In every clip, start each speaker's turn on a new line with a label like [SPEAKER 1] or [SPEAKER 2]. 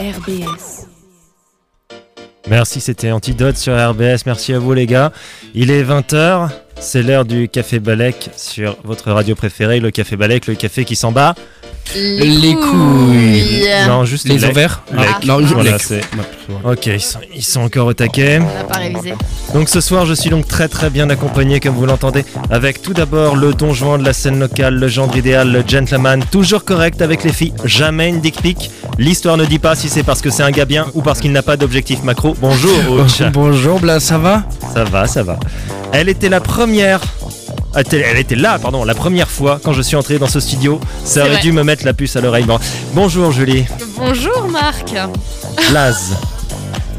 [SPEAKER 1] RBS.
[SPEAKER 2] Merci, c'était Antidote sur RBS. Merci à vous, les gars. Il est 20h. C'est l'heure du Café Balek sur votre radio préférée, le Café Balek, le café qui s'en bat.
[SPEAKER 3] Les couilles.
[SPEAKER 2] Non, juste
[SPEAKER 4] Les
[SPEAKER 2] lec.
[SPEAKER 4] ovaires
[SPEAKER 2] Lec.
[SPEAKER 3] Ah.
[SPEAKER 4] Non, je-
[SPEAKER 2] Voilà,
[SPEAKER 4] lec.
[SPEAKER 2] c'est-
[SPEAKER 4] Ouais, voilà.
[SPEAKER 2] Ok, ils sont, ils sont encore au taquet.
[SPEAKER 3] On n'a pas révisé.
[SPEAKER 2] Donc ce soir, je suis donc très très bien accompagné, comme vous l'entendez, avec tout d'abord le don juan de la scène locale, le gendre idéal, le gentleman, toujours correct avec les filles, jamais une dick pic. L'histoire ne dit pas si c'est parce que c'est un gars bien ou parce qu'il n'a pas d'objectif macro. Bonjour, Ouch.
[SPEAKER 4] Oh, Bonjour, Blas, ça va
[SPEAKER 2] Ça va, ça va. Elle était la première. Elle était- elle était là, pardon, la première fois quand je suis entré dans ce studio. Ça aurait
[SPEAKER 3] vrai.
[SPEAKER 2] dû me mettre la puce à l'oreille. Non. Bonjour Julie.
[SPEAKER 3] Bonjour Marc.
[SPEAKER 2] Laz.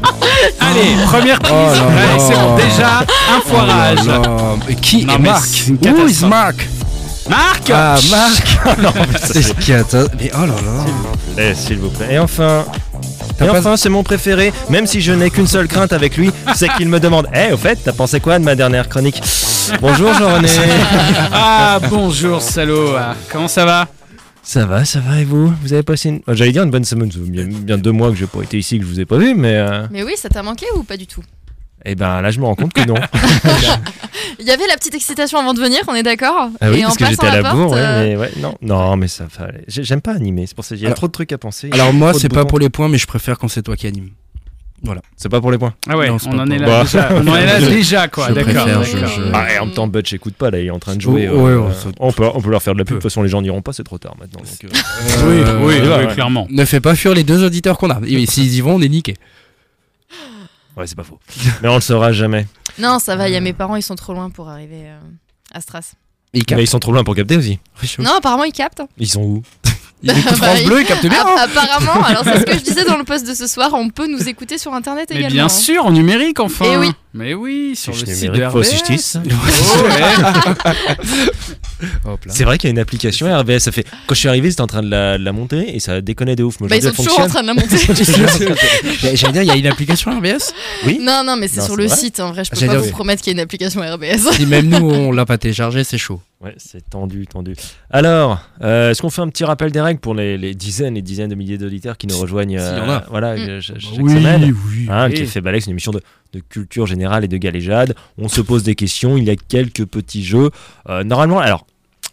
[SPEAKER 5] Allez, première prise.
[SPEAKER 4] Oh là
[SPEAKER 5] Ouais,
[SPEAKER 4] là.
[SPEAKER 5] c'est bon, déjà un
[SPEAKER 4] Oh là
[SPEAKER 5] foirage.
[SPEAKER 4] là. Et Qui
[SPEAKER 5] Non,
[SPEAKER 4] est
[SPEAKER 5] mais
[SPEAKER 4] Marc
[SPEAKER 5] c'est une
[SPEAKER 4] Où est
[SPEAKER 5] catastrophe.
[SPEAKER 4] Marc
[SPEAKER 5] Marc
[SPEAKER 4] Ah, Marc
[SPEAKER 2] Oh, non, mais ça,
[SPEAKER 4] C'est catastrophe. Mais oh là là
[SPEAKER 2] Eh, s'il vous plaît. Et enfin,
[SPEAKER 4] T'as
[SPEAKER 2] et
[SPEAKER 4] pas-
[SPEAKER 2] enfin, c'est mon préféré. Même si je n'ai qu'une seule crainte avec lui, c'est qu'il me demande. Eh, au fait, t'as pensé quoi de ma dernière chronique Bonjour Jean-René.
[SPEAKER 5] Ah bonjour salaud. Ah, Comment ça va
[SPEAKER 2] ça va, ça va et vous Vous avez passé une. euh, J'allais dire une bonne semaine. Il y a bien deux mois que j'ai pas été ici, que je vous ai pas vu, mais. euh,
[SPEAKER 3] Mais oui, ça t'a manqué ou pas du tout
[SPEAKER 2] Eh ben là, je me rends compte que non.
[SPEAKER 3] Il y avait la petite excitation avant de venir, on est d'accord
[SPEAKER 2] Ah oui,
[SPEAKER 3] Et en
[SPEAKER 2] parce que
[SPEAKER 3] passant
[SPEAKER 2] j'étais à la
[SPEAKER 3] porte,
[SPEAKER 2] bourre, ouais,
[SPEAKER 3] euh,
[SPEAKER 2] mais ouais, non. Non, mais ça fallait. j'ai- J'aime pas animer, c'est pour ça qu'il y a
[SPEAKER 4] Alors-
[SPEAKER 2] trop de trucs à penser.
[SPEAKER 4] Alors moi,
[SPEAKER 2] Trop de
[SPEAKER 4] c'est pas
[SPEAKER 2] boutons.
[SPEAKER 4] pour les points, mais je préfère quand c'est toi qui anime.
[SPEAKER 2] C'est pas pour les points.
[SPEAKER 5] Ah ouais,
[SPEAKER 4] Non, c'est
[SPEAKER 5] on
[SPEAKER 4] pas
[SPEAKER 5] en est
[SPEAKER 4] pour-
[SPEAKER 2] Bah.
[SPEAKER 5] là déjà. On en est là
[SPEAKER 4] Je-
[SPEAKER 5] déjà quoi.
[SPEAKER 4] je
[SPEAKER 5] D'accord.
[SPEAKER 4] préfère,
[SPEAKER 5] d'accord.
[SPEAKER 4] je- je-
[SPEAKER 2] Ah, et en même temps, Bud écoute pas, là, il est en train de jouer.
[SPEAKER 4] Oh,
[SPEAKER 2] euh,
[SPEAKER 4] ouais, ouais,
[SPEAKER 2] euh,
[SPEAKER 4] ça-
[SPEAKER 2] on, peut, on peut leur faire de la pub, de
[SPEAKER 4] Peu.
[SPEAKER 2] toute façon, les gens n'iront pas, c'est trop tard maintenant. donc, euh,
[SPEAKER 5] Oui,
[SPEAKER 4] Euh,
[SPEAKER 5] oui,
[SPEAKER 2] ouais,
[SPEAKER 5] oui,
[SPEAKER 2] ouais.
[SPEAKER 5] clairement.
[SPEAKER 4] Ne fais pas fuir les deux auditeurs qu'on a. Et S'ils y vont, on est niqué.
[SPEAKER 2] ouais, c'est pas faux. Mais on le saura jamais.
[SPEAKER 3] Non, ça va, il y a mes parents, ils sont trop loin pour arriver euh, à Stras.
[SPEAKER 4] Ils
[SPEAKER 2] Mais
[SPEAKER 4] captent.
[SPEAKER 2] ils sont trop loin pour capter aussi.
[SPEAKER 3] Non, apparemment, ils captent.
[SPEAKER 2] Ils sont où
[SPEAKER 4] Ils écoutent
[SPEAKER 3] Bah,
[SPEAKER 4] France
[SPEAKER 3] ils-
[SPEAKER 4] Bleu, ils
[SPEAKER 2] Eh
[SPEAKER 4] captent bien. hein.
[SPEAKER 3] Ah, apparemment, alors c'est ce que je disais dans le post de ce soir, on peut nous écouter sur internet
[SPEAKER 5] Mais
[SPEAKER 3] également. hein.
[SPEAKER 5] bien sûr, en numérique enfin.
[SPEAKER 3] Eh oui.
[SPEAKER 5] Mais oui, sur le
[SPEAKER 2] Fiche
[SPEAKER 5] site
[SPEAKER 2] numérique,
[SPEAKER 5] de
[SPEAKER 2] fausse
[SPEAKER 5] RBS.
[SPEAKER 2] justice.
[SPEAKER 5] Oh, ouais.
[SPEAKER 4] Hop là.
[SPEAKER 2] C'est vrai qu'il y a une application RBS. Ça fait... Quand je suis arrivé, c'était en train de la, de la monter et ça déconnait de ouf. Mais
[SPEAKER 3] Bah, ils
[SPEAKER 2] aujourd'hui,
[SPEAKER 3] sont
[SPEAKER 2] elle
[SPEAKER 3] toujours
[SPEAKER 2] fonctionne.
[SPEAKER 3] en train de la monter.
[SPEAKER 4] J'allais j'allais dire, il y a une application RBS
[SPEAKER 3] non, non, mais c'est
[SPEAKER 2] Non,
[SPEAKER 3] sur
[SPEAKER 2] c'est
[SPEAKER 3] le
[SPEAKER 2] vrai. Ah,
[SPEAKER 3] site, en vrai, je peux
[SPEAKER 4] J'allais
[SPEAKER 3] pas
[SPEAKER 4] dire,
[SPEAKER 3] vous
[SPEAKER 4] oui.
[SPEAKER 3] promettre qu'il y a une application RBS.
[SPEAKER 4] Si même nous, on l'a pas téléchargé, c'est chaud.
[SPEAKER 2] Ouais, c'est tendu, tendu. Alors, euh, est-ce qu'on fait un petit rappel des règles pour les, les dizaines et dizaines de milliers d'auditeurs qui nous rejoignent
[SPEAKER 4] S'il y en a.
[SPEAKER 2] Voilà,
[SPEAKER 3] Mm.
[SPEAKER 2] euh, ch- chaque semaine.
[SPEAKER 5] Oui, oui.
[SPEAKER 2] Hein, le
[SPEAKER 5] oui.
[SPEAKER 2] Café Balek, c'est une émission de, de culture générale et de galéjade. On se pose des questions, il y a quelques petits jeux. Euh, normalement, alors,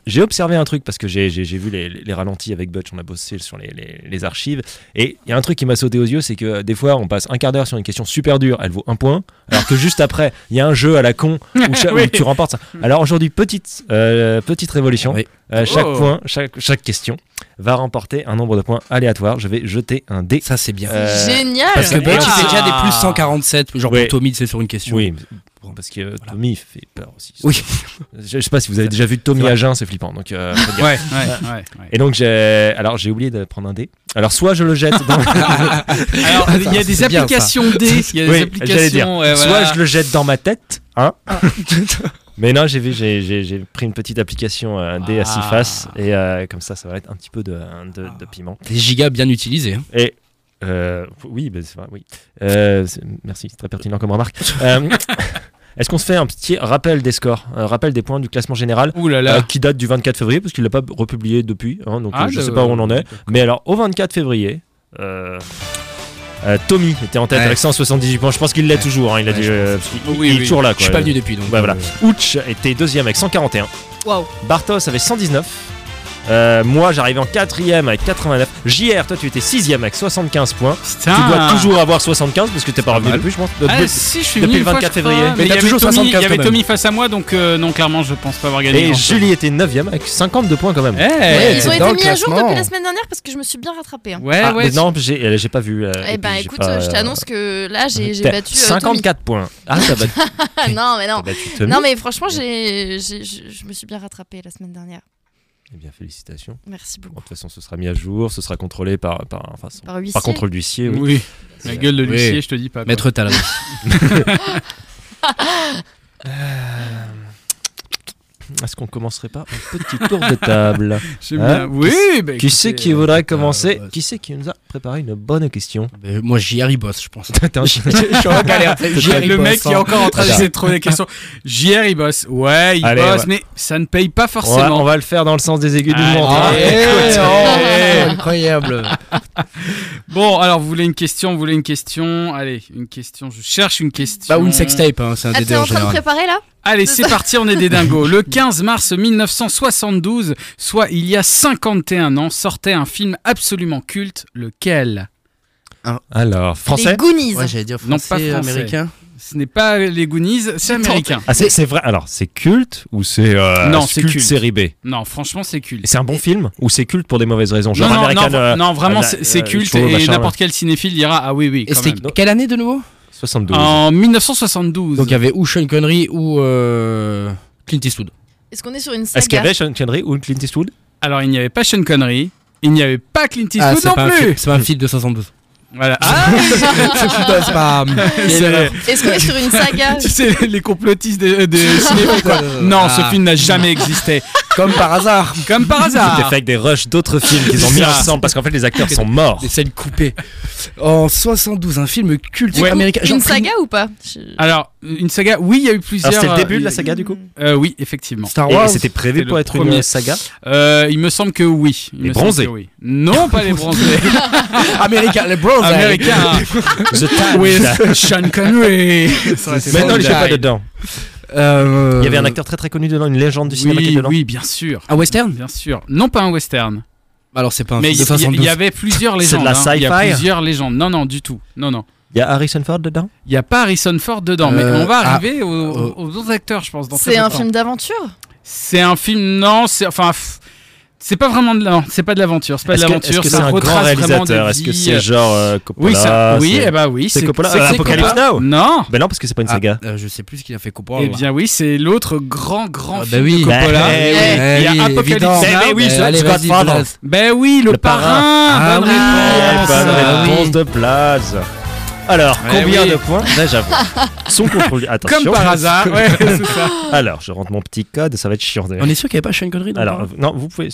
[SPEAKER 2] j'ai observé un truc parce que j'ai j'ai- j'ai vu les, les ralentis avec Butch, on a bossé sur les, les- les archives. Et il y a un truc qui m'a sauté aux yeux, c'est que euh, des fois, on passe un quart d'heure sur une question super dure, elle vaut un point. Alors que juste après, il y a un jeu à la con où, cha- où
[SPEAKER 5] Oui.
[SPEAKER 2] tu remportes ça. Alors aujourd'hui, petite, euh, petite révolution.
[SPEAKER 4] Oui.
[SPEAKER 2] Euh, chaque
[SPEAKER 5] Oh.
[SPEAKER 2] point, chaque, chaque question va remporter un nombre de points aléatoire. Je vais jeter un dé.
[SPEAKER 4] Ça, c'est bien.
[SPEAKER 2] Euh,
[SPEAKER 3] Génial
[SPEAKER 4] Parce que
[SPEAKER 2] euh,
[SPEAKER 4] Butch, il
[SPEAKER 5] ah.
[SPEAKER 4] fait déjà des plus 147. Genre,
[SPEAKER 2] Ouais.
[SPEAKER 4] pour Tommy, c'est sur une question.
[SPEAKER 2] Oui, mais- parce que euh, Tommy il fait peur aussi.
[SPEAKER 4] Oui.
[SPEAKER 2] Je, je sais pas si vous avez déjà vu Tommy
[SPEAKER 4] C'est
[SPEAKER 2] à jeun, c'est flippant. Donc, euh, faut dire.
[SPEAKER 5] Ouais, ouais, ouais, ouais.
[SPEAKER 2] Et donc j'ai, alors j'ai oublié de prendre un dé. Alors soit je le jette, dans...
[SPEAKER 5] Alors, il y a des
[SPEAKER 4] c'est bien, ça.
[SPEAKER 5] applications D, il y a des
[SPEAKER 2] Oui, j'allais dire.
[SPEAKER 5] applications. ouais, voilà.
[SPEAKER 2] soit je le jette dans ma tête, hein. Mais non, j'ai vu, j'ai, j'ai- j'ai pris une petite application euh, un dé à six
[SPEAKER 5] Ah.
[SPEAKER 2] faces et euh, comme ça, ça va être un petit peu de, de, de piment.
[SPEAKER 4] Des gigas bien utilisés. hein.
[SPEAKER 2] Et euh, oui, ben, c'est vrai, oui. Euh, c'est- merci, c'est très pertinent comme remarque. Euh, est-ce qu'on se fait un petit rappel des scores, un rappel des points du classement général?
[SPEAKER 5] Ouh là là.
[SPEAKER 2] Euh, qui date du 24 février, parce qu'il l'a pas republié depuis, hein, donc
[SPEAKER 5] Ah,
[SPEAKER 2] euh, je
[SPEAKER 5] le-
[SPEAKER 2] sais pas où on en est. Mais alors, au 24 février, euh, euh, Tommy était en tête
[SPEAKER 4] Ouais.
[SPEAKER 2] avec 178 points. Je pense qu'il l'est
[SPEAKER 4] Ouais.
[SPEAKER 2] toujours, hein, il, a
[SPEAKER 4] Ouais,
[SPEAKER 2] dit,
[SPEAKER 4] je pense.
[SPEAKER 2] euh, parce qu'il-
[SPEAKER 5] Oui,
[SPEAKER 2] il est
[SPEAKER 5] oui.
[SPEAKER 2] toujours là. Quoi.
[SPEAKER 4] Je suis pas venu depuis, donc.
[SPEAKER 2] Ouais, voilà.
[SPEAKER 4] euh,
[SPEAKER 2] Ouch était deuxième avec 141.
[SPEAKER 3] Waouh.
[SPEAKER 2] Bartos avait 119. Euh, moi, j'arrivais en quatrième avec 89. JR, toi, tu étais sixième avec 75 points.
[SPEAKER 5] Putain.
[SPEAKER 2] Tu dois toujours avoir 75 parce que t'es pas revenu
[SPEAKER 4] mal.
[SPEAKER 2] depuis, je pense.
[SPEAKER 5] Ah, si, je suis
[SPEAKER 2] depuis
[SPEAKER 5] venu
[SPEAKER 2] le
[SPEAKER 5] une fois,
[SPEAKER 2] 24
[SPEAKER 5] je crois,
[SPEAKER 2] février.
[SPEAKER 5] mais
[SPEAKER 4] Mais
[SPEAKER 5] il y
[SPEAKER 4] t'as
[SPEAKER 5] avait
[SPEAKER 4] toujours
[SPEAKER 5] Tommy-
[SPEAKER 4] 75
[SPEAKER 5] Il y avait
[SPEAKER 4] quand
[SPEAKER 5] Tommy face à moi, donc euh, non, clairement, je pense pas avoir
[SPEAKER 2] Et
[SPEAKER 5] gagné. grand-chose.
[SPEAKER 2] Julie était 9ème avec 52 points quand même.
[SPEAKER 5] Eh,
[SPEAKER 4] Ouais,
[SPEAKER 3] Ils
[SPEAKER 4] c'est
[SPEAKER 3] ont été
[SPEAKER 4] dans le
[SPEAKER 3] mis à jour
[SPEAKER 4] classement.
[SPEAKER 3] depuis la semaine dernière parce que je me suis bien rattrapée. hein.
[SPEAKER 5] Ouais,
[SPEAKER 2] Ah,
[SPEAKER 5] ouais.
[SPEAKER 2] mais non, j'ai euh, j'ai pas vu. euh,
[SPEAKER 3] Eh
[SPEAKER 2] et
[SPEAKER 3] ben
[SPEAKER 2] puis j'ai
[SPEAKER 3] écoute,
[SPEAKER 2] pas,
[SPEAKER 3] je
[SPEAKER 2] euh,
[SPEAKER 3] t'annonce que là j'ai j'ai
[SPEAKER 2] T'as
[SPEAKER 3] battu euh,
[SPEAKER 2] 54 points. Ah, t'as battu,
[SPEAKER 3] Tommy. non mais
[SPEAKER 2] t'as
[SPEAKER 3] non.
[SPEAKER 2] battu Tommy.
[SPEAKER 3] Non mais franchement j'ai j'ai- je je me suis bien rattrapée la semaine dernière.
[SPEAKER 2] Eh bien, félicitations.
[SPEAKER 3] Merci beaucoup.
[SPEAKER 2] Bon, de toute façon, ce sera mis à jour, ce sera contrôlé par, par, enfin, son-
[SPEAKER 3] Par huissier.
[SPEAKER 2] par contrôle d'huissier. Oui.
[SPEAKER 5] Oui. La gueule de
[SPEAKER 4] Oui.
[SPEAKER 5] l'huissier, je te dis pas. quoi.
[SPEAKER 4] Maître Talon.
[SPEAKER 2] Est-ce qu'on commencerait pas un petit tour de table
[SPEAKER 5] J'aime
[SPEAKER 2] Hein
[SPEAKER 5] bien. Oui, bah,
[SPEAKER 2] Qui c'est
[SPEAKER 5] écoutez,
[SPEAKER 2] qui
[SPEAKER 5] euh,
[SPEAKER 2] voudrait commencer
[SPEAKER 4] euh,
[SPEAKER 2] Qui c'est qui nous a préparé une bonne question.
[SPEAKER 4] Ben, Moi, j'y bosse, je pense.
[SPEAKER 2] Attends, je-
[SPEAKER 5] Je suis en galère.
[SPEAKER 4] J'y
[SPEAKER 5] le
[SPEAKER 4] bosse,
[SPEAKER 5] mec qui est
[SPEAKER 4] hein.
[SPEAKER 5] encore en train
[SPEAKER 2] Ah,
[SPEAKER 5] d'essayer de trouver des questions. JR, il bosse. Ouais, il
[SPEAKER 2] Allez,
[SPEAKER 5] bosse,
[SPEAKER 2] ouais.
[SPEAKER 5] mais ça ne paye pas
[SPEAKER 2] on, va, on
[SPEAKER 5] forcément.
[SPEAKER 2] va le faire dans le sens des aiguilles du
[SPEAKER 5] Allez.
[SPEAKER 2] monde. hein.
[SPEAKER 5] Eh, oh,
[SPEAKER 4] Incroyable.
[SPEAKER 5] Bon, alors, vous voulez une question Vous voulez une question Allez, une question. Je cherche une question.
[SPEAKER 4] Bah, ou une sextape, hein, c'est un
[SPEAKER 3] Ah,
[SPEAKER 4] DD
[SPEAKER 3] t'es
[SPEAKER 4] en
[SPEAKER 3] en train de
[SPEAKER 4] général.
[SPEAKER 3] préparer là
[SPEAKER 5] Allez, c'est parti, on est des dingos. Le 15 mars 1972, soit il y a 51 ans, sortait un film absolument culte, lequel
[SPEAKER 2] Alors,
[SPEAKER 3] Les
[SPEAKER 2] français
[SPEAKER 3] Goonies.
[SPEAKER 4] Ouais, j'allais dire
[SPEAKER 5] Non,
[SPEAKER 4] français,
[SPEAKER 5] pas français.
[SPEAKER 4] américain.
[SPEAKER 5] Ce n'est pas les Goonies, c'est américain.
[SPEAKER 2] ah, c'est c'est vrai. Alors, c'est culte ou c'est euh,
[SPEAKER 5] Non, c'est culte.
[SPEAKER 2] série B Et
[SPEAKER 5] Non, franchement, c'est culte.
[SPEAKER 2] C'est un bon film ou c'est culte pour des mauvaises raisons Genre
[SPEAKER 5] non, non,
[SPEAKER 2] American
[SPEAKER 5] non,
[SPEAKER 2] euh,
[SPEAKER 5] non, vraiment,
[SPEAKER 2] euh,
[SPEAKER 5] c'est c'est
[SPEAKER 2] euh,
[SPEAKER 5] culte
[SPEAKER 2] Show,
[SPEAKER 5] et
[SPEAKER 2] machin,
[SPEAKER 5] n'importe quel cinéphile dira Ah oui, oui.
[SPEAKER 4] Et
[SPEAKER 5] quand
[SPEAKER 4] c'était
[SPEAKER 5] même.
[SPEAKER 4] quelle année de nouveau
[SPEAKER 2] 72.
[SPEAKER 5] En 1972.
[SPEAKER 2] euh,
[SPEAKER 4] Donc il y avait ou Sean Connery ou euh, Clint Eastwood.
[SPEAKER 3] Est-ce qu'on est sur une
[SPEAKER 2] Est-ce qu'il y
[SPEAKER 3] saga
[SPEAKER 2] avait Sean Connery ou Clint Eastwood
[SPEAKER 5] Alors, il n'y avait pas Sean Connery, il n'y avait pas Clint
[SPEAKER 2] Ah,
[SPEAKER 5] Eastwood
[SPEAKER 4] Ah, c'est
[SPEAKER 5] non
[SPEAKER 4] pas, un film-
[SPEAKER 5] plus.
[SPEAKER 4] c'est pas un film de 72.
[SPEAKER 5] Voilà. Ah,
[SPEAKER 4] c'est pas.
[SPEAKER 5] c'est-
[SPEAKER 3] Est-ce qu'on est sur une saga
[SPEAKER 5] tu sais, les complotistes des des cinéphiles, quoi. Non, ce
[SPEAKER 4] Ah.
[SPEAKER 5] film n'a jamais existé.
[SPEAKER 4] Comme par hasard.
[SPEAKER 5] Comme par
[SPEAKER 2] C'était
[SPEAKER 5] hasard.
[SPEAKER 2] fait avec des rushs d'autres films qu'ils ont mis
[SPEAKER 5] Ah. C'est ça.
[SPEAKER 2] ensemble parce qu'en fait, les acteurs sont morts.
[SPEAKER 4] Des scènes coupées. En 72, un film culte
[SPEAKER 5] Ouais.
[SPEAKER 4] américain.
[SPEAKER 3] Une
[SPEAKER 4] Jean-Pierre-
[SPEAKER 3] saga ou pas Je- Hmm.
[SPEAKER 5] Alors, une saga, oui, il y a eu plusieurs.
[SPEAKER 2] Alors, c'était le
[SPEAKER 5] euh,
[SPEAKER 2] début de la saga Ah, du coup
[SPEAKER 5] euh, Oui, effectivement.
[SPEAKER 4] Star
[SPEAKER 2] Et
[SPEAKER 4] Wars.
[SPEAKER 2] c'était prévu
[SPEAKER 5] C'était
[SPEAKER 2] pour
[SPEAKER 5] le
[SPEAKER 2] être une
[SPEAKER 5] premier.
[SPEAKER 2] saga
[SPEAKER 5] Euh, il me semble que oui. Il
[SPEAKER 2] Les
[SPEAKER 5] me semble
[SPEAKER 2] bronzés.
[SPEAKER 5] que oui. Non, pas les bronzés.
[SPEAKER 4] américain. Les Bros.
[SPEAKER 5] Américains.
[SPEAKER 2] The Tad.
[SPEAKER 5] With Sean Connery. Ça aurait été
[SPEAKER 2] Mais non, il
[SPEAKER 5] formidable.
[SPEAKER 2] était pas dedans.
[SPEAKER 4] Euh,
[SPEAKER 2] Il y avait un acteur très très connu dedans, une légende du cinéma qui
[SPEAKER 5] Oui,
[SPEAKER 2] était dedans.
[SPEAKER 5] oui, bien sûr.
[SPEAKER 4] Un western
[SPEAKER 5] Bien sûr. Non, pas un western.
[SPEAKER 4] Alors c'est pas un
[SPEAKER 5] Mais il
[SPEAKER 4] film de
[SPEAKER 5] y,
[SPEAKER 4] 72.
[SPEAKER 5] il y avait plusieurs
[SPEAKER 2] C'est
[SPEAKER 5] légendes.
[SPEAKER 2] de la
[SPEAKER 5] hein. Il y a
[SPEAKER 2] sci-fi
[SPEAKER 5] plusieurs légendes. Non, non, du tout. Non, non.
[SPEAKER 2] Il y a Harrison Ford dedans
[SPEAKER 5] Il n'y a pas Harrison Ford dedans. mais
[SPEAKER 4] Euh,
[SPEAKER 5] on va
[SPEAKER 4] ah,
[SPEAKER 5] arriver aux,
[SPEAKER 4] euh,
[SPEAKER 5] aux autres acteurs, je pense. dans très
[SPEAKER 3] C'est un
[SPEAKER 5] longtemps.
[SPEAKER 3] film d'aventure
[SPEAKER 5] C'est un film. Non, c'est. Enfin. pff, C'est pas vraiment de la- c'est pas de l'aventure, c'est pas de
[SPEAKER 2] Est-ce que-
[SPEAKER 5] l'aventure.
[SPEAKER 2] Est-ce que
[SPEAKER 5] ça
[SPEAKER 2] c'est un
[SPEAKER 5] retrace
[SPEAKER 2] grand
[SPEAKER 5] vraiment des
[SPEAKER 2] réalisateur Est-ce que
[SPEAKER 5] vies,
[SPEAKER 2] c'est
[SPEAKER 5] euh,
[SPEAKER 2] genre euh, Coppola
[SPEAKER 5] Oui, ça, oui,
[SPEAKER 2] c'est-
[SPEAKER 5] eh ben oui,
[SPEAKER 2] c'est Coppola,
[SPEAKER 5] c'est-
[SPEAKER 2] euh,
[SPEAKER 5] c'est
[SPEAKER 2] Apocalypse
[SPEAKER 5] Coppola.
[SPEAKER 2] Now Oh
[SPEAKER 5] Non.
[SPEAKER 2] Ben non, parce que c'est pas une saga.
[SPEAKER 4] Ah, euh, je sais plus ce qu'il a fait Coppola.
[SPEAKER 5] Eh
[SPEAKER 4] là.
[SPEAKER 5] bien oui, c'est l'autre grand grand
[SPEAKER 4] Ah, bah
[SPEAKER 5] film
[SPEAKER 4] oui.
[SPEAKER 5] de Coppola.
[SPEAKER 2] Eh
[SPEAKER 5] Il
[SPEAKER 2] oui.
[SPEAKER 4] Eh
[SPEAKER 5] y a
[SPEAKER 4] oui,
[SPEAKER 5] Apocalypse
[SPEAKER 4] évident.
[SPEAKER 5] Now.
[SPEAKER 2] Eh oui,
[SPEAKER 4] Euh,
[SPEAKER 2] Scott
[SPEAKER 4] allez, vas-y,
[SPEAKER 2] Fadler.
[SPEAKER 4] Blaze.
[SPEAKER 5] Ben oui, le,
[SPEAKER 2] Le parrain.
[SPEAKER 5] parrain. Bonne
[SPEAKER 4] Ah
[SPEAKER 2] Eh,
[SPEAKER 5] réponse.
[SPEAKER 2] Bonne
[SPEAKER 4] Ah, oui.
[SPEAKER 2] réponse de Plaz. Alors,
[SPEAKER 5] Eh
[SPEAKER 2] combien
[SPEAKER 5] oui.
[SPEAKER 2] de points Là, j'avoue. Son contrôle. Attention.
[SPEAKER 5] Comme par hasard. Ouais, c'est ça.
[SPEAKER 2] Alors, je rentre mon petit code, ça va être chiant d'ailleurs.
[SPEAKER 4] On est sûr qu'il n'y avait pas Sean Connery hein dans
[SPEAKER 2] Alors,
[SPEAKER 4] le-
[SPEAKER 2] euh, non, vous pouvez.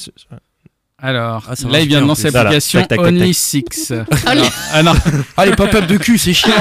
[SPEAKER 5] Alors,
[SPEAKER 4] Ah, ça
[SPEAKER 5] là
[SPEAKER 4] marche
[SPEAKER 5] il vient de
[SPEAKER 4] bien,
[SPEAKER 5] lancer
[SPEAKER 2] en plus.
[SPEAKER 5] l'application
[SPEAKER 2] Voilà. Tac, tac, tac,
[SPEAKER 5] Only Six.
[SPEAKER 3] Only-
[SPEAKER 5] Ah non.
[SPEAKER 4] Ah, les pop-up de cul, c'est chiant.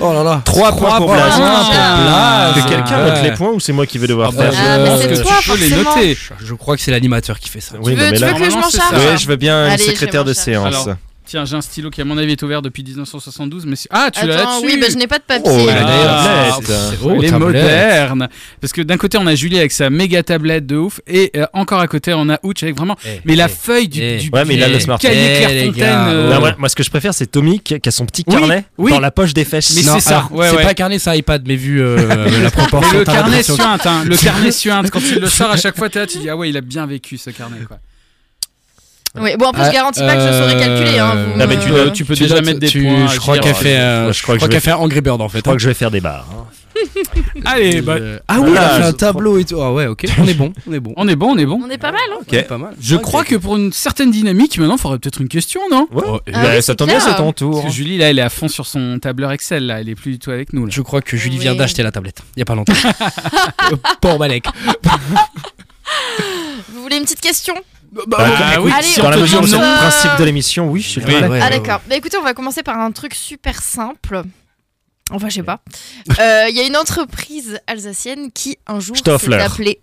[SPEAKER 4] Oh là là.
[SPEAKER 2] 3 points pour Blaze.
[SPEAKER 3] Blaze.
[SPEAKER 5] Ah,
[SPEAKER 2] Que quelqu'un
[SPEAKER 4] ouais.
[SPEAKER 2] note les points ou c'est moi qui vais devoir
[SPEAKER 4] Ah,
[SPEAKER 2] faire
[SPEAKER 4] bah,
[SPEAKER 3] Ah,
[SPEAKER 4] Euh,
[SPEAKER 3] mais c'est
[SPEAKER 4] parce que
[SPEAKER 3] toi,
[SPEAKER 5] tu peux les
[SPEAKER 3] forcément.
[SPEAKER 5] noter.
[SPEAKER 4] Je crois que c'est l'animateur qui fait ça.
[SPEAKER 2] Oui,
[SPEAKER 3] tu
[SPEAKER 2] non,
[SPEAKER 3] veux,
[SPEAKER 2] mais
[SPEAKER 3] tu
[SPEAKER 2] là.
[SPEAKER 3] veux que je m'en
[SPEAKER 5] Normalement, c'est
[SPEAKER 3] charge
[SPEAKER 5] ça.
[SPEAKER 2] Oui, je veux bien une
[SPEAKER 3] Allez, je vais
[SPEAKER 2] secrétaire de
[SPEAKER 3] m'en chercher.
[SPEAKER 2] séance.
[SPEAKER 5] Tiens, j'ai un stylo qui à mon avis est ouvert depuis 1972 mais c'est- Ah, tu l'as
[SPEAKER 3] Attends,
[SPEAKER 5] là-dessus.
[SPEAKER 3] oui, bah, je n'ai pas de papier.
[SPEAKER 2] Oh,
[SPEAKER 5] là.
[SPEAKER 2] la
[SPEAKER 5] Ah,
[SPEAKER 2] tablette.
[SPEAKER 4] Oh,
[SPEAKER 5] les
[SPEAKER 4] tablette.
[SPEAKER 5] modernes Parce que d'un côté on a Julie avec sa méga tablette de ouf et euh, encore à côté on a Ouch avec vraiment
[SPEAKER 4] Eh,
[SPEAKER 5] mais la
[SPEAKER 4] eh.
[SPEAKER 5] feuille du,
[SPEAKER 4] eh.
[SPEAKER 5] du-
[SPEAKER 2] Ouais, mais il a
[SPEAKER 5] du
[SPEAKER 2] le smartphone.
[SPEAKER 5] cahier
[SPEAKER 4] Eh, les
[SPEAKER 5] Clairefontaine.
[SPEAKER 4] gars.
[SPEAKER 5] euh,
[SPEAKER 2] Non, moi, moi, ce que je préfère, c'est Tommy qui qui a son petit
[SPEAKER 5] Oui,
[SPEAKER 2] carnet
[SPEAKER 5] oui.
[SPEAKER 2] dans la poche des fesses.
[SPEAKER 5] Mais
[SPEAKER 4] Non,
[SPEAKER 5] c'est ça,
[SPEAKER 4] alors,
[SPEAKER 5] ouais,
[SPEAKER 4] c'est
[SPEAKER 5] ouais.
[SPEAKER 4] pas carnet, c'est iPad, mais vu euh, la proportion.
[SPEAKER 5] Mais le
[SPEAKER 4] t'as
[SPEAKER 5] carnet
[SPEAKER 4] l'impression que-
[SPEAKER 5] suinte, hein, le carnet suinte, quand tu le sors à chaque fois, t'es là, tu dis ah ouais, il a bien vécu ce carnet. Quoi.
[SPEAKER 3] Oui, Bon, après,
[SPEAKER 4] Ah,
[SPEAKER 3] je garantis pas que je saurais calculer. hein,
[SPEAKER 4] euh,
[SPEAKER 3] vous
[SPEAKER 2] Non,
[SPEAKER 3] me-
[SPEAKER 2] mais tu notes,
[SPEAKER 5] peux déjà mettre des points,
[SPEAKER 4] Je crois
[SPEAKER 5] je
[SPEAKER 4] qu'elle
[SPEAKER 5] dirais.
[SPEAKER 4] fait, euh,
[SPEAKER 2] Ouais,
[SPEAKER 4] je crois
[SPEAKER 2] que je vais-
[SPEAKER 4] qu'elle fait Angry Bird en fait.
[SPEAKER 2] Je crois que je vais faire des barres. hein.
[SPEAKER 5] Allez, bah,
[SPEAKER 4] ah oui, elle
[SPEAKER 2] Voilà,
[SPEAKER 4] a fait
[SPEAKER 2] je-
[SPEAKER 4] un tableau et tout. Ah ouais, ok. On est bon, on est bon.
[SPEAKER 5] on est bon, on est bon.
[SPEAKER 3] On est pas mal, hein
[SPEAKER 4] On est pas mal.
[SPEAKER 5] Je crois que pour une certaine dynamique, maintenant, il faudrait peut-être une question, non
[SPEAKER 2] Ouais.
[SPEAKER 4] Oh,
[SPEAKER 3] Ah
[SPEAKER 2] Bah,
[SPEAKER 3] oui,
[SPEAKER 2] ça
[SPEAKER 3] c'est
[SPEAKER 2] tombe bien,
[SPEAKER 3] clair.
[SPEAKER 2] c'est ton tour.
[SPEAKER 5] Parce que Julie, là, elle est à fond sur son tableur Excel, là, elle est plus du tout avec nous. Là.
[SPEAKER 4] Je crois que Julie vient
[SPEAKER 3] Oui.
[SPEAKER 4] d'acheter la tablette. Il y a pas longtemps. Euh, Pour Malek.
[SPEAKER 3] Vous voulez une petite question
[SPEAKER 4] Ah,
[SPEAKER 2] Bah,
[SPEAKER 5] bah,
[SPEAKER 2] écoute,
[SPEAKER 5] oui,
[SPEAKER 3] allez,
[SPEAKER 2] dans
[SPEAKER 3] on
[SPEAKER 2] la
[SPEAKER 3] te
[SPEAKER 2] mesure où
[SPEAKER 3] dit
[SPEAKER 2] c'est
[SPEAKER 3] non.
[SPEAKER 2] le principe de l'émission, oui, je suis
[SPEAKER 4] Oui,
[SPEAKER 2] prêt.
[SPEAKER 4] ouais.
[SPEAKER 3] Ah d'accord. Bah écoutez, on va commencer par un truc super simple. Enfin, je sais pas. Euh, Il y a une entreprise alsacienne qui un jour s'est
[SPEAKER 2] Stoffler.
[SPEAKER 3] appelée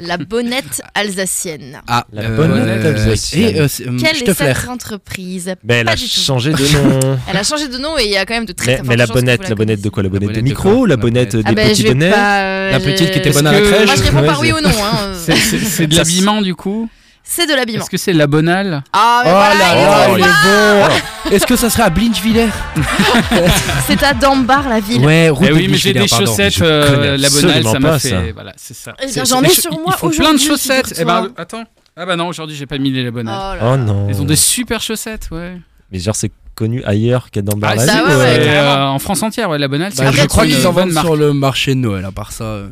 [SPEAKER 3] la Bonnette alsacienne.
[SPEAKER 4] Ah,
[SPEAKER 2] La bonne alsacienne.
[SPEAKER 4] Et euh, c'est, euh,
[SPEAKER 3] Quelle est
[SPEAKER 4] Stoffler.
[SPEAKER 3] cette entreprise
[SPEAKER 2] Mais elle
[SPEAKER 3] Pas
[SPEAKER 2] a
[SPEAKER 3] du tout.
[SPEAKER 2] changé de nom.
[SPEAKER 3] Elle a changé de nom et il y a quand même de très
[SPEAKER 2] Mais,
[SPEAKER 3] très
[SPEAKER 2] mais
[SPEAKER 3] fortes
[SPEAKER 2] la
[SPEAKER 3] chances que
[SPEAKER 2] bonnette,
[SPEAKER 3] vous
[SPEAKER 2] la bonnette de quoi La bonnette
[SPEAKER 4] bonnette
[SPEAKER 2] des
[SPEAKER 4] de
[SPEAKER 2] micros
[SPEAKER 4] quoi
[SPEAKER 2] La
[SPEAKER 4] La
[SPEAKER 2] bonnette
[SPEAKER 4] bonnette.
[SPEAKER 2] des
[SPEAKER 3] Ah ben,
[SPEAKER 2] petits
[SPEAKER 3] je vais
[SPEAKER 2] bonnets
[SPEAKER 3] pas, euh,
[SPEAKER 4] La petite
[SPEAKER 3] je-
[SPEAKER 4] qui était
[SPEAKER 5] Parce
[SPEAKER 4] bonne à la
[SPEAKER 5] que-
[SPEAKER 4] crèche.
[SPEAKER 3] Moi, je réponds par oui ou non. hein.
[SPEAKER 5] C'est- C'est c'est de
[SPEAKER 2] Ça,
[SPEAKER 5] l'habillement, du coup
[SPEAKER 3] C'est de l'habillement.
[SPEAKER 5] Est-ce que c'est de la bonale
[SPEAKER 3] Ah, mais voilà, il est
[SPEAKER 2] là,
[SPEAKER 4] Oh,
[SPEAKER 3] trop
[SPEAKER 2] il
[SPEAKER 3] fort.
[SPEAKER 4] bon. Est-ce que ça serait à Blinchviller
[SPEAKER 3] C'est à Dambar, la ville.
[SPEAKER 4] Ouais, route
[SPEAKER 5] Eh
[SPEAKER 4] de
[SPEAKER 5] oui, mais j'ai
[SPEAKER 4] Blinchviller,
[SPEAKER 5] des
[SPEAKER 4] pardon.
[SPEAKER 5] chaussettes,
[SPEAKER 2] je
[SPEAKER 5] euh,
[SPEAKER 2] connais
[SPEAKER 5] la bonale,
[SPEAKER 2] absolument
[SPEAKER 5] ça m'a
[SPEAKER 2] pas
[SPEAKER 5] fait.
[SPEAKER 2] ça.
[SPEAKER 5] Voilà, c'est ça.
[SPEAKER 3] Eh bien,
[SPEAKER 5] C'est-
[SPEAKER 3] j'en
[SPEAKER 5] c'est-
[SPEAKER 3] ai
[SPEAKER 5] ils
[SPEAKER 3] sur
[SPEAKER 5] font-
[SPEAKER 3] moi
[SPEAKER 5] Ils font plein de
[SPEAKER 3] aujourd'hui,
[SPEAKER 5] chaussettes. Eh ben,
[SPEAKER 3] figure-toi.
[SPEAKER 5] attends. Ah bah non, aujourd'hui, j'ai pas mis les
[SPEAKER 3] Oh
[SPEAKER 5] bonales.
[SPEAKER 3] là là.
[SPEAKER 2] Oh non.
[SPEAKER 5] Ils ont des super chaussettes, ouais.
[SPEAKER 2] Mais genre, c'est connu ailleurs qu'à dans
[SPEAKER 5] Ah,
[SPEAKER 2] Barlas.
[SPEAKER 5] si,
[SPEAKER 3] ouais,
[SPEAKER 5] c'est,
[SPEAKER 3] ouais,
[SPEAKER 5] euh,
[SPEAKER 3] carrément.
[SPEAKER 5] en France entière, ouais, la bonale.
[SPEAKER 4] Bah,
[SPEAKER 5] c'est
[SPEAKER 4] je
[SPEAKER 3] Après,
[SPEAKER 4] crois
[SPEAKER 3] tu-
[SPEAKER 4] qu'ils en
[SPEAKER 5] bonne
[SPEAKER 4] vendent
[SPEAKER 5] marque.
[SPEAKER 4] sur le marché de Noël, à part ça. euh.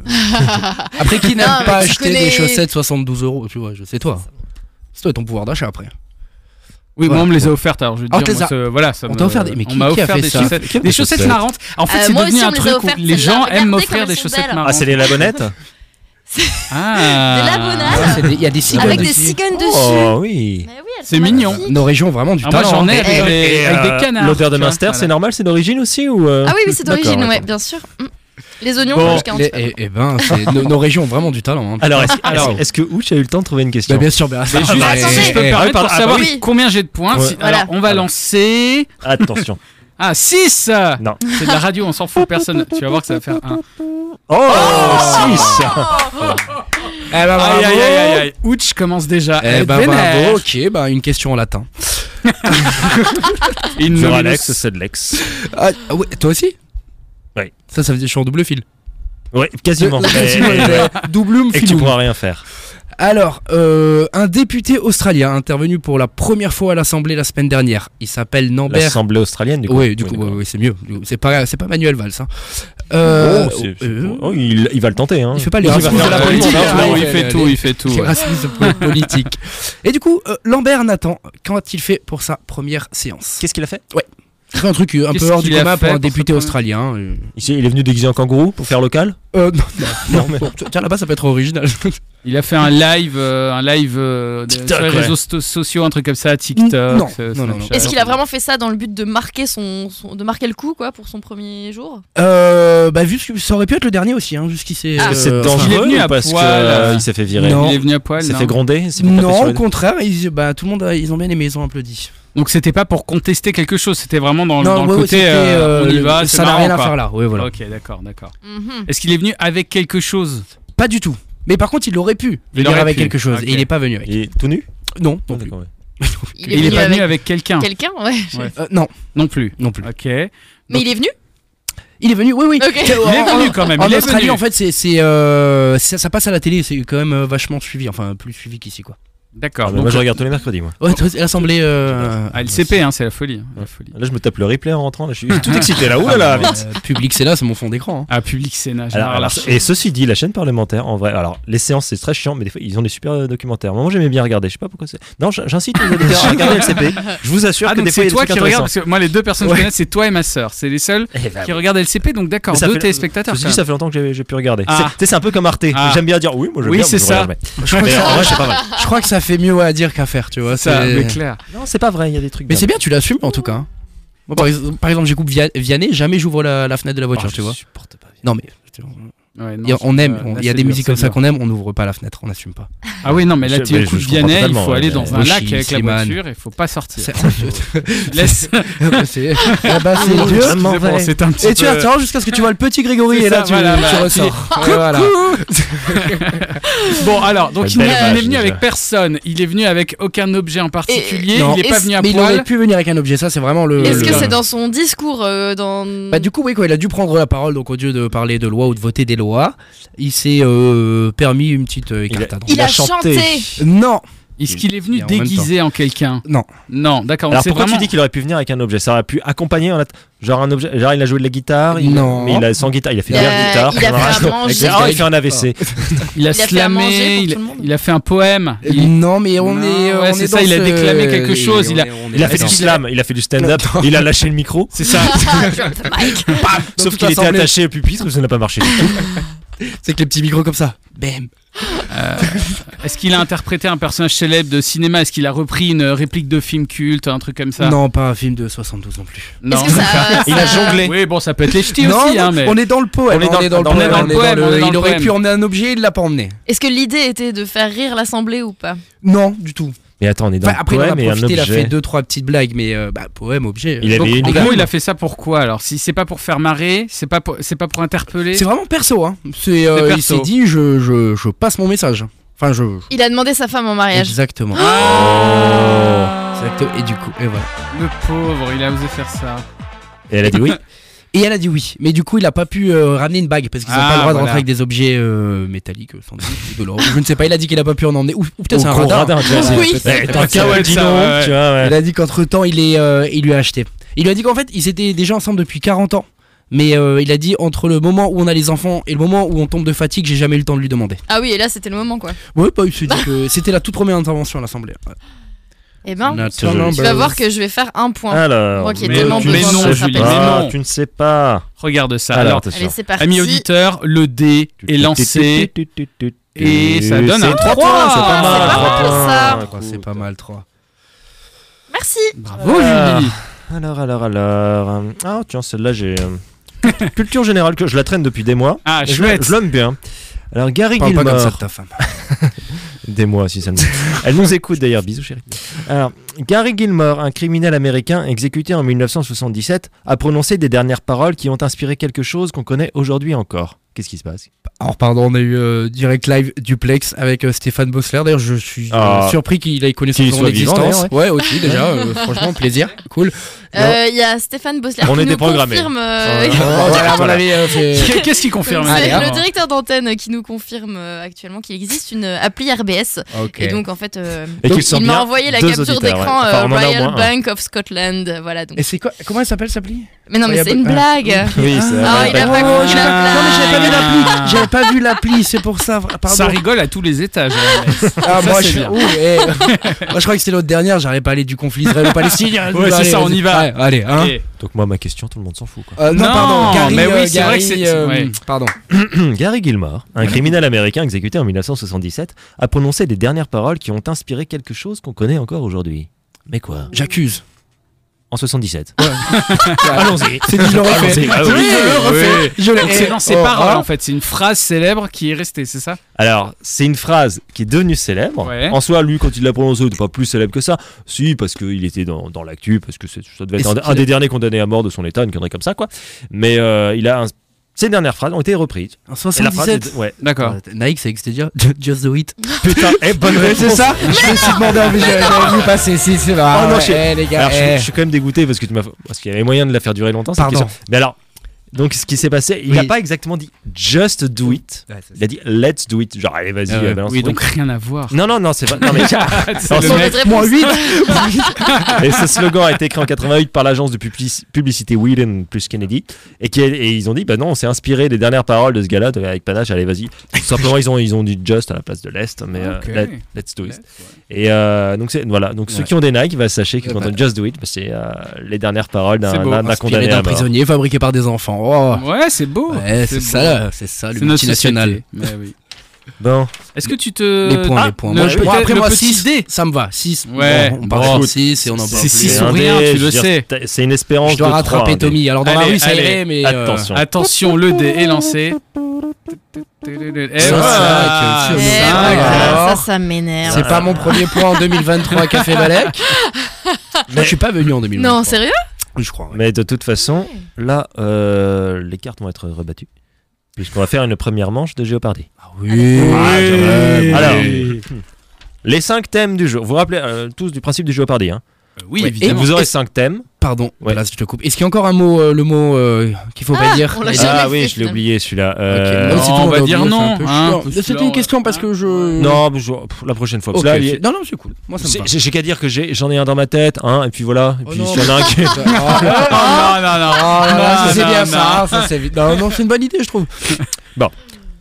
[SPEAKER 4] après, qui n'aime
[SPEAKER 3] Non, mais
[SPEAKER 4] pas
[SPEAKER 3] tu
[SPEAKER 4] acheter
[SPEAKER 3] connais-
[SPEAKER 4] des chaussettes 72 euros Tu vois, je sais toi. C'est toi ton pouvoir d'achat après.
[SPEAKER 5] Oui,
[SPEAKER 4] Voilà.
[SPEAKER 5] moi, on me les a offertes. Alors, je veux
[SPEAKER 4] Ah, on
[SPEAKER 5] dire,
[SPEAKER 4] te les
[SPEAKER 5] moi,
[SPEAKER 4] a-
[SPEAKER 5] ce- voilà, ça
[SPEAKER 4] on
[SPEAKER 5] me-
[SPEAKER 4] t'a offert des- mais
[SPEAKER 5] on
[SPEAKER 4] qui-
[SPEAKER 5] m'a
[SPEAKER 4] qui a
[SPEAKER 5] offert
[SPEAKER 4] fait
[SPEAKER 5] des
[SPEAKER 4] ça
[SPEAKER 5] chaussettes. Des chaussettes marrantes. En fait,
[SPEAKER 3] Euh,
[SPEAKER 5] c'est
[SPEAKER 3] moi
[SPEAKER 5] devenu
[SPEAKER 3] aussi, on
[SPEAKER 5] un
[SPEAKER 3] me les a
[SPEAKER 5] truc où
[SPEAKER 3] offertes,
[SPEAKER 5] les
[SPEAKER 3] celles-là.
[SPEAKER 5] gens
[SPEAKER 3] Regardez
[SPEAKER 5] aiment
[SPEAKER 3] comme
[SPEAKER 5] m'offrir
[SPEAKER 3] elles
[SPEAKER 5] des
[SPEAKER 3] sont
[SPEAKER 5] chaussettes
[SPEAKER 3] belles. hein.
[SPEAKER 5] marrantes.
[SPEAKER 2] Ah, c'est les la bonnette
[SPEAKER 5] Ah.
[SPEAKER 3] De la bonale.
[SPEAKER 4] Ouais, c'est Ah. des- Il y a des cigales
[SPEAKER 3] Avec des
[SPEAKER 4] dessus.
[SPEAKER 3] cigognes dessus.
[SPEAKER 2] Oh oui.
[SPEAKER 3] Mais oui,
[SPEAKER 5] C'est mignon.
[SPEAKER 4] Nos régions ont vraiment du
[SPEAKER 5] Ah, moi
[SPEAKER 4] talent.
[SPEAKER 5] j'en ai
[SPEAKER 3] Eh,
[SPEAKER 4] hein.
[SPEAKER 5] avec,
[SPEAKER 2] Et,
[SPEAKER 5] des, avec
[SPEAKER 2] euh,
[SPEAKER 5] des canards.
[SPEAKER 2] L'odeur de
[SPEAKER 5] tu vois,
[SPEAKER 2] Munster,
[SPEAKER 5] voilà.
[SPEAKER 2] c'est normal, c'est d'origine aussi ou euh
[SPEAKER 3] Ah oui, oui, c'est d'origine,
[SPEAKER 2] D'accord,
[SPEAKER 3] ouais,
[SPEAKER 2] d'accord.
[SPEAKER 3] bien sûr. Mm. Les oignons
[SPEAKER 2] Bon,
[SPEAKER 3] rouges, 40
[SPEAKER 4] Les- et, et ben, c'est- nos, nos régions ont vraiment du talent. hein.
[SPEAKER 2] Alors, est-ce est-ce-
[SPEAKER 4] Alors.
[SPEAKER 2] est-ce que Ouch a eu le temps de trouver une question
[SPEAKER 4] Bah, bien sûr, bah,
[SPEAKER 5] Mais juste,
[SPEAKER 2] bah,
[SPEAKER 5] si je peux
[SPEAKER 2] eh,
[SPEAKER 5] me
[SPEAKER 2] eh,
[SPEAKER 5] permettre,
[SPEAKER 2] ah,
[SPEAKER 5] pour
[SPEAKER 2] bah
[SPEAKER 5] savoir
[SPEAKER 3] oui.
[SPEAKER 5] combien j'ai de points,
[SPEAKER 2] Ouais.
[SPEAKER 5] si-
[SPEAKER 3] Voilà.
[SPEAKER 5] alors, on va
[SPEAKER 2] Voilà.
[SPEAKER 5] lancer.
[SPEAKER 2] Attention.
[SPEAKER 5] Ah, 6
[SPEAKER 2] Non.
[SPEAKER 5] C'est de la radio, on s'en fout, personne. Tu vas voir que ça va faire 1.
[SPEAKER 2] Oh, 6
[SPEAKER 4] Eh ben, bravo.
[SPEAKER 5] Ah, Aïe, aïe, aïe, aïe, aïe. Ouch commence déjà. à
[SPEAKER 4] Eh
[SPEAKER 5] être
[SPEAKER 4] ben,
[SPEAKER 5] vénère.
[SPEAKER 4] bravo. Ok, bah, une question en latin.
[SPEAKER 5] Il
[SPEAKER 2] Sur
[SPEAKER 5] nomme
[SPEAKER 2] Alex,
[SPEAKER 5] le-
[SPEAKER 2] c'est de l'ex.
[SPEAKER 4] Ah, ah ouais, toi aussi
[SPEAKER 2] Ouais.
[SPEAKER 4] Ça, ça veut dire que je suis en double fil.
[SPEAKER 2] Ouais, quasiment.
[SPEAKER 4] Le- le-
[SPEAKER 2] Mais-
[SPEAKER 4] le- Doublum
[SPEAKER 2] Et que tu
[SPEAKER 4] filum.
[SPEAKER 2] pourras rien faire.
[SPEAKER 4] Alors, euh, un député australien intervenu pour la première fois à l'Assemblée la semaine dernière. Il s'appelle Nambert.
[SPEAKER 2] L'Assemblée australienne, du coup.
[SPEAKER 4] Oui, du coup,
[SPEAKER 2] d'accord.
[SPEAKER 4] ouais, ouais, c'est mieux. Du coup, C'est pas, c'est pas Manuel Valls. hein. Euh,
[SPEAKER 2] Oh, c'est- c'est-
[SPEAKER 4] euh,
[SPEAKER 2] oh, il, il va le tenter. Hein.
[SPEAKER 4] Il fait pas les
[SPEAKER 2] Il va
[SPEAKER 4] Rasmus
[SPEAKER 2] faire
[SPEAKER 4] de la
[SPEAKER 2] un-
[SPEAKER 4] politique,
[SPEAKER 2] un-
[SPEAKER 4] hein.
[SPEAKER 2] un-
[SPEAKER 5] Non,
[SPEAKER 4] Ouais,
[SPEAKER 5] Il fait
[SPEAKER 4] ouais,
[SPEAKER 5] tout,
[SPEAKER 4] ouais.
[SPEAKER 5] il fait tout.
[SPEAKER 4] c'est
[SPEAKER 5] ouais.
[SPEAKER 4] racisme politique. Et du coup, euh, Lambert Nathan, qu'a-t-il fait pour sa première séance
[SPEAKER 2] Qu'est-ce qu'il a fait
[SPEAKER 4] C'est un truc euh, un
[SPEAKER 5] Qu'est-ce
[SPEAKER 4] peu hors du
[SPEAKER 5] qu'il a
[SPEAKER 4] commun
[SPEAKER 5] fait
[SPEAKER 4] pour un
[SPEAKER 5] pour
[SPEAKER 4] député
[SPEAKER 5] sa première-
[SPEAKER 4] australien. euh.
[SPEAKER 2] il, s'est- il est venu déguisé en kangourou pour faire local
[SPEAKER 4] Euh, non, non,
[SPEAKER 2] Non, mais-
[SPEAKER 4] bon, tiens, là-bas, ça peut être original.
[SPEAKER 5] Il a fait un live, euh, un live euh, de-
[SPEAKER 2] TikTok,
[SPEAKER 5] sur les
[SPEAKER 2] ouais.
[SPEAKER 5] réseaux so- sociaux, un truc comme ça, TikTok.
[SPEAKER 4] Non,
[SPEAKER 5] euh,
[SPEAKER 4] non, non, non.
[SPEAKER 5] Snapchat.
[SPEAKER 3] Est-ce qu'il a vraiment fait ça dans le but de marquer son, son- de marquer le coup quoi pour son premier jour
[SPEAKER 4] Euh, bah, vu que ça aurait pu être le dernier aussi, hein, jusqu'ici. c'est
[SPEAKER 2] Parce que c'est dangereux
[SPEAKER 5] Il est venu
[SPEAKER 2] ou
[SPEAKER 5] à
[SPEAKER 2] parce qu'il
[SPEAKER 5] poil, euh,
[SPEAKER 2] s'est fait virer
[SPEAKER 4] Non.
[SPEAKER 5] Il est venu à poil.
[SPEAKER 2] Il s'est
[SPEAKER 5] non
[SPEAKER 2] fait gronder il s'est fait taper sur
[SPEAKER 4] Non,
[SPEAKER 2] les doigts
[SPEAKER 4] au contraire, ils, bah, tout le monde, a- ils ont bien aimé, ils ont applaudi.
[SPEAKER 5] Donc c'était pas pour contester quelque chose, c'était vraiment dans, le- dans
[SPEAKER 4] ouais, ouais,
[SPEAKER 5] le côté
[SPEAKER 4] c'était,
[SPEAKER 5] euh,
[SPEAKER 4] euh,
[SPEAKER 5] on y
[SPEAKER 4] le-
[SPEAKER 5] va, c'est
[SPEAKER 4] ça n'a
[SPEAKER 5] marrant.
[SPEAKER 4] rien à
[SPEAKER 5] quoi.
[SPEAKER 4] faire là. Ouais, voilà.
[SPEAKER 5] Ok, d'accord, d'accord.
[SPEAKER 3] Mhm.
[SPEAKER 5] Est-ce qu'il est venu avec quelque chose
[SPEAKER 4] Pas du tout. Mais par contre, il aurait pu
[SPEAKER 5] Il
[SPEAKER 4] venir
[SPEAKER 5] aurait
[SPEAKER 4] avec
[SPEAKER 5] pu.
[SPEAKER 4] quelque chose.
[SPEAKER 5] Ok.
[SPEAKER 4] Et il n'est pas venu avec.
[SPEAKER 2] Il est tout nu
[SPEAKER 4] Non, non
[SPEAKER 2] Ah,
[SPEAKER 4] plus.
[SPEAKER 2] d'accord, ouais.
[SPEAKER 3] Il est
[SPEAKER 5] Il est
[SPEAKER 3] venu
[SPEAKER 5] pas venu
[SPEAKER 3] avec
[SPEAKER 5] avec quelqu'un
[SPEAKER 3] quelqu'un, ouais.
[SPEAKER 4] Euh, non,
[SPEAKER 5] non plus.
[SPEAKER 4] non plus.
[SPEAKER 5] Ok. Il est
[SPEAKER 3] Mais il est venu
[SPEAKER 4] Il est venu, oui, oui.
[SPEAKER 3] Ok.
[SPEAKER 4] En- en-
[SPEAKER 5] venu quand même.
[SPEAKER 4] En
[SPEAKER 5] il est
[SPEAKER 4] Australie,
[SPEAKER 5] venu.
[SPEAKER 4] en fait, c'est, c'est, euh, ça, ça passe à la télé, c'est quand même euh, vachement suivi, enfin plus suivi qu'ici, quoi.
[SPEAKER 2] Ah,
[SPEAKER 5] D'accord.
[SPEAKER 2] mais
[SPEAKER 5] donc,
[SPEAKER 2] Moi, je regarde tous les mercredis, moi.
[SPEAKER 4] Ouais, toi, c'est l'assemblée. Euh,
[SPEAKER 5] Ah, LCP, hein, c'est la folie. hein, la folie.
[SPEAKER 2] Là, je me tape le replay en rentrant. Là, je suis tout excité. Là, oulala, vite.
[SPEAKER 4] euh, public, c'est là, c'est mon fond d'écran. hein.
[SPEAKER 5] Ah, Public Sénat.
[SPEAKER 2] Alors,
[SPEAKER 5] Gérard
[SPEAKER 2] alors,
[SPEAKER 5] Larcher.
[SPEAKER 2] et ceci dit, la chaîne parlementaire, en vrai, alors les séances c'est très chiant, mais des fois ils ont des super euh, documentaires. Moi j'aimais bien regarder, je sais pas pourquoi c'est. Non, j- j'incite les auditeurs à regarder LCP. Je vous assure
[SPEAKER 5] Ah,
[SPEAKER 2] que
[SPEAKER 5] donc
[SPEAKER 2] des fois il
[SPEAKER 5] c'est
[SPEAKER 2] y a des trucs
[SPEAKER 5] toi qui regardes,
[SPEAKER 2] intéressants.
[SPEAKER 5] parce que moi, les deux personnes que je
[SPEAKER 2] Ouais.
[SPEAKER 5] connais, c'est toi et ma sœur. C'est les seuls
[SPEAKER 2] Eh ben,
[SPEAKER 5] qui regardent LCP, donc d'accord,
[SPEAKER 2] Mais ça
[SPEAKER 5] deux
[SPEAKER 2] fait-
[SPEAKER 5] téléspectateurs.
[SPEAKER 2] ceci
[SPEAKER 5] quand
[SPEAKER 2] dit,
[SPEAKER 5] même.
[SPEAKER 2] ça fait longtemps que j'ai j'ai pu regarder.
[SPEAKER 5] Ah.
[SPEAKER 2] C'est- tu sais, C'est un peu comme Arte.
[SPEAKER 5] Ah.
[SPEAKER 2] J'aime bien dire oui, moi je
[SPEAKER 5] Oui,
[SPEAKER 2] regarde,
[SPEAKER 5] c'est
[SPEAKER 2] mais je regarde jamais.
[SPEAKER 4] Je crois, que
[SPEAKER 2] Mais en
[SPEAKER 4] ça,
[SPEAKER 2] vrai, c'est pas mal.
[SPEAKER 4] je crois que ça fait mieux à dire qu'à faire, tu vois.
[SPEAKER 5] Ça,
[SPEAKER 4] c'est-
[SPEAKER 5] mais clair.
[SPEAKER 2] Non, c'est pas vrai, il y a des trucs.
[SPEAKER 4] Mais
[SPEAKER 2] bien.
[SPEAKER 4] c'est bien, tu l'assumes en tout cas. hein. Moi, par, ex- par exemple, j'écoute Via- Vianney, jamais j'ouvre la, la fenêtre de la
[SPEAKER 2] Oh,
[SPEAKER 4] voiture,
[SPEAKER 2] je
[SPEAKER 4] tu vois.
[SPEAKER 2] supporte pas.
[SPEAKER 4] Non, mais
[SPEAKER 5] Ouais, non,
[SPEAKER 4] y a- on
[SPEAKER 5] c'est-
[SPEAKER 4] aime,
[SPEAKER 5] euh,
[SPEAKER 4] on-
[SPEAKER 5] là,
[SPEAKER 4] il y a
[SPEAKER 5] c'est
[SPEAKER 4] des
[SPEAKER 5] dur,
[SPEAKER 4] musiques
[SPEAKER 5] c'est
[SPEAKER 4] comme ça
[SPEAKER 5] dur.
[SPEAKER 4] qu'on aime, on n'ouvre pas la fenêtre, on n'assume pas.
[SPEAKER 5] Ah oui, non, mais là,
[SPEAKER 2] Je-
[SPEAKER 5] tu
[SPEAKER 2] mais je-
[SPEAKER 5] écoutes
[SPEAKER 2] je comprends
[SPEAKER 5] Vianney, il
[SPEAKER 2] totalement,
[SPEAKER 5] faut
[SPEAKER 2] ouais,
[SPEAKER 5] aller
[SPEAKER 2] mais-
[SPEAKER 5] dans un
[SPEAKER 4] Bouchy,
[SPEAKER 5] lac avec la
[SPEAKER 4] Slimane.
[SPEAKER 5] voiture, il faut pas sortir.
[SPEAKER 4] Ah, C'est
[SPEAKER 5] Laisse.
[SPEAKER 4] c'est- ah bah, c'est
[SPEAKER 2] Non,
[SPEAKER 4] Dieu.
[SPEAKER 2] c'est vraiment
[SPEAKER 5] Excusez-moi,
[SPEAKER 2] vrai.
[SPEAKER 5] c'est un petit
[SPEAKER 4] Et tu
[SPEAKER 5] peu-
[SPEAKER 4] attends jusqu'à ce que tu vois le petit Grégory
[SPEAKER 5] C'est
[SPEAKER 4] et là
[SPEAKER 5] ça,
[SPEAKER 4] tu,
[SPEAKER 5] voilà, bah,
[SPEAKER 4] tu
[SPEAKER 5] voilà,
[SPEAKER 4] ressors. Et voilà.
[SPEAKER 5] Bon, alors, donc
[SPEAKER 2] Quelle
[SPEAKER 5] il n'est
[SPEAKER 2] belle
[SPEAKER 5] il n'est
[SPEAKER 2] image,
[SPEAKER 5] venu
[SPEAKER 2] déjà.
[SPEAKER 5] avec personne, il est venu avec aucun objet en particulier,
[SPEAKER 4] non.
[SPEAKER 5] il n'est
[SPEAKER 3] Et-
[SPEAKER 5] pas venu à
[SPEAKER 4] Mais il
[SPEAKER 5] poil.
[SPEAKER 4] aurait pu venir avec un objet, ça c'est vraiment le.
[SPEAKER 3] Est-ce
[SPEAKER 4] le-
[SPEAKER 3] que c'est dans son discours euh, dans
[SPEAKER 4] Bah du coup oui quoi, il a dû prendre la parole donc au lieu de parler de loi ou de voter des lois, il s'est euh, permis une petite euh,
[SPEAKER 2] Il a-
[SPEAKER 4] écartade.
[SPEAKER 3] Il a chanté.
[SPEAKER 4] Non,
[SPEAKER 5] Est-ce qu'il est venu
[SPEAKER 4] Et en même
[SPEAKER 5] déguisé en quelqu'un
[SPEAKER 4] Non.
[SPEAKER 5] Non, d'accord,
[SPEAKER 2] Alors
[SPEAKER 5] c'est
[SPEAKER 2] pourquoi
[SPEAKER 5] vraiment...
[SPEAKER 2] tu dis qu'il aurait pu venir avec un objet Ça aurait pu accompagner en att- genre un objet. Genre il a joué de la guitare, il,
[SPEAKER 4] Non.
[SPEAKER 2] mais il a sans guitare, il a fait
[SPEAKER 3] Euh,
[SPEAKER 2] de la guitare.
[SPEAKER 3] il a
[SPEAKER 2] un
[SPEAKER 3] fait à
[SPEAKER 2] rasoir,
[SPEAKER 3] manger.
[SPEAKER 2] avec- Ah, il fait un AVC.
[SPEAKER 5] Il a
[SPEAKER 3] Il a fait à manger
[SPEAKER 5] slamé,
[SPEAKER 3] pour
[SPEAKER 5] il,
[SPEAKER 3] tout le monde.
[SPEAKER 5] il a fait un poème. Il-
[SPEAKER 4] non mais on
[SPEAKER 5] Non,
[SPEAKER 4] est. euh,
[SPEAKER 5] ouais,
[SPEAKER 4] on
[SPEAKER 5] c'est
[SPEAKER 4] est
[SPEAKER 5] ça,
[SPEAKER 4] dans
[SPEAKER 5] il a
[SPEAKER 4] ce-
[SPEAKER 5] déclamé quelque chose, il a-
[SPEAKER 4] on est-
[SPEAKER 2] Il a fait
[SPEAKER 4] on
[SPEAKER 2] du
[SPEAKER 4] est-
[SPEAKER 2] slam, il a fait du stand-up,
[SPEAKER 4] Attends.
[SPEAKER 2] il a lâché le micro.
[SPEAKER 5] C'est ça.
[SPEAKER 3] Drop the mic.
[SPEAKER 4] Dans
[SPEAKER 2] Sauf
[SPEAKER 4] toute
[SPEAKER 2] qu'il était
[SPEAKER 4] l'assemblée.
[SPEAKER 2] attaché au pupitre, ça n'a pas marché.
[SPEAKER 4] C'est que les petits micros comme ça. Bam.
[SPEAKER 5] Est-ce qu'il a interprété un personnage célèbre de cinéma Est-ce qu'il a repris une réplique de film culte, un truc comme ça
[SPEAKER 4] Non, pas un film de 72 non plus.
[SPEAKER 5] Non.
[SPEAKER 3] Est-ce que ça, euh,
[SPEAKER 2] Il a
[SPEAKER 3] ça-
[SPEAKER 2] jonglé.
[SPEAKER 5] Oui, bon, ça peut être les ch'tis
[SPEAKER 4] non,
[SPEAKER 5] aussi,
[SPEAKER 4] non,
[SPEAKER 5] hein, mais...
[SPEAKER 4] on est dans le poème.
[SPEAKER 2] On est dans le- on est
[SPEAKER 5] dans le poème, on est dans
[SPEAKER 4] Il
[SPEAKER 5] le
[SPEAKER 4] aurait
[SPEAKER 5] poème.
[SPEAKER 4] pu emmener un objet, il l'a pas emmené.
[SPEAKER 3] Est-ce que l'idée était de faire rire l'assemblée ou pas
[SPEAKER 4] Non, du tout.
[SPEAKER 2] Mais attends, on est dans
[SPEAKER 4] Enfin,
[SPEAKER 2] le
[SPEAKER 4] après, il en a
[SPEAKER 2] poème et un
[SPEAKER 4] profité, il a fait
[SPEAKER 2] objet.
[SPEAKER 4] deux trois petites blagues, mais euh, bah, poème, objet.
[SPEAKER 2] Il
[SPEAKER 4] euh,
[SPEAKER 2] avait une
[SPEAKER 5] en
[SPEAKER 2] gamme.
[SPEAKER 5] gros, il a fait ça pour quoi alors Si c'est pas pour faire marrer, c'est pas pour, c'est pas pour interpeller.
[SPEAKER 4] C'est vraiment perso, hein. C'est, euh,
[SPEAKER 5] C'est
[SPEAKER 4] Il
[SPEAKER 5] perso.
[SPEAKER 4] s'est dit, je, je, je passe mon message. Enfin, je.
[SPEAKER 3] Il a demandé sa femme en mariage.
[SPEAKER 4] Exactement.
[SPEAKER 2] oh.
[SPEAKER 5] Ah
[SPEAKER 4] Exactement. Et du coup, et voilà.
[SPEAKER 5] Le pauvre, il a osé faire ça.
[SPEAKER 2] Et elle a dit oui.
[SPEAKER 4] Et elle a dit oui, mais du coup, il a pas pu euh, ramener une bague parce qu'ils n'ont
[SPEAKER 5] Ah,
[SPEAKER 4] pas le droit de
[SPEAKER 5] voilà.
[SPEAKER 4] rentrer avec des objets euh, métalliques, euh, sans doute, ou de l'or. Je ne sais pas. Il a dit qu'il a pas pu en emmener. Ou, ou peut-être c'est un
[SPEAKER 2] Au gros
[SPEAKER 4] radar.
[SPEAKER 2] tu vois, c'est-
[SPEAKER 3] Oui.
[SPEAKER 2] Eh, T'as un
[SPEAKER 5] Ça doit
[SPEAKER 2] cadeau,
[SPEAKER 5] être
[SPEAKER 2] dis
[SPEAKER 5] ça,
[SPEAKER 2] donc,
[SPEAKER 5] ouais, ouais.
[SPEAKER 2] tu vois. ouais.
[SPEAKER 4] Il a dit qu'entre temps, il, est, euh, il lui a acheté. Il lui a dit qu'en fait, ils étaient déjà ensemble depuis 40 ans. Mais euh, il a dit entre le moment où on a les enfants et le moment où on tombe de fatigue, j'ai jamais eu le temps de lui demander.
[SPEAKER 3] Ah oui, et là c'était le moment quoi.
[SPEAKER 4] Ouais, bah il s'est dit que c'était la toute première intervention à l'assemblée. Ouais.
[SPEAKER 3] Eh ben,
[SPEAKER 2] Not
[SPEAKER 4] Turn
[SPEAKER 2] joli.
[SPEAKER 4] number.
[SPEAKER 3] tu vas voir que je vais faire un point.
[SPEAKER 2] Alors,
[SPEAKER 3] Moi qui ai
[SPEAKER 2] mais
[SPEAKER 3] tellement
[SPEAKER 2] tu ne
[SPEAKER 3] besoin de
[SPEAKER 2] sais
[SPEAKER 5] Julie,
[SPEAKER 2] pas,
[SPEAKER 5] mais non.
[SPEAKER 2] Tu ne sais pas.
[SPEAKER 5] Regarde ça.
[SPEAKER 2] Ah, Alors,
[SPEAKER 5] Alors,
[SPEAKER 3] Allez,
[SPEAKER 2] attention.
[SPEAKER 3] c'est parti.
[SPEAKER 5] amis auditeurs, le dé est lancé. Et ça donne un
[SPEAKER 2] C'est trois
[SPEAKER 5] trois.
[SPEAKER 2] points, c'est pas mal.
[SPEAKER 5] C'est
[SPEAKER 3] pas mal,
[SPEAKER 4] Ah,
[SPEAKER 2] trois
[SPEAKER 3] ça.
[SPEAKER 2] points.
[SPEAKER 4] Trois, C'est pas mal, 3.
[SPEAKER 3] Merci.
[SPEAKER 5] Bravo
[SPEAKER 2] Ah.
[SPEAKER 5] Julie
[SPEAKER 2] Alors, alors, alors. Ah, tiens, celle-là, j'ai. euh, Culture générale, que je la traîne depuis des mois.
[SPEAKER 5] Ah
[SPEAKER 2] Et je la-
[SPEAKER 5] chouette
[SPEAKER 2] je l'aime bien. Alors, Gary
[SPEAKER 4] Parle pas comme ça
[SPEAKER 2] Gilmore.
[SPEAKER 4] de ta femme.
[SPEAKER 2] Des mois, si seulement. Elle nous écoute d'ailleurs, bisous chérie. Alors, Gary Gilmore, un criminel américain exécuté en 1977, a prononcé des dernières paroles qui ont inspiré quelque chose qu'on connaît aujourd'hui encore. Qu'est-ce qui se passe
[SPEAKER 4] Alors pardon, on a eu euh, direct live duplex avec euh, Stéphane Bossler. D'ailleurs, je suis euh,
[SPEAKER 2] Ah.
[SPEAKER 4] surpris qu'il ait connu
[SPEAKER 2] Qu'il
[SPEAKER 4] son
[SPEAKER 2] soit vivant,
[SPEAKER 4] existence. ouais. aussi déjà, euh, franchement plaisir, cool.
[SPEAKER 3] Euh, Il y a Stéphane Bossler
[SPEAKER 2] On
[SPEAKER 3] qui
[SPEAKER 2] était
[SPEAKER 3] nous
[SPEAKER 2] programmés.
[SPEAKER 3] confirme.
[SPEAKER 2] Euh,
[SPEAKER 3] euh,
[SPEAKER 2] Voilà.
[SPEAKER 4] voilà, mon ami, euh, c'est-
[SPEAKER 5] Qu'est-ce qui confirme
[SPEAKER 4] Allez,
[SPEAKER 3] C'est
[SPEAKER 4] hein.
[SPEAKER 3] le directeur d'antenne qui nous confirme euh, actuellement qu'il existe une euh, appli RBS.
[SPEAKER 4] Ok.
[SPEAKER 3] Et donc, en fait, euh,
[SPEAKER 2] Et
[SPEAKER 4] Donc,
[SPEAKER 2] qu'ils sont
[SPEAKER 3] il
[SPEAKER 2] bien
[SPEAKER 3] m'a envoyé la
[SPEAKER 2] deux
[SPEAKER 3] capture
[SPEAKER 2] auditeurs,
[SPEAKER 3] d'écran
[SPEAKER 2] ouais.
[SPEAKER 3] euh,
[SPEAKER 2] Enfin, on en a au
[SPEAKER 3] Royal
[SPEAKER 2] moins un.
[SPEAKER 3] Bank of Scotland. euh, Voilà, donc.
[SPEAKER 4] Et c'est quoi Comment elle s'appelle sa pli
[SPEAKER 3] Mais non, mais c'est une
[SPEAKER 4] Ah.
[SPEAKER 3] blague.
[SPEAKER 2] Oui, c'est
[SPEAKER 3] Ah,
[SPEAKER 2] vrai.
[SPEAKER 3] il a pas
[SPEAKER 4] Oh,
[SPEAKER 3] compris
[SPEAKER 4] j'ai
[SPEAKER 3] la
[SPEAKER 5] Ah.
[SPEAKER 4] pas- Non mais j'avais pas vu
[SPEAKER 5] blague.
[SPEAKER 4] l'appli. J'avais pas vu l'appli, c'est pour ça. Pardon.
[SPEAKER 5] Ça rigole à tous les étages. hein.
[SPEAKER 4] Ah,
[SPEAKER 5] Ça,
[SPEAKER 4] moi,
[SPEAKER 5] c'est
[SPEAKER 4] je...
[SPEAKER 5] bien.
[SPEAKER 4] Ouh, eh. moi, je crois que c'était l'autre dernière, j'arrivais pas à aller du conflit israélo-palestinien.
[SPEAKER 5] Ouais, c'est
[SPEAKER 4] Allez,
[SPEAKER 5] ça, on
[SPEAKER 4] vas-y.
[SPEAKER 5] y va.
[SPEAKER 4] Ouais, allez, hein.
[SPEAKER 5] Ok.
[SPEAKER 2] Donc, moi, ma question, tout le monde s'en fout. Quoi.
[SPEAKER 4] Euh, non,
[SPEAKER 5] Non,
[SPEAKER 4] pardon, Gary,
[SPEAKER 5] mais oui,
[SPEAKER 4] euh,
[SPEAKER 5] c'est vrai
[SPEAKER 4] Gary,
[SPEAKER 5] que c'est-
[SPEAKER 4] euh,
[SPEAKER 5] ouais.
[SPEAKER 4] Pardon.
[SPEAKER 2] Gary Gilmore, un criminel américain exécuté en 1977, a prononcé des dernières paroles qui ont inspiré quelque chose qu'on connaît encore aujourd'hui. Mais quoi
[SPEAKER 4] J'accuse.
[SPEAKER 2] En 77.
[SPEAKER 4] Allons-y. C'est dit, je le refais.
[SPEAKER 2] Allons-y. Ah oui,
[SPEAKER 4] Je le refais.
[SPEAKER 5] oui.
[SPEAKER 4] Je l'ai-
[SPEAKER 5] Donc c'est dans ses
[SPEAKER 4] Oh,
[SPEAKER 5] paroles
[SPEAKER 4] ah.
[SPEAKER 5] en fait, c'est une phrase célèbre qui est restée, c'est ça
[SPEAKER 2] Alors, c'est une phrase qui est devenue célèbre.
[SPEAKER 5] Ouais.
[SPEAKER 2] En soi, lui, quand il l'a prononcée, il n'était pas plus célèbre que ça. Si, parce qu'il était dans, dans l'actu, parce que c'est- ça devait
[SPEAKER 4] Et
[SPEAKER 2] être
[SPEAKER 4] c'est
[SPEAKER 2] un,
[SPEAKER 4] qu'il
[SPEAKER 2] un
[SPEAKER 4] a-
[SPEAKER 2] des derniers condamnés à mort de son état, une connerie comme ça, quoi. Mais euh, il a un- Ces dernières phrases ont été reprises.
[SPEAKER 4] En
[SPEAKER 2] Et la phrase
[SPEAKER 4] 77.
[SPEAKER 2] est- Ouais.
[SPEAKER 5] D'accord.
[SPEAKER 4] Euh, Nike, ça existait déjà Just do it.
[SPEAKER 2] Putain, eh, bonne
[SPEAKER 4] Ouais, c'est
[SPEAKER 2] réponse.
[SPEAKER 4] ça Je me suis demandé, mais j'avais j'avais vu passer. Si, c'est vrai.
[SPEAKER 5] Oh,
[SPEAKER 2] Ah, non,
[SPEAKER 4] Ouais,
[SPEAKER 2] je-
[SPEAKER 4] eh, les gars.
[SPEAKER 2] Alors, je, suis-
[SPEAKER 4] eh.
[SPEAKER 2] je suis quand même dégoûté parce que tu m'as. Parce qu'il y avait moyen de la faire durer longtemps, cette
[SPEAKER 4] Pardon.
[SPEAKER 2] question. Mais alors, donc, ce qui s'est passé, il
[SPEAKER 4] Oui.
[SPEAKER 2] n'a pas exactement dit just do it. Il a dit let's do it. Genre, allez, vas-y,
[SPEAKER 5] Euh,
[SPEAKER 2] euh, balance
[SPEAKER 5] oui,
[SPEAKER 2] ton
[SPEAKER 5] donc rien à voir.
[SPEAKER 2] truc. Non, non, non, c'est pas. Non, mais.
[SPEAKER 5] C'est le
[SPEAKER 3] Sans
[SPEAKER 5] mec.
[SPEAKER 3] votre réponse.
[SPEAKER 4] Moins 8
[SPEAKER 2] Et ce slogan a été écrit en 88 par l'agence de publici- publicité Whedon plus Kennedy. Et, qui- et ils ont dit, bah non, on s'est inspiré des dernières paroles de ce gars-là, de- avec Panache, allez, vas-y. Tout simplement, ils ont, ils ont dit Just à la place de l'Est, mais euh,
[SPEAKER 5] Ok.
[SPEAKER 2] let- Let's Do It. Et euh, donc, c'est- voilà. Donc, ceux qui ont des Nike, bah, sachez que
[SPEAKER 4] Eh
[SPEAKER 2] quand
[SPEAKER 4] ben.
[SPEAKER 2] on dit Just Do It, bah, c'est euh, les dernières paroles
[SPEAKER 5] C'est
[SPEAKER 2] d'un
[SPEAKER 5] beau.
[SPEAKER 2] d'un- d'un
[SPEAKER 4] Inspiré
[SPEAKER 2] condamné
[SPEAKER 4] d'un
[SPEAKER 2] à mort.
[SPEAKER 4] prisonnier fabriqué par des enfants. Oh.
[SPEAKER 5] Ouais, c'est beau.
[SPEAKER 4] Ouais, c'est
[SPEAKER 5] beau.
[SPEAKER 4] ça, c'est ça, Ah, le
[SPEAKER 5] C'est notre
[SPEAKER 4] multinational.
[SPEAKER 5] société. Mais oui.
[SPEAKER 2] Bon,
[SPEAKER 5] Est-ce que tu te
[SPEAKER 4] Les points,
[SPEAKER 5] Ah,
[SPEAKER 4] les points.
[SPEAKER 5] le-
[SPEAKER 4] Moi, je-
[SPEAKER 5] peut-être
[SPEAKER 4] moi, après
[SPEAKER 5] le
[SPEAKER 4] moi,
[SPEAKER 5] petit
[SPEAKER 4] 6,
[SPEAKER 5] dé.
[SPEAKER 4] ça me va. 6,
[SPEAKER 5] Ouais.
[SPEAKER 4] on part
[SPEAKER 2] Bon.
[SPEAKER 4] sur 6 et on en parle
[SPEAKER 5] C'est six
[SPEAKER 4] plus.
[SPEAKER 5] sur
[SPEAKER 2] un
[SPEAKER 5] rien,
[SPEAKER 2] dé, je
[SPEAKER 5] tu le
[SPEAKER 2] veux dire,
[SPEAKER 5] sais.
[SPEAKER 2] c'est- C'est une espérance
[SPEAKER 4] Je dois
[SPEAKER 2] de trois,
[SPEAKER 4] rattraper
[SPEAKER 2] un dé.
[SPEAKER 4] Tommy. Alors, dans la
[SPEAKER 5] Allez,
[SPEAKER 4] rue, ça
[SPEAKER 5] allez,
[SPEAKER 4] irait, mais. euh,
[SPEAKER 2] Attention.
[SPEAKER 5] Attention, le dé est lancé. Et
[SPEAKER 4] Cinq,
[SPEAKER 5] voilà.
[SPEAKER 4] cinq,
[SPEAKER 3] Eh,
[SPEAKER 4] cinq.
[SPEAKER 5] Cinq.
[SPEAKER 3] voilà,
[SPEAKER 4] alors.
[SPEAKER 3] ça, ça m'énerve.
[SPEAKER 4] C'est pas mon premier point en 2023 à Café Valec. Moi, je suis pas venu en 2023.
[SPEAKER 3] Non, sérieux
[SPEAKER 4] Oui, je crois. ouais.
[SPEAKER 2] Mais de toute façon, là, euh, les cartes vont être rebattues. Puisqu'on va faire une première manche de Géopardy.
[SPEAKER 4] Ah oui.
[SPEAKER 5] Oui.
[SPEAKER 4] Alors,
[SPEAKER 2] Alors, les cinq thèmes du jeu. Vous vous rappelez euh, tous du principe du Géopardy, hein
[SPEAKER 5] Oui,
[SPEAKER 4] Ouais.
[SPEAKER 5] évidemment.
[SPEAKER 2] Vous aurez cinq thèmes.
[SPEAKER 4] pardon,
[SPEAKER 2] Ouais.
[SPEAKER 4] là, je te coupe. Est-ce qu'il y a encore un mot, euh, le mot euh, qu'il faut pas
[SPEAKER 3] Ah,
[SPEAKER 4] dire
[SPEAKER 3] on l'a
[SPEAKER 4] Et-
[SPEAKER 3] jamais
[SPEAKER 2] Ah
[SPEAKER 3] fait,
[SPEAKER 2] oui, je l'ai
[SPEAKER 3] finalement.
[SPEAKER 2] oublié celui-là.
[SPEAKER 4] Ok,
[SPEAKER 2] Euh,
[SPEAKER 4] non,
[SPEAKER 5] non,
[SPEAKER 4] c'est
[SPEAKER 5] on
[SPEAKER 4] tout,
[SPEAKER 5] va
[SPEAKER 4] l'a
[SPEAKER 5] dire
[SPEAKER 4] oublié, c'est
[SPEAKER 5] non,
[SPEAKER 4] un peu
[SPEAKER 5] hein,
[SPEAKER 4] chiant.
[SPEAKER 5] parce que
[SPEAKER 4] C'était
[SPEAKER 5] là,
[SPEAKER 4] une question parce que je.
[SPEAKER 2] Non, mais je- pff, la prochaine fois. parce
[SPEAKER 4] Ok,
[SPEAKER 2] que là, il-
[SPEAKER 4] c'est- non, non, c'est cool. Moi, ça me
[SPEAKER 2] j'ai-
[SPEAKER 4] va.
[SPEAKER 2] j'ai j'ai qu'à dire que j'ai- j'en ai, un dans ma tête, hein, et puis voilà. Et
[SPEAKER 4] Oh
[SPEAKER 2] puis
[SPEAKER 4] non.
[SPEAKER 2] s'il y en a un qui-
[SPEAKER 4] Ah,
[SPEAKER 5] Oh, non, non, non.
[SPEAKER 2] Oh,
[SPEAKER 4] ah, là, là,
[SPEAKER 5] Non,
[SPEAKER 4] ça, c'est
[SPEAKER 5] non,
[SPEAKER 4] bien
[SPEAKER 5] non.
[SPEAKER 4] ça, hein, ça c'est vite. Non, non, c'est une bonne idée, je trouve.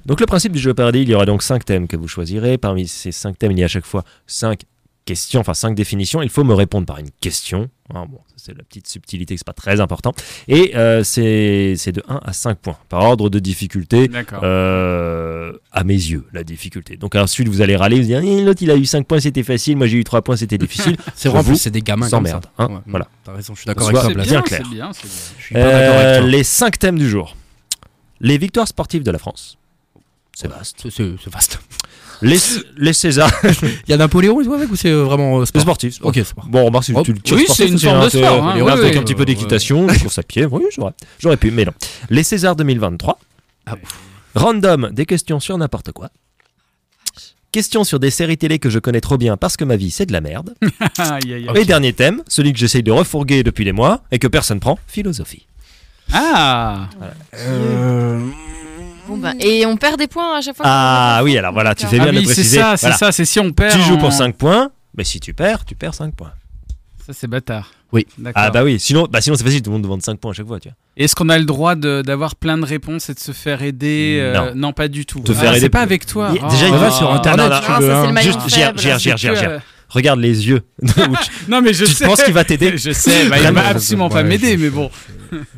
[SPEAKER 2] Donc le principe du Jeopardy, il y aura donc cinq thèmes que vous choisirez. Parmi ces cinq thèmes, il y a à chaque fois cinq questions, enfin cinq définitions. Il faut me répondre par une question. Hein, bon, ça, c'est la petite subtilité, c'est pas très important. Et euh, c'est c'est de 1 à 5 points par ordre de difficulté.
[SPEAKER 5] D'accord.
[SPEAKER 2] euh, à mes yeux, la difficulté. Donc ensuite, vous allez râler, vous allez dire, Eh, l'autre il a eu 5 points, c'était facile, moi j'ai eu 3 points, c'était difficile.
[SPEAKER 4] C'est vrai, en
[SPEAKER 2] J'avoue,
[SPEAKER 4] plus, c'est des gamins.
[SPEAKER 2] sans
[SPEAKER 4] comme ça.
[SPEAKER 2] merde, hein,
[SPEAKER 4] Ouais,
[SPEAKER 2] voilà.
[SPEAKER 4] T'as raison, je suis d'accord
[SPEAKER 2] Soit
[SPEAKER 4] avec toi,
[SPEAKER 5] C'est
[SPEAKER 4] Blas.
[SPEAKER 5] bien,
[SPEAKER 2] clair.
[SPEAKER 5] c'est bien, c'est bien.
[SPEAKER 4] Je suis pas d'accord avec
[SPEAKER 2] Euh,
[SPEAKER 4] toi.
[SPEAKER 2] les 5 thèmes du jour. Les victoires sportives de la France. C'est vaste.
[SPEAKER 4] C'est- C'est c'est vaste.
[SPEAKER 2] Les, les Césars.
[SPEAKER 4] Il y a Napoléon et tout avec ou c'est euh, vraiment euh,
[SPEAKER 2] Les
[SPEAKER 4] sport
[SPEAKER 2] sportifs.
[SPEAKER 4] Ok, Oh, c'est bon.
[SPEAKER 2] Bon, remarque, si
[SPEAKER 4] Hop.
[SPEAKER 2] tu le tiens
[SPEAKER 5] Oui,
[SPEAKER 2] sportif,
[SPEAKER 5] c'est une sorte de
[SPEAKER 2] un peu-
[SPEAKER 5] sport, hein,
[SPEAKER 2] voilà,
[SPEAKER 5] oui,
[SPEAKER 2] avec
[SPEAKER 5] oui.
[SPEAKER 2] un petit peu d'équitation, de course à pied, oui, j'aurais, j'aurais pu, mais non. Les Césars 2023.
[SPEAKER 4] Ah,
[SPEAKER 2] Random, des questions sur n'importe quoi. Questions sur des séries télé que je connais trop bien parce que ma vie c'est de la merde.
[SPEAKER 5] Aïe, aïe, aïe.
[SPEAKER 2] Et dernier thème, celui que j'essaye de refourguer depuis des mois et que personne prend, philosophie.
[SPEAKER 5] Ah
[SPEAKER 4] Euh,
[SPEAKER 3] Bon, bah, et on perd des points à chaque fois. qu'on
[SPEAKER 2] Ah
[SPEAKER 3] va faire
[SPEAKER 2] oui,
[SPEAKER 3] ça.
[SPEAKER 2] alors voilà, tu
[SPEAKER 3] D'accord.
[SPEAKER 2] fais bien
[SPEAKER 5] Ah
[SPEAKER 2] de le
[SPEAKER 5] oui, c'est
[SPEAKER 2] préciser.
[SPEAKER 5] ça, c'est
[SPEAKER 2] Voilà.
[SPEAKER 5] ça, c'est si on perd.
[SPEAKER 2] Tu joues pour
[SPEAKER 5] on-
[SPEAKER 2] 5 points, mais si tu perds, tu perds 5 points.
[SPEAKER 5] Ça, c'est bâtard.
[SPEAKER 4] Oui.
[SPEAKER 5] D'accord.
[SPEAKER 2] Ah bah oui, sinon, bah sinon c'est facile, tout le monde demande 5 points à chaque fois, tu vois.
[SPEAKER 5] Est-ce qu'on a le droit de- d'avoir plein de réponses et de se faire aider euh, non. pas du tout.
[SPEAKER 2] Te
[SPEAKER 5] Ah,
[SPEAKER 2] faire aider-
[SPEAKER 5] C'est pas avec toi. Oh.
[SPEAKER 2] Il- déjà, il
[SPEAKER 4] va sur Internet,
[SPEAKER 2] non,
[SPEAKER 4] tu
[SPEAKER 3] Ah,
[SPEAKER 4] veux,
[SPEAKER 3] ça,
[SPEAKER 4] hein.
[SPEAKER 3] c'est le maillon
[SPEAKER 2] Juste, gère,
[SPEAKER 3] faible.
[SPEAKER 2] gère, gère,
[SPEAKER 5] Parce
[SPEAKER 2] gère,
[SPEAKER 5] que,
[SPEAKER 2] gère.
[SPEAKER 5] euh,
[SPEAKER 2] Regarde les yeux.
[SPEAKER 5] Non, mais je
[SPEAKER 2] tu
[SPEAKER 5] sais.
[SPEAKER 2] penses qu'il va t'aider
[SPEAKER 5] Je sais, bah, il
[SPEAKER 2] Vraiment,
[SPEAKER 5] va absolument
[SPEAKER 4] ouais,
[SPEAKER 5] pas
[SPEAKER 4] je-
[SPEAKER 5] m'aider, mais bon.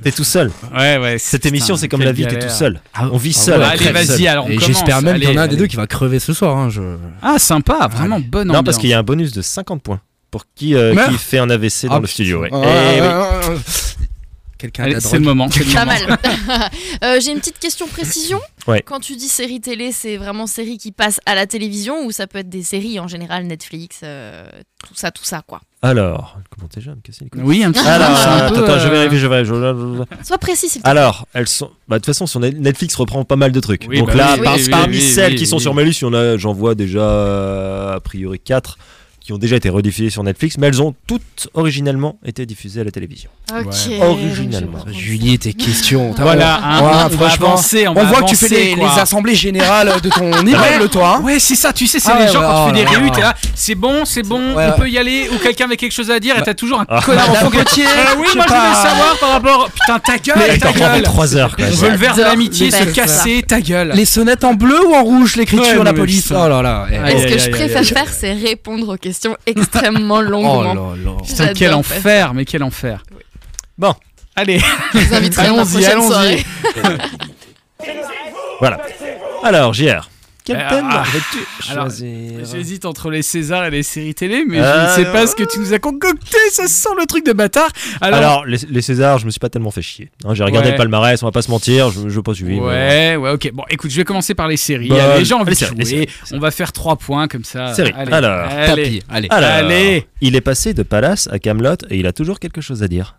[SPEAKER 2] T'es tout seul.
[SPEAKER 5] Ouais, ouais.
[SPEAKER 2] Cette émission, c'est comme la vie, t'es tout seul.
[SPEAKER 4] Ah,
[SPEAKER 2] On vit
[SPEAKER 4] ah,
[SPEAKER 2] seul.
[SPEAKER 4] ouais.
[SPEAKER 5] Allez,
[SPEAKER 2] très
[SPEAKER 5] vas-y,
[SPEAKER 2] seul.
[SPEAKER 5] alors on
[SPEAKER 4] Et
[SPEAKER 5] commence.
[SPEAKER 4] j'espère même qu'il y en a un
[SPEAKER 5] Allez.
[SPEAKER 4] des deux qui va crever ce soir. hein, je-
[SPEAKER 5] Ah, sympa, vraiment bonne
[SPEAKER 2] Non,
[SPEAKER 5] ambiance.
[SPEAKER 2] parce qu'il y a un bonus de 50 points pour qui, euh,
[SPEAKER 4] Meurt
[SPEAKER 2] qui fait un AVC dans
[SPEAKER 4] Ah,
[SPEAKER 2] le studio. ouais.
[SPEAKER 4] Ah,
[SPEAKER 2] Eh oui.
[SPEAKER 4] ah, ah, ah. Quelqu'un a de
[SPEAKER 5] Allez,
[SPEAKER 4] la
[SPEAKER 5] c'est le
[SPEAKER 4] drogue.
[SPEAKER 5] moment. c'est le
[SPEAKER 3] Pas
[SPEAKER 5] moment.
[SPEAKER 3] mal. Euh, J'ai une petite question précision.
[SPEAKER 2] Ouais.
[SPEAKER 3] Quand tu dis série télé, c'est vraiment série qui passe à la télévision ou ça peut être des séries en général, Netflix, euh, tout ça, tout ça, quoi.
[SPEAKER 2] Alors, comment t'es jeune Qu'est-ce qu'il est con
[SPEAKER 5] Oui, un petit peu.
[SPEAKER 2] Alors,
[SPEAKER 5] c'est un peu,
[SPEAKER 2] attends, attends, je
[SPEAKER 5] euh,
[SPEAKER 2] vérifie, je vérifie. je-
[SPEAKER 3] Sois précis, s'il te plaît.
[SPEAKER 2] Alors, elles sont. Bah, de toute façon, sur Net- Netflix reprend pas mal de trucs.
[SPEAKER 5] Oui,
[SPEAKER 2] Donc
[SPEAKER 5] bah
[SPEAKER 2] là,
[SPEAKER 3] oui,
[SPEAKER 2] par-
[SPEAKER 5] oui,
[SPEAKER 2] parmi
[SPEAKER 5] oui, oui,
[SPEAKER 2] celles
[SPEAKER 5] oui,
[SPEAKER 2] qui sont
[SPEAKER 5] oui.
[SPEAKER 2] sur ma liste, il y en a- j'en vois déjà euh, a priori 4 qui ont déjà été rediffusées sur Netflix, mais elles ont toutes originalement été diffusées à la télévision.
[SPEAKER 3] Ok.
[SPEAKER 5] Ouais.
[SPEAKER 2] Originalement.
[SPEAKER 4] Julie, tes questions. t'as-
[SPEAKER 5] Voilà, hein,
[SPEAKER 4] Ouais,
[SPEAKER 5] on va
[SPEAKER 4] franchement,
[SPEAKER 5] avancer, on,
[SPEAKER 4] On
[SPEAKER 5] va
[SPEAKER 4] voit que tu fais
[SPEAKER 5] avancer,
[SPEAKER 4] les, les
[SPEAKER 5] quoi.
[SPEAKER 4] assemblées générales de ton immeuble, toi. hein.
[SPEAKER 5] Ouais, c'est ça, tu sais, c'est
[SPEAKER 4] Ah
[SPEAKER 5] les
[SPEAKER 4] ouais,
[SPEAKER 5] gens
[SPEAKER 4] ouais,
[SPEAKER 5] quand
[SPEAKER 4] oh
[SPEAKER 5] tu fais
[SPEAKER 4] là
[SPEAKER 5] des réus,
[SPEAKER 4] là.
[SPEAKER 5] t'es là, c'est bon, c'est bon,
[SPEAKER 4] Ouais,
[SPEAKER 5] on
[SPEAKER 4] ouais.
[SPEAKER 5] peut y aller, ou quelqu'un avait quelque chose à dire, et t'as toujours un connard en
[SPEAKER 4] Madame
[SPEAKER 5] fond.
[SPEAKER 4] Gauthier.
[SPEAKER 5] Euh, oui,
[SPEAKER 4] je
[SPEAKER 5] moi
[SPEAKER 4] sais
[SPEAKER 5] je voulais
[SPEAKER 4] pas.
[SPEAKER 5] savoir par rapport. Putain, ta gueule, ta
[SPEAKER 2] T'en fais
[SPEAKER 5] gueule.
[SPEAKER 2] 3 heures, quoi.
[SPEAKER 5] Ah, Je veux le verre de
[SPEAKER 3] J'adore
[SPEAKER 5] l'amitié
[SPEAKER 3] les
[SPEAKER 5] se
[SPEAKER 3] belles
[SPEAKER 5] casser, ta gueule.
[SPEAKER 4] Les sonnettes en bleu ou en rouge,
[SPEAKER 5] Ouais,
[SPEAKER 4] l'écriture,
[SPEAKER 5] non,
[SPEAKER 4] la
[SPEAKER 5] mais
[SPEAKER 4] police.
[SPEAKER 5] putain.
[SPEAKER 4] Oh là là. eh.
[SPEAKER 5] Aïe,
[SPEAKER 3] Et ce
[SPEAKER 5] aïe,
[SPEAKER 3] que je
[SPEAKER 5] aïe,
[SPEAKER 3] préfère
[SPEAKER 5] aïe,
[SPEAKER 3] faire, c'est répondre aux questions extrêmement
[SPEAKER 4] Oh là
[SPEAKER 3] longuement.
[SPEAKER 4] là.
[SPEAKER 5] Putain, quel
[SPEAKER 3] J'adore
[SPEAKER 5] enfer, mais quel enfer.
[SPEAKER 2] Bon.
[SPEAKER 5] Allez,
[SPEAKER 3] Je vous inviterai à ma
[SPEAKER 5] Allons-y,
[SPEAKER 3] prochaine
[SPEAKER 5] allons-y.
[SPEAKER 3] soirée.
[SPEAKER 2] Voilà. Alors, JR, quel
[SPEAKER 5] Euh,
[SPEAKER 2] thème
[SPEAKER 5] ah,
[SPEAKER 2] avais-tu
[SPEAKER 5] alors,
[SPEAKER 2] choisi
[SPEAKER 5] j'hésite entre les Césars et les séries télé, mais
[SPEAKER 2] Ah,
[SPEAKER 5] je ne sais pas
[SPEAKER 2] non.
[SPEAKER 5] ce que tu nous as concocté, ça sent le truc de bâtard. Alors,
[SPEAKER 2] alors, les, les Césars, je me suis pas tellement fait chier. hein. J'ai regardé
[SPEAKER 5] Ouais.
[SPEAKER 2] le palmarès, on va pas se mentir, je, je pas suivi. mais-
[SPEAKER 5] Ouais, ouais, ok. Bon, écoute, je vais commencer par les séries.
[SPEAKER 2] Bah,
[SPEAKER 5] Allez, les gens ont envie
[SPEAKER 2] les
[SPEAKER 5] de
[SPEAKER 2] séries, les
[SPEAKER 5] jouer. On va faire trois points comme ça.
[SPEAKER 2] Séries.
[SPEAKER 5] Allez,
[SPEAKER 2] Alors,
[SPEAKER 5] allez. Ah
[SPEAKER 4] Tapis, allez.
[SPEAKER 2] Alors,
[SPEAKER 5] Allez.
[SPEAKER 2] il est passé de Palace à Camelot et il a toujours quelque chose à dire.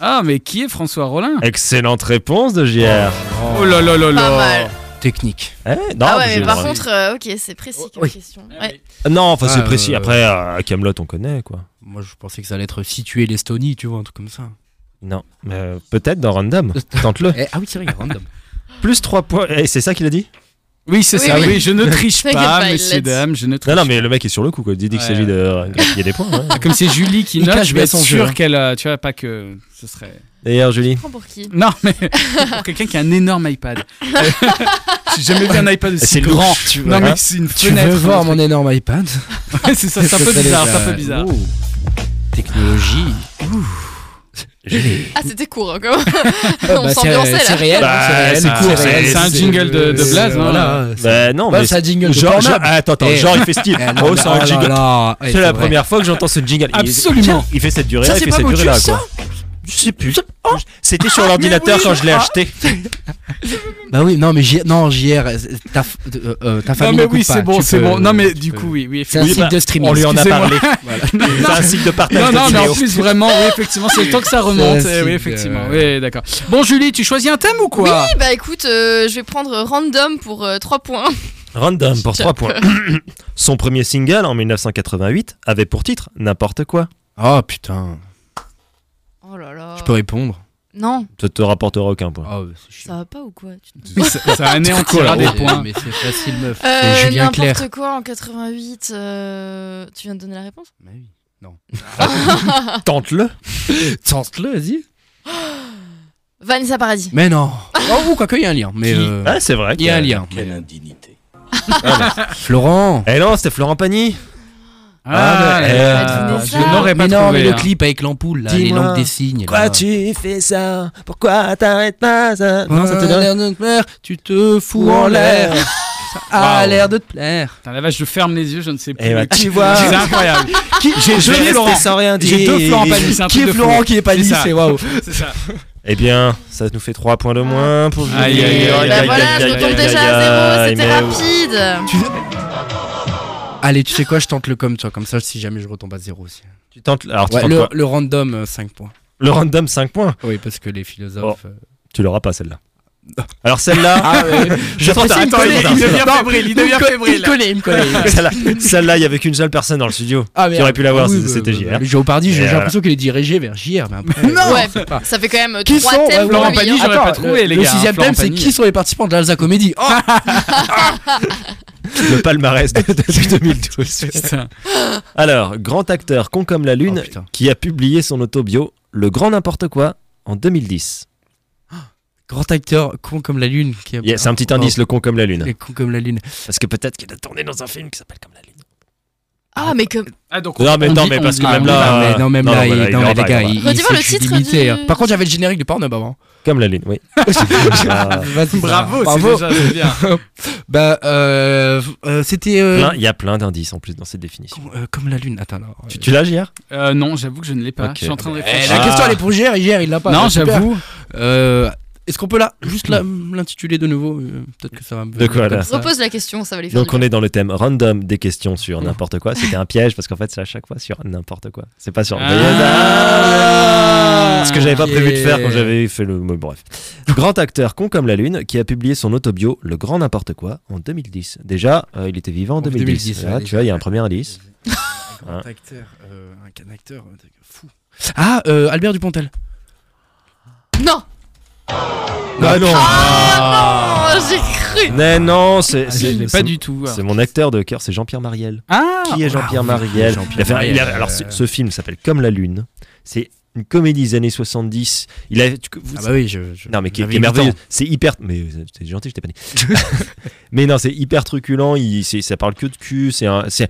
[SPEAKER 5] Ah, mais qui est François Rollin
[SPEAKER 2] Excellente réponse de JR.
[SPEAKER 5] Oh là là là là.
[SPEAKER 3] Pas mal.
[SPEAKER 4] Technique.
[SPEAKER 2] Eh, non,
[SPEAKER 3] Ah ouais,
[SPEAKER 2] j'ai
[SPEAKER 3] mais par
[SPEAKER 2] le droit.
[SPEAKER 3] contre, euh, ok, c'est précis comme
[SPEAKER 4] Oui.
[SPEAKER 3] question.
[SPEAKER 5] Ah,
[SPEAKER 3] Ouais.
[SPEAKER 2] Non, enfin c'est
[SPEAKER 4] Ah,
[SPEAKER 2] précis.
[SPEAKER 4] euh,
[SPEAKER 2] Après, euh, Camelot, on connaît quoi.
[SPEAKER 4] Moi, je pensais que ça allait être situé l'Estonie, tu vois, un truc comme ça.
[SPEAKER 2] Non, mais, euh, peut-être dans Random. Tente-le.
[SPEAKER 4] Eh, ah oui, c'est vrai, random.
[SPEAKER 2] Plus 3 points. Et c'est ça qu'il a dit
[SPEAKER 5] Oui, c'est
[SPEAKER 3] Oui,
[SPEAKER 5] ça.
[SPEAKER 3] oui.
[SPEAKER 5] Oui, je ne triche
[SPEAKER 3] T'inquiète pas,
[SPEAKER 5] pas,
[SPEAKER 3] il l'a
[SPEAKER 5] messieurs,
[SPEAKER 3] dit.
[SPEAKER 5] dames. Je ne triche
[SPEAKER 2] Non, non, mais le mec est sur le coup quoi. Il dit qu'il
[SPEAKER 5] Ouais.
[SPEAKER 2] s'agit de. Il y a des points. ouais.
[SPEAKER 5] pas. Comme c'est Julie qui
[SPEAKER 4] Il
[SPEAKER 5] note,
[SPEAKER 4] cache
[SPEAKER 5] je vais
[SPEAKER 4] bien
[SPEAKER 5] être
[SPEAKER 4] son jeu,
[SPEAKER 5] sûr
[SPEAKER 4] hein.
[SPEAKER 5] qu'elle. euh, Tu vois, pas que ce serait.
[SPEAKER 2] D'ailleurs, Julie.
[SPEAKER 3] Je prends pour qui
[SPEAKER 5] Non, mais pour quelqu'un qui a un énorme iPad. J'ai jamais vu un iPad aussi
[SPEAKER 2] C'est
[SPEAKER 5] grand.
[SPEAKER 2] louche, tu vois.
[SPEAKER 5] Non, mais c'est une
[SPEAKER 4] Tu veux
[SPEAKER 5] fenêtre.
[SPEAKER 4] voir mon énorme iPad
[SPEAKER 5] Ouais, Ah, c'est ça, c'est un peu bizarre. C'est un peu bizarre.
[SPEAKER 4] Technologie.
[SPEAKER 3] Ah, c'était court, hein, quand même.
[SPEAKER 4] Ah,
[SPEAKER 3] On
[SPEAKER 4] bah, c'est
[SPEAKER 3] s'ambiançait, là.
[SPEAKER 4] c'est réel,
[SPEAKER 2] Bah,
[SPEAKER 4] hein, réel,
[SPEAKER 2] c'est court, c'est-
[SPEAKER 4] réel,
[SPEAKER 2] c'est un
[SPEAKER 5] jingle de- de
[SPEAKER 4] c'est-
[SPEAKER 5] Blaze, hein.
[SPEAKER 4] Voilà.
[SPEAKER 2] Bah non,
[SPEAKER 4] Bah,
[SPEAKER 2] mais.
[SPEAKER 4] ça jingle de
[SPEAKER 2] genre,
[SPEAKER 4] Pornhub.
[SPEAKER 2] genre- attends, attends,
[SPEAKER 4] Eh.
[SPEAKER 2] genre il fait style.
[SPEAKER 4] Eh, non,
[SPEAKER 2] oh,
[SPEAKER 4] mais-
[SPEAKER 2] c'est un
[SPEAKER 4] là
[SPEAKER 2] jingle.
[SPEAKER 4] là. Eh,
[SPEAKER 2] C'est la
[SPEAKER 4] vrai.
[SPEAKER 2] première fois que j'entends ce jingle. Il-
[SPEAKER 5] Absolument.
[SPEAKER 2] Il fait cette durée,
[SPEAKER 4] Ça,
[SPEAKER 2] il
[SPEAKER 4] c'est
[SPEAKER 2] fait
[SPEAKER 4] pas
[SPEAKER 2] cette
[SPEAKER 4] Motus,
[SPEAKER 2] durée là
[SPEAKER 4] ça
[SPEAKER 2] quoi. Je sais plus. C'était sur l'ordinateur
[SPEAKER 4] oui,
[SPEAKER 2] quand je l'ai
[SPEAKER 4] ah.
[SPEAKER 2] acheté.
[SPEAKER 4] Bah oui, non, mais J- non, JR, euh, ta, f- euh, euh, ta
[SPEAKER 5] Non,
[SPEAKER 4] famille.
[SPEAKER 5] mais
[SPEAKER 4] n'écoute
[SPEAKER 5] oui,
[SPEAKER 4] pas,
[SPEAKER 5] c'est bon,
[SPEAKER 4] tu
[SPEAKER 5] c'est
[SPEAKER 4] peux-
[SPEAKER 5] bon. Non, mais
[SPEAKER 4] tu
[SPEAKER 5] du
[SPEAKER 4] peux-
[SPEAKER 5] coup, oui, oui,
[SPEAKER 4] C'est un
[SPEAKER 5] effectivement.
[SPEAKER 2] Oui,
[SPEAKER 4] site
[SPEAKER 2] bah,
[SPEAKER 4] de streaming.
[SPEAKER 2] on lui en a
[SPEAKER 5] Excusez-moi.
[SPEAKER 2] parlé.
[SPEAKER 4] Ah.
[SPEAKER 2] C'est un site de partage
[SPEAKER 5] Non,
[SPEAKER 2] de
[SPEAKER 5] non, mais en
[SPEAKER 2] vidéos.
[SPEAKER 5] plus, vraiment, oui, effectivement, c'est le temps que ça remonte.
[SPEAKER 4] C'est un
[SPEAKER 5] Eh oui,
[SPEAKER 4] signe,
[SPEAKER 5] effectivement,
[SPEAKER 4] euh,
[SPEAKER 5] oui, d'accord. Bon, Julie, tu choisis un thème ou quoi
[SPEAKER 3] Bah écoute, euh, je vais prendre random pour 3 points.
[SPEAKER 2] Random pour 3 points. Son premier single en 1988 avait pour titre N'importe quoi.
[SPEAKER 4] Oh putain,
[SPEAKER 3] Oh là là.
[SPEAKER 4] je peux répondre.
[SPEAKER 3] Non,
[SPEAKER 2] Ça te rapportera aucun point.
[SPEAKER 4] Oh, c'est chiant.
[SPEAKER 3] ça va pas ou quoi tu te-
[SPEAKER 5] ça, ça Oh, anéantira des points.
[SPEAKER 4] Mais c'est facile, meuf.
[SPEAKER 3] Euh,
[SPEAKER 4] C'est Julien Clerc.
[SPEAKER 3] N'importe quoi en 88. euh, Tu viens de donner la réponse
[SPEAKER 4] Bah oui.
[SPEAKER 2] Ah. Tente-le.
[SPEAKER 4] Tente-le, vas-y.
[SPEAKER 3] Vanessa Paradis.
[SPEAKER 4] Mais non. Oh, ou quoi que, il y a un lien. Mais
[SPEAKER 5] Qui
[SPEAKER 4] euh,
[SPEAKER 2] Ah, c'est vrai.
[SPEAKER 4] il y a un
[SPEAKER 2] que-
[SPEAKER 4] lien. Ah, bah.
[SPEAKER 1] Quelle indignité.
[SPEAKER 4] Florent.
[SPEAKER 2] Eh non, c'était Florent Pagny.
[SPEAKER 5] Ah,
[SPEAKER 2] Ah, mais,
[SPEAKER 3] euh,
[SPEAKER 5] je
[SPEAKER 3] ça.
[SPEAKER 5] n'aurais pas
[SPEAKER 4] Mais non,
[SPEAKER 5] trouvé.
[SPEAKER 4] mais le
[SPEAKER 5] hein.
[SPEAKER 4] clip avec l'ampoule, là, les
[SPEAKER 2] Dis-moi.
[SPEAKER 4] langues des signes. là.
[SPEAKER 2] tu fais ça Pourquoi t'arrêtes pas ça
[SPEAKER 4] L'air de te plaire, tu te fous en l'air. Ça a
[SPEAKER 5] Waouh.
[SPEAKER 4] l'air de te plaire.
[SPEAKER 5] Putain, la vache, je ferme les yeux, je ne sais plus.
[SPEAKER 2] Eh bah,
[SPEAKER 5] lequel.
[SPEAKER 2] tu vois.
[SPEAKER 5] C'est incroyable.
[SPEAKER 2] J'ai
[SPEAKER 5] Je vais
[SPEAKER 2] joué
[SPEAKER 5] rester
[SPEAKER 2] Florent
[SPEAKER 5] sans
[SPEAKER 2] sans rien dire.
[SPEAKER 5] J'ai deux Florent Pagny, c'est un
[SPEAKER 4] Qui
[SPEAKER 5] truc
[SPEAKER 4] est
[SPEAKER 5] de
[SPEAKER 4] Florent,
[SPEAKER 5] fou.
[SPEAKER 4] qui est pas
[SPEAKER 5] C'est
[SPEAKER 4] dit,
[SPEAKER 5] ça.
[SPEAKER 4] c'est waouh.
[SPEAKER 5] C'est ça.
[SPEAKER 2] Eh bien, ça nous fait 3 points de moins pour Julie.
[SPEAKER 5] Aïe, aïe, aïe, aïe,
[SPEAKER 3] Bah
[SPEAKER 5] aïe,
[SPEAKER 3] voilà, je
[SPEAKER 5] aïe, aïe,
[SPEAKER 3] tombe déjà
[SPEAKER 2] aïe,
[SPEAKER 3] à
[SPEAKER 2] aïe,
[SPEAKER 3] zéro, c'était
[SPEAKER 2] mais-
[SPEAKER 3] rapide.
[SPEAKER 4] Allez, tu sais quoi, je tente le comme toi, comme ça, si jamais je retombe à zéro aussi.
[SPEAKER 2] Tu tentes. Alors, tu
[SPEAKER 4] Ouais,
[SPEAKER 2] tentes
[SPEAKER 4] le,
[SPEAKER 2] quoi
[SPEAKER 4] le random, 5 points.
[SPEAKER 2] Le random 5 points.
[SPEAKER 4] Oui, parce que les philosophes. euh,
[SPEAKER 2] Tu l'auras pas celle-là. Alors, celle-là.
[SPEAKER 4] Ah ouais,
[SPEAKER 2] Je tente
[SPEAKER 4] J'apprécie, il me
[SPEAKER 2] Attends,
[SPEAKER 4] connaît,
[SPEAKER 2] attends,
[SPEAKER 5] Il
[SPEAKER 4] me
[SPEAKER 5] devient
[SPEAKER 4] Non,
[SPEAKER 5] fébrile, il devient
[SPEAKER 4] co-
[SPEAKER 5] fébrile.
[SPEAKER 4] Il connaît, il me connaît.
[SPEAKER 2] Celle-là, celle-là, il y avait qu'une seule personne dans le studio.
[SPEAKER 4] Ah,
[SPEAKER 2] Qui aurait pu l'avoir, c'est- c'était JR.
[SPEAKER 4] JR. Le Géopardi, j'ai
[SPEAKER 2] Et
[SPEAKER 4] j'ai
[SPEAKER 2] voilà.
[SPEAKER 4] l'impression qu'il est dirigé vers JR. Mais après,
[SPEAKER 5] Non.
[SPEAKER 4] euh,
[SPEAKER 3] Ouais.
[SPEAKER 4] c'est pas.
[SPEAKER 3] Ça fait quand même
[SPEAKER 4] Qui
[SPEAKER 3] 3
[SPEAKER 4] sont
[SPEAKER 3] thèmes
[SPEAKER 4] Ouais,
[SPEAKER 5] Florent
[SPEAKER 3] pour lui,
[SPEAKER 5] Pagny,
[SPEAKER 3] hein.
[SPEAKER 5] j'aurais
[SPEAKER 4] Attends,
[SPEAKER 5] pas trouvé,
[SPEAKER 4] le-
[SPEAKER 5] les
[SPEAKER 4] Le
[SPEAKER 5] gars,
[SPEAKER 4] sixième
[SPEAKER 5] Florent
[SPEAKER 4] thème, c'est
[SPEAKER 5] Pagny.
[SPEAKER 4] qui sont les participants de l'Alza Comédie Oh,
[SPEAKER 2] Le palmarès de, de 2012.
[SPEAKER 5] Putain.
[SPEAKER 2] Alors, grand acteur con comme la lune
[SPEAKER 4] Oh, putain.
[SPEAKER 2] qui a publié son autobio Le grand n'importe quoi en 2010.
[SPEAKER 4] Grand acteur, con comme la lune. qui a-
[SPEAKER 2] Yeah, c'est un petit indice, le con comme la
[SPEAKER 4] Oh,
[SPEAKER 2] lune.
[SPEAKER 4] Con comme la lune.
[SPEAKER 2] Parce que peut-être qu'il a tourné dans un film qui s'appelle comme la lune.
[SPEAKER 3] Ah, mais que.
[SPEAKER 5] Ah, donc
[SPEAKER 2] Non, mais
[SPEAKER 5] on
[SPEAKER 2] non,
[SPEAKER 5] dit-
[SPEAKER 2] mais
[SPEAKER 5] on
[SPEAKER 2] parce
[SPEAKER 5] dit-
[SPEAKER 2] que
[SPEAKER 4] Ah,
[SPEAKER 2] même
[SPEAKER 4] oui,
[SPEAKER 2] là,
[SPEAKER 4] bah,
[SPEAKER 2] euh,
[SPEAKER 4] mais non, même
[SPEAKER 2] non,
[SPEAKER 4] là,
[SPEAKER 2] mais
[SPEAKER 4] il-
[SPEAKER 2] là, il
[SPEAKER 4] non,
[SPEAKER 2] est
[SPEAKER 4] mais
[SPEAKER 2] en
[SPEAKER 4] les
[SPEAKER 2] bas,
[SPEAKER 4] gars,
[SPEAKER 2] il est en
[SPEAKER 4] il,
[SPEAKER 3] bas.
[SPEAKER 4] il
[SPEAKER 3] Redis-moi
[SPEAKER 4] s'est
[SPEAKER 3] le
[SPEAKER 4] fait
[SPEAKER 3] titre
[SPEAKER 4] limiter,
[SPEAKER 3] du-
[SPEAKER 4] hein. Par contre, j'avais le générique du Pornhub avant.
[SPEAKER 2] Comme la ligne, oui.
[SPEAKER 4] Ah, vas-y,
[SPEAKER 5] Bravo,
[SPEAKER 4] Sarah.
[SPEAKER 5] c'est déjà c'est bien.
[SPEAKER 4] Bah, euh, euh, c'était. euh,
[SPEAKER 2] Plein- Il y a plein d'indices en plus dans cette définition.
[SPEAKER 4] com- euh, comme la lune. Attends, non.
[SPEAKER 2] Tu, tu l'as, JR
[SPEAKER 5] Euh, non, j'avoue que je ne l'ai pas.
[SPEAKER 2] Ok.
[SPEAKER 5] Je suis en train de
[SPEAKER 4] Eh,
[SPEAKER 5] réfléchir.
[SPEAKER 4] la
[SPEAKER 2] Ah.
[SPEAKER 4] question elle est pour JR, et JR il l'a pas.
[SPEAKER 5] non,
[SPEAKER 4] Ah, super.
[SPEAKER 5] j'avoue.
[SPEAKER 4] Euh, Est-ce qu'on peut là juste la- l'intituler de nouveau euh, Peut-être que ça va me.
[SPEAKER 2] De quoi, là
[SPEAKER 4] comme ça.
[SPEAKER 3] Repose la question, ça va les faire.
[SPEAKER 2] Donc on est dans le thème random des questions sur
[SPEAKER 4] Ouais.
[SPEAKER 2] n'importe quoi. C'était un piège parce qu'en fait c'est à chaque fois sur n'importe quoi. C'est pas sur...
[SPEAKER 5] Ah.
[SPEAKER 2] Voyez, ah, Ce que j'avais pas
[SPEAKER 4] Ok.
[SPEAKER 2] prévu de faire quand j'avais fait le... mais Bref. Grand acteur con comme la lune qui a publié son autobio Le Grand N'importe quoi en 2010. Déjà, euh, il était vivant en
[SPEAKER 4] En
[SPEAKER 2] 2010.
[SPEAKER 4] 2010,
[SPEAKER 2] Là,
[SPEAKER 4] ouais,
[SPEAKER 2] tu vois, il y a un premier indice.
[SPEAKER 4] Un grand acteur, euh, un can acteur euh, fou. Ah, euh, Albert Dupontel.
[SPEAKER 3] Non
[SPEAKER 2] Ah non
[SPEAKER 3] Oh, j'ai cru
[SPEAKER 2] Ah, Mais non, c'est...
[SPEAKER 5] Je
[SPEAKER 2] c'est-
[SPEAKER 5] l'ai
[SPEAKER 2] c'est-
[SPEAKER 5] Ah, pas du tout. alors.
[SPEAKER 2] C'est mon acteur de cœur, c'est Jean-Pierre Mariel.
[SPEAKER 5] Ah
[SPEAKER 2] Qui est Jean-Pierre Mariel
[SPEAKER 4] Jean-Pierre
[SPEAKER 2] Il a fait un- il a-
[SPEAKER 4] Mariel,
[SPEAKER 2] Alors,
[SPEAKER 4] euh,
[SPEAKER 2] ce, ce film s'appelle Comme la Lune. C'est une comédie des années 70. Il a, tu- vous-
[SPEAKER 4] Ah bah oui, je. je-
[SPEAKER 2] non, mais qui, est-
[SPEAKER 4] j'avais
[SPEAKER 2] qui est
[SPEAKER 4] eu le temps.
[SPEAKER 2] merveilleux. C'est hyper. Mais euh, t'es gentil, je t'ai pas dit. mais non, c'est hyper truculent. Il, c'est- ça parle que de cul. C'est un- c'est-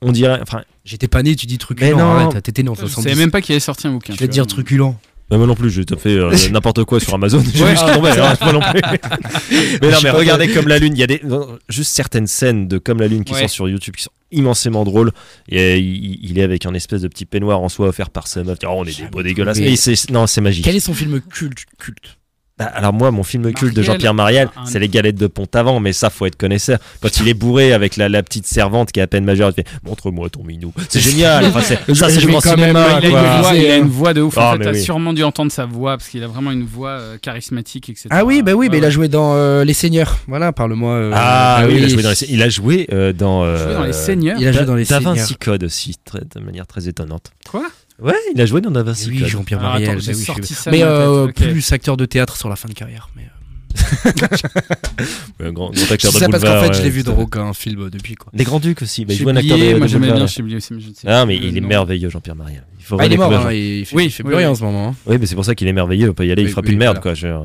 [SPEAKER 2] on dirait. Enfin,
[SPEAKER 4] J'étais pas né, tu dis truculent.
[SPEAKER 2] Mais non.
[SPEAKER 4] Arrête, t'étais né en
[SPEAKER 5] Je
[SPEAKER 4] 70.
[SPEAKER 5] savais même pas qu'il avait sorti un bouquin.
[SPEAKER 4] Je
[SPEAKER 5] tu
[SPEAKER 4] vais te
[SPEAKER 5] vois.
[SPEAKER 4] dire truculent.
[SPEAKER 2] bah, moi non plus, j'ai fait euh, n'importe quoi sur Amazon. J'ai
[SPEAKER 5] Ouais.
[SPEAKER 2] vu ce qui tombait. alors, c'est pas hein, non plus. mais
[SPEAKER 4] Je
[SPEAKER 2] non,
[SPEAKER 4] suis
[SPEAKER 2] mais
[SPEAKER 4] pas
[SPEAKER 2] regardez Comme la Lune. Il y a des, non, juste certaines scènes de Comme la Lune qui
[SPEAKER 5] Ouais.
[SPEAKER 2] sont sur YouTube qui sont immensément drôles. Et, euh, il, il est avec un espèce de petit peignoir en soie offert par sa meuf. Oh, on est des beaux dégueulasses.
[SPEAKER 4] trouvé.
[SPEAKER 2] Mais c'est- non, c'est magique.
[SPEAKER 4] Quel est son film culte, culte
[SPEAKER 2] Bah, alors moi, mon film culte de
[SPEAKER 5] Mariel,
[SPEAKER 2] Jean-Pierre Mariel,
[SPEAKER 5] un-
[SPEAKER 2] c'est Les Galettes de Pont-Avant, mais ça, faut être connaisseur. Quand il est bourré avec la, la petite servante qui est à peine majeure, il fait « Montre-moi ton minou ». C'est génial, enfin, c'est- ça c'est
[SPEAKER 4] Je
[SPEAKER 2] du
[SPEAKER 4] vais
[SPEAKER 2] grand
[SPEAKER 4] quand même
[SPEAKER 2] cinéma,
[SPEAKER 4] aller
[SPEAKER 5] Il
[SPEAKER 2] quoi.
[SPEAKER 5] a, une voix,
[SPEAKER 4] C'est,
[SPEAKER 5] il a
[SPEAKER 4] euh,
[SPEAKER 5] une voix de ouf.
[SPEAKER 2] Ah,
[SPEAKER 5] en fait,
[SPEAKER 2] mais
[SPEAKER 5] t'as
[SPEAKER 2] oui.
[SPEAKER 5] sûrement dû entendre sa voix parce qu'il a vraiment une voix euh, charismatique, etc.
[SPEAKER 4] Ah oui, bah oui,
[SPEAKER 5] Ouais,
[SPEAKER 4] mais il
[SPEAKER 5] ouais.
[SPEAKER 4] a joué dans euh, Les Seigneurs. Voilà, parle-moi. euh,
[SPEAKER 2] Ah
[SPEAKER 4] bah
[SPEAKER 2] oui, il a joué dans les, il a joué, euh, dans,
[SPEAKER 5] Il a joué dans Les
[SPEAKER 2] euh,
[SPEAKER 5] Seigneurs.
[SPEAKER 4] Il a joué dans Les
[SPEAKER 2] Da Vinci
[SPEAKER 4] Seigneurs.
[SPEAKER 2] Code aussi, très- de manière très étonnante.
[SPEAKER 5] Quoi
[SPEAKER 2] Ouais, il a joué dans Da
[SPEAKER 4] Mais
[SPEAKER 2] Vinci
[SPEAKER 4] Oui,
[SPEAKER 2] Code.
[SPEAKER 4] Jean-Pierre
[SPEAKER 5] Alors,
[SPEAKER 4] Mariel.
[SPEAKER 5] attends, j'ai
[SPEAKER 4] bah oui, je
[SPEAKER 5] sorti
[SPEAKER 4] suis-
[SPEAKER 5] ça de
[SPEAKER 4] mais
[SPEAKER 5] ma
[SPEAKER 4] euh,
[SPEAKER 5] tête, ok.
[SPEAKER 4] plus acteur de théâtre sur la fin de carrière. Mais, euh,
[SPEAKER 2] Un grand, grand
[SPEAKER 4] je
[SPEAKER 2] acteur
[SPEAKER 4] sais
[SPEAKER 2] de
[SPEAKER 4] ça parce qu'en
[SPEAKER 2] boulevard,
[SPEAKER 4] fait, je l'ai
[SPEAKER 2] ouais,
[SPEAKER 4] vu dans
[SPEAKER 2] tout à
[SPEAKER 4] aucun film euh, depuis. quoi.
[SPEAKER 2] fait. Les Grands Ducs aussi, bah, il joue un acteur
[SPEAKER 5] Chiblier,
[SPEAKER 2] de-
[SPEAKER 5] moi
[SPEAKER 2] de
[SPEAKER 5] j'aimais
[SPEAKER 2] boulevard,
[SPEAKER 5] bien
[SPEAKER 2] ouais.
[SPEAKER 5] Chiblier aussi, mais je ne sais
[SPEAKER 2] Ah mais
[SPEAKER 5] plus
[SPEAKER 2] il
[SPEAKER 5] le
[SPEAKER 2] est
[SPEAKER 5] nom.
[SPEAKER 2] merveilleux Jean-Pierre Mariel. Il faut
[SPEAKER 4] Ah, il est mort,
[SPEAKER 2] redécouvrir
[SPEAKER 4] hein, il fait,
[SPEAKER 5] Oui,
[SPEAKER 4] il fait plus
[SPEAKER 5] oui,
[SPEAKER 4] rien
[SPEAKER 5] oui.
[SPEAKER 4] en ce moment. hein.
[SPEAKER 2] Oui, mais c'est pour ça qu'il est merveilleux. On peut y aller, il
[SPEAKER 4] Oui,
[SPEAKER 2] fera
[SPEAKER 4] oui,
[SPEAKER 2] plus de merde, quoi.
[SPEAKER 4] voilà.
[SPEAKER 2] je-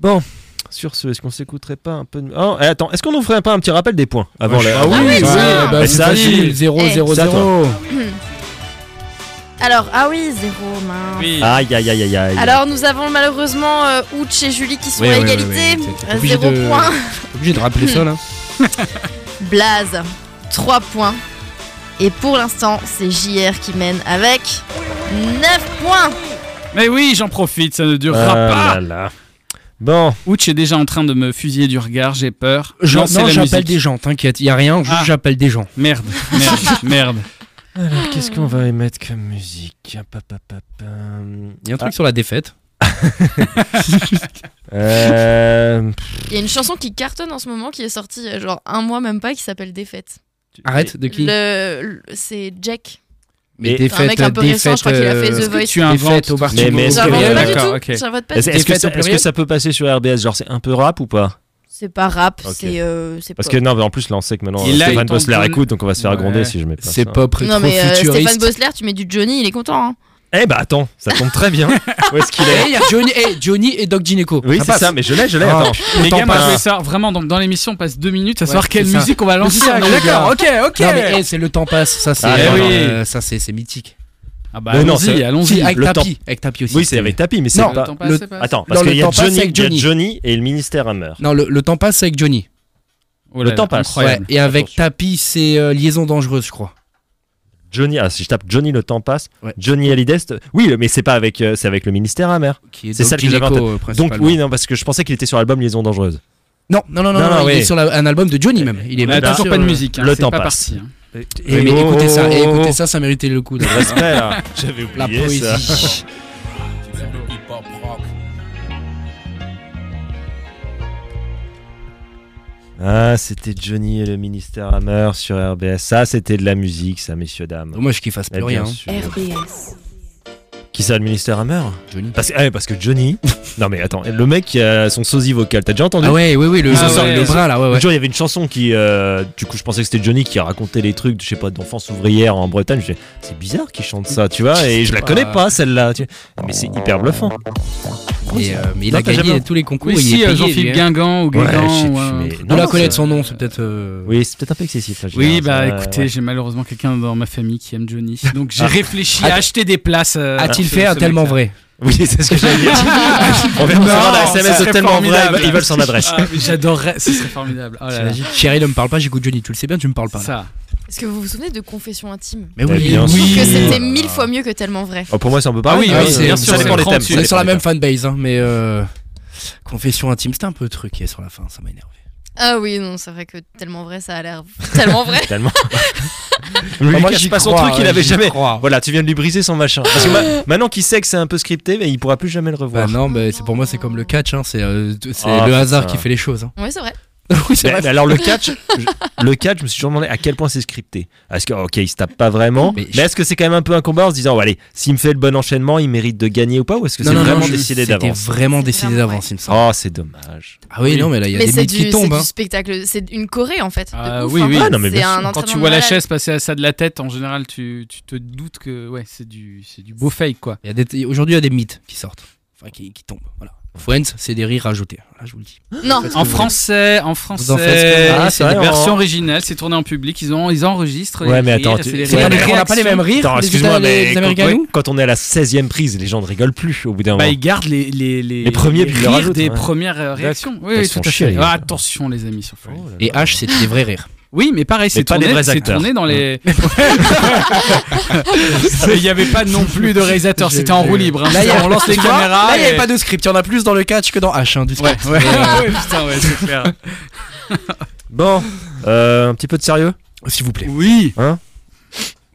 [SPEAKER 2] Bon, sur ce, est-ce qu'on s'écouterait pas un peu de. Oh, eh, attends, est-ce qu'on nous ferait pas un petit rappel des points avant
[SPEAKER 4] Ouais,
[SPEAKER 2] la-
[SPEAKER 4] ah oui,
[SPEAKER 5] oui,
[SPEAKER 4] ouais,
[SPEAKER 5] ça,
[SPEAKER 4] bah,
[SPEAKER 2] mais
[SPEAKER 4] c'est
[SPEAKER 2] ça,
[SPEAKER 4] facile,
[SPEAKER 5] oui.
[SPEAKER 4] 0,
[SPEAKER 3] Eh,
[SPEAKER 4] 0,
[SPEAKER 2] ça,
[SPEAKER 4] 0.
[SPEAKER 3] Alors, ah oui, zéro, mince.
[SPEAKER 5] Oui.
[SPEAKER 2] Aïe, aïe, aïe, aïe, aïe.
[SPEAKER 3] Alors, nous avons malheureusement euh, Ouch et Julie qui sont
[SPEAKER 4] Oui,
[SPEAKER 3] à
[SPEAKER 4] oui, oui,
[SPEAKER 3] égalité.
[SPEAKER 4] oui, t'es- t'es
[SPEAKER 3] à
[SPEAKER 4] obligé
[SPEAKER 3] Zéro
[SPEAKER 4] de-
[SPEAKER 3] point.
[SPEAKER 4] T'es obligé de rappeler ça là.
[SPEAKER 3] Blaze, 3 points. Et pour l'instant, c'est JR qui mène avec 9 points.
[SPEAKER 5] Mais oui, j'en profite, ça ne durera
[SPEAKER 2] Ah là
[SPEAKER 5] pas.
[SPEAKER 2] là. Bon,
[SPEAKER 5] Ouch est déjà en train de me fusiller du regard, j'ai peur.
[SPEAKER 4] Je-
[SPEAKER 5] Lancez
[SPEAKER 4] non,
[SPEAKER 5] la
[SPEAKER 4] j'appelle
[SPEAKER 5] musique.
[SPEAKER 4] des gens, t'inquiète, y a rien, juste
[SPEAKER 5] Ah.
[SPEAKER 4] j'appelle des gens.
[SPEAKER 5] Merde, merde, merde.
[SPEAKER 2] alors qu'est-ce qu'on va émettre comme musique Pa, pa, pa, pa.
[SPEAKER 4] Il y a un truc sur la défaite.
[SPEAKER 2] Ah, euh,
[SPEAKER 3] Il y a une chanson qui cartonne en ce moment qui est sortie il y a genre un mois même pas qui s'appelle Défaite.
[SPEAKER 4] Arrête, de qui
[SPEAKER 3] Le, le- c'est Jack.
[SPEAKER 4] Mais
[SPEAKER 2] Enfin, un
[SPEAKER 3] mec un peu récent, je crois qu'il a fait The
[SPEAKER 4] euh,
[SPEAKER 5] Est-ce que
[SPEAKER 3] Voice.
[SPEAKER 5] tu
[SPEAKER 4] Défaite
[SPEAKER 5] inventes
[SPEAKER 4] au
[SPEAKER 5] tout-
[SPEAKER 4] Bartimo.
[SPEAKER 2] Mais est-ce
[SPEAKER 3] J'invente
[SPEAKER 2] que-
[SPEAKER 5] Oui,
[SPEAKER 3] pas du
[SPEAKER 5] d'accord,
[SPEAKER 3] tout.
[SPEAKER 5] ok.
[SPEAKER 3] J'invente pas du
[SPEAKER 2] Est-ce
[SPEAKER 3] tout.
[SPEAKER 2] est-ce que,
[SPEAKER 4] Défaite
[SPEAKER 2] ça-
[SPEAKER 4] au
[SPEAKER 2] est-ce que
[SPEAKER 4] pluriel
[SPEAKER 2] ça peut passer sur RBS Genre, c'est un peu rap ou pas
[SPEAKER 3] C'est pas rap,
[SPEAKER 2] Ok.
[SPEAKER 3] c'est euh, c'est
[SPEAKER 2] Parce que
[SPEAKER 3] pop.
[SPEAKER 2] non, mais en plus, là, on sait que maintenant,
[SPEAKER 5] Et
[SPEAKER 2] euh,
[SPEAKER 5] là,
[SPEAKER 2] Stéphane
[SPEAKER 5] il t'en
[SPEAKER 2] Bossler
[SPEAKER 5] donne-
[SPEAKER 2] écoute, donc on va se faire
[SPEAKER 5] Ouais.
[SPEAKER 2] gronder si je mets pas
[SPEAKER 4] C'est
[SPEAKER 2] ça.
[SPEAKER 4] pop
[SPEAKER 3] Non mais euh, Stéphane
[SPEAKER 4] rétro-futuriste.
[SPEAKER 3] Bossler, tu mets du Johnny, il est content. hein.
[SPEAKER 2] Eh bah attends, ça tombe très bien. Où est-ce qu'il est
[SPEAKER 4] Eh, y a Johnny, eh, Johnny et Doc Gineco.
[SPEAKER 2] Oui, c'est
[SPEAKER 4] passe.
[SPEAKER 2] ça, mais je l'ai, je l'ai.
[SPEAKER 4] Ah,
[SPEAKER 2] attends.
[SPEAKER 5] Les
[SPEAKER 4] T'en
[SPEAKER 5] gars, moi,
[SPEAKER 2] parles.
[SPEAKER 5] je vais savoir vraiment. Donc, dans l'émission, on passe deux minutes à
[SPEAKER 4] Ouais,
[SPEAKER 5] savoir quelle
[SPEAKER 4] c'est ça.
[SPEAKER 5] musique on va lancer.
[SPEAKER 4] c'est ça,
[SPEAKER 5] Ah,
[SPEAKER 4] les gars.
[SPEAKER 5] D'accord, ok, ok.
[SPEAKER 4] Non mais eh, c'est le temps passe, ça c'est
[SPEAKER 2] Ah,
[SPEAKER 4] euh,
[SPEAKER 5] oui.
[SPEAKER 4] euh, ça c'est c'est mythique.
[SPEAKER 5] Ah bah,
[SPEAKER 2] Mais non,
[SPEAKER 5] allons-y,
[SPEAKER 2] c'est-
[SPEAKER 4] Si,
[SPEAKER 5] allons-y.
[SPEAKER 4] avec
[SPEAKER 2] le
[SPEAKER 4] Tapi, avec Tapi aussi.
[SPEAKER 2] Oui, c'est avec Tapi, mais Bah, c'est
[SPEAKER 4] Non,
[SPEAKER 2] pas.
[SPEAKER 5] Attends,
[SPEAKER 4] le-
[SPEAKER 5] passe, passe.
[SPEAKER 2] Attends, parce
[SPEAKER 4] Non,
[SPEAKER 2] qu'il
[SPEAKER 4] le
[SPEAKER 2] y, a
[SPEAKER 4] temps passe
[SPEAKER 2] Johnny-
[SPEAKER 4] avec
[SPEAKER 2] il y a
[SPEAKER 4] Johnny.
[SPEAKER 2] Johnny et le ministère Hammer.
[SPEAKER 4] Non, le, le temps passe c'est avec Johnny.
[SPEAKER 5] Oh là
[SPEAKER 2] le temps
[SPEAKER 5] là,
[SPEAKER 2] passe.
[SPEAKER 5] incroyable.
[SPEAKER 4] Ouais, et avec
[SPEAKER 2] Attention.
[SPEAKER 4] Tapi c'est euh, liaison dangereuse, je crois.
[SPEAKER 2] Johnny, ah, si je tape Johnny, le temps passe.
[SPEAKER 4] Ouais.
[SPEAKER 2] Johnny Hallyday, c'est- oui, mais c'est pas avec, euh, c'est avec le ministère Hammer.
[SPEAKER 4] Qui est
[SPEAKER 2] C'est
[SPEAKER 4] Doc
[SPEAKER 2] ça que j'avais en
[SPEAKER 4] Gineco, euh,
[SPEAKER 2] Donc
[SPEAKER 4] principalement.
[SPEAKER 2] oui, non, parce que je pensais qu'il était sur l'album Liaison dangereuse.
[SPEAKER 4] Non, non, non, non,
[SPEAKER 2] Non,
[SPEAKER 4] non,
[SPEAKER 2] non,
[SPEAKER 4] il
[SPEAKER 2] oui.
[SPEAKER 4] est sur la- un album de Johnny même. Il est
[SPEAKER 5] On a
[SPEAKER 4] même
[SPEAKER 2] là,
[SPEAKER 5] toujours
[SPEAKER 4] sur,
[SPEAKER 5] pas de
[SPEAKER 4] euh,
[SPEAKER 5] musique. hein,
[SPEAKER 2] le
[SPEAKER 5] c'est
[SPEAKER 2] temps
[SPEAKER 5] pas
[SPEAKER 2] passe.
[SPEAKER 5] parti, hein.
[SPEAKER 4] Eh, mais écoutez ça, eh, écoutez ça, ça méritait le coup. de-
[SPEAKER 2] Oh, Respect, hein. là. J'avais
[SPEAKER 4] La
[SPEAKER 2] oublié ça.
[SPEAKER 4] poésie.
[SPEAKER 2] Ah, c'était Johnny et le ministère Hammer sur RBS. Ça, c'était de la musique, ça, messieurs dames.
[SPEAKER 4] Dommage qu'il fasse
[SPEAKER 2] Eh,
[SPEAKER 4] plus
[SPEAKER 2] bien
[SPEAKER 4] rien. hein.
[SPEAKER 5] ben,
[SPEAKER 2] sûr. Qui ça, le ministère Hammer
[SPEAKER 4] Johnny.
[SPEAKER 2] parce, eh, parce que Johnny. non mais attends, le mec qui a son sosie vocal, t'as déjà entendu
[SPEAKER 4] Ah ouais, oui, oui, le,
[SPEAKER 5] Ah
[SPEAKER 4] le-
[SPEAKER 5] ouais.
[SPEAKER 4] le bras là, ouais, ouais.
[SPEAKER 2] L'autre jour, il y avait une chanson qui, euh, du coup, je pensais que c'était Johnny qui racontait les trucs, je sais pas, d'enfance ouvrière en Bretagne. Je fais, c'est bizarre qu'il chante ça, tu vois, et je la connais pas celle-là. tu vois. Ah, Mais c'est hyper bluffant. surprise.
[SPEAKER 4] Et, euh, mais il
[SPEAKER 5] Non,
[SPEAKER 4] a
[SPEAKER 5] t'as
[SPEAKER 4] gagné
[SPEAKER 5] jamais-
[SPEAKER 4] tous les concours.
[SPEAKER 5] Oui,
[SPEAKER 4] il
[SPEAKER 5] si,
[SPEAKER 4] est
[SPEAKER 5] euh,
[SPEAKER 4] payé,
[SPEAKER 5] Jean-Philippe
[SPEAKER 4] lui, hein.
[SPEAKER 5] Guingamp ou
[SPEAKER 2] Ouais,
[SPEAKER 5] Guingamp.
[SPEAKER 2] je sais
[SPEAKER 5] ou
[SPEAKER 2] plus,
[SPEAKER 5] un-
[SPEAKER 2] mais
[SPEAKER 5] je
[SPEAKER 2] non,
[SPEAKER 4] On
[SPEAKER 5] sais
[SPEAKER 4] doit
[SPEAKER 5] pas,
[SPEAKER 4] connaître son
[SPEAKER 5] euh,
[SPEAKER 4] nom, c'est peut-être. euh,
[SPEAKER 2] Oui, c'est peut-être un peu excessif. là, je
[SPEAKER 5] Oui,
[SPEAKER 2] dirais,
[SPEAKER 5] bah
[SPEAKER 2] ça,
[SPEAKER 5] écoutez,
[SPEAKER 2] ouais.
[SPEAKER 5] j'ai malheureusement quelqu'un dans ma famille qui aime Johnny. Donc j'ai réfléchi à
[SPEAKER 4] Ah.
[SPEAKER 5] acheter des places. euh,
[SPEAKER 4] A-t-il
[SPEAKER 5] pour
[SPEAKER 4] fait
[SPEAKER 5] ce-
[SPEAKER 4] un
[SPEAKER 5] ce
[SPEAKER 4] tellement
[SPEAKER 5] mec-là.
[SPEAKER 4] vrai
[SPEAKER 2] Oui, c'est ce que j'allais dire. On vient de
[SPEAKER 5] Non,
[SPEAKER 2] recevoir un
[SPEAKER 5] ça
[SPEAKER 2] SMS de
[SPEAKER 5] serait
[SPEAKER 2] tellement vrai,
[SPEAKER 5] formidable.
[SPEAKER 2] ils- ils veulent son adresse.
[SPEAKER 5] Ah, mais J'adorerais, ce serait formidable. Oh là là.
[SPEAKER 4] T'imagines Chérie, ne me parle pas, j'écoute Johnny. Tu le sais bien, tu me parles pas. là.
[SPEAKER 5] Ça.
[SPEAKER 2] Ah
[SPEAKER 3] Est-ce que vous vous souvenez de Confession intime
[SPEAKER 4] Mais
[SPEAKER 2] Eh
[SPEAKER 4] oui,
[SPEAKER 2] bien,
[SPEAKER 3] Je trouve
[SPEAKER 4] oui.
[SPEAKER 2] c'est-
[SPEAKER 3] que c'était
[SPEAKER 2] Oh là
[SPEAKER 3] mille
[SPEAKER 2] là.
[SPEAKER 3] fois mieux que tellement vrai.
[SPEAKER 2] Oh, pour moi, c'est un peu pareil.
[SPEAKER 5] Ah oui,
[SPEAKER 2] hein,
[SPEAKER 5] c'est-
[SPEAKER 2] bien
[SPEAKER 5] c'est-
[SPEAKER 2] sûr, ça
[SPEAKER 5] c'est
[SPEAKER 2] dépend des
[SPEAKER 5] cran
[SPEAKER 2] thèmes.
[SPEAKER 5] dessus.
[SPEAKER 2] ça
[SPEAKER 4] On est sur la
[SPEAKER 2] dépend
[SPEAKER 4] même
[SPEAKER 2] des
[SPEAKER 4] fanbase, hein, mais euh, confession intime, c'était un peu truqué sur la fin, ça m'a énervé.
[SPEAKER 3] Ah oui, non, c'est vrai que tellement vrai, ça a l'air tellement vrai.
[SPEAKER 2] thèmes, Tellement. Lui, il
[SPEAKER 4] Moi,
[SPEAKER 2] cache
[SPEAKER 4] j'y
[SPEAKER 2] pas son
[SPEAKER 4] crois,
[SPEAKER 2] truc, il
[SPEAKER 4] ouais,
[SPEAKER 2] avait
[SPEAKER 4] j'y
[SPEAKER 2] jamais.
[SPEAKER 4] crois.
[SPEAKER 2] Voilà, tu viens de lui briser son machin. Parce que ma- maintenant qu'il sait que c'est un peu scripté, mais il pourra plus jamais le
[SPEAKER 4] Bah
[SPEAKER 2] revoir.
[SPEAKER 4] non, mais c'est pour moi c'est comme le catch, hein, c'est euh, c'est
[SPEAKER 2] Ah,
[SPEAKER 4] le hasard
[SPEAKER 2] putain.
[SPEAKER 4] qui fait les choses. hein.
[SPEAKER 3] Oui, c'est vrai.
[SPEAKER 4] oui, c'est
[SPEAKER 2] Mais-
[SPEAKER 4] vrai.
[SPEAKER 2] mais alors le catch, je, le catch, je me suis toujours demandé à quel point c'est scripté. Est-ce que ok, il se tape pas vraiment, mais,
[SPEAKER 4] Mais je-
[SPEAKER 2] est-ce que c'est quand même un peu un combat en se disant, oh, allez, s'il me fait le bon enchaînement, il mérite de gagner ou pas, ou est-ce que c'est
[SPEAKER 4] Non, non, non,
[SPEAKER 2] vraiment
[SPEAKER 4] je-
[SPEAKER 2] décidé
[SPEAKER 4] C'était
[SPEAKER 2] d'avance
[SPEAKER 4] vraiment
[SPEAKER 3] C'est
[SPEAKER 4] décidé
[SPEAKER 3] vraiment,
[SPEAKER 4] d'avance, il me semble.
[SPEAKER 2] Oh, c'est dommage.
[SPEAKER 4] Ah oui,
[SPEAKER 5] Oui.
[SPEAKER 4] non, mais là il y a
[SPEAKER 3] Mais
[SPEAKER 4] des
[SPEAKER 3] c'est
[SPEAKER 4] mythes
[SPEAKER 3] du,
[SPEAKER 4] qui
[SPEAKER 3] c'est
[SPEAKER 4] tombent.
[SPEAKER 3] du
[SPEAKER 4] hein.
[SPEAKER 3] spectacle, c'est une Corée en fait. de
[SPEAKER 5] Ah,
[SPEAKER 3] ouf,
[SPEAKER 5] oui,
[SPEAKER 3] hein.
[SPEAKER 5] oui. Ah,
[SPEAKER 2] non, mais bien
[SPEAKER 3] C'est un
[SPEAKER 5] Quand tu
[SPEAKER 3] entraînement
[SPEAKER 5] vois la
[SPEAKER 3] malade.
[SPEAKER 5] chaise passer à ça de la tête, en général, tu, tu te doutes que ouais, c'est du, c'est du beau fake quoi.
[SPEAKER 4] Il y a des- Aujourd'hui, il y a des mythes qui sortent, enfin qui, qui tombent. Voilà. Friends, c'est des rires ajoutés. Voilà, je vous le dis.
[SPEAKER 3] Non,
[SPEAKER 5] En français, en
[SPEAKER 4] en
[SPEAKER 5] français,
[SPEAKER 4] faites ce que vous voulez.
[SPEAKER 5] c'est hein.
[SPEAKER 2] Ah,
[SPEAKER 5] la
[SPEAKER 2] c'est vrai,
[SPEAKER 5] version
[SPEAKER 2] on-
[SPEAKER 5] originale, c'est tourné en public, ils, ont, ils enregistrent.
[SPEAKER 2] Ouais,
[SPEAKER 5] les
[SPEAKER 2] mais
[SPEAKER 5] rires,
[SPEAKER 2] attends,
[SPEAKER 5] c'est
[SPEAKER 2] tu-
[SPEAKER 5] les
[SPEAKER 2] C'est
[SPEAKER 5] rires,
[SPEAKER 2] pas
[SPEAKER 5] les
[SPEAKER 2] des-
[SPEAKER 4] on n'a pas les
[SPEAKER 5] réactions.
[SPEAKER 4] mêmes rires.
[SPEAKER 2] Attends,
[SPEAKER 4] les
[SPEAKER 2] excuse-moi,
[SPEAKER 4] Italiens, les
[SPEAKER 2] mais
[SPEAKER 4] Américains,
[SPEAKER 2] quand,
[SPEAKER 4] nous.
[SPEAKER 2] quand on est à la 16e prise, les gens ne rigolent plus au bout d'un
[SPEAKER 5] Bah,
[SPEAKER 2] moment.
[SPEAKER 5] ils gardent les, les, les,
[SPEAKER 2] Les premiers, puis ils les
[SPEAKER 5] rires
[SPEAKER 2] rajoutent,
[SPEAKER 5] des
[SPEAKER 2] ouais.
[SPEAKER 5] premières euh, réactions. Oui,
[SPEAKER 2] Ils
[SPEAKER 5] oui,
[SPEAKER 2] se
[SPEAKER 5] tout
[SPEAKER 2] font
[SPEAKER 5] à
[SPEAKER 2] chier,
[SPEAKER 5] fait.
[SPEAKER 2] les
[SPEAKER 5] Ah,
[SPEAKER 2] gars.
[SPEAKER 5] attention, les amis, sur Friends.
[SPEAKER 2] Oh là là.
[SPEAKER 4] Et H, c'était des vrais rires.
[SPEAKER 5] Oui, mais pareil, c'est
[SPEAKER 2] pas
[SPEAKER 5] tourné,
[SPEAKER 2] des vrais
[SPEAKER 5] c'est
[SPEAKER 2] acteurs.
[SPEAKER 5] tourné dans les. Mais Il n'y avait pas non plus de réalisateur,
[SPEAKER 4] J'ai-
[SPEAKER 5] c'était en
[SPEAKER 4] j'ai-
[SPEAKER 5] roue libre. hein.
[SPEAKER 4] Là, il y a-
[SPEAKER 5] on lance les
[SPEAKER 4] tu vois,
[SPEAKER 5] caméras.
[SPEAKER 4] Là, il n'y
[SPEAKER 5] et-
[SPEAKER 4] avait pas de script. Il y en a plus dans le catch que dans H, hein, du
[SPEAKER 5] Ouais,
[SPEAKER 4] script.
[SPEAKER 5] ouais, Ah ouais, putain, ouais, c'est clair.
[SPEAKER 2] Oh Bon, euh, un petit peu de sérieux
[SPEAKER 4] S'il vous plaît.
[SPEAKER 5] Oui.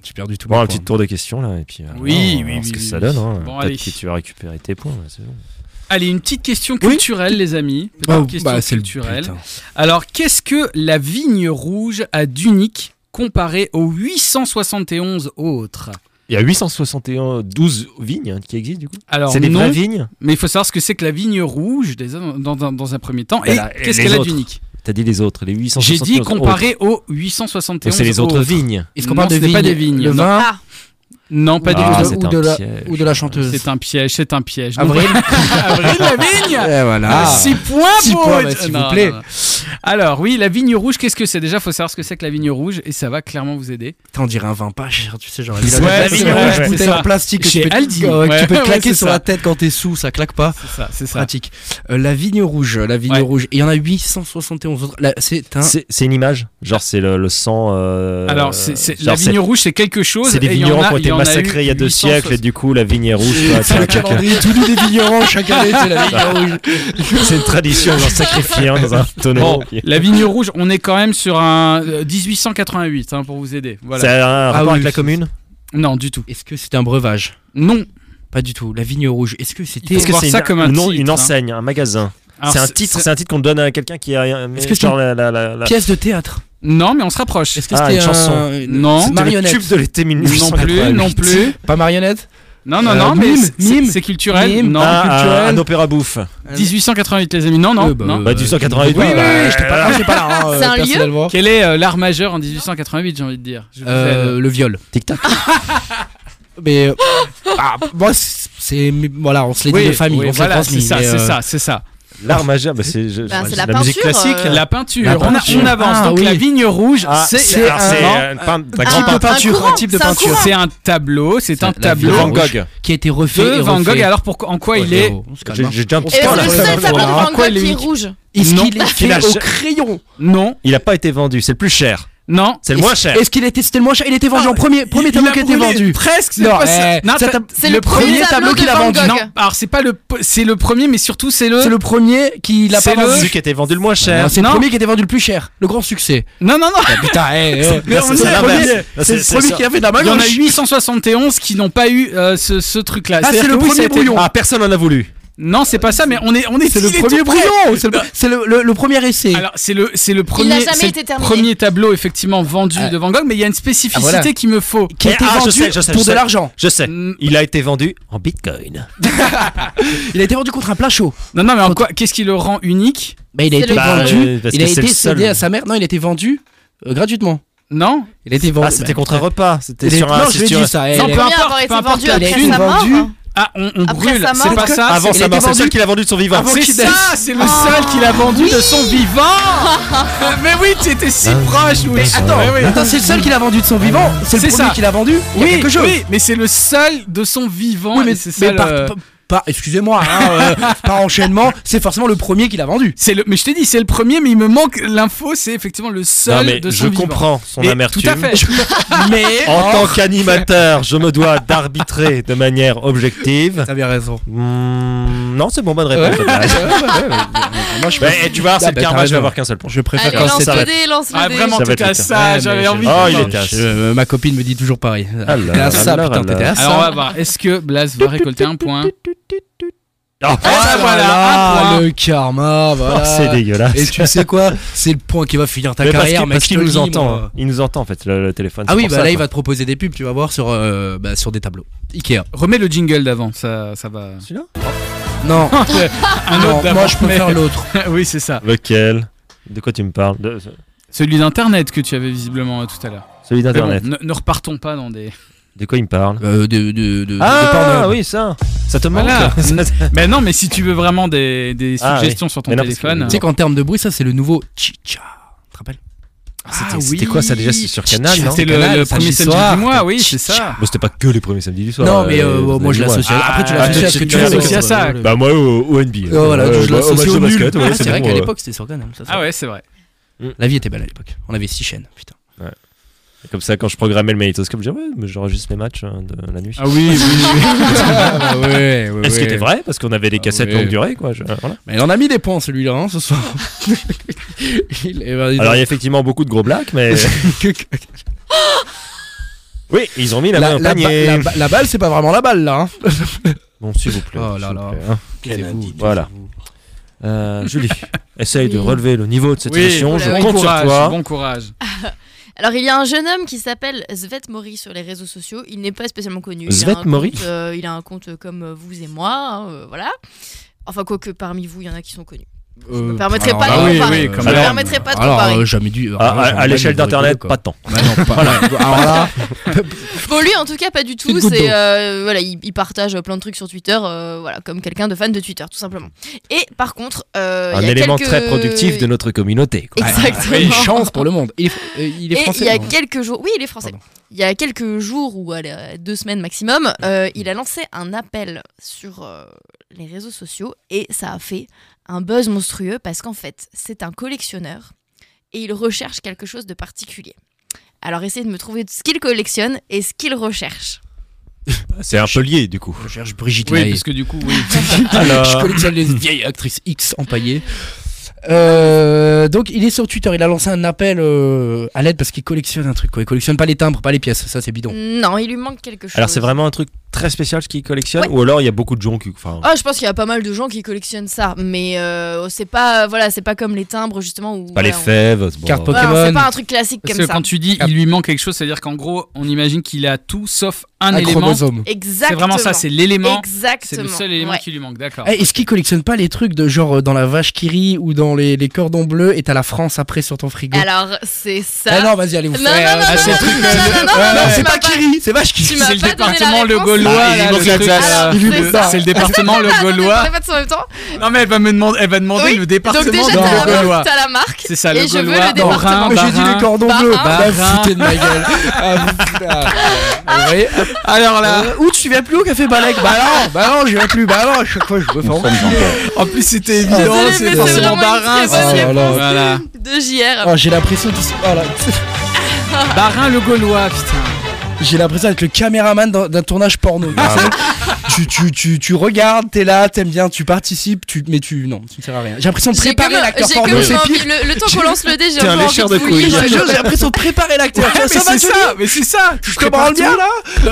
[SPEAKER 4] J'ai perdu tout
[SPEAKER 2] Bon, un
[SPEAKER 4] mon
[SPEAKER 2] petit tour de questions là, et puis. euh,
[SPEAKER 5] Oui,
[SPEAKER 2] on va
[SPEAKER 5] oui,
[SPEAKER 2] voir
[SPEAKER 5] oui,
[SPEAKER 2] ce que
[SPEAKER 5] oui,
[SPEAKER 2] ça
[SPEAKER 5] oui.
[SPEAKER 2] donne. hein.
[SPEAKER 5] Bon, allez.
[SPEAKER 2] Peut-être que tu vas récupérer tes points. là, c'est bon.
[SPEAKER 5] Allez, une petite question
[SPEAKER 4] Oui.
[SPEAKER 5] culturelle, les amis. Petite
[SPEAKER 4] Oh,
[SPEAKER 5] question
[SPEAKER 4] bah, c'est le
[SPEAKER 5] culturelle.
[SPEAKER 4] putain.
[SPEAKER 5] Alors, qu'est-ce que la vigne rouge a d'unique comparé aux 871 autres
[SPEAKER 2] Il y a 871, 12 vignes hein, qui existent du coup.
[SPEAKER 5] Alors,
[SPEAKER 2] C'est des
[SPEAKER 5] non,
[SPEAKER 2] vraies vignes
[SPEAKER 5] mais il faut savoir ce que c'est que la vigne rouge déjà, dans, dans- dans un premier temps.
[SPEAKER 2] Voilà,
[SPEAKER 5] et
[SPEAKER 2] et
[SPEAKER 5] qu'est-ce
[SPEAKER 2] les
[SPEAKER 5] qu'elle a
[SPEAKER 2] autres
[SPEAKER 5] d'unique
[SPEAKER 2] T'as dit les autres, les 871.
[SPEAKER 5] J'ai dit
[SPEAKER 2] autres.
[SPEAKER 5] comparé aux
[SPEAKER 2] Donc
[SPEAKER 5] 871
[SPEAKER 2] c'est les autres vignes.
[SPEAKER 4] Est-ce qu'on
[SPEAKER 5] Non,
[SPEAKER 4] parle de
[SPEAKER 5] ce n'est
[SPEAKER 4] vignes
[SPEAKER 5] pas des vignes.
[SPEAKER 4] Le
[SPEAKER 5] Non.
[SPEAKER 4] vin
[SPEAKER 3] Ah,
[SPEAKER 5] Non, pas
[SPEAKER 2] Ah,
[SPEAKER 5] des
[SPEAKER 2] c'est Ah,
[SPEAKER 5] vignes.
[SPEAKER 4] ou
[SPEAKER 2] un
[SPEAKER 4] de la-
[SPEAKER 2] piège.
[SPEAKER 4] ou de la chanteuse.
[SPEAKER 5] C'est un piège, c'est un piège.
[SPEAKER 4] Avril
[SPEAKER 5] Avril la vigne Ah,
[SPEAKER 4] Ouais,
[SPEAKER 2] Ah.
[SPEAKER 4] voilà.
[SPEAKER 5] 6 points
[SPEAKER 4] Six
[SPEAKER 5] pour
[SPEAKER 4] points,
[SPEAKER 5] Wood.
[SPEAKER 4] bah, s'il
[SPEAKER 5] Non,
[SPEAKER 4] vous plaît.
[SPEAKER 5] non, non. Alors oui, la vigne rouge, qu'est-ce que c'est Déjà, faut savoir ce que c'est que la vigne rouge et ça va clairement vous aider.
[SPEAKER 4] Putain, on dirait un vin pas cher, tu sais, genre
[SPEAKER 2] Ouais,
[SPEAKER 4] la
[SPEAKER 2] c'est
[SPEAKER 4] vigne
[SPEAKER 2] vrai,
[SPEAKER 4] rouge,
[SPEAKER 5] ouais, c'est
[SPEAKER 4] bouteille
[SPEAKER 5] ça.
[SPEAKER 4] en plastique que
[SPEAKER 5] Chez
[SPEAKER 4] tu peux,
[SPEAKER 5] Aldi.
[SPEAKER 4] euh, que
[SPEAKER 5] Ouais,
[SPEAKER 4] tu peux
[SPEAKER 5] ouais,
[SPEAKER 4] claquer
[SPEAKER 5] c'est
[SPEAKER 4] sur
[SPEAKER 5] ça.
[SPEAKER 4] la tête quand t'es sous, ça claque pas.
[SPEAKER 5] C'est ça, c'est ça.
[SPEAKER 4] Pratique. Euh, la vigne rouge, la vigne
[SPEAKER 5] Ouais.
[SPEAKER 4] rouge. Et il y en a 871 autres. Là, C'est un.
[SPEAKER 2] C'est c'est une image Genre c'est le, le sang. euh,
[SPEAKER 5] Alors, c'est, c'est-
[SPEAKER 2] genre,
[SPEAKER 5] la vigne rouge, c'est quelque chose.
[SPEAKER 2] C'est des
[SPEAKER 5] et il y en
[SPEAKER 2] vignerons
[SPEAKER 5] a-
[SPEAKER 2] qui ont
[SPEAKER 5] il y
[SPEAKER 2] été
[SPEAKER 5] en a eu
[SPEAKER 2] massacrés il y a deux
[SPEAKER 5] 860.
[SPEAKER 2] siècles et du coup la vigne est rouge. quoi.
[SPEAKER 4] C'est le
[SPEAKER 2] Tiens,
[SPEAKER 4] calendrier tout nu des vignerons chaque année, c'est la vigne rouge.
[SPEAKER 2] C'est une tradition, genre sacrifier un dans un tonneau.
[SPEAKER 5] Bon, la vigne rouge, on est quand même sur un euh, 1888 hein, pour vous aider. Voilà. Ah
[SPEAKER 2] C'est un rapport
[SPEAKER 4] oui,
[SPEAKER 2] avec la
[SPEAKER 4] c'est-
[SPEAKER 2] commune
[SPEAKER 5] Non, du tout.
[SPEAKER 4] Est-ce que c'était un breuvage
[SPEAKER 5] Non.
[SPEAKER 4] Pas du tout. La vigne rouge, est-ce que c'était.
[SPEAKER 5] Il faut
[SPEAKER 2] Est-ce que
[SPEAKER 5] voir
[SPEAKER 2] c'est
[SPEAKER 5] ça
[SPEAKER 2] une,
[SPEAKER 5] comme un
[SPEAKER 2] une en-
[SPEAKER 5] titre,
[SPEAKER 2] une
[SPEAKER 5] hein.
[SPEAKER 2] enseigne, un magasin
[SPEAKER 5] Alors,
[SPEAKER 2] C'est un titre, c'est un titre qu'on donne à quelqu'un qui a. Est-ce
[SPEAKER 4] que c'est
[SPEAKER 2] genre la, la, la, la-
[SPEAKER 4] Pièce de théâtre
[SPEAKER 5] Non, mais on se rapproche.
[SPEAKER 4] Est-ce que
[SPEAKER 2] Ah,
[SPEAKER 4] c'était
[SPEAKER 2] une
[SPEAKER 4] un-
[SPEAKER 2] chanson.
[SPEAKER 4] une-
[SPEAKER 5] Non.
[SPEAKER 4] c'était
[SPEAKER 5] C'était
[SPEAKER 2] C'était le
[SPEAKER 4] marionnette.
[SPEAKER 2] tube de l'été
[SPEAKER 5] Non
[SPEAKER 2] 1888.
[SPEAKER 5] plus, non plus.
[SPEAKER 4] Pas marionnette
[SPEAKER 5] Non, non,
[SPEAKER 4] Euh,
[SPEAKER 5] non, mais
[SPEAKER 4] mime,
[SPEAKER 5] c'est- c'est,
[SPEAKER 4] mime.
[SPEAKER 5] c'est culturel.
[SPEAKER 4] Mime.
[SPEAKER 5] Non.
[SPEAKER 2] Ah, un-
[SPEAKER 4] culturel.
[SPEAKER 2] un opéra bouffe.
[SPEAKER 5] 1888, les amis. Non, non.
[SPEAKER 4] Euh, bah,
[SPEAKER 5] non.
[SPEAKER 4] euh,
[SPEAKER 2] Bah, 1888.
[SPEAKER 4] Oui, oui,
[SPEAKER 2] bah,
[SPEAKER 4] oui, j'étais pas là, euh, j'étais pas là. hein,
[SPEAKER 3] C'est un lieu
[SPEAKER 4] personnellement.
[SPEAKER 5] Quel est euh, l'art majeur en 1888, j'ai envie de dire Je vous aide.
[SPEAKER 4] Euh, le viol.
[SPEAKER 2] Tic-tac.
[SPEAKER 4] Mais euh, bah, moi, c'est c'est- mais voilà, on se les dit
[SPEAKER 5] Oui,
[SPEAKER 4] de famille,
[SPEAKER 5] oui,
[SPEAKER 4] on se les
[SPEAKER 5] voilà, c'est
[SPEAKER 4] transmis.
[SPEAKER 5] ça,
[SPEAKER 4] mais,
[SPEAKER 5] c'est
[SPEAKER 4] euh,
[SPEAKER 5] ça, c'est ça.
[SPEAKER 2] L'art majeur, bah, c'est je-
[SPEAKER 3] Bah,
[SPEAKER 2] je-
[SPEAKER 3] c'est la
[SPEAKER 2] musique
[SPEAKER 3] peinture,
[SPEAKER 2] classique.
[SPEAKER 3] euh,
[SPEAKER 5] La peinture.
[SPEAKER 4] La
[SPEAKER 5] On a- On,
[SPEAKER 4] peinture.
[SPEAKER 5] avance.
[SPEAKER 4] Ah,
[SPEAKER 5] Donc la
[SPEAKER 4] oui.
[SPEAKER 5] vigne rouge,
[SPEAKER 2] Ah,
[SPEAKER 5] c'est,
[SPEAKER 2] c'est
[SPEAKER 5] un-
[SPEAKER 2] alors, c'est,
[SPEAKER 5] non,
[SPEAKER 2] euh, une peinte- la
[SPEAKER 3] Un
[SPEAKER 2] grande
[SPEAKER 4] type de
[SPEAKER 2] peinture.
[SPEAKER 4] peinture,
[SPEAKER 3] courant,
[SPEAKER 4] un type de
[SPEAKER 3] c'est un
[SPEAKER 4] peinture.
[SPEAKER 3] courant.
[SPEAKER 5] c'est un tableau. C'est
[SPEAKER 4] Ça,
[SPEAKER 5] un
[SPEAKER 4] la vigne
[SPEAKER 5] tableau
[SPEAKER 4] rouge.
[SPEAKER 2] Van Gogh.
[SPEAKER 4] Qui a été refait.
[SPEAKER 5] de
[SPEAKER 4] et
[SPEAKER 5] Van Gogh.
[SPEAKER 4] refait.
[SPEAKER 5] Alors pour, en quoi
[SPEAKER 4] Ouais,
[SPEAKER 5] il est
[SPEAKER 4] on se calme,
[SPEAKER 2] J'ai
[SPEAKER 4] hein.
[SPEAKER 2] j'ai un
[SPEAKER 4] On
[SPEAKER 2] petit
[SPEAKER 4] se
[SPEAKER 3] et
[SPEAKER 2] temps,
[SPEAKER 4] calme,
[SPEAKER 2] là.
[SPEAKER 3] le seul
[SPEAKER 4] là, voilà,
[SPEAKER 3] tableau de
[SPEAKER 4] voilà.
[SPEAKER 3] Van
[SPEAKER 5] Quoi,
[SPEAKER 3] Gogh qui est
[SPEAKER 5] Loïc
[SPEAKER 3] rouge.
[SPEAKER 4] Est-ce
[SPEAKER 5] Non.
[SPEAKER 4] qu'il est
[SPEAKER 2] Il a
[SPEAKER 4] fait au
[SPEAKER 2] ja-
[SPEAKER 4] crayon
[SPEAKER 5] Non,
[SPEAKER 2] Il a pas été vendu, c'est le plus cher.
[SPEAKER 5] non.
[SPEAKER 2] C'est le moins cher.
[SPEAKER 4] Est-ce qu'il était c'était le moins cher Il était vendu
[SPEAKER 5] Ah,
[SPEAKER 4] en premier, premier
[SPEAKER 5] Il-
[SPEAKER 4] tableau
[SPEAKER 5] il a
[SPEAKER 4] qui a été
[SPEAKER 5] brûlé.
[SPEAKER 4] vendu.
[SPEAKER 5] Presque. c'est
[SPEAKER 4] Non,
[SPEAKER 5] pas ça.
[SPEAKER 4] eh,
[SPEAKER 5] Non,
[SPEAKER 4] ça
[SPEAKER 5] t'as-
[SPEAKER 4] t'a-
[SPEAKER 3] C'est le premier tableau
[SPEAKER 4] qu'il
[SPEAKER 3] de
[SPEAKER 4] a
[SPEAKER 3] Van
[SPEAKER 4] vendu.
[SPEAKER 3] Gogh.
[SPEAKER 5] Non, alors c'est pas le, c'est le premier, mais surtout c'est le.
[SPEAKER 4] C'est le premier qui l'a
[SPEAKER 5] C'est
[SPEAKER 4] pas
[SPEAKER 5] le-
[SPEAKER 4] vendu.
[SPEAKER 2] Celui qui a été vendu le moins cher.
[SPEAKER 4] Ah, C'est le
[SPEAKER 5] Non.
[SPEAKER 4] premier qui était vendu le plus cher, le grand succès.
[SPEAKER 5] Non, non, non.
[SPEAKER 4] Ah, putain, eh, eh,
[SPEAKER 5] Mais
[SPEAKER 4] là,
[SPEAKER 5] on
[SPEAKER 4] c'est
[SPEAKER 5] sait,
[SPEAKER 4] le
[SPEAKER 5] le
[SPEAKER 4] premier-
[SPEAKER 5] premier,
[SPEAKER 4] c'est le premier qui a fait de la main
[SPEAKER 5] Il y en a
[SPEAKER 4] gauche.
[SPEAKER 5] 871 qui n'ont pas eu euh, ce, ce truc-là.
[SPEAKER 4] Ah, c'est
[SPEAKER 5] C'est-à-dire
[SPEAKER 4] le
[SPEAKER 5] que oui,
[SPEAKER 4] premier
[SPEAKER 5] c'était-
[SPEAKER 4] brouillon.
[SPEAKER 2] Ah, personne en a voulu.
[SPEAKER 5] Non, c'est pas ça, mais on est, on est.
[SPEAKER 4] C'est le
[SPEAKER 5] il est
[SPEAKER 4] premier
[SPEAKER 5] tout prêt.
[SPEAKER 4] brouillon, c'est le- c'est le, le- le premier essai.
[SPEAKER 5] Alors c'est le, c'est le premier,
[SPEAKER 3] n'a jamais
[SPEAKER 5] c'est
[SPEAKER 3] été
[SPEAKER 5] le
[SPEAKER 3] terminé.
[SPEAKER 5] premier tableau effectivement vendu
[SPEAKER 4] Ah.
[SPEAKER 5] de Van Gogh, mais il y a une spécificité
[SPEAKER 4] Ah, voilà.
[SPEAKER 5] qu'il me faut.
[SPEAKER 4] qui a été
[SPEAKER 2] Ah, je
[SPEAKER 4] vendu
[SPEAKER 2] sais, je sais,
[SPEAKER 4] pour
[SPEAKER 2] je
[SPEAKER 4] de
[SPEAKER 2] sais.
[SPEAKER 4] l'argent.
[SPEAKER 2] Je sais.
[SPEAKER 5] Mm.
[SPEAKER 2] Il a été vendu en bitcoin. Ah,
[SPEAKER 4] Il a été vendu contre un plat chaud.
[SPEAKER 5] Non, non, mais en quoi Qu'est-ce qui le rend unique
[SPEAKER 4] Mais il a
[SPEAKER 3] C'est
[SPEAKER 4] été
[SPEAKER 3] le- Bah,
[SPEAKER 4] vendu.
[SPEAKER 2] euh, parce
[SPEAKER 4] il
[SPEAKER 2] que
[SPEAKER 4] a
[SPEAKER 2] c'est
[SPEAKER 4] été
[SPEAKER 2] le seul.
[SPEAKER 4] cédé à sa mère. Non, il a été vendu euh, gratuitement.
[SPEAKER 5] Non,
[SPEAKER 4] Il a été vendu.
[SPEAKER 2] Ah, c'était
[SPEAKER 4] bah,
[SPEAKER 5] ben,
[SPEAKER 2] contre un repas. C'était
[SPEAKER 4] il a-
[SPEAKER 2] sur un.
[SPEAKER 4] non, je
[SPEAKER 2] c'est
[SPEAKER 4] l'ai
[SPEAKER 2] sur un-
[SPEAKER 4] dit ça. eh,
[SPEAKER 5] Non,
[SPEAKER 4] il
[SPEAKER 5] peu
[SPEAKER 4] a-
[SPEAKER 3] Premier à
[SPEAKER 5] importe,
[SPEAKER 3] avoir
[SPEAKER 5] peu
[SPEAKER 3] été
[SPEAKER 5] importe
[SPEAKER 3] vendu
[SPEAKER 5] la
[SPEAKER 3] après
[SPEAKER 4] thune
[SPEAKER 3] sa mort.
[SPEAKER 4] vendue.
[SPEAKER 3] hein.
[SPEAKER 5] Ah, on, on
[SPEAKER 3] Après
[SPEAKER 5] brûle,
[SPEAKER 3] sa mort. Oh.
[SPEAKER 5] c'est pas ça.
[SPEAKER 2] Avant
[SPEAKER 5] Ah, c'est-
[SPEAKER 2] sa
[SPEAKER 4] était
[SPEAKER 2] mort, c'est le
[SPEAKER 4] vendu
[SPEAKER 2] seul qu'il a vendu de son vivant.
[SPEAKER 5] Avant
[SPEAKER 4] Avant
[SPEAKER 5] c'est
[SPEAKER 4] qu'il
[SPEAKER 5] ça, c'est le seul qu'il a vendu de son vivant. mais oui, tu étais si proche. oui.
[SPEAKER 4] Mais attends,
[SPEAKER 5] Mais oui.
[SPEAKER 4] attends, c'est le seul qu'il a vendu de son vivant. C'est
[SPEAKER 5] C'est
[SPEAKER 4] le
[SPEAKER 5] ça.
[SPEAKER 4] premier qu'il a vendu. Il y a
[SPEAKER 5] Oui,
[SPEAKER 4] quelque chose.
[SPEAKER 5] oui, mais c'est le seul de son vivant.
[SPEAKER 4] Oui,
[SPEAKER 5] et
[SPEAKER 4] mais,
[SPEAKER 5] c'est ça
[SPEAKER 4] mais par,
[SPEAKER 5] le-
[SPEAKER 4] par- par- excusez-moi, hein, euh, par enchaînement, c'est forcément le premier qu'il a vendu.
[SPEAKER 5] C'est le, mais je t'ai dit, c'est le premier, mais il me manque l'info, c'est effectivement le seul
[SPEAKER 2] Non, mais
[SPEAKER 5] de son
[SPEAKER 2] je
[SPEAKER 5] vivant.
[SPEAKER 2] comprends son
[SPEAKER 5] Et
[SPEAKER 2] amertume.
[SPEAKER 5] Tout à fait.
[SPEAKER 4] Mais
[SPEAKER 2] En tant qu'animateur, je me dois d'arbitrer de manière objective.
[SPEAKER 4] t'avais raison.
[SPEAKER 2] Hmm, non, c'est bon, bonne réponse. Dommage.
[SPEAKER 4] Moi, je
[SPEAKER 2] Bah, eh, tu vois, c'est
[SPEAKER 4] Ah,
[SPEAKER 2] le
[SPEAKER 4] bah,
[SPEAKER 2] karma, je vais
[SPEAKER 4] t'as raison.
[SPEAKER 2] avoir qu'un seul point.
[SPEAKER 4] Je préfère
[SPEAKER 3] Allez,
[SPEAKER 2] quand
[SPEAKER 3] lance
[SPEAKER 2] ça
[SPEAKER 3] le
[SPEAKER 2] va-
[SPEAKER 3] dé, lance le
[SPEAKER 5] Ah,
[SPEAKER 3] dé.
[SPEAKER 5] vraiment,
[SPEAKER 2] Ça va être
[SPEAKER 5] t'étais à
[SPEAKER 2] le cas.
[SPEAKER 5] ça,
[SPEAKER 4] Ouais,
[SPEAKER 5] j'avais
[SPEAKER 4] mais
[SPEAKER 5] envie.
[SPEAKER 4] je-
[SPEAKER 5] de
[SPEAKER 2] Oh, il
[SPEAKER 5] voir.
[SPEAKER 2] est cash.
[SPEAKER 4] Je- ma copine me dit toujours pareil.
[SPEAKER 2] Ah là
[SPEAKER 4] T'es
[SPEAKER 2] là
[SPEAKER 4] à ça,
[SPEAKER 2] là
[SPEAKER 4] putain,
[SPEAKER 2] là
[SPEAKER 4] t'étais
[SPEAKER 2] là.
[SPEAKER 4] à
[SPEAKER 5] Alors, on va
[SPEAKER 4] ça.
[SPEAKER 5] voir. Est-ce que Blas va récolter un point
[SPEAKER 2] Ah,
[SPEAKER 5] Ah,
[SPEAKER 4] Ah,
[SPEAKER 5] voilà, un
[SPEAKER 4] voilà,
[SPEAKER 5] point.
[SPEAKER 4] le karma,
[SPEAKER 2] oh,
[SPEAKER 4] voilà.
[SPEAKER 2] c'est dégueulasse.
[SPEAKER 4] Et tu sais quoi C'est le point qui va finir ta
[SPEAKER 2] Mais parce
[SPEAKER 4] carrière,
[SPEAKER 2] qu'il-
[SPEAKER 4] mec.
[SPEAKER 2] parce
[SPEAKER 4] je
[SPEAKER 2] qu'il
[SPEAKER 4] te le
[SPEAKER 2] nous
[SPEAKER 4] dis,
[SPEAKER 2] entend. hein.
[SPEAKER 4] moi.
[SPEAKER 2] Il nous entend en fait, le, le téléphone.
[SPEAKER 4] Ah
[SPEAKER 2] c'est
[SPEAKER 4] oui,
[SPEAKER 2] pour
[SPEAKER 4] bah
[SPEAKER 2] ça,
[SPEAKER 4] là, il
[SPEAKER 2] quoi.
[SPEAKER 4] va te proposer des pubs, tu vas voir, sur, euh, bah, sur des tableaux. Ikea.
[SPEAKER 5] Remets le jingle d'avant, ça, ça va.
[SPEAKER 2] Celui-là
[SPEAKER 4] Non,
[SPEAKER 5] un
[SPEAKER 4] non, moi
[SPEAKER 5] d'avant,
[SPEAKER 4] je peux
[SPEAKER 5] mais-
[SPEAKER 4] faire l'autre.
[SPEAKER 5] oui, c'est ça.
[SPEAKER 2] Lequel De quoi tu me parles De-
[SPEAKER 5] Celui d'internet que tu avais visiblement euh, tout à l'heure.
[SPEAKER 2] Celui
[SPEAKER 5] Mais bon,
[SPEAKER 2] d'internet.
[SPEAKER 5] ne, ne repartons pas dans des.
[SPEAKER 2] De quoi il me parle
[SPEAKER 4] Euh, de, de, de, de
[SPEAKER 2] Ah
[SPEAKER 4] Pornhub.
[SPEAKER 2] oui, ça Ça te manque
[SPEAKER 5] Voilà. mais non, mais si tu veux vraiment des, des
[SPEAKER 2] Ah,
[SPEAKER 5] suggestions sur ton
[SPEAKER 2] Mais non, parce que-
[SPEAKER 5] téléphone.
[SPEAKER 4] Tu sais qu'en termes de bruit, ça c'est le nouveau chicha. Tu te rappelles
[SPEAKER 5] Ah
[SPEAKER 2] C'était quoi ça déjà C'était sur Canal, non
[SPEAKER 5] C'était le,
[SPEAKER 4] Canal,
[SPEAKER 5] le
[SPEAKER 4] samedi
[SPEAKER 5] premier samedi
[SPEAKER 4] soir.
[SPEAKER 5] du mois, oui, c'est ça.
[SPEAKER 2] Bon, c'était pas que les premiers samedis du soir.
[SPEAKER 4] Non, mais euh,
[SPEAKER 2] les-
[SPEAKER 4] moi je
[SPEAKER 2] les-
[SPEAKER 4] l'associe. à-
[SPEAKER 5] Ah,
[SPEAKER 4] Après, tu
[SPEAKER 5] ah,
[SPEAKER 4] l'associes à ce
[SPEAKER 2] tu
[SPEAKER 4] que tu veux.
[SPEAKER 2] l'associes
[SPEAKER 5] à ça.
[SPEAKER 4] Euh,
[SPEAKER 2] Bah, moi au, au NBA.
[SPEAKER 4] euh, voilà,
[SPEAKER 2] Euh,
[SPEAKER 4] je
[SPEAKER 2] bah,
[SPEAKER 4] l'associe
[SPEAKER 2] match
[SPEAKER 4] au
[SPEAKER 2] de
[SPEAKER 4] nul.
[SPEAKER 2] basket, ouais,
[SPEAKER 4] Ah, c'est vrai
[SPEAKER 2] bon,
[SPEAKER 4] qu'à
[SPEAKER 2] euh,
[SPEAKER 4] l'époque c'était sur Canal. ça, c'est
[SPEAKER 5] Ah
[SPEAKER 4] vrai.
[SPEAKER 5] ouais, c'est vrai.
[SPEAKER 4] La vie était belle à l'époque. On avait six chaînes, putain.
[SPEAKER 2] Comme ça, quand je programmais le magnétoscope, je disais, ouais, mais j'enregistre mes matchs hein, de la nuit.
[SPEAKER 5] Ah oui, oui.
[SPEAKER 4] Ah ouais, ouais,
[SPEAKER 2] Est-ce
[SPEAKER 4] ouais.
[SPEAKER 2] que c'était vrai Parce qu'on avait des cassettes
[SPEAKER 4] ouais.
[SPEAKER 2] longue durée, quoi. je- voilà.
[SPEAKER 4] Mais il en a mis des points celui-là hein, ce soir. Il est- bah,
[SPEAKER 2] Alors, il
[SPEAKER 4] dis
[SPEAKER 2] y a
[SPEAKER 4] donc.
[SPEAKER 2] effectivement beaucoup de gros blacks, mais. Oui, ils ont mis la, main
[SPEAKER 4] la,
[SPEAKER 2] au
[SPEAKER 4] la ba-
[SPEAKER 2] panier.
[SPEAKER 4] la ba- la balle, c'est pas vraiment la balle là. hein.
[SPEAKER 2] Bon, s'il vous plaît.
[SPEAKER 4] Oh
[SPEAKER 2] s'il
[SPEAKER 4] là
[SPEAKER 2] vous
[SPEAKER 4] là.
[SPEAKER 2] plaît, hein.
[SPEAKER 4] Taisez-vous.
[SPEAKER 2] Voilà. Euh, Julie, essaye de
[SPEAKER 3] Oui.
[SPEAKER 2] relever le niveau de cette
[SPEAKER 5] oui.
[SPEAKER 2] émission. Je
[SPEAKER 5] bon
[SPEAKER 2] compte
[SPEAKER 5] courage,
[SPEAKER 2] sur toi. Ah,
[SPEAKER 5] Bon courage.
[SPEAKER 3] Alors, il y a un jeune homme qui s'appelle Svet Mori sur les réseaux sociaux. Il n'est pas spécialement connu. Il a
[SPEAKER 2] Svet
[SPEAKER 3] un
[SPEAKER 2] Mori
[SPEAKER 3] compte, euh, Il a un compte comme vous et moi, hein, euh, voilà. Enfin, quoique parmi vous, il y en a qui sont connus.
[SPEAKER 4] Je
[SPEAKER 3] me permettrai pas de
[SPEAKER 5] comparer.
[SPEAKER 4] ah oui,
[SPEAKER 5] Je
[SPEAKER 4] quand
[SPEAKER 5] me
[SPEAKER 4] même.
[SPEAKER 3] permettrai pas de
[SPEAKER 4] alors,
[SPEAKER 3] comparer.
[SPEAKER 4] euh, jamais dû.
[SPEAKER 2] Ah, à à l'échelle d'Internet, pas de temps.
[SPEAKER 4] Bah non, pas- Alors là,
[SPEAKER 3] Bon, lui, en tout cas, pas du tout.
[SPEAKER 4] Une goutte
[SPEAKER 3] C'est
[SPEAKER 4] d'eau.
[SPEAKER 3] euh, voilà, il, il partage euh, plein de trucs sur Twitter, euh, voilà, comme quelqu'un de fan de Twitter, tout simplement. Et par contre, euh,
[SPEAKER 2] Un
[SPEAKER 3] il y a
[SPEAKER 2] élément
[SPEAKER 3] quelques-
[SPEAKER 2] très productif de notre communauté. quoi.
[SPEAKER 3] Exactement.
[SPEAKER 4] une chance pour le monde. Il est, euh, il est
[SPEAKER 3] Et
[SPEAKER 4] français.
[SPEAKER 3] il y a
[SPEAKER 4] non
[SPEAKER 3] quelques jours, oui, il est français.
[SPEAKER 4] Pardon.
[SPEAKER 3] Il y a quelques jours ou allez, euh, deux semaines maximum, euh, il a lancé un appel sur euh, les réseaux sociaux et ça a fait un buzz monstrueux parce qu'en fait, c'est un collectionneur et il recherche quelque chose de particulier. Alors essayez de me trouver ce qu'il collectionne et ce qu'il recherche.
[SPEAKER 2] C'est un chelier, du coup.
[SPEAKER 4] Je cherche Brigitte
[SPEAKER 5] Oui,
[SPEAKER 4] Lahaie.
[SPEAKER 5] parce que du coup, oui.
[SPEAKER 4] Je
[SPEAKER 2] Alors,
[SPEAKER 4] collectionne les vieilles actrices X empaillées. Euh, donc il est sur Twitter, il a lancé un appel euh, à l'aide parce qu'il collectionne un truc. Quoi. Il collectionne pas les timbres, pas les pièces, ça c'est bidon.
[SPEAKER 3] Non, il lui manque quelque chose.
[SPEAKER 2] alors c'est vraiment un truc très spécial ce qu'ils collectionnent
[SPEAKER 3] Ouais.
[SPEAKER 2] ou alors il y a beaucoup de gens qui. Enfin,
[SPEAKER 3] Ah, je pense qu'il y a pas mal de gens qui collectionnent ça, mais euh, c'est pas voilà, c'est pas comme les timbres justement où
[SPEAKER 2] pas Bah, les
[SPEAKER 3] voilà, on-
[SPEAKER 2] fèves. c'est bon.
[SPEAKER 4] Carte
[SPEAKER 3] Voilà,
[SPEAKER 4] Pokémon.
[SPEAKER 3] c'est pas un truc classique
[SPEAKER 5] Parce
[SPEAKER 3] comme
[SPEAKER 5] que
[SPEAKER 3] ça.
[SPEAKER 5] quand tu dis il lui manque quelque chose, c'est-à-dire qu'en gros, on imagine qu'il a tout sauf un,
[SPEAKER 4] Un
[SPEAKER 5] élément.
[SPEAKER 4] chromosome.
[SPEAKER 3] Exactement.
[SPEAKER 5] C'est vraiment ça, c'est l'élément. C'est
[SPEAKER 3] Exactement.
[SPEAKER 5] le seul élément
[SPEAKER 3] Ouais.
[SPEAKER 5] qui lui manque, d'accord.
[SPEAKER 4] Eh, Est-ce qu'il collectionne pas les trucs de genre euh, dans la vache qui rit ou dans les, les cordons bleus et t'as la France après sur ton frigo
[SPEAKER 3] Alors, c'est ça.
[SPEAKER 4] Ah non, vas-y, allez vous
[SPEAKER 3] Non,
[SPEAKER 4] faire.
[SPEAKER 3] non, non,
[SPEAKER 4] Ah,
[SPEAKER 3] non,
[SPEAKER 4] c'est
[SPEAKER 3] non,
[SPEAKER 4] le truc,
[SPEAKER 3] non, non,
[SPEAKER 4] euh, le-
[SPEAKER 3] non, non,
[SPEAKER 4] Ouais,
[SPEAKER 3] non,
[SPEAKER 4] ouais,
[SPEAKER 3] tu m'as
[SPEAKER 4] c'est pas
[SPEAKER 3] pas-
[SPEAKER 4] qui rit, c'est vache qui
[SPEAKER 3] Tu
[SPEAKER 4] rit.
[SPEAKER 3] m'as
[SPEAKER 5] C'est le
[SPEAKER 3] pas donné
[SPEAKER 5] département
[SPEAKER 3] la
[SPEAKER 5] le
[SPEAKER 3] réponse.
[SPEAKER 5] Gaulois,
[SPEAKER 2] Ah, il
[SPEAKER 5] là,
[SPEAKER 2] manque
[SPEAKER 5] le truc,
[SPEAKER 2] l'Alsace.
[SPEAKER 5] là.
[SPEAKER 4] Il lui
[SPEAKER 3] c'est
[SPEAKER 4] met-
[SPEAKER 3] ça.
[SPEAKER 5] C'est le
[SPEAKER 3] Attends,
[SPEAKER 5] département le
[SPEAKER 3] attends,
[SPEAKER 5] Gaulois.
[SPEAKER 3] attends, attends, en même temps.
[SPEAKER 5] Non mais elle va me demander, elle va demander
[SPEAKER 3] Oui.
[SPEAKER 5] le
[SPEAKER 3] Donc
[SPEAKER 5] département
[SPEAKER 3] déjà,
[SPEAKER 5] de
[SPEAKER 3] t'as la,
[SPEAKER 5] Gaulois.
[SPEAKER 3] marque, t'as la marque.
[SPEAKER 5] C'est ça,
[SPEAKER 3] et
[SPEAKER 5] le
[SPEAKER 3] je veux
[SPEAKER 5] Gaulois,
[SPEAKER 3] le département.
[SPEAKER 5] Rhin,
[SPEAKER 4] Mais j'ai dit les cordons
[SPEAKER 3] Barin.
[SPEAKER 4] bleus.
[SPEAKER 5] Barin.
[SPEAKER 4] Bah, foutez de ma gueule. Ah, putain. Ah, ouais.
[SPEAKER 5] Alors là,
[SPEAKER 4] Euh, Où tu viens plus au café Balek Bah non, bah non, je viens plus. Bah non, à chaque fois je me fais
[SPEAKER 1] Nous sommes
[SPEAKER 4] enculer.
[SPEAKER 1] encore.
[SPEAKER 5] en plus c'était évident,
[SPEAKER 3] Désolée,
[SPEAKER 5] c'est
[SPEAKER 3] mais c'est
[SPEAKER 5] forcément
[SPEAKER 3] vraiment
[SPEAKER 5] Barin.
[SPEAKER 3] une très bonne
[SPEAKER 5] c'est-
[SPEAKER 4] Oh là là.
[SPEAKER 5] Voilà,
[SPEAKER 3] De JR.
[SPEAKER 4] Ah, j'ai l'impression qu'ils sont- oh là,
[SPEAKER 5] Barin le Gaulois, putain.
[SPEAKER 4] J'ai l'impression d'être le caméraman d'un d'un tournage porno.
[SPEAKER 2] Ah
[SPEAKER 4] tu, tu, tu, tu regardes, t'es là, t'aimes bien, tu participes, tu, mais tu. Non, tu ne sert à rien. J'ai l'impression de
[SPEAKER 3] J'ai comme,
[SPEAKER 4] préparer l'acteur
[SPEAKER 3] j'ai
[SPEAKER 4] porno,
[SPEAKER 3] comme
[SPEAKER 4] c'est
[SPEAKER 3] envie-
[SPEAKER 4] pire.
[SPEAKER 3] le, le temps qu'on lance le dé, j'ai
[SPEAKER 2] T'es un
[SPEAKER 3] encore envie
[SPEAKER 2] lécheur de
[SPEAKER 3] de
[SPEAKER 2] couilles.
[SPEAKER 4] Je
[SPEAKER 3] fouiller.
[SPEAKER 4] te jure, J'ai l'impression de préparer l'acteur.
[SPEAKER 5] Ouais, mais
[SPEAKER 4] ça va,
[SPEAKER 5] c'est
[SPEAKER 4] Johnny
[SPEAKER 5] ça, mais c'est ça.
[SPEAKER 4] Je te parle bien là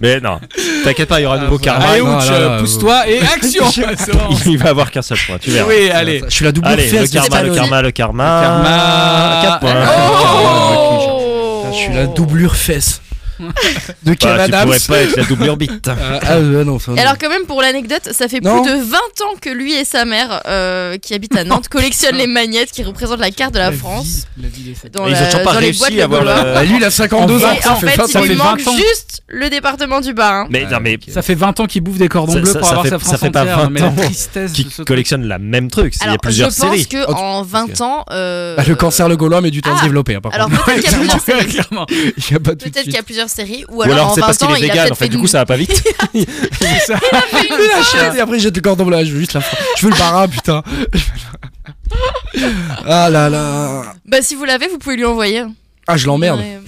[SPEAKER 2] Mais non, t'inquiète pas, il y
[SPEAKER 4] Ah,
[SPEAKER 2] aura un nouveau karma.
[SPEAKER 5] Allez,
[SPEAKER 4] non,
[SPEAKER 5] ouch,
[SPEAKER 4] là, là, euh,
[SPEAKER 5] pousse-toi et action. C'est bon.
[SPEAKER 2] Il va avoir qu'un seul point, tu verras.
[SPEAKER 5] Oui, allez.
[SPEAKER 4] Je suis la double
[SPEAKER 2] Allez, le
[SPEAKER 4] fesse de
[SPEAKER 2] karma, le
[SPEAKER 4] Stallone.
[SPEAKER 2] karma, le karma,
[SPEAKER 5] Le karma.
[SPEAKER 2] Quatre points. Bah,
[SPEAKER 4] Ah,
[SPEAKER 3] Oh
[SPEAKER 4] Je suis la doublure fesse. de
[SPEAKER 2] Bah,
[SPEAKER 4] Kev
[SPEAKER 2] tu
[SPEAKER 4] Adams.
[SPEAKER 2] pourrais pas être la double orbite.
[SPEAKER 4] Euh, ah, euh, non, ça, non.
[SPEAKER 3] Et alors quand même pour l'anecdote, ça fait
[SPEAKER 4] Non.
[SPEAKER 3] plus de 20 ans que lui et sa mère, euh, qui habitent à Nantes, collectionnent les magnettes qui représentent la carte de la, France.
[SPEAKER 5] La vie des sept.
[SPEAKER 3] Dans,
[SPEAKER 2] ils ont
[SPEAKER 3] la-
[SPEAKER 2] toujours pas
[SPEAKER 3] dans les
[SPEAKER 2] réussi
[SPEAKER 3] boîtes
[SPEAKER 2] à avoir
[SPEAKER 3] de Gaulois.
[SPEAKER 2] la-
[SPEAKER 4] Bah, lui, il a 52
[SPEAKER 5] En
[SPEAKER 4] ans.
[SPEAKER 3] Et en fait,
[SPEAKER 5] ça
[SPEAKER 3] il
[SPEAKER 5] fait
[SPEAKER 3] lui
[SPEAKER 5] 20
[SPEAKER 3] manque
[SPEAKER 5] ans.
[SPEAKER 3] juste le département du Bas. hein.
[SPEAKER 2] Mais non, mais
[SPEAKER 5] Ça fait 20 ans qu'il bouffe des cordons
[SPEAKER 2] Ça-
[SPEAKER 5] bleus
[SPEAKER 2] ça-
[SPEAKER 5] pour
[SPEAKER 2] ça
[SPEAKER 5] avoir
[SPEAKER 2] fait-
[SPEAKER 5] sa
[SPEAKER 2] ça
[SPEAKER 5] France
[SPEAKER 2] fait pas
[SPEAKER 5] entière.
[SPEAKER 2] 20
[SPEAKER 5] mais la
[SPEAKER 2] ans
[SPEAKER 5] tristesse
[SPEAKER 2] qui
[SPEAKER 5] de ce truc.
[SPEAKER 2] collectionne la même truc. c'est- Il y
[SPEAKER 3] Alors,
[SPEAKER 2] a plusieurs
[SPEAKER 3] je pense
[SPEAKER 2] séries.
[SPEAKER 3] que en 20 ans, euh,
[SPEAKER 4] Ah, le cancer, le gaulois, mais du temps
[SPEAKER 3] Ah.
[SPEAKER 4] se développer. hein, par
[SPEAKER 3] Alors
[SPEAKER 4] contre.
[SPEAKER 3] peut-être qu'il y a plusieurs séries.
[SPEAKER 5] Clairement.
[SPEAKER 4] Il y a pas tout de
[SPEAKER 3] Peut-être qu'il y
[SPEAKER 4] suite.
[SPEAKER 3] a plusieurs séries, ou
[SPEAKER 2] Ou
[SPEAKER 3] alors,
[SPEAKER 2] alors c'est
[SPEAKER 3] en
[SPEAKER 2] parce
[SPEAKER 3] 20
[SPEAKER 2] qu'il
[SPEAKER 3] ans,
[SPEAKER 2] est
[SPEAKER 3] il a
[SPEAKER 2] vegan,
[SPEAKER 3] peut-être
[SPEAKER 2] en fait,
[SPEAKER 3] fait
[SPEAKER 2] du coup ça va pas vite.
[SPEAKER 4] Il
[SPEAKER 3] Ah.
[SPEAKER 4] l'achète et après jette le cordon bleu. Je veux juste la fin. Je veux le bara, putain. ah là là.
[SPEAKER 3] Bah si vous l'avez, vous pouvez lui envoyer.
[SPEAKER 4] Ah, je l'emmerde.
[SPEAKER 3] Ouais.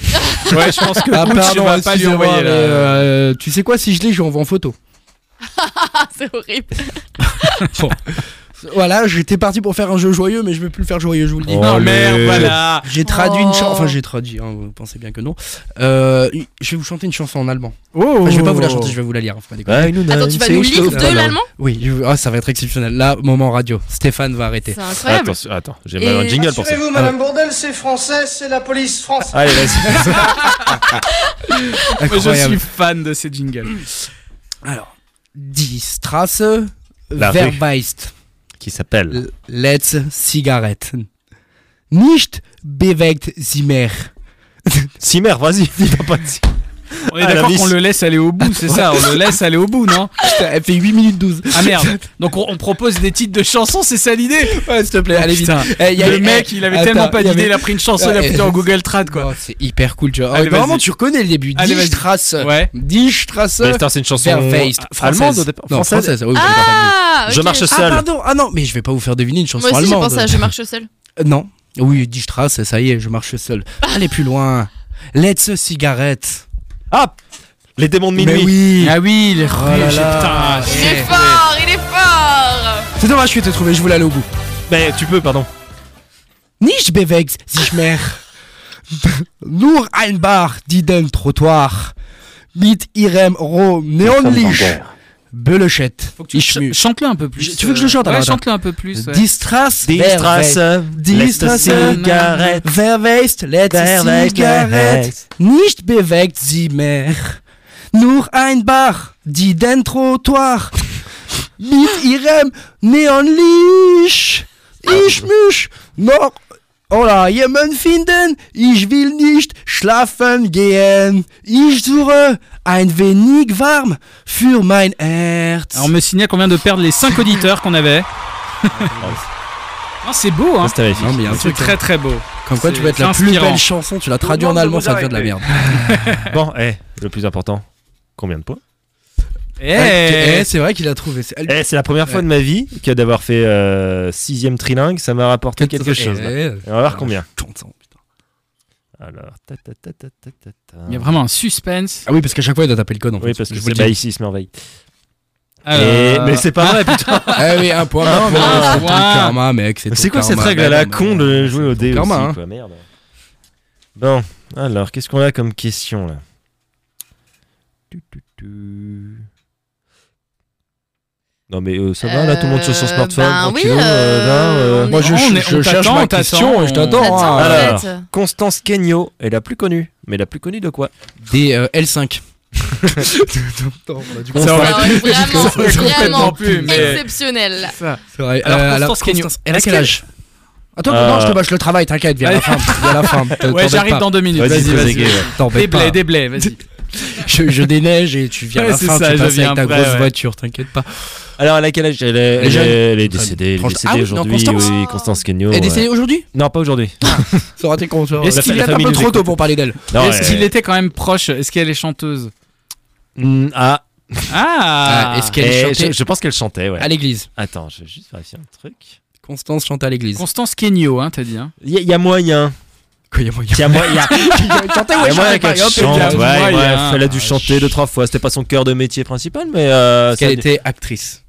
[SPEAKER 5] Ouais, je pense que
[SPEAKER 4] Ah,
[SPEAKER 5] Butch
[SPEAKER 4] pardon,
[SPEAKER 5] va pas lui
[SPEAKER 4] excusez-moi,
[SPEAKER 5] envoyer
[SPEAKER 4] mais,
[SPEAKER 5] là.
[SPEAKER 4] euh, tu sais quoi, si je l'ai, je l'envoie en photo.
[SPEAKER 3] Ah, c'est horrible.
[SPEAKER 4] Voilà, j'étais parti pour faire un jeu joyeux, mais je vais plus le faire joyeux, je vous le dis.
[SPEAKER 2] Oh,
[SPEAKER 5] Oh
[SPEAKER 2] le-
[SPEAKER 5] merde, voilà.
[SPEAKER 4] J'ai traduit une chanson,
[SPEAKER 3] Oh.
[SPEAKER 4] enfin j'ai traduit, hein, vous pensez bien que non. Euh, je vais vous chanter une chanson en allemand.
[SPEAKER 5] Oh.
[SPEAKER 4] Enfin, je vais pas vous la chanter, je vais vous la lire. hein, faut pas déconner.
[SPEAKER 3] Attends, tu vas nous lire
[SPEAKER 4] Stoff,
[SPEAKER 3] de
[SPEAKER 4] alors.
[SPEAKER 3] l'allemand
[SPEAKER 4] Oui, je- ah, ça va être exceptionnel. Là, moment radio. Stéphane va arrêter.
[SPEAKER 3] C'est incroyable.
[SPEAKER 2] Attends, attends, j'ai
[SPEAKER 3] Et-
[SPEAKER 2] un jingle pour ça.
[SPEAKER 1] Rassurez-vous, Madame Bourdel, c'est français, c'est la police française.
[SPEAKER 2] Allez, vas-y.
[SPEAKER 5] Mais je
[SPEAKER 4] Incroyable.
[SPEAKER 5] suis fan de ces jingles.
[SPEAKER 4] Alors, die Straße
[SPEAKER 2] La rue.
[SPEAKER 4] verweist
[SPEAKER 2] Qui s'appelle
[SPEAKER 4] letzte Zigaretten. Nicht bewegt sie mehr.
[SPEAKER 2] Simer, vas-y. dis pas de-
[SPEAKER 5] On est
[SPEAKER 2] Ah, la
[SPEAKER 5] d'accord
[SPEAKER 2] vis.
[SPEAKER 5] qu'on le laisse aller au bout, c'est ça On le laisse aller au bout, non
[SPEAKER 4] Putain, Elle fait 8 minutes 12.
[SPEAKER 5] Ah merde. Donc on, on propose des titres de chansons, c'est ça l'idée
[SPEAKER 4] Ouais, s'il te plaît, allez vite.
[SPEAKER 5] Putain.
[SPEAKER 4] Eh, il y a
[SPEAKER 5] le
[SPEAKER 4] eu-
[SPEAKER 5] mec,
[SPEAKER 4] eh,
[SPEAKER 5] il avait
[SPEAKER 4] attends,
[SPEAKER 5] tellement pas
[SPEAKER 4] il y
[SPEAKER 5] d'idée,
[SPEAKER 4] avait-
[SPEAKER 5] il a pris une chanson, il a
[SPEAKER 4] Ouais,
[SPEAKER 5] mis
[SPEAKER 4] et-
[SPEAKER 5] en Google Trad quoi.
[SPEAKER 4] Oh, c'est hyper cool, Joe.
[SPEAKER 5] Allez,
[SPEAKER 4] Vraiment,
[SPEAKER 5] vas-y.
[SPEAKER 4] tu reconnais le début.
[SPEAKER 5] Allez,
[SPEAKER 4] Die
[SPEAKER 5] vas-y.
[SPEAKER 4] Straße.
[SPEAKER 5] Ouais.
[SPEAKER 4] Die Straße.
[SPEAKER 2] Mais attends, c'est une chanson
[SPEAKER 4] Verfeist.
[SPEAKER 2] allemande au départ.
[SPEAKER 4] Non,
[SPEAKER 2] Française.
[SPEAKER 4] française. oui, oui,
[SPEAKER 3] Ah,
[SPEAKER 2] Je
[SPEAKER 3] ok.
[SPEAKER 2] marche
[SPEAKER 4] Ah,
[SPEAKER 2] seul.
[SPEAKER 4] pardon. Ah non, mais je vais pas vous faire deviner une chanson
[SPEAKER 3] Moi aussi j'ai
[SPEAKER 4] allemande.
[SPEAKER 3] pensé à Je marche seul.
[SPEAKER 4] Euh, non. Oui, Die Straße, ça y est, je marche seul. Allez plus loin. Let's cigarette.
[SPEAKER 2] Ah Les démons de
[SPEAKER 4] Mais
[SPEAKER 2] minuit.
[SPEAKER 4] oui.
[SPEAKER 5] Ah oui, il est
[SPEAKER 4] Oh là là. Eh.
[SPEAKER 5] Putain,
[SPEAKER 3] Il
[SPEAKER 5] c'est-
[SPEAKER 3] est fort, il est fort.
[SPEAKER 4] C'est dommage que t'aies trouvé, je voulais aller au bout.
[SPEAKER 2] Mais tu peux, pardon.
[SPEAKER 4] Nicht bewegt sich mehr. Nur ein Bar, die den Trottoir. Mit ihrem roh Neonlicht. Belechette.
[SPEAKER 5] Faut que tu
[SPEAKER 4] Ich
[SPEAKER 5] ch-
[SPEAKER 4] mu-
[SPEAKER 5] chante-le un peu plus. euh.
[SPEAKER 4] Je- tu veux que je le chante,
[SPEAKER 5] Ouais,
[SPEAKER 4] alors,
[SPEAKER 5] chante-le un peu plus. ouais.
[SPEAKER 4] Die Straße.
[SPEAKER 2] Die
[SPEAKER 4] wäre-
[SPEAKER 2] Straße,
[SPEAKER 4] Die
[SPEAKER 2] letzte
[SPEAKER 4] Straße.
[SPEAKER 2] Zigarette,
[SPEAKER 4] Wer weiß, letzte
[SPEAKER 2] Verweist,
[SPEAKER 4] Zigarette,
[SPEAKER 2] Zigarette.
[SPEAKER 4] nicht bewegt sie mehr. Nur ein Bach, die den Trottoir mit ihrem Neonlicht. Ich muss noch oder jemanden finden, ich will nicht schlafen gehen. Ich suche ein wenig warm für mein Herz.
[SPEAKER 5] Alors Ah, on me signale qu'on vient de perdre les 5 auditeurs qu'on avait. Non, c'est beau, hein
[SPEAKER 2] C'était magnifique.
[SPEAKER 4] Non, mais il y a un
[SPEAKER 5] C'est
[SPEAKER 4] truc, hein.
[SPEAKER 5] très très beau.
[SPEAKER 4] Comme quoi, tu
[SPEAKER 5] C'est-
[SPEAKER 4] peux être la
[SPEAKER 5] c'est
[SPEAKER 4] plus
[SPEAKER 5] inspirant.
[SPEAKER 4] belle chanson, tu l'as
[SPEAKER 1] Tout le
[SPEAKER 4] traduit en
[SPEAKER 1] monde
[SPEAKER 4] allemand,
[SPEAKER 1] vous
[SPEAKER 4] ça
[SPEAKER 1] a
[SPEAKER 4] devient de la
[SPEAKER 1] réglé.
[SPEAKER 4] merde.
[SPEAKER 2] Bon, eh, le plus important, combien de points
[SPEAKER 5] Eh,
[SPEAKER 4] Eh, c'est vrai qu'il a trouvé. c'est-
[SPEAKER 2] Eh, c'est la première fois de ma vie que d'avoir fait euh, sixième trilingue, ça m'a rapporté quelque
[SPEAKER 4] Eh,
[SPEAKER 2] chose. là.
[SPEAKER 4] eh,
[SPEAKER 2] Et on va voir combien.
[SPEAKER 4] content, putain.
[SPEAKER 2] Alors, ta ta ta ta ta ta ta.
[SPEAKER 5] il y a vraiment un suspense.
[SPEAKER 4] Ah oui, parce qu'à chaque fois, il doit taper le code. En
[SPEAKER 2] Oui,
[SPEAKER 4] fait.
[SPEAKER 2] parce que
[SPEAKER 4] je vous le
[SPEAKER 2] c'est
[SPEAKER 4] dis.
[SPEAKER 2] bah, ici, il se met en veille.
[SPEAKER 5] Alors-
[SPEAKER 2] Et- Eh, Mais c'est pas vrai, putain.
[SPEAKER 4] Ah oui, un point.
[SPEAKER 5] Euh, Ah,
[SPEAKER 4] un
[SPEAKER 5] mais
[SPEAKER 4] point,
[SPEAKER 5] un
[SPEAKER 4] c'est ton
[SPEAKER 5] point.
[SPEAKER 4] karma, mec. C'est ton
[SPEAKER 2] C'est quoi cette
[SPEAKER 4] karma,
[SPEAKER 2] règle à
[SPEAKER 4] bah
[SPEAKER 2] la
[SPEAKER 4] non,
[SPEAKER 2] con
[SPEAKER 4] mais-
[SPEAKER 2] de jouer au dé aussi,
[SPEAKER 4] karma, hein.
[SPEAKER 2] quoi, merde. Bon, alors, qu'est-ce qu'on a comme question, là Tu, tu, tu. Non, mais euh, ça va, là, tout le monde sur son
[SPEAKER 3] Euh,
[SPEAKER 2] smartphone,
[SPEAKER 3] ben
[SPEAKER 2] tranquille,
[SPEAKER 3] oui,
[SPEAKER 2] euh, là,
[SPEAKER 3] euh,
[SPEAKER 2] euh.
[SPEAKER 3] on-
[SPEAKER 4] Moi, je,
[SPEAKER 5] On est-
[SPEAKER 4] je
[SPEAKER 5] on
[SPEAKER 4] cherche
[SPEAKER 5] t'attend,
[SPEAKER 4] ma
[SPEAKER 5] on t'attend,
[SPEAKER 4] question et je
[SPEAKER 5] on-
[SPEAKER 4] t'attends.
[SPEAKER 3] T'attends, en
[SPEAKER 4] hein.
[SPEAKER 2] alors.
[SPEAKER 3] fait. euh,
[SPEAKER 2] Constance Kenyo est la plus connue. Mais la plus connue de quoi
[SPEAKER 4] Des euh, L5.
[SPEAKER 5] Ça aurait
[SPEAKER 3] Alors,
[SPEAKER 5] pu-
[SPEAKER 3] vraiment,
[SPEAKER 5] ça aurait complètement
[SPEAKER 3] vraiment
[SPEAKER 5] pu, mais-
[SPEAKER 3] exceptionnel.
[SPEAKER 4] C'est vrai.
[SPEAKER 5] Alors,
[SPEAKER 4] Euh,
[SPEAKER 5] Constance Kenyo.
[SPEAKER 4] Elle a
[SPEAKER 5] Est-ce
[SPEAKER 4] quel
[SPEAKER 5] qu'elle-
[SPEAKER 4] âge Attends,
[SPEAKER 2] Euh,
[SPEAKER 4] non, je te bats, je le travaille, t'inquiète, viens à la fin. Viens à la fin. te-
[SPEAKER 5] Ouais,
[SPEAKER 4] t'embête
[SPEAKER 5] j'arrive
[SPEAKER 4] euh, pas,
[SPEAKER 5] dans deux minutes.
[SPEAKER 2] Vas-y,
[SPEAKER 5] Vas-y,
[SPEAKER 2] très
[SPEAKER 5] vas-y.
[SPEAKER 2] aiguë, ouais.
[SPEAKER 4] t'embête pas.
[SPEAKER 5] Déblai, déblai, vas-y.
[SPEAKER 4] Je, je déneige et tu viens à
[SPEAKER 5] Ouais,
[SPEAKER 4] la
[SPEAKER 5] c'est
[SPEAKER 4] fin,
[SPEAKER 5] ça,
[SPEAKER 4] tu
[SPEAKER 5] je
[SPEAKER 4] passes
[SPEAKER 5] viens
[SPEAKER 4] avec ta
[SPEAKER 5] après,
[SPEAKER 4] grosse
[SPEAKER 5] ouais.
[SPEAKER 4] voiture, t'inquiète pas.
[SPEAKER 2] Alors, elle a quel âge Elle est, elle est-
[SPEAKER 4] jeune.
[SPEAKER 2] elle est décédée, elle est
[SPEAKER 4] Tranche-
[SPEAKER 2] décédée
[SPEAKER 4] Ah oui, non,
[SPEAKER 2] aujourd'hui.
[SPEAKER 4] Constance.
[SPEAKER 2] oui, Constance Kenyo.
[SPEAKER 4] Elle
[SPEAKER 2] ouais.
[SPEAKER 4] est décédée aujourd'hui
[SPEAKER 2] Non, pas aujourd'hui.
[SPEAKER 4] Ça aurait été con, tu vois.
[SPEAKER 5] Est-ce
[SPEAKER 4] Est-ce qu'il
[SPEAKER 5] qu'il est
[SPEAKER 4] est
[SPEAKER 2] la
[SPEAKER 4] un peu
[SPEAKER 2] famille
[SPEAKER 4] trop
[SPEAKER 2] des
[SPEAKER 4] tôt pour parler d'elle
[SPEAKER 2] Non,
[SPEAKER 5] Est-ce
[SPEAKER 2] elle-
[SPEAKER 5] qu'il était quand même proche Est-ce qu'elle est chanteuse
[SPEAKER 2] Mm, ah,
[SPEAKER 4] Ah,
[SPEAKER 5] Ah
[SPEAKER 4] est-ce qu'elle
[SPEAKER 2] eh,
[SPEAKER 4] chantait
[SPEAKER 2] je, je pense qu'elle chantait, ouais.
[SPEAKER 4] à l'église
[SPEAKER 2] Attends, je vais juste vérifier un truc.
[SPEAKER 4] Constance chante à l'église.
[SPEAKER 5] Constance Kenyo, hein, t'as dit. Hein.
[SPEAKER 2] Il y, a- il y a moyen.
[SPEAKER 4] Quoi, y a moyen
[SPEAKER 2] Il y a moyen.
[SPEAKER 4] Chanter,
[SPEAKER 2] Il y a moyen
[SPEAKER 5] chantait pas,
[SPEAKER 2] qu'elle
[SPEAKER 5] il y a un peu de
[SPEAKER 2] chante.
[SPEAKER 5] gaz,
[SPEAKER 2] ouais,
[SPEAKER 5] ouais, il y a
[SPEAKER 2] bref,
[SPEAKER 5] un-
[SPEAKER 2] elle a dû
[SPEAKER 4] Ah,
[SPEAKER 2] chanter
[SPEAKER 4] je-
[SPEAKER 2] deux, trois fois. C'était pas son cœur de métier principal, mais. euh, ça-
[SPEAKER 4] Est-ce qu'elle était actrice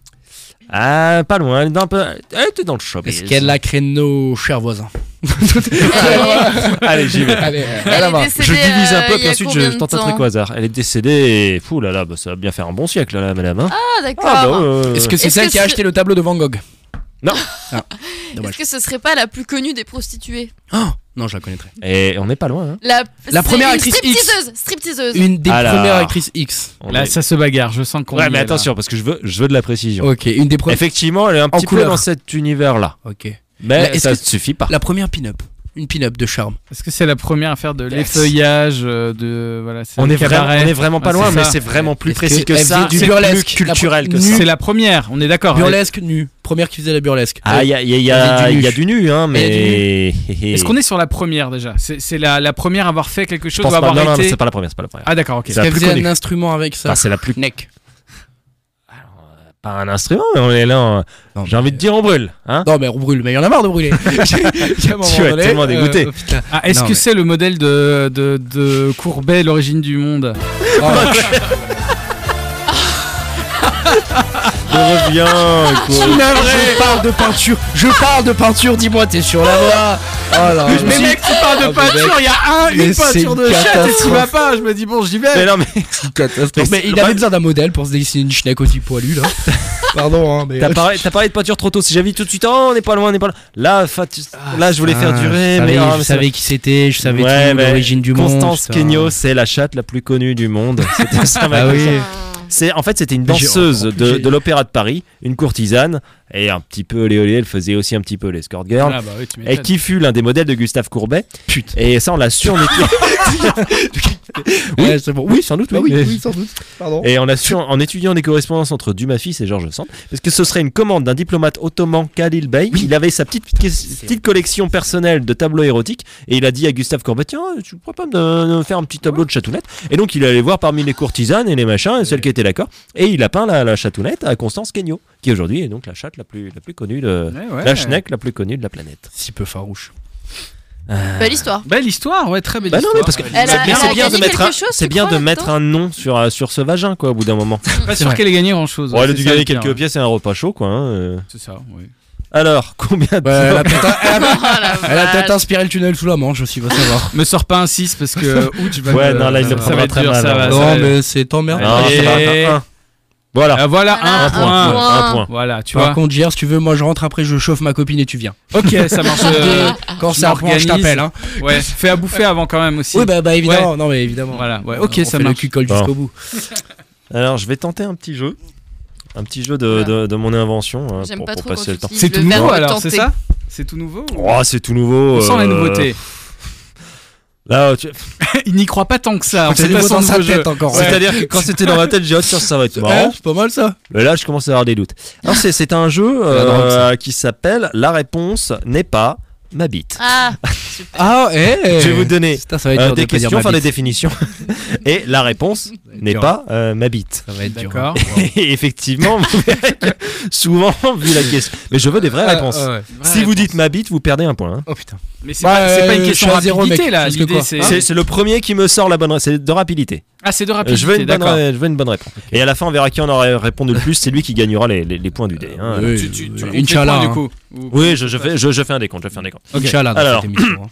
[SPEAKER 2] Ah, pas loin. Elle était, un peu... elle était dans le shop.
[SPEAKER 4] Est-ce qu'elle a créé nos chers voisins
[SPEAKER 3] Elle est-
[SPEAKER 2] Allez, j'y vais.
[SPEAKER 4] Allez, euh,
[SPEAKER 3] Elle
[SPEAKER 4] là
[SPEAKER 3] est
[SPEAKER 4] va.
[SPEAKER 3] décédée,
[SPEAKER 2] Je divise un
[SPEAKER 3] euh,
[SPEAKER 2] peu,
[SPEAKER 3] il
[SPEAKER 2] puis
[SPEAKER 3] y a
[SPEAKER 2] ensuite
[SPEAKER 3] combien
[SPEAKER 2] je
[SPEAKER 3] de
[SPEAKER 2] tente un
[SPEAKER 3] temps
[SPEAKER 2] truc au hasard. Elle est décédée, et. Fou là là, bah, ça va bien faire un bon siècle, là, madame. hein.
[SPEAKER 3] Ah, d'accord.
[SPEAKER 2] Ah, bah, ouais, ouais, ouais.
[SPEAKER 4] Est-ce que c'est
[SPEAKER 3] Est-ce
[SPEAKER 4] celle
[SPEAKER 3] que
[SPEAKER 4] qui a
[SPEAKER 3] ce-
[SPEAKER 4] acheté le tableau de Van Gogh
[SPEAKER 2] Non.
[SPEAKER 4] Ah, dommage.
[SPEAKER 3] Est-ce que ce serait pas la plus connue des prostituées
[SPEAKER 4] Oh, Non, je la connaîtrais.
[SPEAKER 2] Et on n'est pas loin. hein.
[SPEAKER 3] La, c'est
[SPEAKER 4] première
[SPEAKER 3] une
[SPEAKER 4] actrice X.
[SPEAKER 3] stripteaseuse, stripteaseuse.
[SPEAKER 4] Une des
[SPEAKER 2] Alors.
[SPEAKER 4] premières actrices X.
[SPEAKER 2] On
[SPEAKER 5] Là,
[SPEAKER 2] est-
[SPEAKER 5] ça se bagarre, je sens qu'on. y
[SPEAKER 2] Ouais,
[SPEAKER 5] est,
[SPEAKER 2] mais
[SPEAKER 5] là.
[SPEAKER 2] attention, parce que je veux, je veux de la précision.
[SPEAKER 4] Ok, une des premières.
[SPEAKER 2] Effectivement, elle est un petit peu
[SPEAKER 4] couleur.
[SPEAKER 2] dans cet univers-là.
[SPEAKER 4] Ok. Mais
[SPEAKER 2] Mais
[SPEAKER 4] est-ce
[SPEAKER 2] ça ne
[SPEAKER 4] que-
[SPEAKER 2] suffit pas.
[SPEAKER 4] La première pin-up. Une pin-up de charme.
[SPEAKER 5] Est-ce que c'est la première affaire de
[SPEAKER 2] Yes.
[SPEAKER 5] l'effeuillage euh, de voilà, c'est
[SPEAKER 2] On
[SPEAKER 5] le
[SPEAKER 2] est, vraiment,
[SPEAKER 5] cabaret.
[SPEAKER 2] on est vraiment pas
[SPEAKER 4] Ah,
[SPEAKER 5] Ouais,
[SPEAKER 2] loin,
[SPEAKER 5] c'est
[SPEAKER 2] mais
[SPEAKER 5] ça.
[SPEAKER 2] c'est vraiment plus
[SPEAKER 4] Est-ce
[SPEAKER 2] précis que,
[SPEAKER 4] que elle
[SPEAKER 2] ça.
[SPEAKER 4] faisait du
[SPEAKER 2] c'est
[SPEAKER 4] burlesque,
[SPEAKER 2] plus culturel
[SPEAKER 4] la-
[SPEAKER 2] que
[SPEAKER 4] nu.
[SPEAKER 2] ça.
[SPEAKER 5] C'est la première, on est d'accord.
[SPEAKER 4] Burlesque nue. Première qui faisait la burlesque.
[SPEAKER 2] Ah, il y a, y a- y a-
[SPEAKER 4] Elle faisait du
[SPEAKER 2] y a
[SPEAKER 4] nu.
[SPEAKER 2] du nu, hein,
[SPEAKER 4] Elle
[SPEAKER 2] mais.
[SPEAKER 5] Est-ce qu'on est sur la première déjà C'est c'est la, la première à avoir fait quelque
[SPEAKER 2] Je
[SPEAKER 5] chose
[SPEAKER 2] pense
[SPEAKER 5] ou
[SPEAKER 2] pas.
[SPEAKER 5] avoir
[SPEAKER 2] Non, non,
[SPEAKER 5] été
[SPEAKER 2] c'est pas la première, c'est pas la première.
[SPEAKER 5] Ah d'accord, ok.
[SPEAKER 2] C'est la
[SPEAKER 4] Elle
[SPEAKER 2] plus
[SPEAKER 4] faisait
[SPEAKER 2] connue.
[SPEAKER 4] un instrument avec ça.
[SPEAKER 2] Enfin, c'est la plus.
[SPEAKER 4] Neck.
[SPEAKER 2] Pas un instrument, mais on est là. en-
[SPEAKER 4] Non,
[SPEAKER 2] J'ai envie de dire, on brûle. Hein
[SPEAKER 4] Non, mais on brûle, mais il y en a marre de brûler. tu
[SPEAKER 2] Tu es tellement
[SPEAKER 4] euh,
[SPEAKER 2] dégoûté.
[SPEAKER 5] Ah, est-ce
[SPEAKER 4] Non,
[SPEAKER 5] que
[SPEAKER 4] mais-
[SPEAKER 5] c'est le modèle de, de, de Courbet, l'origine du monde
[SPEAKER 4] Oh,
[SPEAKER 2] Je reviens, quoi.
[SPEAKER 4] je parle de peinture, je parle de peinture, dis-moi, t'es sur la voie. Oh là,
[SPEAKER 5] Mais mec, tu parles de
[SPEAKER 4] Ah, mais
[SPEAKER 5] peinture, il y a un,
[SPEAKER 4] mais
[SPEAKER 5] une
[SPEAKER 4] c'est
[SPEAKER 5] peinture
[SPEAKER 4] une
[SPEAKER 5] de chat et tu
[SPEAKER 4] catastrophe.
[SPEAKER 5] vas pas. Je me dis, bon, j'y
[SPEAKER 2] Mais
[SPEAKER 5] vais.
[SPEAKER 2] non, mais
[SPEAKER 4] catastrophe. Mais il avait besoin d'un modèle pour se dessiner une schneck aussi poilue, là. Pardon, hein, mais.
[SPEAKER 2] T'as parlé, t'as parlé de peinture trop tôt. Si j'avais dit tout de suite, oh, on n'est pas loin, on n'est pas loin. Là, fa- tu-
[SPEAKER 4] Ah,
[SPEAKER 2] là, je voulais faire durer, mais, ah, mais ça-
[SPEAKER 4] qui c'était, je
[SPEAKER 2] Ouais,
[SPEAKER 4] tout,
[SPEAKER 2] mais Constance
[SPEAKER 4] putain.
[SPEAKER 2] Kenyo, c'est la chatte la plus connue du monde. C'était ça ma
[SPEAKER 4] Ah oui.
[SPEAKER 2] question. C'est en fait c'était une
[SPEAKER 4] Mais j'ai-
[SPEAKER 2] danseuse
[SPEAKER 4] en plus,
[SPEAKER 2] de,
[SPEAKER 4] j'ai-
[SPEAKER 2] de l'opéra de Paris, une courtisane et un petit peu olé olé, elle faisait aussi un petit peu l'escort girl.
[SPEAKER 5] Ah, bah oui, tu
[SPEAKER 2] Et
[SPEAKER 5] m'étonnes.
[SPEAKER 2] qui fut l'un des modèles de Gustave Courbet.
[SPEAKER 4] Putain.
[SPEAKER 2] Et ça, on l'a surnommé. Oui.
[SPEAKER 4] Ouais, c'est bon.
[SPEAKER 2] oui, sans doute,
[SPEAKER 4] Ah
[SPEAKER 2] oui. mais-
[SPEAKER 4] sans doute. Pardon.
[SPEAKER 2] Et on a su, en étudiant les correspondances entre Dumafis et Georges Sand, parce que ce serait une commande d'un diplomate ottoman Khalil Bey. Il avait sa petite, petite collection personnelle de tableaux érotiques et il a dit à Gustave Courbet Tiens, tu pourrais pas me me faire un petit tableau de chatounette Et donc il allait voir parmi les courtisanes et les machins, et celles qui étaient d'accord. Et il a peint la, la chatounette à Constance Kenyo, qui aujourd'hui est donc la chatte la plus, la plus connue de.
[SPEAKER 5] Ouais, ouais.
[SPEAKER 2] La schneck la plus connue de la planète.
[SPEAKER 4] Si peu farouche.
[SPEAKER 3] Euh, Belle histoire.
[SPEAKER 5] Belle histoire, ouais, très belle
[SPEAKER 2] Bah non,
[SPEAKER 5] histoire.
[SPEAKER 2] mais parce que
[SPEAKER 3] Elle a-
[SPEAKER 2] c'est bien,
[SPEAKER 3] elle a
[SPEAKER 2] c'est bien de
[SPEAKER 3] gagné
[SPEAKER 2] mettre, un,
[SPEAKER 3] quelque chose,
[SPEAKER 2] c'est
[SPEAKER 3] tu
[SPEAKER 2] bien
[SPEAKER 3] crois,
[SPEAKER 2] de mettre
[SPEAKER 3] là-dedans
[SPEAKER 2] un nom sur, euh, sur ce vagin, quoi, au bout d'un moment.
[SPEAKER 5] pas
[SPEAKER 4] c'est
[SPEAKER 5] sûr
[SPEAKER 4] vrai.
[SPEAKER 5] qu'elle ait gagné grand chose.
[SPEAKER 2] Bon, elle a dû gagner quelques pièces et un repas chaud, quoi. hein, euh.
[SPEAKER 5] hein. C'est ça, oui.
[SPEAKER 2] Alors, combien de
[SPEAKER 4] Ouais, elle a peut-être
[SPEAKER 3] Ah, la
[SPEAKER 4] elle a
[SPEAKER 3] vache.
[SPEAKER 4] peut-être inspiré le tunnel sous la manche aussi, va savoir.
[SPEAKER 5] Me sors pas un 6 parce que. Ouh, tu vas
[SPEAKER 2] Ouais,
[SPEAKER 5] me-
[SPEAKER 2] non, là, il
[SPEAKER 5] ça
[SPEAKER 2] le prendra
[SPEAKER 5] va être
[SPEAKER 2] très
[SPEAKER 5] dur,
[SPEAKER 2] mal,
[SPEAKER 5] ça
[SPEAKER 2] hein.
[SPEAKER 5] va, ça
[SPEAKER 4] non,
[SPEAKER 5] va être-
[SPEAKER 4] mais c'est t'emmerde.
[SPEAKER 5] Ah,
[SPEAKER 2] Non,
[SPEAKER 5] Et-
[SPEAKER 2] c'est pas un, un, un. Voilà.
[SPEAKER 5] Ah, voilà,
[SPEAKER 3] Voilà,
[SPEAKER 5] un
[SPEAKER 2] un,
[SPEAKER 5] point.
[SPEAKER 2] point,
[SPEAKER 3] point.
[SPEAKER 2] un point.
[SPEAKER 5] Voilà, tu
[SPEAKER 4] Par
[SPEAKER 5] vois.
[SPEAKER 4] contre, JR, si tu veux, moi je rentre après, je chauffe ma copine et tu viens.
[SPEAKER 5] Ok, ça marche. euh,
[SPEAKER 4] Quand
[SPEAKER 5] Je
[SPEAKER 4] ça reprend, je
[SPEAKER 5] m'organise.
[SPEAKER 4] t'appelle. Hein.
[SPEAKER 5] Ouais, fais à bouffer avant quand même aussi.
[SPEAKER 4] Oui, bah, bah évidemment. Non, mais évidemment.
[SPEAKER 5] Voilà, ouais, ok,
[SPEAKER 4] On
[SPEAKER 5] ça
[SPEAKER 4] fait le
[SPEAKER 5] marche.
[SPEAKER 4] cul-colle
[SPEAKER 2] Bon.
[SPEAKER 4] jusqu'au bout.
[SPEAKER 2] Alors, je vais tenter un petit jeu. Un petit jeu de, de, de mon invention hein,
[SPEAKER 3] J'aime
[SPEAKER 2] pour,
[SPEAKER 3] pas
[SPEAKER 2] pour
[SPEAKER 3] trop quand
[SPEAKER 2] passer le
[SPEAKER 3] tu
[SPEAKER 2] temps.
[SPEAKER 3] dis
[SPEAKER 5] C'est
[SPEAKER 3] le
[SPEAKER 5] tout nouveau
[SPEAKER 3] verbe
[SPEAKER 5] alors,
[SPEAKER 3] tenter.
[SPEAKER 5] c'est ça C'est tout nouveau ou-
[SPEAKER 2] Oh, c'est tout nouveau.
[SPEAKER 5] On sent la
[SPEAKER 2] euh,
[SPEAKER 5] nouveauté.
[SPEAKER 2] Là, tu-
[SPEAKER 5] Il n'y croit pas tant que ça. en fait,
[SPEAKER 4] C'est
[SPEAKER 5] à
[SPEAKER 4] nouveau
[SPEAKER 5] son
[SPEAKER 4] dans sa
[SPEAKER 5] nouveau jeu.
[SPEAKER 4] tête encore. ouais.
[SPEAKER 2] C'est-à-dire que quand c'était dans ma tête, j'ai dit, oh, tiens, ça va être marrant.
[SPEAKER 4] Ouais, C'est pas mal ça.
[SPEAKER 2] Mais là, je commence à avoir des doutes. Alors, c'est, c'est un jeu
[SPEAKER 4] C'est la drogue,
[SPEAKER 2] euh, qui s'appelle La réponse n'est pas ma bite.
[SPEAKER 3] Ah,
[SPEAKER 4] Ah, eh.
[SPEAKER 2] Je vais vous donner
[SPEAKER 4] Putain, ça va être
[SPEAKER 2] euh,
[SPEAKER 4] dur de
[SPEAKER 2] des
[SPEAKER 4] pas dire
[SPEAKER 2] questions, enfin
[SPEAKER 4] ma
[SPEAKER 2] des
[SPEAKER 4] bite.
[SPEAKER 2] définitions. Et la réponse n'est
[SPEAKER 4] dur.
[SPEAKER 2] pas euh, ma bite.
[SPEAKER 4] Ça va être dur.
[SPEAKER 5] D'accord.
[SPEAKER 2] Et effectivement, vous verrez que souvent, vu la question. Mais je veux des vraies
[SPEAKER 4] Ah,
[SPEAKER 2] réponses.
[SPEAKER 4] ah, ouais.
[SPEAKER 2] Si vous dites ma bite, vous perdez un point. hein.
[SPEAKER 4] Oh putain.
[SPEAKER 5] Mais c'est
[SPEAKER 4] Bah,
[SPEAKER 5] pas, c'est pas
[SPEAKER 4] euh,
[SPEAKER 5] une
[SPEAKER 4] je
[SPEAKER 5] question
[SPEAKER 4] suis
[SPEAKER 5] de
[SPEAKER 4] à zéro,
[SPEAKER 5] rapidité
[SPEAKER 4] mec,
[SPEAKER 5] là.
[SPEAKER 4] parce que
[SPEAKER 5] L'idée
[SPEAKER 4] quoi
[SPEAKER 5] c'est.
[SPEAKER 2] C'est c'est le premier qui me sort la bonne réponse. C'est de rapidité.
[SPEAKER 5] Ah, c'est de
[SPEAKER 2] Euh,
[SPEAKER 5] rapidité.
[SPEAKER 2] Je veux, une bonne,
[SPEAKER 5] d'accord.
[SPEAKER 2] ré- je veux une bonne réponse. Et à la fin, on verra qui en aurait répondu le plus. C'est lui qui gagnera les, les- les points du dé. hein.
[SPEAKER 4] Euh,
[SPEAKER 5] Tu- tu- tu-
[SPEAKER 4] Euh,
[SPEAKER 5] on fait
[SPEAKER 4] Inch'Allah,
[SPEAKER 5] quoi, du
[SPEAKER 4] hein.
[SPEAKER 5] coup Ou-
[SPEAKER 2] Oui, je, je fais, je, je fais un décompte. Je fais un décompte.
[SPEAKER 5] Ok.
[SPEAKER 4] Inch'Allah, dans
[SPEAKER 2] Alors.
[SPEAKER 4] cette émission, hein.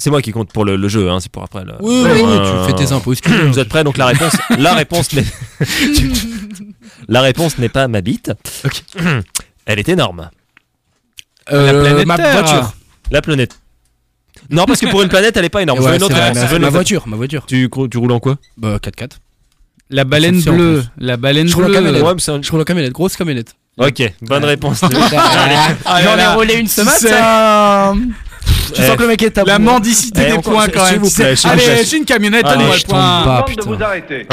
[SPEAKER 2] C'est moi qui compte pour le, le jeu. hein, C'est pour après. le-
[SPEAKER 4] Oui, oui,
[SPEAKER 2] Euh,
[SPEAKER 4] tu fais tes impôts.
[SPEAKER 2] Vous êtes prêts Donc la réponse, la réponse, n'est- la réponse n'est pas ma bite.
[SPEAKER 4] Ok.
[SPEAKER 2] Elle est énorme.
[SPEAKER 5] La planète
[SPEAKER 4] Euh, ma
[SPEAKER 5] Terre.
[SPEAKER 4] voiture.
[SPEAKER 2] La planète. Non, parce que pour une planète, elle est pas énorme.
[SPEAKER 4] Et
[SPEAKER 2] Je veux
[SPEAKER 4] ouais,
[SPEAKER 2] une autre
[SPEAKER 4] c'est vrai,
[SPEAKER 2] réponse,
[SPEAKER 4] ma-
[SPEAKER 2] je veux une
[SPEAKER 4] Ma
[SPEAKER 2] autre
[SPEAKER 4] voiture, ma voiture.
[SPEAKER 2] Tu, cou- tu roules en quoi
[SPEAKER 4] Bah 4x4.
[SPEAKER 5] La baleine
[SPEAKER 4] C'est en
[SPEAKER 5] bleue. La baleine
[SPEAKER 4] Je crois
[SPEAKER 5] bleue.
[SPEAKER 4] qu'elle est là.
[SPEAKER 2] Ouais, mais c'est un-
[SPEAKER 4] Je roule en camionnette, grosse camionnette.
[SPEAKER 2] Euh, hein. Ok, bonne réponse.
[SPEAKER 5] Ah, là, là.
[SPEAKER 4] roulé une
[SPEAKER 5] ce matin.
[SPEAKER 4] Tu sens que le mec est à
[SPEAKER 5] La
[SPEAKER 4] bout. Ah,
[SPEAKER 5] mendicité
[SPEAKER 2] Eh,
[SPEAKER 5] des
[SPEAKER 2] on-
[SPEAKER 5] points quand
[SPEAKER 2] s'il
[SPEAKER 5] même.
[SPEAKER 2] vous plaît, s'il vous
[SPEAKER 5] Allez,
[SPEAKER 2] plaît.
[SPEAKER 5] j'ai une camionnette,
[SPEAKER 2] Allez,
[SPEAKER 5] donne-moi le
[SPEAKER 4] je tombe
[SPEAKER 5] point.
[SPEAKER 4] pas,
[SPEAKER 6] Bande de vous
[SPEAKER 4] putain.
[SPEAKER 6] arrêter.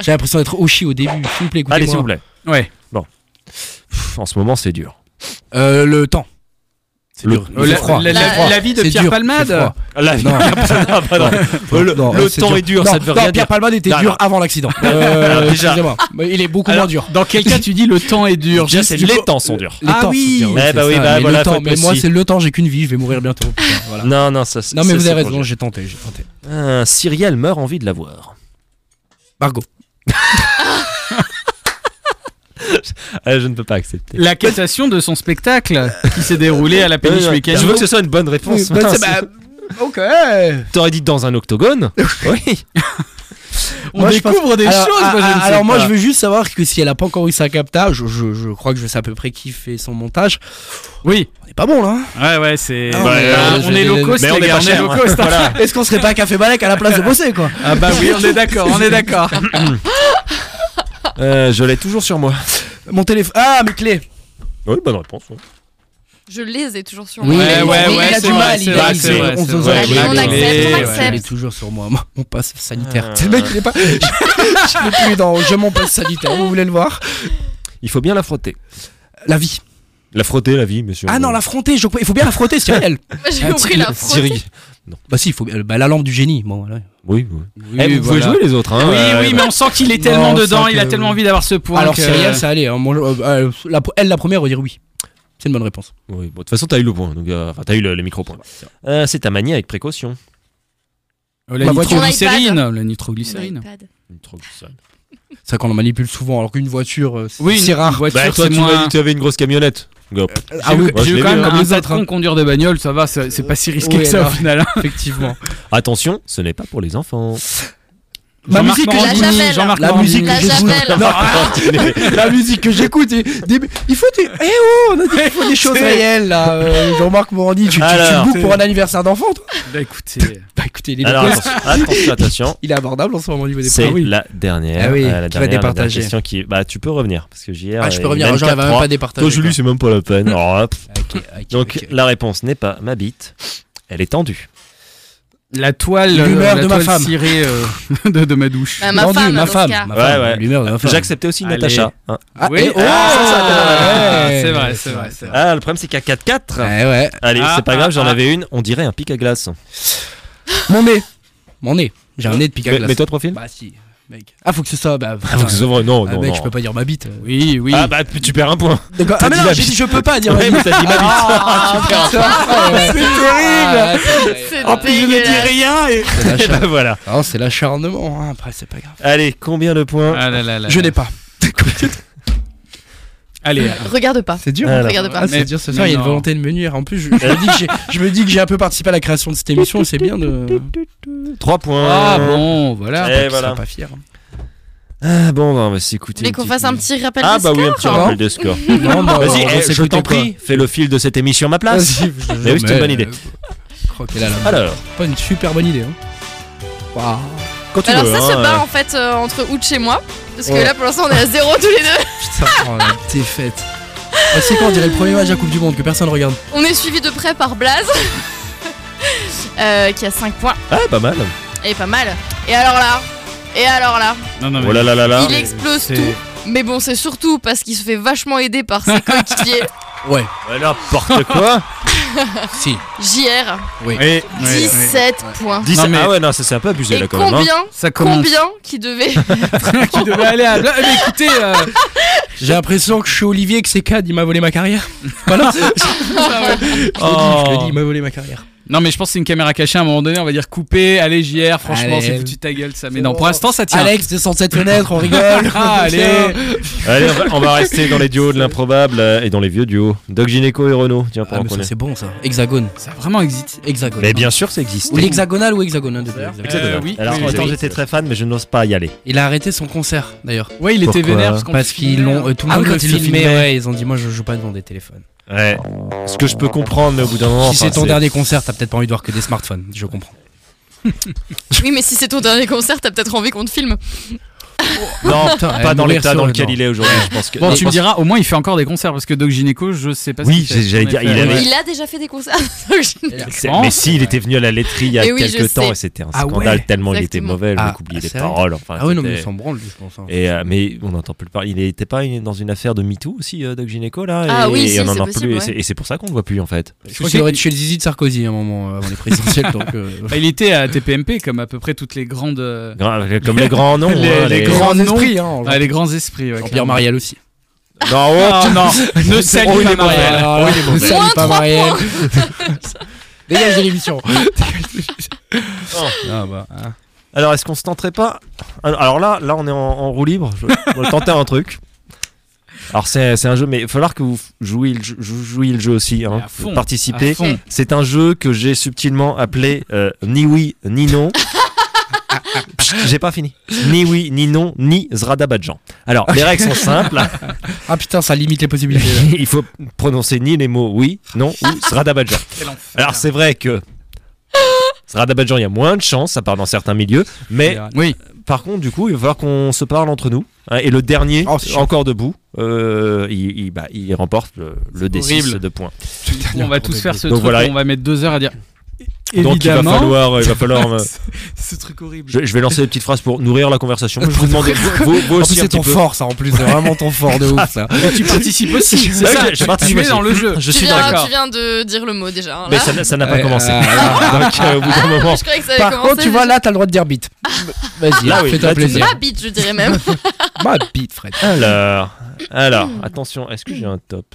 [SPEAKER 4] J'ai l'impression d'être Oshi au début. S'il vous plaît, écoutez-moi.
[SPEAKER 2] Allez, s'il vous plaît.
[SPEAKER 5] Ouais.
[SPEAKER 2] Pff, En ce moment, c'est dur.
[SPEAKER 4] Euh, le temps.
[SPEAKER 2] Le-
[SPEAKER 4] dur.
[SPEAKER 5] Euh,
[SPEAKER 4] Il fait
[SPEAKER 5] la-
[SPEAKER 4] froid.
[SPEAKER 5] la-
[SPEAKER 4] Il fait
[SPEAKER 5] la-
[SPEAKER 4] froid.
[SPEAKER 5] la vie de
[SPEAKER 4] C'est
[SPEAKER 5] Pierre
[SPEAKER 4] dur,
[SPEAKER 5] Palmade.
[SPEAKER 4] c'est froid.
[SPEAKER 2] La-
[SPEAKER 4] Non.
[SPEAKER 2] Ah, bah, non. Euh, le
[SPEAKER 4] Non,
[SPEAKER 2] le
[SPEAKER 4] ouais, c'est
[SPEAKER 2] temps
[SPEAKER 4] dur.
[SPEAKER 2] est dur,
[SPEAKER 4] Non,
[SPEAKER 2] ça ne veut
[SPEAKER 4] non,
[SPEAKER 2] rien dire.
[SPEAKER 4] Pierre Palmade était
[SPEAKER 2] Non,
[SPEAKER 4] dur
[SPEAKER 2] non.
[SPEAKER 4] avant l'accident. Euh,
[SPEAKER 2] Alors, déjà-
[SPEAKER 4] Excusez-moi. Mais Il est beaucoup
[SPEAKER 2] Alors,
[SPEAKER 4] moins dur.
[SPEAKER 5] Dans quel cas tu dis le temps est dur
[SPEAKER 2] Déjà,
[SPEAKER 5] Juste
[SPEAKER 2] c'est
[SPEAKER 5] du
[SPEAKER 2] les
[SPEAKER 5] co-
[SPEAKER 2] temps sont durs.
[SPEAKER 4] Les
[SPEAKER 5] Ah
[SPEAKER 4] temps,
[SPEAKER 5] oui.
[SPEAKER 4] c'est dur,
[SPEAKER 2] Eh
[SPEAKER 4] c'est
[SPEAKER 2] bah oui,
[SPEAKER 4] ça.
[SPEAKER 2] bah
[SPEAKER 4] Mais
[SPEAKER 2] voilà,
[SPEAKER 4] le
[SPEAKER 2] faut
[SPEAKER 4] temps,
[SPEAKER 2] être
[SPEAKER 4] mais moi
[SPEAKER 2] précis.
[SPEAKER 4] c'est le temps, j'ai qu'une vie, je vais mourir bientôt. Putain, voilà.
[SPEAKER 2] Non, non, ça. c'est-
[SPEAKER 4] Non mais
[SPEAKER 2] ça,
[SPEAKER 4] vous
[SPEAKER 2] c'est
[SPEAKER 4] avez
[SPEAKER 2] pour
[SPEAKER 4] raison,
[SPEAKER 2] le-
[SPEAKER 4] j'ai tenté, j'ai tenté.
[SPEAKER 2] Un Cyrielle meurt envie de la voir.
[SPEAKER 4] Margot.
[SPEAKER 2] Euh, je ne peux pas accepter.
[SPEAKER 5] La captation de son spectacle qui s'est déroulé à la
[SPEAKER 2] Euh,
[SPEAKER 5] péniche
[SPEAKER 2] non,
[SPEAKER 5] mécanique.
[SPEAKER 2] je veux que ce soit une bonne réponse.
[SPEAKER 4] Oui, bah,
[SPEAKER 2] Mince.
[SPEAKER 4] c'est- bah, Ok.
[SPEAKER 2] T'aurais dit dans un octogone Oui.
[SPEAKER 5] On
[SPEAKER 4] Moi, je
[SPEAKER 5] découvre des
[SPEAKER 4] alors,
[SPEAKER 5] choses.
[SPEAKER 4] ah,
[SPEAKER 5] moi, je
[SPEAKER 4] ah,
[SPEAKER 5] ne sais
[SPEAKER 4] alors moi,
[SPEAKER 5] pas.
[SPEAKER 4] je veux juste savoir que si elle a pas encore eu sa capta, je, je- je crois que je sais à peu près qui fait son montage.
[SPEAKER 5] Oui.
[SPEAKER 4] On est pas bon là.
[SPEAKER 5] Ouais, ouais, c'est.
[SPEAKER 4] Ah,
[SPEAKER 5] Bah,
[SPEAKER 4] ouais,
[SPEAKER 5] euh,
[SPEAKER 4] ouais,
[SPEAKER 5] on
[SPEAKER 4] je-
[SPEAKER 5] est low cost,
[SPEAKER 2] mais on
[SPEAKER 5] les
[SPEAKER 2] est
[SPEAKER 5] gars,
[SPEAKER 2] pas
[SPEAKER 5] on est
[SPEAKER 2] cher,
[SPEAKER 5] low
[SPEAKER 2] hein.
[SPEAKER 5] cost. hein.
[SPEAKER 2] Voilà.
[SPEAKER 4] Est-ce qu'on serait pas à Café Balek à la place de bosser quoi
[SPEAKER 5] Ah bah oui, on est d'accord, on est d'accord.
[SPEAKER 2] Euh, je l'ai toujours sur moi.
[SPEAKER 4] Mon téléphone. Ah, mes clés.
[SPEAKER 2] Oui, bonne réponse. ouais.
[SPEAKER 3] Je les ai toujours sur
[SPEAKER 4] Oui,
[SPEAKER 3] moi.
[SPEAKER 4] mais-
[SPEAKER 5] ouais,
[SPEAKER 4] oui,
[SPEAKER 5] ouais,
[SPEAKER 4] il a
[SPEAKER 5] c'est
[SPEAKER 4] du
[SPEAKER 5] vrai,
[SPEAKER 4] mal,
[SPEAKER 5] c'est
[SPEAKER 4] il
[SPEAKER 5] vrai,
[SPEAKER 4] a
[SPEAKER 5] c'est vrai,
[SPEAKER 4] on
[SPEAKER 5] c'est
[SPEAKER 4] s'ose
[SPEAKER 5] vrai.
[SPEAKER 4] pas.
[SPEAKER 3] Allez, on
[SPEAKER 4] Ouais,
[SPEAKER 3] accepte, on
[SPEAKER 4] ouais.
[SPEAKER 3] accepte.
[SPEAKER 4] Je l'ai toujours sur moi, moi, mon passe sanitaire.
[SPEAKER 2] Euh.
[SPEAKER 4] C'est le mec, il est pas. Ah. je je l'ai plus dans Je m'en passe sanitaire, vous voulez le voir
[SPEAKER 2] Il faut bien la frotter.
[SPEAKER 4] La vie.
[SPEAKER 2] La frotter, la vie, monsieur.
[SPEAKER 4] Ah non, la frotter, je... il faut bien la frotter, c'est réel.
[SPEAKER 3] Moi, J'ai compris la frotte.
[SPEAKER 2] Siri.
[SPEAKER 4] Bah si, il faut... bien- bah, la lampe du génie. Bon, voilà.
[SPEAKER 2] Oui, oui. Eh, vous pouvez jouer les autres. Hein,
[SPEAKER 5] Oui,
[SPEAKER 2] euh,
[SPEAKER 5] oui, mais on sent qu'il est
[SPEAKER 4] Non,
[SPEAKER 5] tellement
[SPEAKER 4] on
[SPEAKER 5] dedans,
[SPEAKER 4] sent
[SPEAKER 5] il a
[SPEAKER 4] que-
[SPEAKER 5] tellement envie d'avoir ce point.
[SPEAKER 4] Alors,
[SPEAKER 5] que-
[SPEAKER 4] c'est réel, ça allait. hein. Moi, je- euh, euh, la- Elle, la première, va dire oui. C'est une bonne réponse.
[SPEAKER 2] Oui, bon, de toute façon, t'as eu le point, donc euh, enfin, t'as eu le, le micro-point. Euh, c'est à manier avec précaution.
[SPEAKER 5] Oh, La
[SPEAKER 4] Ma voiture.
[SPEAKER 5] nitroglycérine, la
[SPEAKER 3] On
[SPEAKER 5] nitroglycérine.
[SPEAKER 3] a iPad.
[SPEAKER 4] C'est vrai qu'on en manipule souvent, alors qu'une voiture, euh, c'est
[SPEAKER 5] Oui,
[SPEAKER 4] c'est
[SPEAKER 5] une
[SPEAKER 4] rare.
[SPEAKER 5] voiture,
[SPEAKER 2] Bah, toi,
[SPEAKER 5] c'est
[SPEAKER 2] tu
[SPEAKER 5] moins-
[SPEAKER 2] m'as dit que tu avais une grosse camionnette. Donc, euh,
[SPEAKER 4] Ah oui,
[SPEAKER 2] moi, je
[SPEAKER 5] J'ai eu
[SPEAKER 2] l'ai
[SPEAKER 5] quand
[SPEAKER 2] vu,
[SPEAKER 5] même
[SPEAKER 2] hein.
[SPEAKER 5] un
[SPEAKER 4] comme les
[SPEAKER 5] tas de
[SPEAKER 4] autres, hein.
[SPEAKER 5] cons conduire de bagnole, ça va, c'est c'est pas si risqué
[SPEAKER 4] Oui,
[SPEAKER 5] que ça au
[SPEAKER 4] alors.
[SPEAKER 5] final. hein.
[SPEAKER 4] effectivement.
[SPEAKER 2] Attention, ce n'est pas pour les enfants.
[SPEAKER 4] Ma
[SPEAKER 5] Jean-Marc
[SPEAKER 4] musique que
[SPEAKER 5] Morandini,
[SPEAKER 3] j'aime bien.
[SPEAKER 5] Jean-Marc
[SPEAKER 4] La
[SPEAKER 5] Morandini.
[SPEAKER 4] musique que
[SPEAKER 3] La
[SPEAKER 4] j'écoute.
[SPEAKER 3] Javel.
[SPEAKER 4] Non, ah, la musique que j'écoute. et des- Il faut des. Eh oh, on a dit qu'il faut des choses réelles là. euh, Jean-Marc Morandi, tu, tu,
[SPEAKER 2] Alors.
[SPEAKER 4] tu bookes pour un anniversaire d'enfant toi
[SPEAKER 5] Bah écoutez,
[SPEAKER 4] Bah écoutez, il est,
[SPEAKER 2] Alors,
[SPEAKER 4] bien.
[SPEAKER 2] attention, attention, attention.
[SPEAKER 4] il est abordable en ce moment au niveau des
[SPEAKER 2] C'est
[SPEAKER 4] prix. Ah oui.
[SPEAKER 2] la dernière.
[SPEAKER 4] Ah oui,
[SPEAKER 2] euh,
[SPEAKER 4] qui
[SPEAKER 2] la
[SPEAKER 4] va
[SPEAKER 2] dernière, la dernière
[SPEAKER 4] départager.
[SPEAKER 2] question qui. Bah, tu peux revenir, parce que JR.
[SPEAKER 4] Ah, je peux
[SPEAKER 2] est
[SPEAKER 4] revenir. J'en avais même
[SPEAKER 2] 24-3.
[SPEAKER 4] pas départagé.
[SPEAKER 2] Toi, Julie,
[SPEAKER 4] quoi. Ah,
[SPEAKER 2] c'est même pas la peine. Alors, hop.
[SPEAKER 4] Ok, ok,
[SPEAKER 2] Donc,
[SPEAKER 4] ok.
[SPEAKER 2] la réponse n'est pas ma bite. Elle est tendue.
[SPEAKER 5] la toile,
[SPEAKER 4] L'humeur
[SPEAKER 5] la
[SPEAKER 4] de ma
[SPEAKER 5] toile
[SPEAKER 4] femme.
[SPEAKER 5] cirée euh, de, de ma douche.
[SPEAKER 3] Ah, ma
[SPEAKER 4] Rendu,
[SPEAKER 3] femme,
[SPEAKER 4] ma
[SPEAKER 3] dans ce
[SPEAKER 4] femme,
[SPEAKER 3] cas.
[SPEAKER 4] ma
[SPEAKER 2] Ouais,
[SPEAKER 4] femme,
[SPEAKER 2] ouais.
[SPEAKER 4] l'humeur de ma femme.
[SPEAKER 2] J'acceptais aussi
[SPEAKER 5] Allez.
[SPEAKER 2] Natacha. hein.
[SPEAKER 4] Ah,
[SPEAKER 5] Oui,
[SPEAKER 4] eh, oh,
[SPEAKER 5] ah,
[SPEAKER 4] ça,
[SPEAKER 5] c'est
[SPEAKER 4] ouais.
[SPEAKER 5] vrai, c'est vrai, c'est vrai.
[SPEAKER 2] Ah, le problème, c'est qu'à 4-4.
[SPEAKER 4] Eh ouais.
[SPEAKER 2] Allez,
[SPEAKER 5] Ah,
[SPEAKER 2] c'est pas
[SPEAKER 5] ah,
[SPEAKER 2] grave, j'en
[SPEAKER 5] ah.
[SPEAKER 2] avais une. On dirait un pic à glace.
[SPEAKER 4] Mon nez, mon nez. J'ai un nez de pic à
[SPEAKER 2] Mais-
[SPEAKER 4] glace.
[SPEAKER 2] Mets-toi de profil.
[SPEAKER 4] Bah si, mec. Ah faut que ce soit. Bah,
[SPEAKER 2] Ah, faut que ce soit vrai. Non,
[SPEAKER 4] Ah,
[SPEAKER 2] non,
[SPEAKER 4] mec,
[SPEAKER 2] non.
[SPEAKER 4] je peux pas dire ma bite.
[SPEAKER 5] Oui, oui.
[SPEAKER 2] Ah bah tu perds un point.
[SPEAKER 4] D'accord.
[SPEAKER 2] T'as
[SPEAKER 4] Ah mais
[SPEAKER 2] dit
[SPEAKER 4] non,
[SPEAKER 2] ma
[SPEAKER 4] j'ai
[SPEAKER 2] bite.
[SPEAKER 4] dit je peux pas dire. ma
[SPEAKER 2] Ouais,
[SPEAKER 4] bite.
[SPEAKER 2] mais t'as dit ma bite.
[SPEAKER 4] Ah,
[SPEAKER 2] tu perds un point.
[SPEAKER 4] putain, ouais, ouais. Ah, c'est-
[SPEAKER 3] C'est
[SPEAKER 5] Oh, puis je ne
[SPEAKER 3] dégueulasse.
[SPEAKER 5] dis rien et...
[SPEAKER 4] Ah, c'est
[SPEAKER 2] Eh
[SPEAKER 4] l'acharnement.
[SPEAKER 2] ben, voilà.
[SPEAKER 4] Non, c'est l'acharnement. hein. Après, c'est pas grave.
[SPEAKER 2] Allez, combien de points
[SPEAKER 5] Ah là là là.
[SPEAKER 4] Je
[SPEAKER 5] là.
[SPEAKER 4] n'ai pas.
[SPEAKER 5] Allez,
[SPEAKER 3] Regarde pas.
[SPEAKER 4] C'est dur.
[SPEAKER 2] Alors.
[SPEAKER 3] Regarde pas.
[SPEAKER 4] Ah, c'est
[SPEAKER 5] Mais-
[SPEAKER 4] dur ce
[SPEAKER 5] mais
[SPEAKER 4] soir, il y a une
[SPEAKER 5] non.
[SPEAKER 4] volonté de me nuire. En plus, je, je me dis que j'ai- je me dis que j'ai un peu participé à la création de cette émission, c'est bien de. hein.
[SPEAKER 2] 3 points.
[SPEAKER 5] Ah bon, voilà.
[SPEAKER 2] Eh,
[SPEAKER 4] Je
[SPEAKER 2] voilà.
[SPEAKER 4] pas fier. hein.
[SPEAKER 2] Ah bon, bah, on va
[SPEAKER 3] Vous
[SPEAKER 2] s'écouter.
[SPEAKER 3] voulez
[SPEAKER 2] une
[SPEAKER 3] qu'on
[SPEAKER 2] petite
[SPEAKER 3] fasse un
[SPEAKER 2] musique.
[SPEAKER 3] petit rappel hein.
[SPEAKER 2] Ah
[SPEAKER 3] de
[SPEAKER 2] bah oui, un
[SPEAKER 3] score
[SPEAKER 2] petit rappel de score.
[SPEAKER 4] Non, bah,
[SPEAKER 2] Vas-y,
[SPEAKER 4] on
[SPEAKER 2] eh,
[SPEAKER 4] s'écoute
[SPEAKER 2] je t'en
[SPEAKER 4] quoi.
[SPEAKER 2] prie, fais le fil de cette émission à ma place.
[SPEAKER 4] Vas-y. Eh je-
[SPEAKER 2] Mais oui, c'est une bonne idée.
[SPEAKER 4] euh, Je crois qu'elle a la
[SPEAKER 2] Alors,
[SPEAKER 4] pas une super bonne idée. Hein. Waouh.
[SPEAKER 2] quand tu
[SPEAKER 3] Alors
[SPEAKER 2] veux.
[SPEAKER 3] ça
[SPEAKER 2] hein,
[SPEAKER 3] se bat
[SPEAKER 2] euh,
[SPEAKER 3] en fait euh, entre Oud et moi. Parce que
[SPEAKER 4] Ouais.
[SPEAKER 3] là pour l'instant on est à zéro tous les deux.
[SPEAKER 4] Putain, oh, la défaite. Ah, c'est quoi, on dirait le premier match à Coupe du Monde que personne regarde.
[SPEAKER 3] On est suivi de près par Blaze. euh, qui a 5 points.
[SPEAKER 2] Ah, pas mal.
[SPEAKER 3] Et pas mal. Et alors là Et alors là
[SPEAKER 5] Non, non, mais-
[SPEAKER 2] Oh là là là là.
[SPEAKER 3] Il explose
[SPEAKER 5] c'est-
[SPEAKER 3] tout. Mais bon c'est surtout parce qu'il se fait vachement aider par ses coéquipiers.
[SPEAKER 4] Ouais,
[SPEAKER 2] Ouais, N'importe quoi.
[SPEAKER 4] si.
[SPEAKER 3] JR,
[SPEAKER 4] Oui.
[SPEAKER 2] Et
[SPEAKER 5] Ouais, ouais.
[SPEAKER 3] 17 points.
[SPEAKER 2] dix-
[SPEAKER 5] Non, mais-
[SPEAKER 2] Ah ouais, non, ça c'est un peu abusé
[SPEAKER 3] Et
[SPEAKER 2] là quand même. hein.
[SPEAKER 3] combien
[SPEAKER 5] Ça commence.
[SPEAKER 3] Combien qui devait
[SPEAKER 5] Tu devais aller à. Bla- Mais écoutez, euh,
[SPEAKER 4] J'ai l'impression que je suis Olivier, que c'est Cad, il m'a volé ma carrière. Voilà. Oh. je, le dis, je le dis, il m'a volé ma carrière.
[SPEAKER 5] Non, mais je pense que c'est une caméra cachée à un moment donné. On va dire couper, allez JR, franchement,
[SPEAKER 4] Allez.
[SPEAKER 5] c'est foutu de ta gueule ça. Mais non, pour l'instant, ça tient.
[SPEAKER 4] Alex, descend de cette fenêtre, on rigole.
[SPEAKER 5] Ah, allez.
[SPEAKER 2] Allez, on va, on va rester dans les duos de l'improbable euh, et dans les vieux duos. Doc Gineco et Renault. Tiens,
[SPEAKER 4] Ah,
[SPEAKER 2] pendant
[SPEAKER 4] mais
[SPEAKER 2] qu'on
[SPEAKER 4] ça,
[SPEAKER 2] est.
[SPEAKER 4] c'est bon ça. Hexagone.
[SPEAKER 5] Ça a vraiment existé.
[SPEAKER 4] Hexagone.
[SPEAKER 2] Mais bien sûr, ça existe.
[SPEAKER 4] Ou l'hexagonal ou hexagone hein, depuis l'hexagone.
[SPEAKER 2] Exactement.
[SPEAKER 5] Euh, oui,
[SPEAKER 2] Alors,
[SPEAKER 5] oui,
[SPEAKER 2] autant
[SPEAKER 5] oui.
[SPEAKER 2] j'étais très fan, mais je n'ose pas y aller.
[SPEAKER 4] Il a arrêté son concert d'ailleurs.
[SPEAKER 5] Ouais, il était
[SPEAKER 2] Pourquoi
[SPEAKER 5] vénère parce qu'on
[SPEAKER 4] Parce qu'ils l'ont. euh, tout le
[SPEAKER 5] Ah
[SPEAKER 4] monde
[SPEAKER 5] oui,
[SPEAKER 4] le
[SPEAKER 5] quand ils le
[SPEAKER 4] filmait,
[SPEAKER 5] filmaient.
[SPEAKER 4] ouais. Ils ont dit, moi je joue pas devant des téléphones.
[SPEAKER 2] Ouais. Ce que je peux comprendre, mais au bout d'un moment.
[SPEAKER 4] si
[SPEAKER 2] enfin,
[SPEAKER 4] c'est ton dernier concert, t'as peut-être pas envie de voir que des smartphones. Je comprends.
[SPEAKER 3] Oui mais si c'est ton dernier concert t'as peut-être envie qu'on te filme.
[SPEAKER 2] Non,
[SPEAKER 4] Putain,
[SPEAKER 2] pas
[SPEAKER 4] elle
[SPEAKER 2] dans
[SPEAKER 4] mourir
[SPEAKER 2] l'état
[SPEAKER 4] sur
[SPEAKER 2] dans
[SPEAKER 4] le
[SPEAKER 2] lequel
[SPEAKER 4] nord.
[SPEAKER 2] il est aujourd'hui, je pense que.
[SPEAKER 5] Bon,
[SPEAKER 2] je
[SPEAKER 5] tu me
[SPEAKER 2] pense-
[SPEAKER 5] diras, au moins il fait encore des concerts parce que Doc Gynéco, je sais pas
[SPEAKER 2] Oui,
[SPEAKER 5] ce qu'il fait,
[SPEAKER 2] j'allais
[SPEAKER 5] ce
[SPEAKER 2] dire,
[SPEAKER 5] qu'on a
[SPEAKER 2] il
[SPEAKER 4] Eh
[SPEAKER 5] fait.
[SPEAKER 2] avait-
[SPEAKER 3] Il a déjà fait des concerts.
[SPEAKER 2] C'est-
[SPEAKER 5] pense,
[SPEAKER 2] Mais si, il
[SPEAKER 5] ouais.
[SPEAKER 2] était venu à la laiterie il y a
[SPEAKER 3] Mais Eh oui,
[SPEAKER 2] quelques
[SPEAKER 3] je
[SPEAKER 2] temps
[SPEAKER 3] sais.
[SPEAKER 2] et c'était un
[SPEAKER 4] Ah ouais.
[SPEAKER 2] scandale tellement il était
[SPEAKER 3] Exactement.
[SPEAKER 2] mauvais, je
[SPEAKER 4] Ah,
[SPEAKER 2] vais oublier les
[SPEAKER 4] c'est vrai
[SPEAKER 2] paroles. Enfin,
[SPEAKER 4] Ah oui, non, mais il
[SPEAKER 2] c'était-
[SPEAKER 4] s'en branle, lui, je pense. hein.
[SPEAKER 2] Et, euh, mais on n'entend plus le parler. Il n'était pas une- dans une affaire de MeToo aussi, euh, Doc Gineco, là
[SPEAKER 3] Ah
[SPEAKER 2] et,
[SPEAKER 3] oui,
[SPEAKER 2] et
[SPEAKER 3] si,
[SPEAKER 2] on en
[SPEAKER 3] c'est
[SPEAKER 2] entend
[SPEAKER 3] possible,
[SPEAKER 2] plus. et
[SPEAKER 3] ouais.
[SPEAKER 2] c'est- Et c'est pour ça qu'on ne le voit plus, en fait.
[SPEAKER 4] Je
[SPEAKER 5] Je
[SPEAKER 4] crois
[SPEAKER 5] sais
[SPEAKER 4] qu'il aurait
[SPEAKER 5] que-
[SPEAKER 4] tué le zizi de Sarkozy à un moment euh, avant les présidentielles. donc, euh,
[SPEAKER 5] Bah, il était à TPMP comme à peu près toutes les grandes. euh,
[SPEAKER 2] Gra- Comme les grands noms.
[SPEAKER 5] Les-
[SPEAKER 2] hein,
[SPEAKER 5] les
[SPEAKER 4] les grands
[SPEAKER 5] noms.
[SPEAKER 4] esprits, hein. en
[SPEAKER 5] ah, les grands esprits. Ouais,
[SPEAKER 4] Jean-Pierre
[SPEAKER 5] clairement.
[SPEAKER 4] Marielle aussi.
[SPEAKER 2] Non, oh,
[SPEAKER 5] Non, non, ne salis pas Marielle.
[SPEAKER 4] Ne salis
[SPEAKER 3] Moins
[SPEAKER 4] pas
[SPEAKER 3] trois
[SPEAKER 4] Marielle. Dégage de l'émission.
[SPEAKER 2] Alors, est-ce qu'on se tenterait pas Alors là, là, on est en, en roue libre. Je, on va tenter un truc. Alors, c'est c'est un jeu, mais il va falloir que vous jouiez le jeu, jou- jouiez le jeu aussi. Hein,
[SPEAKER 5] Mais à fond,
[SPEAKER 2] participez.
[SPEAKER 5] à fond.
[SPEAKER 2] C'est un jeu que j'ai subtilement appelé euh, Ni oui, ni non. Psst, J'ai pas fini. Ni oui, ni non, ni Zradabadjan. Alors, les règles sont simples.
[SPEAKER 4] Ah putain, ça limite les possibilités. là.
[SPEAKER 2] Il faut prononcer ni les mots oui, non ou Zradabadjan.
[SPEAKER 5] Quel enfer.
[SPEAKER 2] Alors, c'est vrai que Zradabadjan, il y a moins de chance, ça part dans certains milieux. Mais
[SPEAKER 5] oui,
[SPEAKER 2] par contre, du coup, il va falloir qu'on se parle entre nous. hein, et le dernier,
[SPEAKER 4] Oh, c'est chiant.
[SPEAKER 2] encore debout, euh, il, il- bah, il remporte le, le D6
[SPEAKER 5] horrible.
[SPEAKER 2] de points.
[SPEAKER 5] on va tous faire ce
[SPEAKER 2] Donc
[SPEAKER 5] truc,
[SPEAKER 2] voilà.
[SPEAKER 5] où on va mettre deux heures à dire.
[SPEAKER 2] Donc, il va
[SPEAKER 5] Évidemment.
[SPEAKER 2] falloir. euh, Il va falloir me-
[SPEAKER 5] ce truc horrible.
[SPEAKER 2] je, je vais lancer des petites phrases pour nourrir la conversation. Je vais vous demander, vous, vous- vous
[SPEAKER 4] En
[SPEAKER 2] aussi,
[SPEAKER 4] plus,
[SPEAKER 2] un
[SPEAKER 4] c'est
[SPEAKER 2] petit
[SPEAKER 4] ton
[SPEAKER 2] peu.
[SPEAKER 4] fort, ça, en plus. C'est vraiment ton fort de ouf, ça.
[SPEAKER 5] tu participes aussi, c'est
[SPEAKER 2] Ouais,
[SPEAKER 5] ça
[SPEAKER 2] je- je participe
[SPEAKER 5] Tu es
[SPEAKER 2] aussi.
[SPEAKER 5] dans le jeu.
[SPEAKER 2] Je
[SPEAKER 3] tu,
[SPEAKER 2] suis
[SPEAKER 3] viens,
[SPEAKER 2] d'accord.
[SPEAKER 5] d'accord.
[SPEAKER 3] tu viens de dire le mot déjà. hein,
[SPEAKER 2] Mais
[SPEAKER 3] là.
[SPEAKER 2] ça, n'a- ça n'a pas
[SPEAKER 4] Ouais,
[SPEAKER 2] commencé.
[SPEAKER 4] euh,
[SPEAKER 2] Donc, euh, au bout d'un moment.
[SPEAKER 3] Je croyais que ça avait
[SPEAKER 4] Par
[SPEAKER 3] commencé.
[SPEAKER 4] contre, tu vois, là, t'as le droit de dire bite. Vas-y,
[SPEAKER 2] Là, oui,
[SPEAKER 4] fais-toi
[SPEAKER 2] là, tu-
[SPEAKER 4] plaisir.
[SPEAKER 3] Ma bite, je dirais même.
[SPEAKER 4] Ma bite, Fred.
[SPEAKER 2] Alors, alors, attention, est-ce que j'ai un top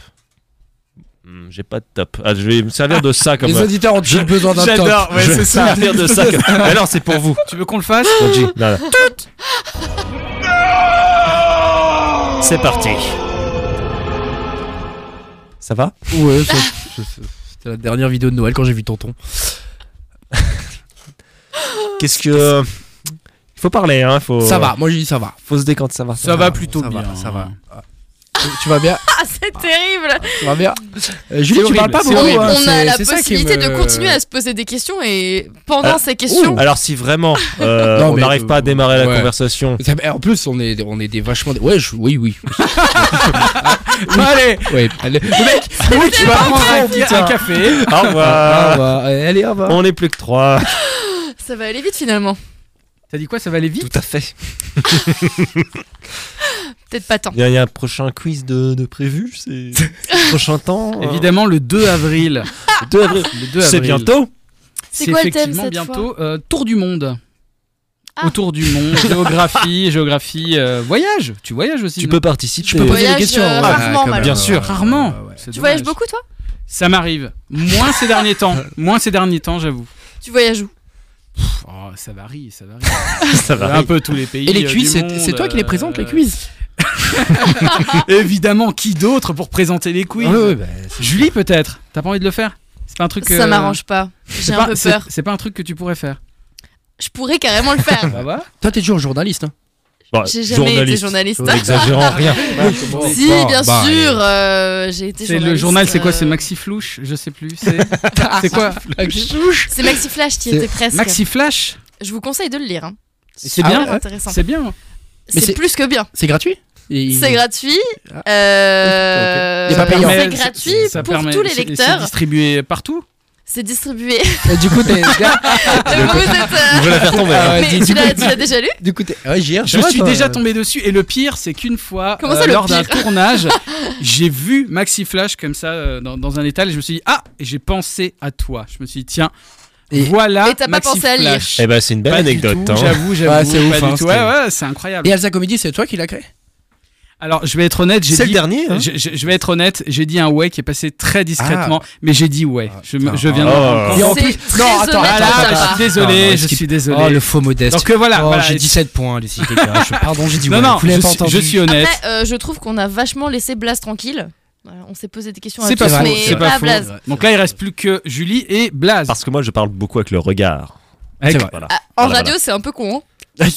[SPEAKER 2] Hmm, J'ai pas de top. Ah, je vais me servir de ça comme.
[SPEAKER 4] Les auditeurs ont toujours besoin d'un top.
[SPEAKER 2] J'adore, ouais,
[SPEAKER 5] Je-
[SPEAKER 2] c'est ça. Je vais me servir de ça comme. Alors, c'est pour vous.
[SPEAKER 5] Tu veux qu'on le fasse
[SPEAKER 2] Koji. Non, non. C'est parti. Ça va
[SPEAKER 4] Ouais, ça- je- je- c'était la dernière vidéo de Noël quand j'ai vu Tonton.
[SPEAKER 2] Qu'est-ce que. Il faut parler, hein. Faut...
[SPEAKER 4] Ça va, moi j'ai dit ça va.
[SPEAKER 2] Faut se décanter, ça va.
[SPEAKER 5] Ça va plutôt
[SPEAKER 4] ça
[SPEAKER 5] bien.
[SPEAKER 4] Va, ça va. Ah. Tu- Tu vas bien
[SPEAKER 3] Ah, c'est terrible.
[SPEAKER 4] Tu vas bien Euh, Julie, tu
[SPEAKER 5] horrible,
[SPEAKER 4] parles pas
[SPEAKER 5] c'est
[SPEAKER 4] beaucoup.
[SPEAKER 5] horrible.
[SPEAKER 4] hein,
[SPEAKER 3] on a
[SPEAKER 4] c'est-
[SPEAKER 3] la
[SPEAKER 4] c'est ça qui
[SPEAKER 3] possibilité
[SPEAKER 4] me- Ah.
[SPEAKER 3] de continuer à se poser des questions et pendant
[SPEAKER 2] Euh,
[SPEAKER 3] ces questions,
[SPEAKER 2] Alors, si vraiment euh,
[SPEAKER 4] Non,
[SPEAKER 2] on
[SPEAKER 4] mais,
[SPEAKER 2] n'arrive
[SPEAKER 4] euh,
[SPEAKER 2] pas à démarrer la
[SPEAKER 4] ouais.
[SPEAKER 2] conversation.
[SPEAKER 4] Ça- eh, En plus, on est, on est des vachement. Ouais, je- oui, oui.
[SPEAKER 5] Allez,
[SPEAKER 4] Ouais, allez. Le mec, le mec, tu vas
[SPEAKER 5] prendre
[SPEAKER 4] prendre
[SPEAKER 5] un,
[SPEAKER 4] un putain.
[SPEAKER 5] un café.
[SPEAKER 2] Au
[SPEAKER 4] Ah,
[SPEAKER 2] revoir.
[SPEAKER 4] bah, allez, au revoir.
[SPEAKER 2] On est plus que trois.
[SPEAKER 3] ça va aller vite finalement.
[SPEAKER 5] T'as dit quoi Ça va aller vite
[SPEAKER 2] Tout à fait.
[SPEAKER 3] Peut-être pas tant.
[SPEAKER 2] Il y, a- il y a un prochain quiz de, de prévu, c'est prochain temps. euh,
[SPEAKER 5] Évidemment, le 2 avril.
[SPEAKER 2] le 2 avril.
[SPEAKER 5] Le 2
[SPEAKER 2] C'est
[SPEAKER 5] avril.
[SPEAKER 2] bientôt.
[SPEAKER 3] C'est
[SPEAKER 5] C'est
[SPEAKER 3] quoi le thème
[SPEAKER 5] effectivement
[SPEAKER 3] cette
[SPEAKER 5] bientôt euh, Tour du monde.
[SPEAKER 3] Ah.
[SPEAKER 5] Autour du monde, géographie, géographie, euh, voyage. Tu voyages aussi.
[SPEAKER 2] Tu
[SPEAKER 5] non
[SPEAKER 2] peux participer.
[SPEAKER 4] Tu peux poser des
[SPEAKER 3] Voyage,
[SPEAKER 4] questions.
[SPEAKER 3] euh,
[SPEAKER 4] ouais.
[SPEAKER 3] rarement,
[SPEAKER 4] Ah, quand même.
[SPEAKER 2] Bien sûr.
[SPEAKER 5] Rarement.
[SPEAKER 4] Ouais,
[SPEAKER 5] C'est
[SPEAKER 3] Tu voyages
[SPEAKER 5] dommage.
[SPEAKER 3] beaucoup toi
[SPEAKER 5] Ça m'arrive. Moins ces derniers temps. Moins ces derniers temps, j'avoue.
[SPEAKER 3] Tu voyages où
[SPEAKER 5] Pff, oh, ça varie, ça varie.
[SPEAKER 2] Ça va.
[SPEAKER 5] Un peu tous les pays.
[SPEAKER 4] ouais. Et les
[SPEAKER 5] euh,
[SPEAKER 4] cuisses,
[SPEAKER 5] du
[SPEAKER 4] c'est c'est toi
[SPEAKER 5] monde,
[SPEAKER 4] qui les présentes,
[SPEAKER 5] euh, Ah.
[SPEAKER 4] les cuisses
[SPEAKER 5] Évidemment, qui d'autre pour présenter les quiz
[SPEAKER 4] Ouais, ouais, bah, c'est-
[SPEAKER 5] Julie peut-être. T'as pas envie de le faire C'est pas un truc.
[SPEAKER 3] Ça
[SPEAKER 5] euh,
[SPEAKER 3] m'arrange pas. J'ai
[SPEAKER 5] c'est
[SPEAKER 3] un
[SPEAKER 5] pas-
[SPEAKER 3] peu
[SPEAKER 5] c'est-
[SPEAKER 3] peur.
[SPEAKER 5] C'est pas un truc que tu pourrais faire.
[SPEAKER 3] Je pourrais carrément le faire.
[SPEAKER 5] Bah voilà.
[SPEAKER 4] Toi, t'es toujours journaliste. Hein.
[SPEAKER 2] Bon,
[SPEAKER 3] J'ai jamais été journaliste.
[SPEAKER 2] N'exagérons rien.
[SPEAKER 3] Si, bien
[SPEAKER 4] Bah,
[SPEAKER 3] sûr, euh, j'ai été
[SPEAKER 5] C'est
[SPEAKER 3] journaliste.
[SPEAKER 5] le journal, c'est quoi C'est
[SPEAKER 3] euh,
[SPEAKER 5] Maxi Flouche Je sais plus. C'est c'est quoi
[SPEAKER 3] C'est Maxi Flash qui
[SPEAKER 4] C'est-
[SPEAKER 3] était presque.
[SPEAKER 5] Maxi Flash
[SPEAKER 3] Je vous conseille de le lire. hein.
[SPEAKER 5] C'est
[SPEAKER 3] Ah
[SPEAKER 5] bien,
[SPEAKER 3] ouais,
[SPEAKER 5] ouais.
[SPEAKER 3] intéressant.
[SPEAKER 5] C'est bien.
[SPEAKER 4] Mais
[SPEAKER 3] C'est
[SPEAKER 4] c'est-
[SPEAKER 3] plus que bien.
[SPEAKER 4] C'est gratuit Et-
[SPEAKER 3] C'est gratuit. euh,
[SPEAKER 4] Il est pas payant.
[SPEAKER 3] C'est
[SPEAKER 5] Mais
[SPEAKER 3] gratuit
[SPEAKER 5] c'est- ça
[SPEAKER 3] pour
[SPEAKER 5] permet-
[SPEAKER 3] tous les
[SPEAKER 5] c'est- c'est
[SPEAKER 3] lecteurs.
[SPEAKER 5] distribué partout.
[SPEAKER 3] C'est distribué.
[SPEAKER 4] Et Euh, Du coup, t'es.
[SPEAKER 3] Vous êtes, euh,
[SPEAKER 2] Je vais la faire tomber. hein
[SPEAKER 4] Ah ouais,
[SPEAKER 3] mais
[SPEAKER 4] dis-
[SPEAKER 3] tu
[SPEAKER 4] du coup,
[SPEAKER 3] l'as tu l'as déjà lu
[SPEAKER 4] Du coup, t'es- Ah ouais, j'y ai-
[SPEAKER 5] Je
[SPEAKER 4] Ouais,
[SPEAKER 5] suis
[SPEAKER 4] toi,
[SPEAKER 5] déjà
[SPEAKER 4] euh,
[SPEAKER 5] tombé dessus. Et le pire, c'est qu'une fois, euh,
[SPEAKER 3] Comment ça, le
[SPEAKER 5] lors d'un
[SPEAKER 3] pire
[SPEAKER 5] tournage, j'ai vu Maxi Flash comme ça euh, dans, dans un étal. Et je me suis dit ah, et j'ai pensé à toi. Je me suis dit tiens,
[SPEAKER 4] Et-
[SPEAKER 5] voilà.
[SPEAKER 3] Et t'as pas
[SPEAKER 5] Ah, Maxi
[SPEAKER 3] pensé à lire.
[SPEAKER 5] Flash.
[SPEAKER 2] Eh ben, c'est une belle
[SPEAKER 5] Pas du
[SPEAKER 2] anecdote.
[SPEAKER 5] tout,
[SPEAKER 2] hein.
[SPEAKER 5] J'avoue, j'avoue.
[SPEAKER 4] Ouais, c'est
[SPEAKER 5] pas
[SPEAKER 4] ouf,
[SPEAKER 5] du
[SPEAKER 4] hein,
[SPEAKER 5] tout.
[SPEAKER 4] c'était-
[SPEAKER 5] Ouais, ouais, c'est
[SPEAKER 4] Et
[SPEAKER 5] incroyable.
[SPEAKER 4] Alza Comédie, c'est toi qui l'as créé
[SPEAKER 5] Alors, je vais être honnête, j'ai
[SPEAKER 2] C'est le
[SPEAKER 5] dit.
[SPEAKER 2] dernier. hein.
[SPEAKER 5] Je, je- je vais être honnête, j'ai dit un ouais qui est passé très discrètement, mais j'ai dit ouais.
[SPEAKER 4] Ah,
[SPEAKER 5] Je, me-
[SPEAKER 4] putain.
[SPEAKER 5] je viens de
[SPEAKER 2] Oh.
[SPEAKER 5] me rendre compte.
[SPEAKER 4] Et en
[SPEAKER 3] C'est
[SPEAKER 4] plus-
[SPEAKER 3] très
[SPEAKER 4] Non, attends,
[SPEAKER 3] honnête,
[SPEAKER 5] Voilà,
[SPEAKER 3] ça
[SPEAKER 4] attends,
[SPEAKER 5] je
[SPEAKER 3] va.
[SPEAKER 5] suis désolé,
[SPEAKER 4] Non, non,
[SPEAKER 5] je
[SPEAKER 4] skip.
[SPEAKER 5] suis désolé.
[SPEAKER 4] Oh, le faux modeste.
[SPEAKER 5] Donc euh, voilà,
[SPEAKER 4] Oh,
[SPEAKER 5] voilà.
[SPEAKER 4] j'ai 17 points, les cités, gars. Je- Pardon, j'ai dit
[SPEAKER 5] Non,
[SPEAKER 4] ouais.
[SPEAKER 5] non,
[SPEAKER 4] Vous l'avez
[SPEAKER 5] je
[SPEAKER 4] pas
[SPEAKER 5] suis,
[SPEAKER 4] entendu.
[SPEAKER 5] je suis honnête.
[SPEAKER 3] Après, euh, je trouve qu'on a vachement laissé Blaze tranquille. Voilà, on s'est posé des questions à
[SPEAKER 5] C'est
[SPEAKER 3] tous,
[SPEAKER 5] pas faux,
[SPEAKER 3] mais
[SPEAKER 5] c'est pas faux.
[SPEAKER 3] Blaze.
[SPEAKER 5] Donc là, il reste plus que Julie et Blaze.
[SPEAKER 2] Parce que moi, je parle beaucoup avec le regard.
[SPEAKER 5] Avec-
[SPEAKER 4] C'est vrai.
[SPEAKER 2] Voilà.
[SPEAKER 3] Ah, en
[SPEAKER 2] Voilà,
[SPEAKER 3] radio, c'est un peu con. hein.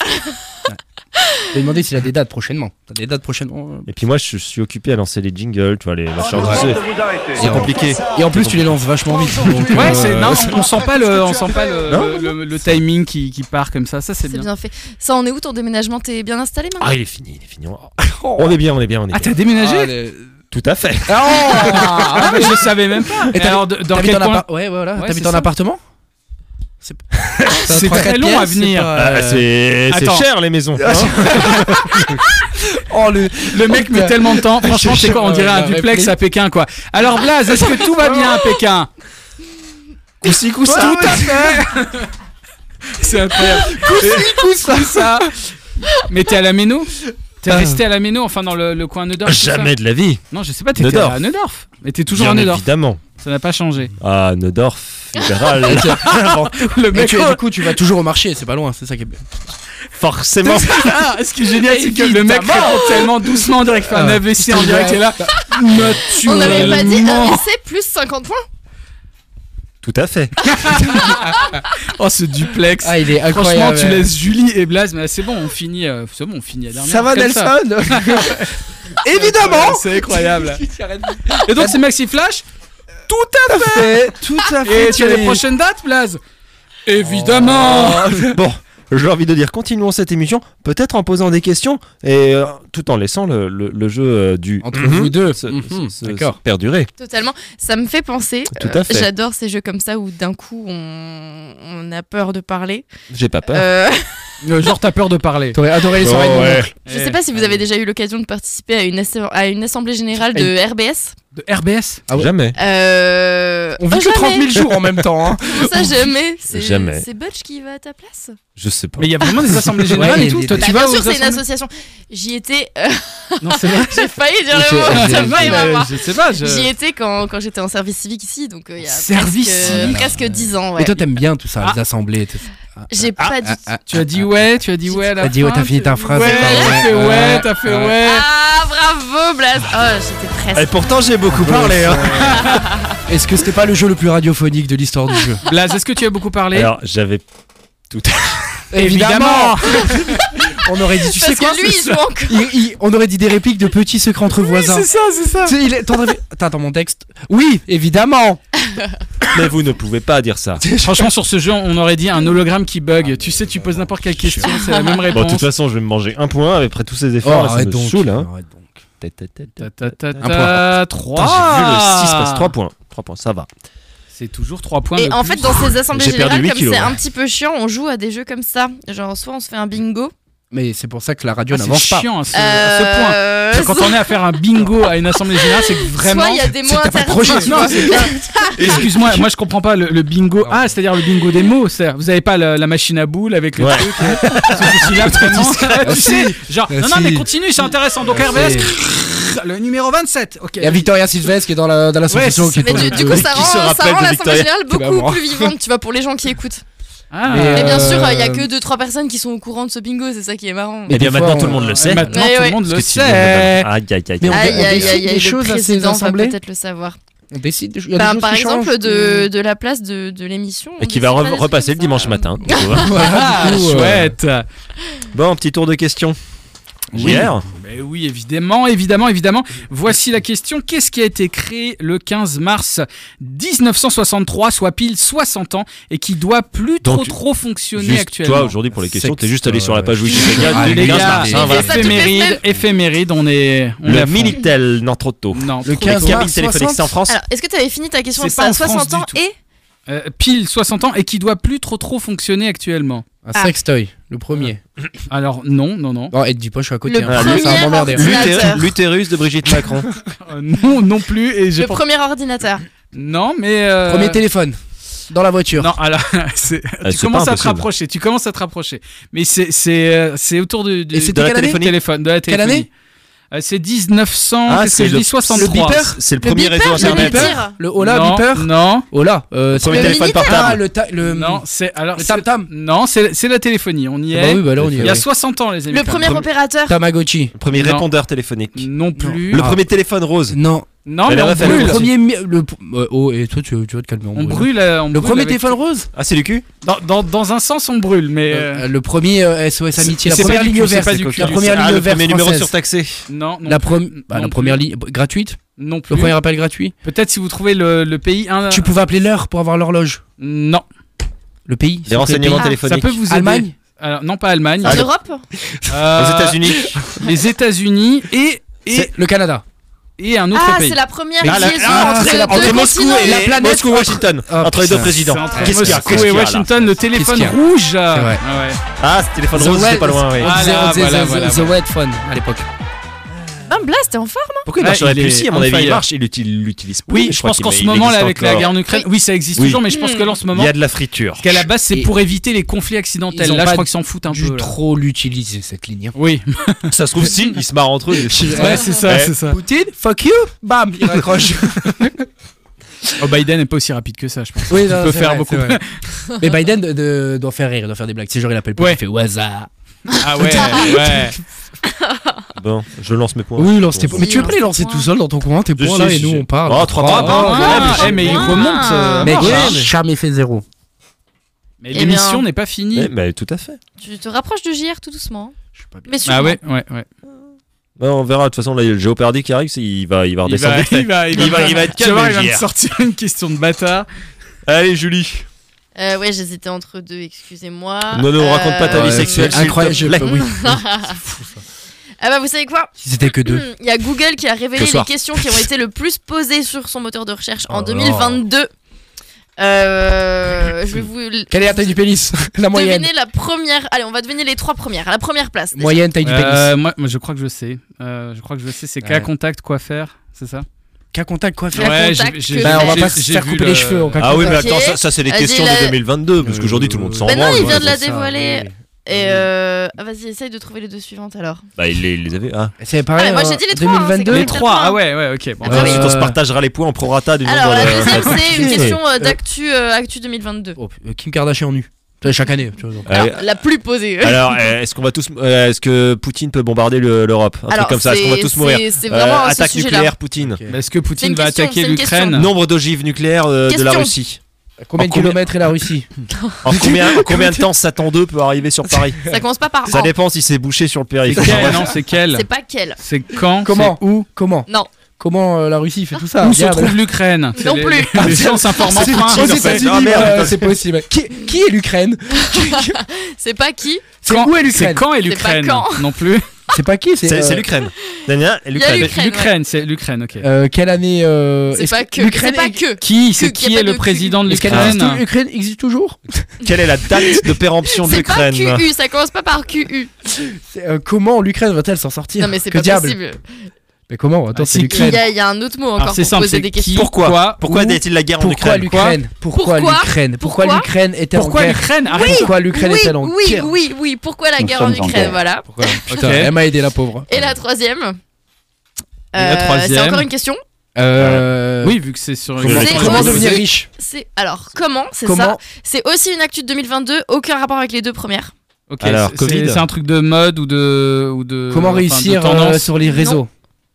[SPEAKER 4] Je vais demander s'il a des dates prochainement. T'as des dates
[SPEAKER 5] euh.
[SPEAKER 4] prochainement
[SPEAKER 2] Et puis moi, je suis occupé à lancer les jingles, tu vois, les machins.
[SPEAKER 4] non,
[SPEAKER 2] tu sais. C'est
[SPEAKER 4] non.
[SPEAKER 2] compliqué.
[SPEAKER 4] euh. Et en plus, tu les lances vachement vite. donc,
[SPEAKER 5] Ouais,
[SPEAKER 4] euh,
[SPEAKER 5] c'est- non, on, on sent pas le, on sent pas le,
[SPEAKER 2] Non,
[SPEAKER 5] le- le- le timing qui, qui part comme ça. Ça, c'est
[SPEAKER 3] C'est
[SPEAKER 5] bien.
[SPEAKER 3] bien. fait. Ça, on est où ton déménagement T'es bien installé maintenant
[SPEAKER 2] Ah, il est fini, il est fini. On est bien, on est bien, on est
[SPEAKER 5] Ah,
[SPEAKER 2] bien.
[SPEAKER 5] t'as déménagé
[SPEAKER 4] Ah, les-
[SPEAKER 2] Tout à fait.
[SPEAKER 5] Ah, mais je le savais même pas.
[SPEAKER 4] oh Et
[SPEAKER 5] Et alors, de- dans
[SPEAKER 4] T'habites
[SPEAKER 5] quel
[SPEAKER 4] en
[SPEAKER 5] coin
[SPEAKER 4] appart- Ouais, voilà.
[SPEAKER 5] Ouais,
[SPEAKER 4] T'habites
[SPEAKER 5] c'est
[SPEAKER 4] en
[SPEAKER 5] ça.
[SPEAKER 4] appartement C'est
[SPEAKER 5] C'est très long à venir.
[SPEAKER 2] Ah,
[SPEAKER 4] bah,
[SPEAKER 2] c'est c'est
[SPEAKER 5] attends.
[SPEAKER 2] cher les maisons. hein.
[SPEAKER 4] Oh, le.
[SPEAKER 5] Le mec met tellement de temps. Franchement,
[SPEAKER 4] Je
[SPEAKER 5] c'est quoi On
[SPEAKER 4] jure,
[SPEAKER 5] dirait
[SPEAKER 4] ouais,
[SPEAKER 5] un
[SPEAKER 4] la
[SPEAKER 5] duplex
[SPEAKER 4] réplique.
[SPEAKER 5] à Pékin, quoi. Alors, Blaze, est-ce que tout va bien à Pékin
[SPEAKER 4] Coussi, coussa.
[SPEAKER 5] Tout à fait C'est incroyable. Coussi, ça Euh. Mais t'es à la Méno T'es
[SPEAKER 4] Ah.
[SPEAKER 5] resté à la Méno, enfin dans le, le coin Neudorf tout ça
[SPEAKER 2] Jamais de la vie.
[SPEAKER 5] Non, je sais pas, t'étais
[SPEAKER 2] Neudorf.
[SPEAKER 5] à Neudorf. Mais t'es toujours à
[SPEAKER 2] Bien
[SPEAKER 5] Neudorf.
[SPEAKER 2] évidemment.
[SPEAKER 5] Ça n'a pas changé.
[SPEAKER 2] Ah, Neudorf, libéral.
[SPEAKER 5] Le
[SPEAKER 4] Et
[SPEAKER 5] mec.
[SPEAKER 4] tu- et du coup, tu vas toujours au marché, c'est pas loin, c'est ça qui est bien.
[SPEAKER 2] Forcément.
[SPEAKER 5] Ah, ce qui est génial, c'est que Euh, le mec
[SPEAKER 4] Évidemment.
[SPEAKER 5] répond tellement doucement en direct, fait un
[SPEAKER 4] Ah.
[SPEAKER 5] AVC en direct, et là,
[SPEAKER 3] On n'avait pas dit ah,
[SPEAKER 5] naturellement.
[SPEAKER 3] AVC plus 50 points
[SPEAKER 2] Tout à fait.
[SPEAKER 5] Oh, ce duplex.
[SPEAKER 4] Ah, il est
[SPEAKER 5] Franchement,
[SPEAKER 4] incroyable.
[SPEAKER 5] tu laisses Julie et Blaze, mais c'est bon, on finit. euh, c'est bon, on finit la dernière.
[SPEAKER 7] Ça va
[SPEAKER 5] comme
[SPEAKER 7] Nelson
[SPEAKER 5] Ouais,
[SPEAKER 7] Évidemment
[SPEAKER 5] Ah, C'est incroyable. et donc, c'est Maxi Flash. Tout à
[SPEAKER 7] Tout à fait, tout à
[SPEAKER 5] fait.
[SPEAKER 7] fait.
[SPEAKER 5] Et tu as les
[SPEAKER 7] Thierry.
[SPEAKER 5] prochaines dates, Blaze
[SPEAKER 2] Oh.
[SPEAKER 5] Évidemment.
[SPEAKER 2] bon, j'ai envie de dire, continuons cette émission, peut-être en posant des questions et euh, tout en laissant le, le- le jeu euh, du
[SPEAKER 4] Entre
[SPEAKER 2] Mhm
[SPEAKER 4] vous deux.
[SPEAKER 2] se-
[SPEAKER 4] Mhm,
[SPEAKER 2] se- se-
[SPEAKER 4] D'accord.
[SPEAKER 2] se perdurer.
[SPEAKER 3] Totalement. Ça me fait penser.
[SPEAKER 2] Tout à fait.
[SPEAKER 3] J'adore ces jeux comme ça où d'un coup on... on a peur de parler.
[SPEAKER 2] J'ai pas peur.
[SPEAKER 3] Euh,
[SPEAKER 5] Euh, Genre, t'as peur de parler.
[SPEAKER 4] T'aurais adoré les soirées de
[SPEAKER 2] Oh,
[SPEAKER 4] mon
[SPEAKER 2] ouais.
[SPEAKER 4] oncle.
[SPEAKER 3] je sais pas si vous
[SPEAKER 5] Ah
[SPEAKER 3] avez déjà eu l'occasion de participer à une, asse- à une assemblée générale de RBS.
[SPEAKER 5] Eh. De RBS
[SPEAKER 4] Ah ouais.
[SPEAKER 2] Jamais.
[SPEAKER 3] Euh...
[SPEAKER 7] On vit
[SPEAKER 3] oh,
[SPEAKER 7] que 30 000
[SPEAKER 3] jamais.
[SPEAKER 7] jours en même temps. hein.
[SPEAKER 3] Comment ça jamais C'est-
[SPEAKER 2] Jamais.
[SPEAKER 3] C'est Butch qui va à ta place
[SPEAKER 2] Je sais pas.
[SPEAKER 5] Mais il y a vraiment des assemblées générales
[SPEAKER 4] Ouais,
[SPEAKER 5] et tout.
[SPEAKER 4] des-
[SPEAKER 5] Toi,
[SPEAKER 3] Bah,
[SPEAKER 5] tu vas
[SPEAKER 3] Bien
[SPEAKER 5] aux
[SPEAKER 3] sûr, c'est une
[SPEAKER 5] assemblées-
[SPEAKER 3] association. J'y étais. euh,
[SPEAKER 5] Non, c'est vrai.
[SPEAKER 3] J'ai failli dire
[SPEAKER 4] Je-
[SPEAKER 3] le mot.
[SPEAKER 4] je-
[SPEAKER 3] Oh, Ça failli m'avoir.
[SPEAKER 5] Je sais pas. je-
[SPEAKER 3] J'y étais quand, quand j'étais en service civique ici, donc euh, il y a
[SPEAKER 5] Service
[SPEAKER 3] presque, euh,
[SPEAKER 5] civique.
[SPEAKER 3] presque 10 ans.
[SPEAKER 4] Et
[SPEAKER 3] Ouais.
[SPEAKER 4] toi, t'aimes bien tout ça,
[SPEAKER 5] Ah.
[SPEAKER 4] les assemblées. et tout ça.
[SPEAKER 3] J'ai
[SPEAKER 4] Ah,
[SPEAKER 3] pas du
[SPEAKER 4] ah, ah,
[SPEAKER 5] Tu as dit ouais, tu as dit
[SPEAKER 3] J'ai
[SPEAKER 5] ouais. à la
[SPEAKER 4] T'as dit ouais,
[SPEAKER 5] fin,
[SPEAKER 4] t'as fini
[SPEAKER 5] tu-
[SPEAKER 4] ta phrase.
[SPEAKER 5] euh, Ouais,
[SPEAKER 4] t'as
[SPEAKER 5] t'as fait ouais, t'as fait ouais.
[SPEAKER 3] Ah, bravo, Blas Oh, j'étais
[SPEAKER 2] Et
[SPEAKER 3] presque.
[SPEAKER 2] pourtant, j'ai beaucoup parlé. hein.
[SPEAKER 4] euh, Est-ce que c'était pas le jeu le plus radiophonique de l'histoire du
[SPEAKER 3] Ah.
[SPEAKER 4] jeu
[SPEAKER 5] Blaze, est-ce que tu as beaucoup parlé
[SPEAKER 2] Alors, j'avais.
[SPEAKER 4] Évidemment On aurait dit, tu sais
[SPEAKER 3] Parce
[SPEAKER 4] quoi
[SPEAKER 3] que lui, il joue encore.
[SPEAKER 4] il- il- On aurait dit des répliques de petits secrets entre voisins.
[SPEAKER 5] ça, c'est ça.
[SPEAKER 4] Tu sais, il est- t'en avais- Attends, dans mon texte. Oui, évidemment
[SPEAKER 2] Mais vous ne pouvez pas dire ça.
[SPEAKER 5] Franchement, sur ce jeu, on aurait dit un hologramme qui bug. tu sais, tu poses n'importe quelle question, c'est la même
[SPEAKER 2] Bon, de toute
[SPEAKER 5] réponse.
[SPEAKER 2] façon, je vais me manger un point après tous ces
[SPEAKER 4] Oh,
[SPEAKER 2] efforts. là, ça
[SPEAKER 4] arrête
[SPEAKER 2] me
[SPEAKER 4] donc.
[SPEAKER 2] saoule. hein.
[SPEAKER 4] arrête donc.
[SPEAKER 2] Ta, ta, ta, ta.
[SPEAKER 5] Ta, ta, ta,
[SPEAKER 4] Un point.
[SPEAKER 5] ta,
[SPEAKER 2] Putain,
[SPEAKER 5] trois.
[SPEAKER 2] J'ai vu
[SPEAKER 5] Ah.
[SPEAKER 2] le 6 passe 3 points. 3 points, ça va.
[SPEAKER 5] C'est toujours 3 points.
[SPEAKER 3] Et
[SPEAKER 5] de
[SPEAKER 3] en
[SPEAKER 5] plus.
[SPEAKER 3] fait, dans ces assemblées
[SPEAKER 2] J'ai perdu
[SPEAKER 3] générales,
[SPEAKER 2] huit
[SPEAKER 3] comme
[SPEAKER 2] kilos,
[SPEAKER 3] c'est
[SPEAKER 2] ouais.
[SPEAKER 3] un petit peu chiant, on joue à des jeux comme ça. Genre, soit on se fait un bingo.
[SPEAKER 4] Mais c'est pour ça que la radio
[SPEAKER 5] Ah, c'est
[SPEAKER 4] n'avance pas.
[SPEAKER 5] chiant à ce, à ce point.
[SPEAKER 3] Euh,
[SPEAKER 5] Parce que Quand on est à faire un bingo à une assemblée générale, c'est que vraiment.
[SPEAKER 3] Soit il y a des mots
[SPEAKER 4] pas de
[SPEAKER 3] interdits.
[SPEAKER 4] projet,
[SPEAKER 3] tu
[SPEAKER 5] non,
[SPEAKER 3] vois.
[SPEAKER 5] c'est clair. Excuse-moi, moi je comprends pas le, le bingo. Ah, c'est-à-dire le bingo des mots. c'est-à-dire, Vous avez pas la, la machine à boules avec le
[SPEAKER 2] Ouais.
[SPEAKER 5] truc. euh, ce truc-là, vraiment. tu sais, genre, non, non,
[SPEAKER 4] Merci.
[SPEAKER 5] mais continue, c'est intéressant. Donc RBS,
[SPEAKER 4] Merci.
[SPEAKER 5] le numéro 27. Ok.
[SPEAKER 4] Il y a Victoria Silvestre qui est dans la dans l'association
[SPEAKER 5] Ouais,
[SPEAKER 4] qui
[SPEAKER 5] c'est-
[SPEAKER 4] est
[SPEAKER 3] Mais
[SPEAKER 4] dans
[SPEAKER 3] du,
[SPEAKER 4] le-
[SPEAKER 3] du coup, ça
[SPEAKER 2] Qui
[SPEAKER 3] rend,
[SPEAKER 2] se
[SPEAKER 3] ça
[SPEAKER 2] rappelle
[SPEAKER 3] rend
[SPEAKER 2] de
[SPEAKER 3] l'assemblée
[SPEAKER 2] Victoria
[SPEAKER 3] générale
[SPEAKER 4] Tu vas voir.
[SPEAKER 3] beaucoup plus vivante, tu vois, pour les gens qui écoutent.
[SPEAKER 5] Ah.
[SPEAKER 4] Mais,
[SPEAKER 3] Mais Eh bien
[SPEAKER 4] Euh,
[SPEAKER 3] sûr, il y a que 2-3 personnes qui sont au courant de ce bingo, c'est ça qui est marrant.
[SPEAKER 4] Mais
[SPEAKER 2] Et Eh bien
[SPEAKER 4] des fois,
[SPEAKER 2] maintenant,
[SPEAKER 4] on-
[SPEAKER 2] tout le monde le sait.
[SPEAKER 5] Maintenant,
[SPEAKER 3] Mais
[SPEAKER 5] tout le
[SPEAKER 3] Eh ouais.
[SPEAKER 5] monde le
[SPEAKER 2] Parce que sinon,
[SPEAKER 5] sait.
[SPEAKER 2] madame- Aïe, aïe, aïe.
[SPEAKER 4] Mais on-
[SPEAKER 3] Aïe, aïe,
[SPEAKER 4] décide
[SPEAKER 3] aïe,
[SPEAKER 4] des
[SPEAKER 3] aïe, le
[SPEAKER 4] choses à ces
[SPEAKER 3] président va
[SPEAKER 4] assemblées
[SPEAKER 3] peut-être le savoir.
[SPEAKER 4] On décide. des choses- il y a des
[SPEAKER 3] Bah,
[SPEAKER 4] choses
[SPEAKER 3] par
[SPEAKER 4] qui
[SPEAKER 3] exemple,
[SPEAKER 4] changent,
[SPEAKER 3] de, de la place de, de l'émission. on
[SPEAKER 2] Et qui va
[SPEAKER 3] décide pas
[SPEAKER 2] re-
[SPEAKER 3] des trucs
[SPEAKER 2] repasser
[SPEAKER 3] comme
[SPEAKER 2] le dimanche
[SPEAKER 3] ça.
[SPEAKER 2] matin. tu vois.
[SPEAKER 5] Ah,
[SPEAKER 4] du coup, euh,
[SPEAKER 5] chouette.
[SPEAKER 2] bon, petit tour de questions. JR,
[SPEAKER 5] Mais Eh oui, évidemment, évidemment, évidemment. Voici la question. Qu'est-ce qui a été créé le 15 mars 1963, soit pile 60 ans, et qui doit plus
[SPEAKER 2] Donc,
[SPEAKER 5] trop trop fonctionner
[SPEAKER 2] juste
[SPEAKER 5] actuellement
[SPEAKER 2] toi aujourd'hui pour les questions,
[SPEAKER 4] Sexe,
[SPEAKER 2] t'es juste allé sur la page
[SPEAKER 4] euh,
[SPEAKER 2] Wikipédia
[SPEAKER 4] Ah,
[SPEAKER 2] de
[SPEAKER 5] les
[SPEAKER 4] Gars,
[SPEAKER 2] 15
[SPEAKER 5] gars,
[SPEAKER 2] mars. hein,
[SPEAKER 3] mais
[SPEAKER 2] voilà.
[SPEAKER 3] ça, toutes les
[SPEAKER 5] éphéméride,
[SPEAKER 3] semaines.
[SPEAKER 5] éphéméride, on est on est
[SPEAKER 2] Le
[SPEAKER 5] à fond.
[SPEAKER 2] Minitel, non trop tôt.
[SPEAKER 5] Non,
[SPEAKER 4] Le
[SPEAKER 5] trop
[SPEAKER 4] 15
[SPEAKER 5] tôt.
[SPEAKER 4] mars.
[SPEAKER 2] Cabine téléphonique, c'est en France
[SPEAKER 5] Ah,
[SPEAKER 3] Alors, est-ce que tu avais fini ta question
[SPEAKER 5] C'est pas
[SPEAKER 3] Ça
[SPEAKER 5] en
[SPEAKER 3] a
[SPEAKER 5] France
[SPEAKER 3] 60
[SPEAKER 5] du
[SPEAKER 3] ans
[SPEAKER 5] tout.
[SPEAKER 3] et
[SPEAKER 5] Euh, pile 60 ans et qui doit plus trop trop fonctionner actuellement.
[SPEAKER 4] Un
[SPEAKER 3] Ah.
[SPEAKER 4] sextoy, le premier.
[SPEAKER 5] Alors non, non, non,
[SPEAKER 4] Non, et dis pas, je suis à côté.
[SPEAKER 3] Le
[SPEAKER 4] hein. Ça va
[SPEAKER 3] premier
[SPEAKER 4] m'emmerder.
[SPEAKER 3] ordinateur.
[SPEAKER 2] L'uté- L'utérus de Brigitte Macron.
[SPEAKER 5] Euh, non, non plus. Et j'ai
[SPEAKER 3] le
[SPEAKER 5] pas-
[SPEAKER 3] premier ordinateur
[SPEAKER 5] Non, mais euh,
[SPEAKER 4] Premier téléphone. Dans la voiture.
[SPEAKER 5] Non, alors c'est-
[SPEAKER 2] Ah,
[SPEAKER 5] tu
[SPEAKER 2] c'est pas
[SPEAKER 5] commences à te
[SPEAKER 2] impossible.
[SPEAKER 5] rapprocher. Tu commences à te rapprocher. Mais c'est c'est euh, c'est autour de, de,
[SPEAKER 4] Et c'était
[SPEAKER 5] de la
[SPEAKER 4] quelle année
[SPEAKER 5] téléphonie. Téléphone, de la
[SPEAKER 4] Quelle
[SPEAKER 5] téléphonie.
[SPEAKER 4] année
[SPEAKER 5] Euh, C'est 1900.
[SPEAKER 2] Ah,
[SPEAKER 5] Qu'est-ce que
[SPEAKER 2] c'est
[SPEAKER 5] je
[SPEAKER 2] le-
[SPEAKER 5] dis 63.
[SPEAKER 4] le beeper
[SPEAKER 2] C'est le
[SPEAKER 3] Le
[SPEAKER 2] premier réseau
[SPEAKER 3] beeper, j'allais
[SPEAKER 2] internet.
[SPEAKER 3] dire
[SPEAKER 4] Le Ola
[SPEAKER 5] non,
[SPEAKER 4] Beeper
[SPEAKER 5] Non,
[SPEAKER 4] Ola. euh,
[SPEAKER 2] Premier
[SPEAKER 3] Le
[SPEAKER 2] téléphone
[SPEAKER 3] Minitel.
[SPEAKER 4] Ah,
[SPEAKER 2] portable.
[SPEAKER 4] le, ta- le...
[SPEAKER 5] non, c'est alors
[SPEAKER 4] le
[SPEAKER 5] c'est-
[SPEAKER 4] Tam Tam.
[SPEAKER 5] Non, c'est c'est la téléphonie. On y
[SPEAKER 4] Ah bah
[SPEAKER 5] est.
[SPEAKER 4] oui, bah là on y
[SPEAKER 5] Il
[SPEAKER 4] est.
[SPEAKER 5] y a
[SPEAKER 4] ouais.
[SPEAKER 5] 60 ans, les amis.
[SPEAKER 3] Le
[SPEAKER 5] quand
[SPEAKER 3] premier
[SPEAKER 5] même.
[SPEAKER 3] opérateur
[SPEAKER 4] Tamagotchi.
[SPEAKER 2] Le premier
[SPEAKER 5] Non.
[SPEAKER 2] répondeur téléphonique.
[SPEAKER 5] Non plus. Ah.
[SPEAKER 2] Le
[SPEAKER 4] Ah.
[SPEAKER 2] premier téléphone rose.
[SPEAKER 4] Non.
[SPEAKER 5] Non,
[SPEAKER 2] Elle
[SPEAKER 5] mais
[SPEAKER 2] a
[SPEAKER 5] on
[SPEAKER 2] fait la
[SPEAKER 5] brûle.
[SPEAKER 4] Le premier. mi- Le... euh, Oh, et toi, tu, tu vas te calmer.
[SPEAKER 5] On brûle. euh, on
[SPEAKER 4] Le
[SPEAKER 5] brûle
[SPEAKER 4] premier
[SPEAKER 5] avec-
[SPEAKER 4] téléphone rose
[SPEAKER 2] Ah, c'est du cul
[SPEAKER 5] Dans, dans, dans un sens, on brûle, mais. euh,
[SPEAKER 4] Euh, Le premier euh, SOS Amitié. La
[SPEAKER 5] c'est pas
[SPEAKER 4] première
[SPEAKER 5] du
[SPEAKER 4] ligne
[SPEAKER 5] cul, c'est
[SPEAKER 4] verte.
[SPEAKER 5] pas du cul.
[SPEAKER 4] La première
[SPEAKER 2] Ah,
[SPEAKER 4] ligne
[SPEAKER 2] le
[SPEAKER 4] verte.
[SPEAKER 2] premier numéro
[SPEAKER 4] française.
[SPEAKER 2] surtaxé.
[SPEAKER 5] non, non.
[SPEAKER 4] La,
[SPEAKER 5] plus,
[SPEAKER 4] prom- bah,
[SPEAKER 5] non
[SPEAKER 4] la
[SPEAKER 5] plus.
[SPEAKER 4] première ligne gratuite
[SPEAKER 5] Non
[SPEAKER 4] Le
[SPEAKER 5] plus.
[SPEAKER 4] premier appel gratuit Ah.
[SPEAKER 5] Peut-être si vous trouvez le, le pays. Un...
[SPEAKER 4] Tu pouvais appeler l'heure pour avoir l'horloge
[SPEAKER 5] Non.
[SPEAKER 4] Le pays
[SPEAKER 2] Des renseignements
[SPEAKER 3] Ah, ça
[SPEAKER 5] Ça
[SPEAKER 2] téléphoniques.
[SPEAKER 5] peut vous aider.
[SPEAKER 4] Allemagne
[SPEAKER 5] Alors, Non, pas Allemagne.
[SPEAKER 3] en Europe
[SPEAKER 5] Euh,
[SPEAKER 2] Aux États-Unis.
[SPEAKER 5] Les États-Unis et, et,
[SPEAKER 4] C'est Le Canada
[SPEAKER 5] et un autre
[SPEAKER 3] Ah,
[SPEAKER 5] pays.
[SPEAKER 3] c'est la première
[SPEAKER 2] Ah, la-
[SPEAKER 3] liaison
[SPEAKER 4] ah,
[SPEAKER 3] entre
[SPEAKER 4] c'est la-
[SPEAKER 3] deux
[SPEAKER 2] entre Moscou
[SPEAKER 3] continents.
[SPEAKER 2] et
[SPEAKER 4] la planète.
[SPEAKER 2] Moscou Washington
[SPEAKER 4] Ah,
[SPEAKER 2] entre les
[SPEAKER 4] putain.
[SPEAKER 2] deux présidents.
[SPEAKER 5] Oh, C'est entre
[SPEAKER 2] Qu'est-ce qu'il y a
[SPEAKER 5] Moscou
[SPEAKER 2] Qu'est-ce qu'il
[SPEAKER 5] et
[SPEAKER 2] y a, là
[SPEAKER 5] Washington, le téléphone
[SPEAKER 4] qu'il y a
[SPEAKER 5] rouge.
[SPEAKER 4] vrai.
[SPEAKER 5] Ah ouais.
[SPEAKER 2] Ah, ce téléphone rose, c'est pas loin. ouais.
[SPEAKER 5] Ah,
[SPEAKER 4] On disait-
[SPEAKER 5] là,
[SPEAKER 4] on disait
[SPEAKER 5] voilà,
[SPEAKER 4] the-
[SPEAKER 5] voilà,
[SPEAKER 4] the,
[SPEAKER 5] voilà.
[SPEAKER 4] Wet Phone à l'époque.
[SPEAKER 3] Ah, Blast, t'es en forme
[SPEAKER 2] Pourquoi il
[SPEAKER 5] Ouais,
[SPEAKER 2] marcherait
[SPEAKER 5] il est
[SPEAKER 2] plus si, à mon
[SPEAKER 5] on
[SPEAKER 2] avis, il
[SPEAKER 5] fire.
[SPEAKER 2] marche, il l'uti- il l'utilise plus.
[SPEAKER 5] Oui, je
[SPEAKER 2] crois
[SPEAKER 5] pense
[SPEAKER 2] qu'il-
[SPEAKER 5] qu'en ce
[SPEAKER 2] il
[SPEAKER 5] moment, là,
[SPEAKER 2] existe
[SPEAKER 5] avec la
[SPEAKER 2] encore.
[SPEAKER 5] guerre en Ukraine, oui, ça existe
[SPEAKER 2] Oui.
[SPEAKER 5] toujours, mais je
[SPEAKER 3] Hmm.
[SPEAKER 5] pense que là, en ce
[SPEAKER 2] Il
[SPEAKER 5] moment,
[SPEAKER 2] y a de la friture.
[SPEAKER 5] qu'à la base, c'est
[SPEAKER 4] Et-
[SPEAKER 5] pour éviter les conflits accidentels.
[SPEAKER 4] Ils ont
[SPEAKER 5] Là, je
[SPEAKER 4] pas
[SPEAKER 5] crois qu'ils s'en foutent un
[SPEAKER 4] Du
[SPEAKER 5] peu. là.
[SPEAKER 4] trop l'utiliser cette ligne.
[SPEAKER 5] Oui,
[SPEAKER 2] Ça se trouve, si, ils se marrent entre eux.
[SPEAKER 5] ouais, c'est ça,
[SPEAKER 2] Ouais.
[SPEAKER 5] c'est ça.
[SPEAKER 4] Poutine, fuck you, bam, il raccroche.
[SPEAKER 5] Oh, Biden n'est pas aussi rapide que ça, je pense.
[SPEAKER 4] oui,
[SPEAKER 5] non,
[SPEAKER 4] non,
[SPEAKER 5] peux c'est faire vrai, beaucoup. c'est
[SPEAKER 4] Mais Biden de- de- doit faire rire, doit faire des blagues. C'est genre il appelle Poutine,
[SPEAKER 5] Ouais.
[SPEAKER 4] il fait waza.
[SPEAKER 5] Ah ouais, ouais.
[SPEAKER 2] Bon, je lance mes points.
[SPEAKER 4] Oui, lance tes
[SPEAKER 2] Bon.
[SPEAKER 4] points. Mais tu veux pas les lancer tout seul dans ton coin, tes
[SPEAKER 2] Si,
[SPEAKER 4] points
[SPEAKER 2] si,
[SPEAKER 4] là, et
[SPEAKER 2] si,
[SPEAKER 4] nous
[SPEAKER 2] si.
[SPEAKER 4] on Ah, parle.
[SPEAKER 2] Oh, trois
[SPEAKER 4] Ah,
[SPEAKER 2] points, pardon.
[SPEAKER 5] Ah,
[SPEAKER 2] Ah,
[SPEAKER 5] eh, mais il
[SPEAKER 3] putain.
[SPEAKER 5] remonte. euh,
[SPEAKER 8] Mec,
[SPEAKER 5] marche, hein.
[SPEAKER 8] j'ai jamais fait zéro.
[SPEAKER 5] mais
[SPEAKER 3] Eh
[SPEAKER 5] l'émission
[SPEAKER 3] bien.
[SPEAKER 5] n'est pas finie.
[SPEAKER 2] Mais, mais tout à fait.
[SPEAKER 3] Tu te rapproches de JR tout doucement.
[SPEAKER 4] Je suis pas bien.
[SPEAKER 3] Mais sûrement.
[SPEAKER 5] Ah ouais, ouais, ouais.
[SPEAKER 2] Ouais, Bah, on verra. De toute façon, là, il y a le Géopardi qui arrive, c'est- il va, il va
[SPEAKER 5] Il
[SPEAKER 2] redescendre.
[SPEAKER 5] va,
[SPEAKER 2] vite fait.
[SPEAKER 5] il va, il va,
[SPEAKER 2] Il va- il va être
[SPEAKER 5] Tu vas voir,
[SPEAKER 2] calme,
[SPEAKER 5] il va me
[SPEAKER 2] JR.
[SPEAKER 5] sortir une question de bâtard.
[SPEAKER 2] Allez, Julie.
[SPEAKER 3] Euh, ouais, j'hésitais entre deux, excusez-moi.
[SPEAKER 2] Non, non,
[SPEAKER 3] Euh,
[SPEAKER 2] raconte pas ta vie
[SPEAKER 4] Ouais,
[SPEAKER 2] sexuelle.
[SPEAKER 4] c'est incroyable,
[SPEAKER 2] s'il te plaît.
[SPEAKER 4] je- oui.
[SPEAKER 3] ah bah vous savez quoi
[SPEAKER 4] Si c'était que
[SPEAKER 2] Mm.
[SPEAKER 4] deux.
[SPEAKER 3] Il y a Google qui a révélé
[SPEAKER 2] Ce soir.
[SPEAKER 3] les questions qui ont été le plus posées sur son moteur de recherche en
[SPEAKER 4] Oh là.
[SPEAKER 3] 2022. Euh, je vais vous
[SPEAKER 4] Quelle est la taille du pénis La moyenne.
[SPEAKER 3] deviner la première. Allez, on va deviner les trois premières. À la première place. déjà.
[SPEAKER 4] Moyenne taille du pénis.
[SPEAKER 5] Euh, moi, moi, je crois que je sais. Euh, je crois que je sais. C'est
[SPEAKER 4] Ouais.
[SPEAKER 5] cas contact, quoi faire C'est ça
[SPEAKER 4] Qu'à contact quoi
[SPEAKER 3] Cas
[SPEAKER 4] faire
[SPEAKER 5] Ouais,
[SPEAKER 3] contact,
[SPEAKER 5] j'ai- j'ai-
[SPEAKER 3] que
[SPEAKER 4] Bah, on va
[SPEAKER 3] J'ai-
[SPEAKER 4] pas se
[SPEAKER 5] j'ai
[SPEAKER 4] faire
[SPEAKER 5] vu
[SPEAKER 4] couper
[SPEAKER 5] le-
[SPEAKER 4] les cheveux en cas
[SPEAKER 2] Ah oui, mais
[SPEAKER 3] Ok.
[SPEAKER 2] attends, ça, ça, c'est les
[SPEAKER 3] Vas-y,
[SPEAKER 2] questions
[SPEAKER 3] la-
[SPEAKER 2] de 2022,
[SPEAKER 4] Euh,
[SPEAKER 2] parce qu'aujourd'hui tout le monde s'en
[SPEAKER 3] Mais Bah non,
[SPEAKER 2] branle.
[SPEAKER 3] il
[SPEAKER 2] ouais.
[SPEAKER 3] vient de la
[SPEAKER 4] c'est ça,
[SPEAKER 3] dévoiler.
[SPEAKER 4] oui,
[SPEAKER 3] Et euh... ah, vas-y, essaye de trouver les deux suivantes alors.
[SPEAKER 2] Bah, il les, il les avait. Ah.
[SPEAKER 4] C'est
[SPEAKER 3] Ah,
[SPEAKER 4] pareil.
[SPEAKER 3] mais moi,
[SPEAKER 4] hein,
[SPEAKER 3] j'ai dit les trois, hein, c'est
[SPEAKER 4] 2022.
[SPEAKER 3] quand
[SPEAKER 5] Les
[SPEAKER 3] même-
[SPEAKER 5] trois. Ah ouais, ouais, ok. Bon,
[SPEAKER 3] Ah oui.
[SPEAKER 2] Ensuite, on se partagera les points en prorata euh, du
[SPEAKER 3] Alors
[SPEAKER 2] nombre
[SPEAKER 3] la
[SPEAKER 2] de-
[SPEAKER 3] deuxième, c'est une
[SPEAKER 4] Ok.
[SPEAKER 3] question euh, d'actu euh, actu 2022.
[SPEAKER 4] Oh, euh, Kim Kardashian nu. Tu vois, Chaque année. tu vois, genre.
[SPEAKER 2] Allez,
[SPEAKER 3] Alors, la plus posée.
[SPEAKER 2] Alors, euh, est-ce qu'on va tous, euh, est-ce que Poutine peut bombarder le- l'Europe, un truc comme ça, est-ce qu'on va
[SPEAKER 3] c'est-
[SPEAKER 2] tous mourir
[SPEAKER 3] c'est- C'est
[SPEAKER 2] Euh,
[SPEAKER 3] vraiment à ce
[SPEAKER 2] Attaque
[SPEAKER 3] sujet-là.
[SPEAKER 2] nucléaire, Poutine.
[SPEAKER 4] Ok.
[SPEAKER 5] Bah, Est-ce que
[SPEAKER 3] C'est une
[SPEAKER 5] Poutine va
[SPEAKER 3] question,
[SPEAKER 5] attaquer
[SPEAKER 3] c'est une
[SPEAKER 5] l'Ukraine
[SPEAKER 2] Nombre d'ogives nucléaires euh, de la
[SPEAKER 3] Question.
[SPEAKER 2] Russie.
[SPEAKER 4] Combien de
[SPEAKER 2] En Oh, combien-
[SPEAKER 4] kilomètres est la Russie
[SPEAKER 2] En combien, en combien de temps Satan 2 peut arriver sur Paris
[SPEAKER 3] Ça commence pas par
[SPEAKER 2] Ça
[SPEAKER 3] en.
[SPEAKER 2] dépend si c'est bouché sur le
[SPEAKER 5] C'est
[SPEAKER 2] périph'.
[SPEAKER 5] quel Non, c'est quel
[SPEAKER 3] C'est pas quelle.
[SPEAKER 5] C'est quand
[SPEAKER 4] Comment Où Comment
[SPEAKER 3] Non.
[SPEAKER 4] Comment euh, la Russie fait tout
[SPEAKER 5] c'est-
[SPEAKER 4] ça
[SPEAKER 5] Où se
[SPEAKER 4] Regarde,
[SPEAKER 5] trouve l'Ukraine C'est
[SPEAKER 3] Non
[SPEAKER 5] les-
[SPEAKER 3] plus.
[SPEAKER 5] Les gens s'informent
[SPEAKER 4] C'est-
[SPEAKER 5] enfin.
[SPEAKER 4] Aux
[SPEAKER 2] en fait.
[SPEAKER 4] États-Unis,
[SPEAKER 2] Ah, merde,
[SPEAKER 4] euh,
[SPEAKER 2] putain.
[SPEAKER 4] c'est possible. Qui, qui est l'Ukraine
[SPEAKER 3] C'est pas qui.
[SPEAKER 4] C'est
[SPEAKER 5] Quand-
[SPEAKER 4] où est
[SPEAKER 5] C'est
[SPEAKER 4] l'Ukraine
[SPEAKER 5] quand
[SPEAKER 3] C'est
[SPEAKER 5] est
[SPEAKER 3] pas
[SPEAKER 5] l'Ukraine
[SPEAKER 3] quand.
[SPEAKER 5] Non plus.
[SPEAKER 4] C'est pas qui
[SPEAKER 2] C'est c'est
[SPEAKER 4] euh,
[SPEAKER 2] l'Ukraine. Daniel, et
[SPEAKER 3] Il y a
[SPEAKER 2] l'Ukraine.
[SPEAKER 3] l'Ukraine. ouais.
[SPEAKER 5] L'Ukraine, c'est l'Ukraine, ok.
[SPEAKER 4] euh, Quelle année euh,
[SPEAKER 3] C'est
[SPEAKER 4] est-ce
[SPEAKER 3] pas
[SPEAKER 4] que
[SPEAKER 3] que. C'est
[SPEAKER 4] l'Ukraine
[SPEAKER 3] pas
[SPEAKER 4] est-
[SPEAKER 3] que.
[SPEAKER 5] Qui
[SPEAKER 3] y a
[SPEAKER 5] C'est qui
[SPEAKER 3] pas
[SPEAKER 5] est
[SPEAKER 3] de
[SPEAKER 5] le
[SPEAKER 3] cul.
[SPEAKER 5] président de
[SPEAKER 4] Est-ce qu'elle
[SPEAKER 5] l'Ukraine
[SPEAKER 4] existe toujours- l'Ukraine existe toujours
[SPEAKER 2] Quelle est la date de péremption de
[SPEAKER 3] C'est pas
[SPEAKER 2] l'Ukraine
[SPEAKER 3] QU. Ça commence pas par QU.
[SPEAKER 4] C'est, euh, Comment l'Ukraine va-t-elle s'en sortir
[SPEAKER 3] Non mais c'est
[SPEAKER 4] Que
[SPEAKER 3] pas
[SPEAKER 4] diable
[SPEAKER 3] possible.
[SPEAKER 4] Mais comment Attends,
[SPEAKER 5] Ah,
[SPEAKER 4] c'est
[SPEAKER 5] si.
[SPEAKER 3] Il y,
[SPEAKER 4] l'Ukraine.
[SPEAKER 3] a, il y a un autre mot
[SPEAKER 5] Alors,
[SPEAKER 3] encore
[SPEAKER 5] Ah, c'est
[SPEAKER 3] pour
[SPEAKER 5] simple,
[SPEAKER 3] poser
[SPEAKER 5] c'est
[SPEAKER 3] des
[SPEAKER 5] qui
[SPEAKER 3] questions.
[SPEAKER 2] Pourquoi Pourquoi
[SPEAKER 4] Où
[SPEAKER 2] y a-t-il la guerre en
[SPEAKER 4] Pourquoi
[SPEAKER 2] Ukraine
[SPEAKER 4] l'Ukraine Pourquoi
[SPEAKER 3] Pourquoi
[SPEAKER 4] l'Ukraine Pourquoi
[SPEAKER 3] Pourquoi
[SPEAKER 4] l'Ukraine était en
[SPEAKER 5] Pourquoi
[SPEAKER 4] guerre
[SPEAKER 5] l'Ukraine Arrête.
[SPEAKER 4] Pourquoi l'Ukraine
[SPEAKER 3] Oui,
[SPEAKER 4] est-elle en
[SPEAKER 3] oui,
[SPEAKER 4] guerre
[SPEAKER 3] oui, oui. Pourquoi la
[SPEAKER 1] Nous
[SPEAKER 3] guerre en
[SPEAKER 1] sommes en
[SPEAKER 3] Ukraine
[SPEAKER 1] guerre.
[SPEAKER 3] voilà.
[SPEAKER 4] Pourquoi Putain, elle m'a aidé la pauvre.
[SPEAKER 3] Et la troisième.
[SPEAKER 5] la
[SPEAKER 3] Euh, C'est
[SPEAKER 5] troisième.
[SPEAKER 3] encore une question.
[SPEAKER 4] Euh,
[SPEAKER 5] Oui, vu que c'est sur.
[SPEAKER 4] Comment,
[SPEAKER 3] C'est-
[SPEAKER 4] comment
[SPEAKER 3] c'est-
[SPEAKER 4] devenir riche
[SPEAKER 3] C'est alors comment c'est ça
[SPEAKER 4] Comment
[SPEAKER 3] C'est aussi une actu de 2022, aucun rapport avec les deux premières.
[SPEAKER 5] Ok,
[SPEAKER 2] Alors,
[SPEAKER 5] c'est-
[SPEAKER 2] Covid.
[SPEAKER 5] c'est c'est un truc de mode ou de ou de.
[SPEAKER 4] Comment
[SPEAKER 5] enfin, de
[SPEAKER 4] réussir euh,
[SPEAKER 5] tendance.
[SPEAKER 4] sur les réseaux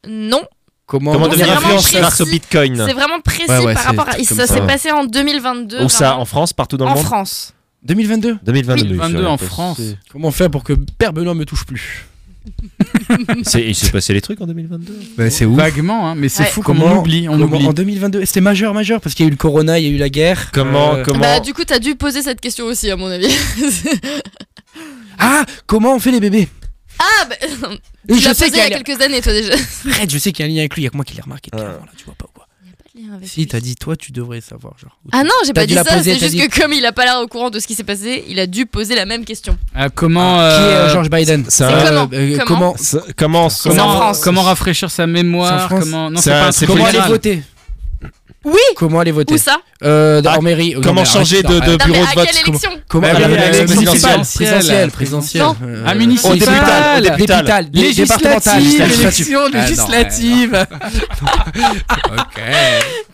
[SPEAKER 3] Non,
[SPEAKER 4] Comment,
[SPEAKER 2] Comment
[SPEAKER 3] c'est
[SPEAKER 2] devenir
[SPEAKER 3] vraiment
[SPEAKER 2] influenceur grâce au
[SPEAKER 3] précis. c'est
[SPEAKER 2] Bitcoin
[SPEAKER 3] vraiment précis
[SPEAKER 4] Ouais, ouais,
[SPEAKER 3] par
[SPEAKER 4] c'est
[SPEAKER 3] rapport
[SPEAKER 4] des
[SPEAKER 3] à
[SPEAKER 4] trucs
[SPEAKER 3] ça
[SPEAKER 4] comme
[SPEAKER 3] s'est
[SPEAKER 2] ça.
[SPEAKER 3] passé en 2022
[SPEAKER 2] Où Oh, ça
[SPEAKER 3] vraiment.
[SPEAKER 2] En France Partout dans le
[SPEAKER 3] En
[SPEAKER 2] monde
[SPEAKER 3] France.
[SPEAKER 4] 2022
[SPEAKER 2] 2022.
[SPEAKER 5] 2022 en
[SPEAKER 2] c'est-
[SPEAKER 5] France.
[SPEAKER 4] Comment faire pour que Père Benoît me touche plus
[SPEAKER 2] c'est- Il s'est passé les trucs en 2022
[SPEAKER 4] bah, C'est
[SPEAKER 5] Vaguement, hein, mais c'est
[SPEAKER 3] Ouais.
[SPEAKER 5] fou comment on oublie. On
[SPEAKER 4] comment-
[SPEAKER 5] oublie.
[SPEAKER 4] En 2022, c'était majeur, majeur, parce qu'il y a eu le corona, il y a eu la guerre.
[SPEAKER 2] Comment,
[SPEAKER 4] Euh,
[SPEAKER 2] comment
[SPEAKER 3] Bah du coup t'as dû poser cette question aussi à mon avis.
[SPEAKER 4] Ah, comment on fait les bébés
[SPEAKER 3] ah bah,
[SPEAKER 4] Et
[SPEAKER 3] tu l'as posé
[SPEAKER 4] sais
[SPEAKER 3] il
[SPEAKER 4] qu'il
[SPEAKER 3] y
[SPEAKER 4] y
[SPEAKER 3] a
[SPEAKER 4] a
[SPEAKER 3] quelques années toi déjà.
[SPEAKER 4] un- Arrête, je sais qu'il y a un lien avec lui, il y a que moi qui l'ai remarqué
[SPEAKER 2] Ah.
[SPEAKER 4] depuis avant, là, tu vois pas ou quoi. Si, t'as dit, toi, tu devrais savoir, genre.
[SPEAKER 3] Ah non j'ai pas
[SPEAKER 4] T'as dû
[SPEAKER 3] dit
[SPEAKER 4] la
[SPEAKER 3] ça,
[SPEAKER 4] poser,
[SPEAKER 3] c'est
[SPEAKER 4] t'as
[SPEAKER 3] juste
[SPEAKER 4] dit-
[SPEAKER 3] que comme il a pas l'air au courant de ce qui s'est passé, il a dû poser la même question.
[SPEAKER 5] Ah, comment
[SPEAKER 4] Qui est
[SPEAKER 5] euh,
[SPEAKER 4] euh, George Biden
[SPEAKER 2] C'est
[SPEAKER 3] C'est
[SPEAKER 2] un-
[SPEAKER 3] comment
[SPEAKER 4] euh,
[SPEAKER 3] Comment
[SPEAKER 4] comment,
[SPEAKER 2] c'est- Comment
[SPEAKER 3] en
[SPEAKER 5] comment,
[SPEAKER 3] France.
[SPEAKER 5] comment rafraîchir sa
[SPEAKER 4] C'est en
[SPEAKER 5] mémoire
[SPEAKER 4] France.
[SPEAKER 5] Comment non
[SPEAKER 2] C'est
[SPEAKER 5] c'est pas
[SPEAKER 2] un-
[SPEAKER 5] un
[SPEAKER 2] c'est
[SPEAKER 5] truc
[SPEAKER 4] comment
[SPEAKER 2] plus
[SPEAKER 4] aller
[SPEAKER 5] général.
[SPEAKER 4] voter
[SPEAKER 3] Oui
[SPEAKER 4] Comment aller voter
[SPEAKER 3] Où ça
[SPEAKER 4] Euh,
[SPEAKER 2] Ah,
[SPEAKER 4] En mairie. euh,
[SPEAKER 2] comment
[SPEAKER 4] non, mais
[SPEAKER 2] changer
[SPEAKER 4] arrête,
[SPEAKER 2] de-
[SPEAKER 4] arrête.
[SPEAKER 2] de-
[SPEAKER 3] Non
[SPEAKER 2] bureau
[SPEAKER 3] mais à
[SPEAKER 2] vote,
[SPEAKER 3] quelle
[SPEAKER 2] comment-
[SPEAKER 3] élection
[SPEAKER 4] Comment
[SPEAKER 2] Bah,
[SPEAKER 4] aller
[SPEAKER 2] oui,
[SPEAKER 4] à la
[SPEAKER 2] euh,
[SPEAKER 4] municipale,
[SPEAKER 5] présidentielle.
[SPEAKER 4] présidentielle, présidentielle. euh,
[SPEAKER 5] Ah,
[SPEAKER 4] Au
[SPEAKER 5] municipale.
[SPEAKER 4] députal, au
[SPEAKER 2] Députal.
[SPEAKER 4] députal, dé- départemental.
[SPEAKER 5] Législative, élection
[SPEAKER 4] Ah, non,
[SPEAKER 5] législative.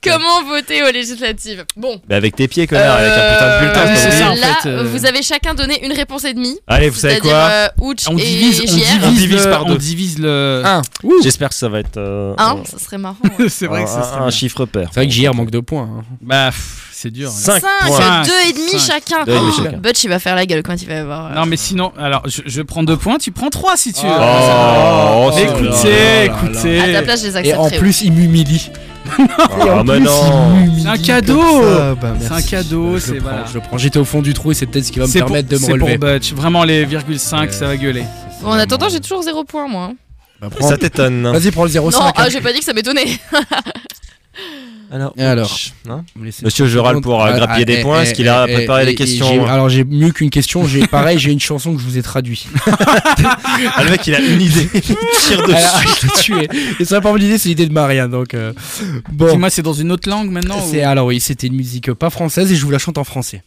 [SPEAKER 3] Comment voter aux législatives Bon.
[SPEAKER 2] Mais avec tes pieds, connard, avec
[SPEAKER 3] Euh,
[SPEAKER 2] un putain de bulletin.
[SPEAKER 5] oui,
[SPEAKER 2] c'est
[SPEAKER 5] c'est
[SPEAKER 2] pas
[SPEAKER 5] ça, en
[SPEAKER 2] possible.
[SPEAKER 3] Là,
[SPEAKER 5] fait, euh,
[SPEAKER 3] vous avez chacun donné une réponse et demie.
[SPEAKER 2] Allez, vous savez
[SPEAKER 3] C'est-à-dire,
[SPEAKER 2] quoi
[SPEAKER 3] euh, Ouch
[SPEAKER 5] On
[SPEAKER 3] et
[SPEAKER 5] divise, on
[SPEAKER 3] JR.
[SPEAKER 5] divise,
[SPEAKER 2] divise
[SPEAKER 5] le-
[SPEAKER 2] par
[SPEAKER 5] on
[SPEAKER 2] deux.
[SPEAKER 5] divise le.
[SPEAKER 4] Un.
[SPEAKER 2] J'espère que ça va être euh,
[SPEAKER 3] Hein, ça serait marrant. ouais.
[SPEAKER 5] Ah, c'est
[SPEAKER 2] un,
[SPEAKER 5] vrai que
[SPEAKER 2] un-
[SPEAKER 5] ça serait
[SPEAKER 2] un
[SPEAKER 5] bien.
[SPEAKER 2] chiffre pair.
[SPEAKER 4] C'est vrai que JR manque de points. hein.
[SPEAKER 5] Bah, pff, c'est dur. là.
[SPEAKER 2] 5
[SPEAKER 3] Cinq,
[SPEAKER 2] points.
[SPEAKER 5] Cinq.
[SPEAKER 3] deux et demi
[SPEAKER 5] Cinq.
[SPEAKER 3] chacun.
[SPEAKER 2] Deux et demi
[SPEAKER 3] Oh,
[SPEAKER 2] chacun.
[SPEAKER 3] Butch, il va faire la gueule quand il va avoir. euh,
[SPEAKER 5] Non, mais sinon, alors je, je prends deux points, tu prends trois si tu veux.
[SPEAKER 2] Oh,
[SPEAKER 5] Mais
[SPEAKER 2] c'est
[SPEAKER 5] écoutez,
[SPEAKER 4] là là
[SPEAKER 5] écoutez.
[SPEAKER 3] À ta place, je les
[SPEAKER 4] Et
[SPEAKER 3] accepterai.
[SPEAKER 4] en plus, il m'humilie. Et en
[SPEAKER 2] Ah, mais
[SPEAKER 4] plus, il
[SPEAKER 2] non.
[SPEAKER 4] m'humilie
[SPEAKER 5] C'est un
[SPEAKER 4] comme
[SPEAKER 5] cadeau.
[SPEAKER 4] ça. Bah,
[SPEAKER 5] C'est
[SPEAKER 4] merci.
[SPEAKER 5] un cadeau,
[SPEAKER 4] Je le
[SPEAKER 5] c'est-
[SPEAKER 4] prends,
[SPEAKER 5] voilà.
[SPEAKER 4] Je le prends. J'étais au fond du trou et c'est peut-être ce qui va me
[SPEAKER 5] C'est pour,
[SPEAKER 4] permettre de me
[SPEAKER 5] c'est pour
[SPEAKER 4] relever.
[SPEAKER 5] Butch. Vraiment, les virgule 5, ça va gueuler.
[SPEAKER 3] Bon, en attendant, j'ai toujours 0 point moi. hein.
[SPEAKER 4] Bah, prends-
[SPEAKER 2] Ça t'étonne. hein.
[SPEAKER 4] Vas-y, prends le 0,5.
[SPEAKER 3] Non,
[SPEAKER 4] hein.
[SPEAKER 3] ah, j'ai pas dit que ça m'étonnait.
[SPEAKER 2] Alors,
[SPEAKER 4] Et alors
[SPEAKER 2] hein
[SPEAKER 4] Me laissez-
[SPEAKER 2] Monsieur Joral pour euh,
[SPEAKER 4] Ah,
[SPEAKER 2] grappiller
[SPEAKER 4] ah,
[SPEAKER 2] des
[SPEAKER 4] eh,
[SPEAKER 2] points,
[SPEAKER 4] eh,
[SPEAKER 2] est-ce qu'il a
[SPEAKER 4] eh,
[SPEAKER 2] préparé
[SPEAKER 4] eh,
[SPEAKER 2] des
[SPEAKER 4] eh,
[SPEAKER 2] questions
[SPEAKER 4] j'ai- Alors j'ai mieux qu'une question, j'ai pareil, j'ai une chanson que je vous ai traduite.
[SPEAKER 2] Ah, le mec, il a une idée. Il tire
[SPEAKER 4] Elle
[SPEAKER 2] dessus.
[SPEAKER 4] a- je l'ai tuée. Et ça pas l'idée, c'est l'idée de Marianne donc euh, bon.
[SPEAKER 5] Dis-moi, c'est dans une autre langue maintenant ou-
[SPEAKER 4] C'est alors oui, c'était une musique pas française et je vous la chante en français.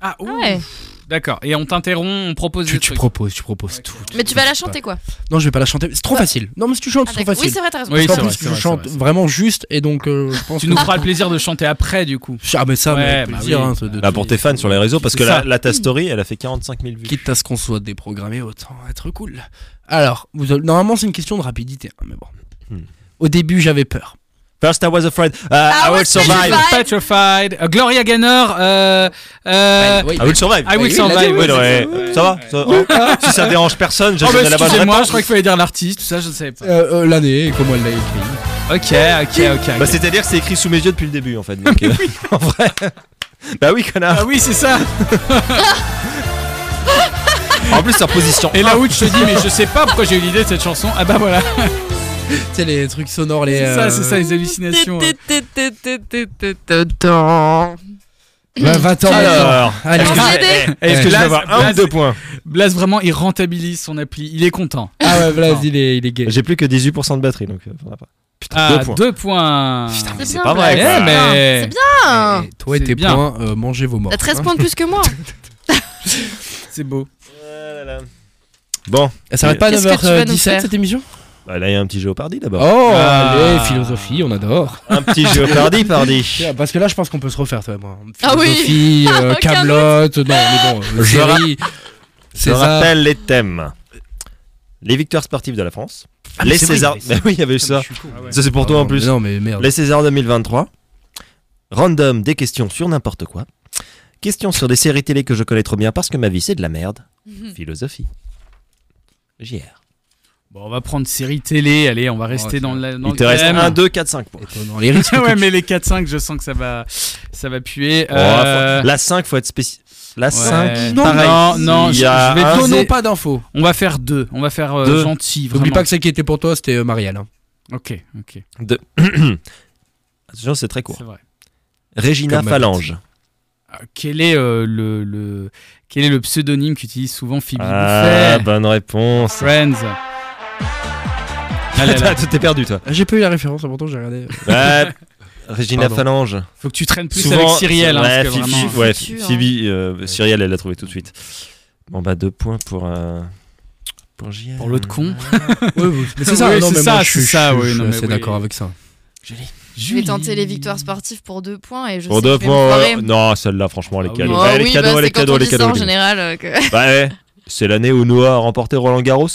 [SPEAKER 5] Ah, ouh.
[SPEAKER 3] ouais.
[SPEAKER 5] D'accord. Et on t'interrompt, on propose
[SPEAKER 4] Tu,
[SPEAKER 5] des
[SPEAKER 4] tu
[SPEAKER 5] trucs.
[SPEAKER 4] proposes, tu proposes tout.
[SPEAKER 3] Mais tu vas la chanter quoi
[SPEAKER 4] Non, je vais pas la chanter. C'est trop facile. Non, mais si tu chantes,
[SPEAKER 3] Ah,
[SPEAKER 4] c'est trop
[SPEAKER 3] d'accord. Oui,
[SPEAKER 4] facile.
[SPEAKER 3] c'est vrai, t'as raison.
[SPEAKER 5] Oui,
[SPEAKER 4] Parce
[SPEAKER 5] c'est
[SPEAKER 4] qu'en
[SPEAKER 5] vrai,
[SPEAKER 4] plus,
[SPEAKER 5] c'est
[SPEAKER 4] je
[SPEAKER 5] vrai,
[SPEAKER 4] chante
[SPEAKER 5] c'est vrai.
[SPEAKER 4] vraiment juste et donc euh, je pense
[SPEAKER 5] Tu
[SPEAKER 4] que-
[SPEAKER 5] nous feras le plaisir de chanter après, du coup.
[SPEAKER 4] Ah, mais ça, mais
[SPEAKER 5] Ouais,
[SPEAKER 4] avec
[SPEAKER 5] bah
[SPEAKER 4] plaisir,
[SPEAKER 5] oui.
[SPEAKER 4] hein, ça, de
[SPEAKER 2] Bah,
[SPEAKER 4] tout-
[SPEAKER 2] pour tes fans sur les réseaux, parce que
[SPEAKER 5] C'est
[SPEAKER 2] la,
[SPEAKER 5] ça.
[SPEAKER 2] la ta story, elle a fait 45 000 vues.
[SPEAKER 4] Quitte à ce qu'on soit déprogrammé, autant être cool. Alors, vous avez- normalement, c'est une question de rapidité, hein, mais bon.
[SPEAKER 2] Hmm.
[SPEAKER 4] Au début, j'avais peur.
[SPEAKER 2] First I was afraid, uh, I, will
[SPEAKER 3] was
[SPEAKER 2] survive.
[SPEAKER 3] petrified. Vibe.
[SPEAKER 5] Petrified. Euh, Gloria Gaynor. Euh, euh,
[SPEAKER 4] Ouais, oui.
[SPEAKER 2] I will survive. Eh
[SPEAKER 5] I
[SPEAKER 2] Ah
[SPEAKER 5] will
[SPEAKER 2] Oui,
[SPEAKER 5] survive.
[SPEAKER 2] oui, non,
[SPEAKER 5] Ouais,
[SPEAKER 2] ouais. Ça va ça- oh, Si ça dérange personne, j'ai
[SPEAKER 5] Oh, bah,
[SPEAKER 2] donné la bonne
[SPEAKER 5] excusez-moi, je
[SPEAKER 2] réponse.
[SPEAKER 5] crois qu'il fallait dire l'artiste, tout ça, je ne savais pas.
[SPEAKER 4] Euh, euh, L'année, et comment elle l'a écrit.
[SPEAKER 5] Ok, ok, ok.
[SPEAKER 2] Bah, C'est-à-dire que c'est écrit sous mes yeux depuis le début, en fait. donc, euh, en vrai. Bah oui, connard.
[SPEAKER 5] ah oui, c'est ça.
[SPEAKER 2] En plus, leur position.
[SPEAKER 5] Et là où je te dis, mais je sais pas pourquoi j'ai eu l'idée de cette chanson. Ah bah voilà,
[SPEAKER 4] Tu sais, les trucs sonores, les.
[SPEAKER 5] c'est ça,
[SPEAKER 4] euh,
[SPEAKER 5] c'est ça, les hallucinations. ouais.
[SPEAKER 4] Bah, va-t'en, va-t'en.
[SPEAKER 2] Alors,
[SPEAKER 4] Allez,
[SPEAKER 3] Comment
[SPEAKER 4] vas-y.
[SPEAKER 3] ça aidé
[SPEAKER 2] est-ce que je vais avoir un ou
[SPEAKER 5] Blaze,
[SPEAKER 2] deux points
[SPEAKER 5] Blaze, euh. vraiment, il rentabilise son appli. Il est content.
[SPEAKER 4] Ah ouais, vas-y, il est, il est gay.
[SPEAKER 2] J'ai plus que 18% de batterie, donc euh, faudra pas. Putain,
[SPEAKER 5] Ah,
[SPEAKER 2] deux points.
[SPEAKER 5] deux points.
[SPEAKER 2] Putain, mais c'est
[SPEAKER 3] C'est bien,
[SPEAKER 2] pas
[SPEAKER 3] Blaze.
[SPEAKER 2] vrai.
[SPEAKER 5] Ouais,
[SPEAKER 2] quoi.
[SPEAKER 5] mais-
[SPEAKER 3] C'est bien
[SPEAKER 4] Et toi et
[SPEAKER 5] C'est
[SPEAKER 4] tes
[SPEAKER 5] bien.
[SPEAKER 4] points, euh, mangez vos morts.
[SPEAKER 3] T'as 13
[SPEAKER 4] hein.
[SPEAKER 3] points de plus que moi
[SPEAKER 5] C'est beau.
[SPEAKER 2] Bon,
[SPEAKER 4] Elle s'arrête pas à
[SPEAKER 3] Qu'est-ce que tu vas nous
[SPEAKER 4] 9h17
[SPEAKER 3] faire
[SPEAKER 4] cette émission
[SPEAKER 2] bah, là, il y a un petit Géopardy d'abord.
[SPEAKER 4] Oh,
[SPEAKER 5] Ah.
[SPEAKER 4] allez, philosophie, on adore.
[SPEAKER 2] Un petit Géopardy, pardi.
[SPEAKER 4] Tiens, Parce que là, je pense qu'on peut se refaire, toi et moi.
[SPEAKER 3] Ah oui.
[SPEAKER 4] Philosophie, euh, Camelot, non, mais bon, euh,
[SPEAKER 2] Je
[SPEAKER 4] série,
[SPEAKER 2] Je
[SPEAKER 4] César.
[SPEAKER 2] rappelle les thèmes. Les victoires sportives de la France.
[SPEAKER 4] Ah, mais
[SPEAKER 2] les
[SPEAKER 4] c'est vrai,
[SPEAKER 2] Césars.
[SPEAKER 4] il y avait
[SPEAKER 2] Bah oui, il y avait eu ça. Ça, c'est pour toi en plus.
[SPEAKER 4] Ah, Non, mais merde.
[SPEAKER 2] Les Césars 2023. Random, des questions sur n'importe quoi. Questions sur des séries télé que je connais trop bien parce que ma vie c'est de la merde. Philosophie. JR.
[SPEAKER 5] Bon, on va prendre série télé. Allez, on va rester
[SPEAKER 4] Ouais,
[SPEAKER 5] dans,
[SPEAKER 4] c'est
[SPEAKER 5] la,
[SPEAKER 2] Oh,
[SPEAKER 5] dans
[SPEAKER 2] Il
[SPEAKER 5] le
[SPEAKER 2] te reste
[SPEAKER 5] thème.
[SPEAKER 2] 1, 2, 4, 5 points.
[SPEAKER 4] Étonnant. Les risques.
[SPEAKER 5] ouais, mais les 4-5, je sens que ça va, ça va puer.
[SPEAKER 2] Oh,
[SPEAKER 5] Euh,
[SPEAKER 2] faut- La 5, faut être spécial. La
[SPEAKER 5] ouais.
[SPEAKER 2] 5,
[SPEAKER 5] Non,
[SPEAKER 2] pareil.
[SPEAKER 5] non, non,
[SPEAKER 2] Il y
[SPEAKER 5] je-
[SPEAKER 2] a
[SPEAKER 5] je vais
[SPEAKER 2] un
[SPEAKER 3] Ah,
[SPEAKER 5] donner-
[SPEAKER 2] zé-
[SPEAKER 4] Donnons pas d'infos.
[SPEAKER 5] on va faire deux. On va faire euh,
[SPEAKER 2] Deux.
[SPEAKER 5] gentil.
[SPEAKER 4] N'oublie
[SPEAKER 5] vraiment.
[SPEAKER 4] pas que celle qui était pour toi, c'était euh, Marielle. hein.
[SPEAKER 5] Ok, ok.
[SPEAKER 2] de- Attention, c'est très court.
[SPEAKER 5] C'est vrai.
[SPEAKER 2] Régina
[SPEAKER 4] Comme ma
[SPEAKER 2] Phalange.
[SPEAKER 5] Ah, Quel est, euh, le, le- quel est le pseudonyme qu'utilise souvent Phoebe
[SPEAKER 2] Ah,
[SPEAKER 5] Buffet
[SPEAKER 2] bonne réponse.
[SPEAKER 5] Friends. Ah là là.
[SPEAKER 2] T'as- T'es perdu, toi.
[SPEAKER 4] J'ai pas eu la référence, pourtant j'ai regardé.
[SPEAKER 2] Ouais. Régina
[SPEAKER 4] Pardon.
[SPEAKER 2] Phalange.
[SPEAKER 5] Faut que tu traînes plus
[SPEAKER 2] Souvent,
[SPEAKER 5] avec Cyrielle. hein,
[SPEAKER 2] ouais,
[SPEAKER 5] parce que
[SPEAKER 2] Phoebe-
[SPEAKER 5] vraiment- hein.
[SPEAKER 2] ouais,
[SPEAKER 3] Foutu,
[SPEAKER 2] Phoebe, euh, Cyrielle, elle l'a trouvé tout de suite. Bon, bah, deux points pour. euh, pour JL.
[SPEAKER 5] Pour l'autre con.
[SPEAKER 4] Ouais, ouais, mais
[SPEAKER 5] Oui,
[SPEAKER 4] c'est ça,
[SPEAKER 5] c'est
[SPEAKER 4] non, mais
[SPEAKER 5] ça,
[SPEAKER 4] moi, je suis-
[SPEAKER 5] c'est ça,
[SPEAKER 4] je
[SPEAKER 5] oui,
[SPEAKER 4] suis
[SPEAKER 5] non, mais
[SPEAKER 4] assez
[SPEAKER 5] oui.
[SPEAKER 4] d'accord avec ça.
[SPEAKER 3] Je vais tenter les victoires sportives pour 2 points et je
[SPEAKER 2] Pour
[SPEAKER 3] sais que
[SPEAKER 2] deux
[SPEAKER 3] je vais me
[SPEAKER 2] points.
[SPEAKER 3] foirer.
[SPEAKER 2] euh, non, celle-là, franchement, elle
[SPEAKER 5] Ah
[SPEAKER 2] est
[SPEAKER 5] oui.
[SPEAKER 2] cadeau.
[SPEAKER 3] Oh,
[SPEAKER 2] Elle est
[SPEAKER 3] oui,
[SPEAKER 2] cadeau,
[SPEAKER 3] bah,
[SPEAKER 2] elle est
[SPEAKER 3] c'est quand
[SPEAKER 2] cadeau,
[SPEAKER 3] on
[SPEAKER 2] elle est
[SPEAKER 3] dit ça
[SPEAKER 2] cadeau.
[SPEAKER 3] en général. euh, que-
[SPEAKER 2] Bah, ouais. C'est l'année où Noah a remporté Roland Garros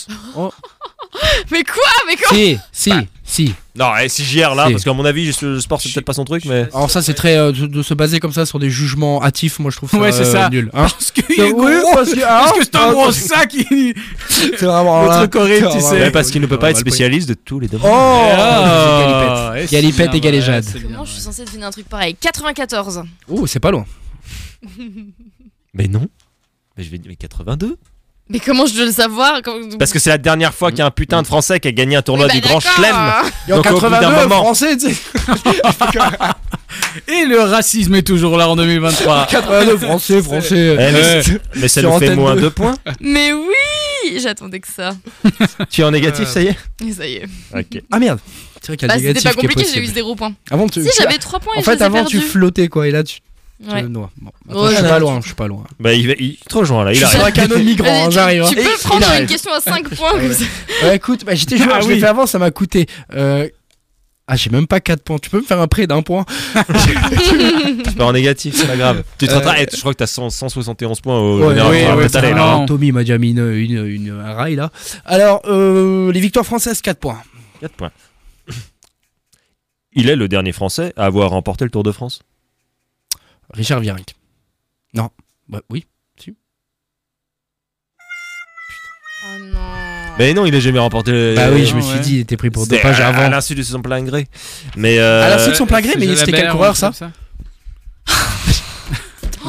[SPEAKER 3] Mais quoi Mais quoi
[SPEAKER 4] Si, si, si.
[SPEAKER 2] Non, et si j'y là,
[SPEAKER 4] Si.
[SPEAKER 2] parce qu'à mon avis, juste le sport, c'est
[SPEAKER 5] Je-
[SPEAKER 2] peut-être pas son truc,
[SPEAKER 5] je-
[SPEAKER 2] mais.
[SPEAKER 4] Alors ça, c'est très euh, de, de se baser comme ça sur des jugements hâtifs. Moi, je trouve ça,
[SPEAKER 5] Ouais, c'est
[SPEAKER 4] euh,
[SPEAKER 5] ça.
[SPEAKER 4] nul. Hein
[SPEAKER 5] Parce que
[SPEAKER 4] Oui, parce que, hein,
[SPEAKER 5] parce que c'est un gros sac. il-
[SPEAKER 4] c'est vraiment
[SPEAKER 5] Le
[SPEAKER 4] là.
[SPEAKER 5] truc horrible, tu
[SPEAKER 4] Ah,
[SPEAKER 5] sais.
[SPEAKER 4] ouais,
[SPEAKER 2] Ouais, parce qu'il ne peut pas
[SPEAKER 4] ouais,
[SPEAKER 2] être
[SPEAKER 5] bah,
[SPEAKER 4] mal pris.
[SPEAKER 2] spécialiste de tous les domaines.
[SPEAKER 4] Oh,
[SPEAKER 5] Ah, et c'est
[SPEAKER 4] Galipette
[SPEAKER 5] bien,
[SPEAKER 4] et Galéjade.
[SPEAKER 5] ouais, c'est bien,
[SPEAKER 3] Comment je
[SPEAKER 5] ouais.
[SPEAKER 3] suis censée deviner un truc pareil 94
[SPEAKER 4] Oh, c'est pas loin.
[SPEAKER 2] Mais non. Mais je vais dire mais 82.
[SPEAKER 3] Mais comment je dois le savoir Comment-
[SPEAKER 2] Parce que c'est la dernière fois qu'il y a un putain de Français qui a gagné un
[SPEAKER 3] Oui,
[SPEAKER 2] tournoi
[SPEAKER 3] bah,
[SPEAKER 2] du Grand
[SPEAKER 3] d'accord.
[SPEAKER 2] Chelem.
[SPEAKER 4] Et en
[SPEAKER 2] Donc, au bout d'un
[SPEAKER 4] 82,
[SPEAKER 2] moment-
[SPEAKER 4] français, tu sais.
[SPEAKER 5] Et le racisme est toujours là en 2023.
[SPEAKER 4] 82, français, français.
[SPEAKER 2] Eh, mais, mais ça
[SPEAKER 4] Euh, Sur
[SPEAKER 2] nous fait
[SPEAKER 4] Antenne
[SPEAKER 2] moins
[SPEAKER 4] deux.
[SPEAKER 2] deux points.
[SPEAKER 3] Mais oui J'attendais que ça.
[SPEAKER 2] Tu es en négatif, ça y est
[SPEAKER 3] Et ça y est.
[SPEAKER 2] Ok.
[SPEAKER 4] Ah merde. C'est vrai qu'il y
[SPEAKER 3] Bah,
[SPEAKER 4] a le
[SPEAKER 3] c'était
[SPEAKER 4] négatif
[SPEAKER 3] pas
[SPEAKER 4] qui est
[SPEAKER 3] compliqué, j'ai eu
[SPEAKER 4] possible.
[SPEAKER 3] zéro point.
[SPEAKER 4] Avant, tu.
[SPEAKER 3] Si, j'avais 3 points et
[SPEAKER 4] En
[SPEAKER 3] je les
[SPEAKER 4] fait,
[SPEAKER 3] ai
[SPEAKER 4] avant, tu
[SPEAKER 3] perdus.
[SPEAKER 4] flottais quoi, et là, tu. tu
[SPEAKER 3] Ouais.
[SPEAKER 4] le noies. Bon, attends,
[SPEAKER 3] Ouais,
[SPEAKER 4] je suis
[SPEAKER 3] ouais.
[SPEAKER 4] pas loin, je suis pas loin.
[SPEAKER 2] Bah, il, va, il te rejoint là, il
[SPEAKER 4] Je suis sur
[SPEAKER 2] arrive.
[SPEAKER 4] un canot de migrant,
[SPEAKER 3] Vas-y,
[SPEAKER 4] hein,
[SPEAKER 3] tu-
[SPEAKER 4] j'arrive. hein.
[SPEAKER 3] Tu peux le
[SPEAKER 4] Il
[SPEAKER 3] prendre
[SPEAKER 4] arrive.
[SPEAKER 3] une question à 5 points comme ça.
[SPEAKER 4] Ouais, écoute, bah, j'étais joueur,
[SPEAKER 5] Ah
[SPEAKER 4] je l'ai
[SPEAKER 5] oui.
[SPEAKER 4] fait avant, ça m'a coûté. Euh, Ah, j'ai même pas 4 points. Tu peux me faire un prêt d'un point
[SPEAKER 2] C'est pas en négatif, c'est pas grave. Tu te
[SPEAKER 4] Euh,
[SPEAKER 2] rattrapes. Eh, tu- Je crois que t'as 100 171 points au
[SPEAKER 4] Ouais,
[SPEAKER 2] général.
[SPEAKER 5] ouais,
[SPEAKER 2] Ah,
[SPEAKER 5] ouais,
[SPEAKER 2] peut-être
[SPEAKER 5] ça
[SPEAKER 2] aller,
[SPEAKER 5] va.
[SPEAKER 2] là.
[SPEAKER 5] Non.
[SPEAKER 4] Tommy m'a déjà mis une, une- une- un rail là. Alors, euh, les victoires françaises, 4 points.
[SPEAKER 2] 4 points. Il est le dernier Français à avoir remporté le Tour de France.
[SPEAKER 4] Richard Virenque. Non. Bah, oui.
[SPEAKER 3] Oh non.
[SPEAKER 2] Mais non, il a jamais remporté le.
[SPEAKER 4] bah oui, je me
[SPEAKER 5] ouais.
[SPEAKER 4] suis dit, il était pris pour
[SPEAKER 2] C'était
[SPEAKER 4] dopage
[SPEAKER 2] à- À
[SPEAKER 4] avant.
[SPEAKER 2] l'insu de son plein gré. Mais.
[SPEAKER 4] À
[SPEAKER 5] Ah,
[SPEAKER 2] euh,
[SPEAKER 4] la suite de son plein gré, mais
[SPEAKER 5] Jalabert
[SPEAKER 4] c'était quel
[SPEAKER 5] ou un
[SPEAKER 4] coureur ça
[SPEAKER 5] truc comme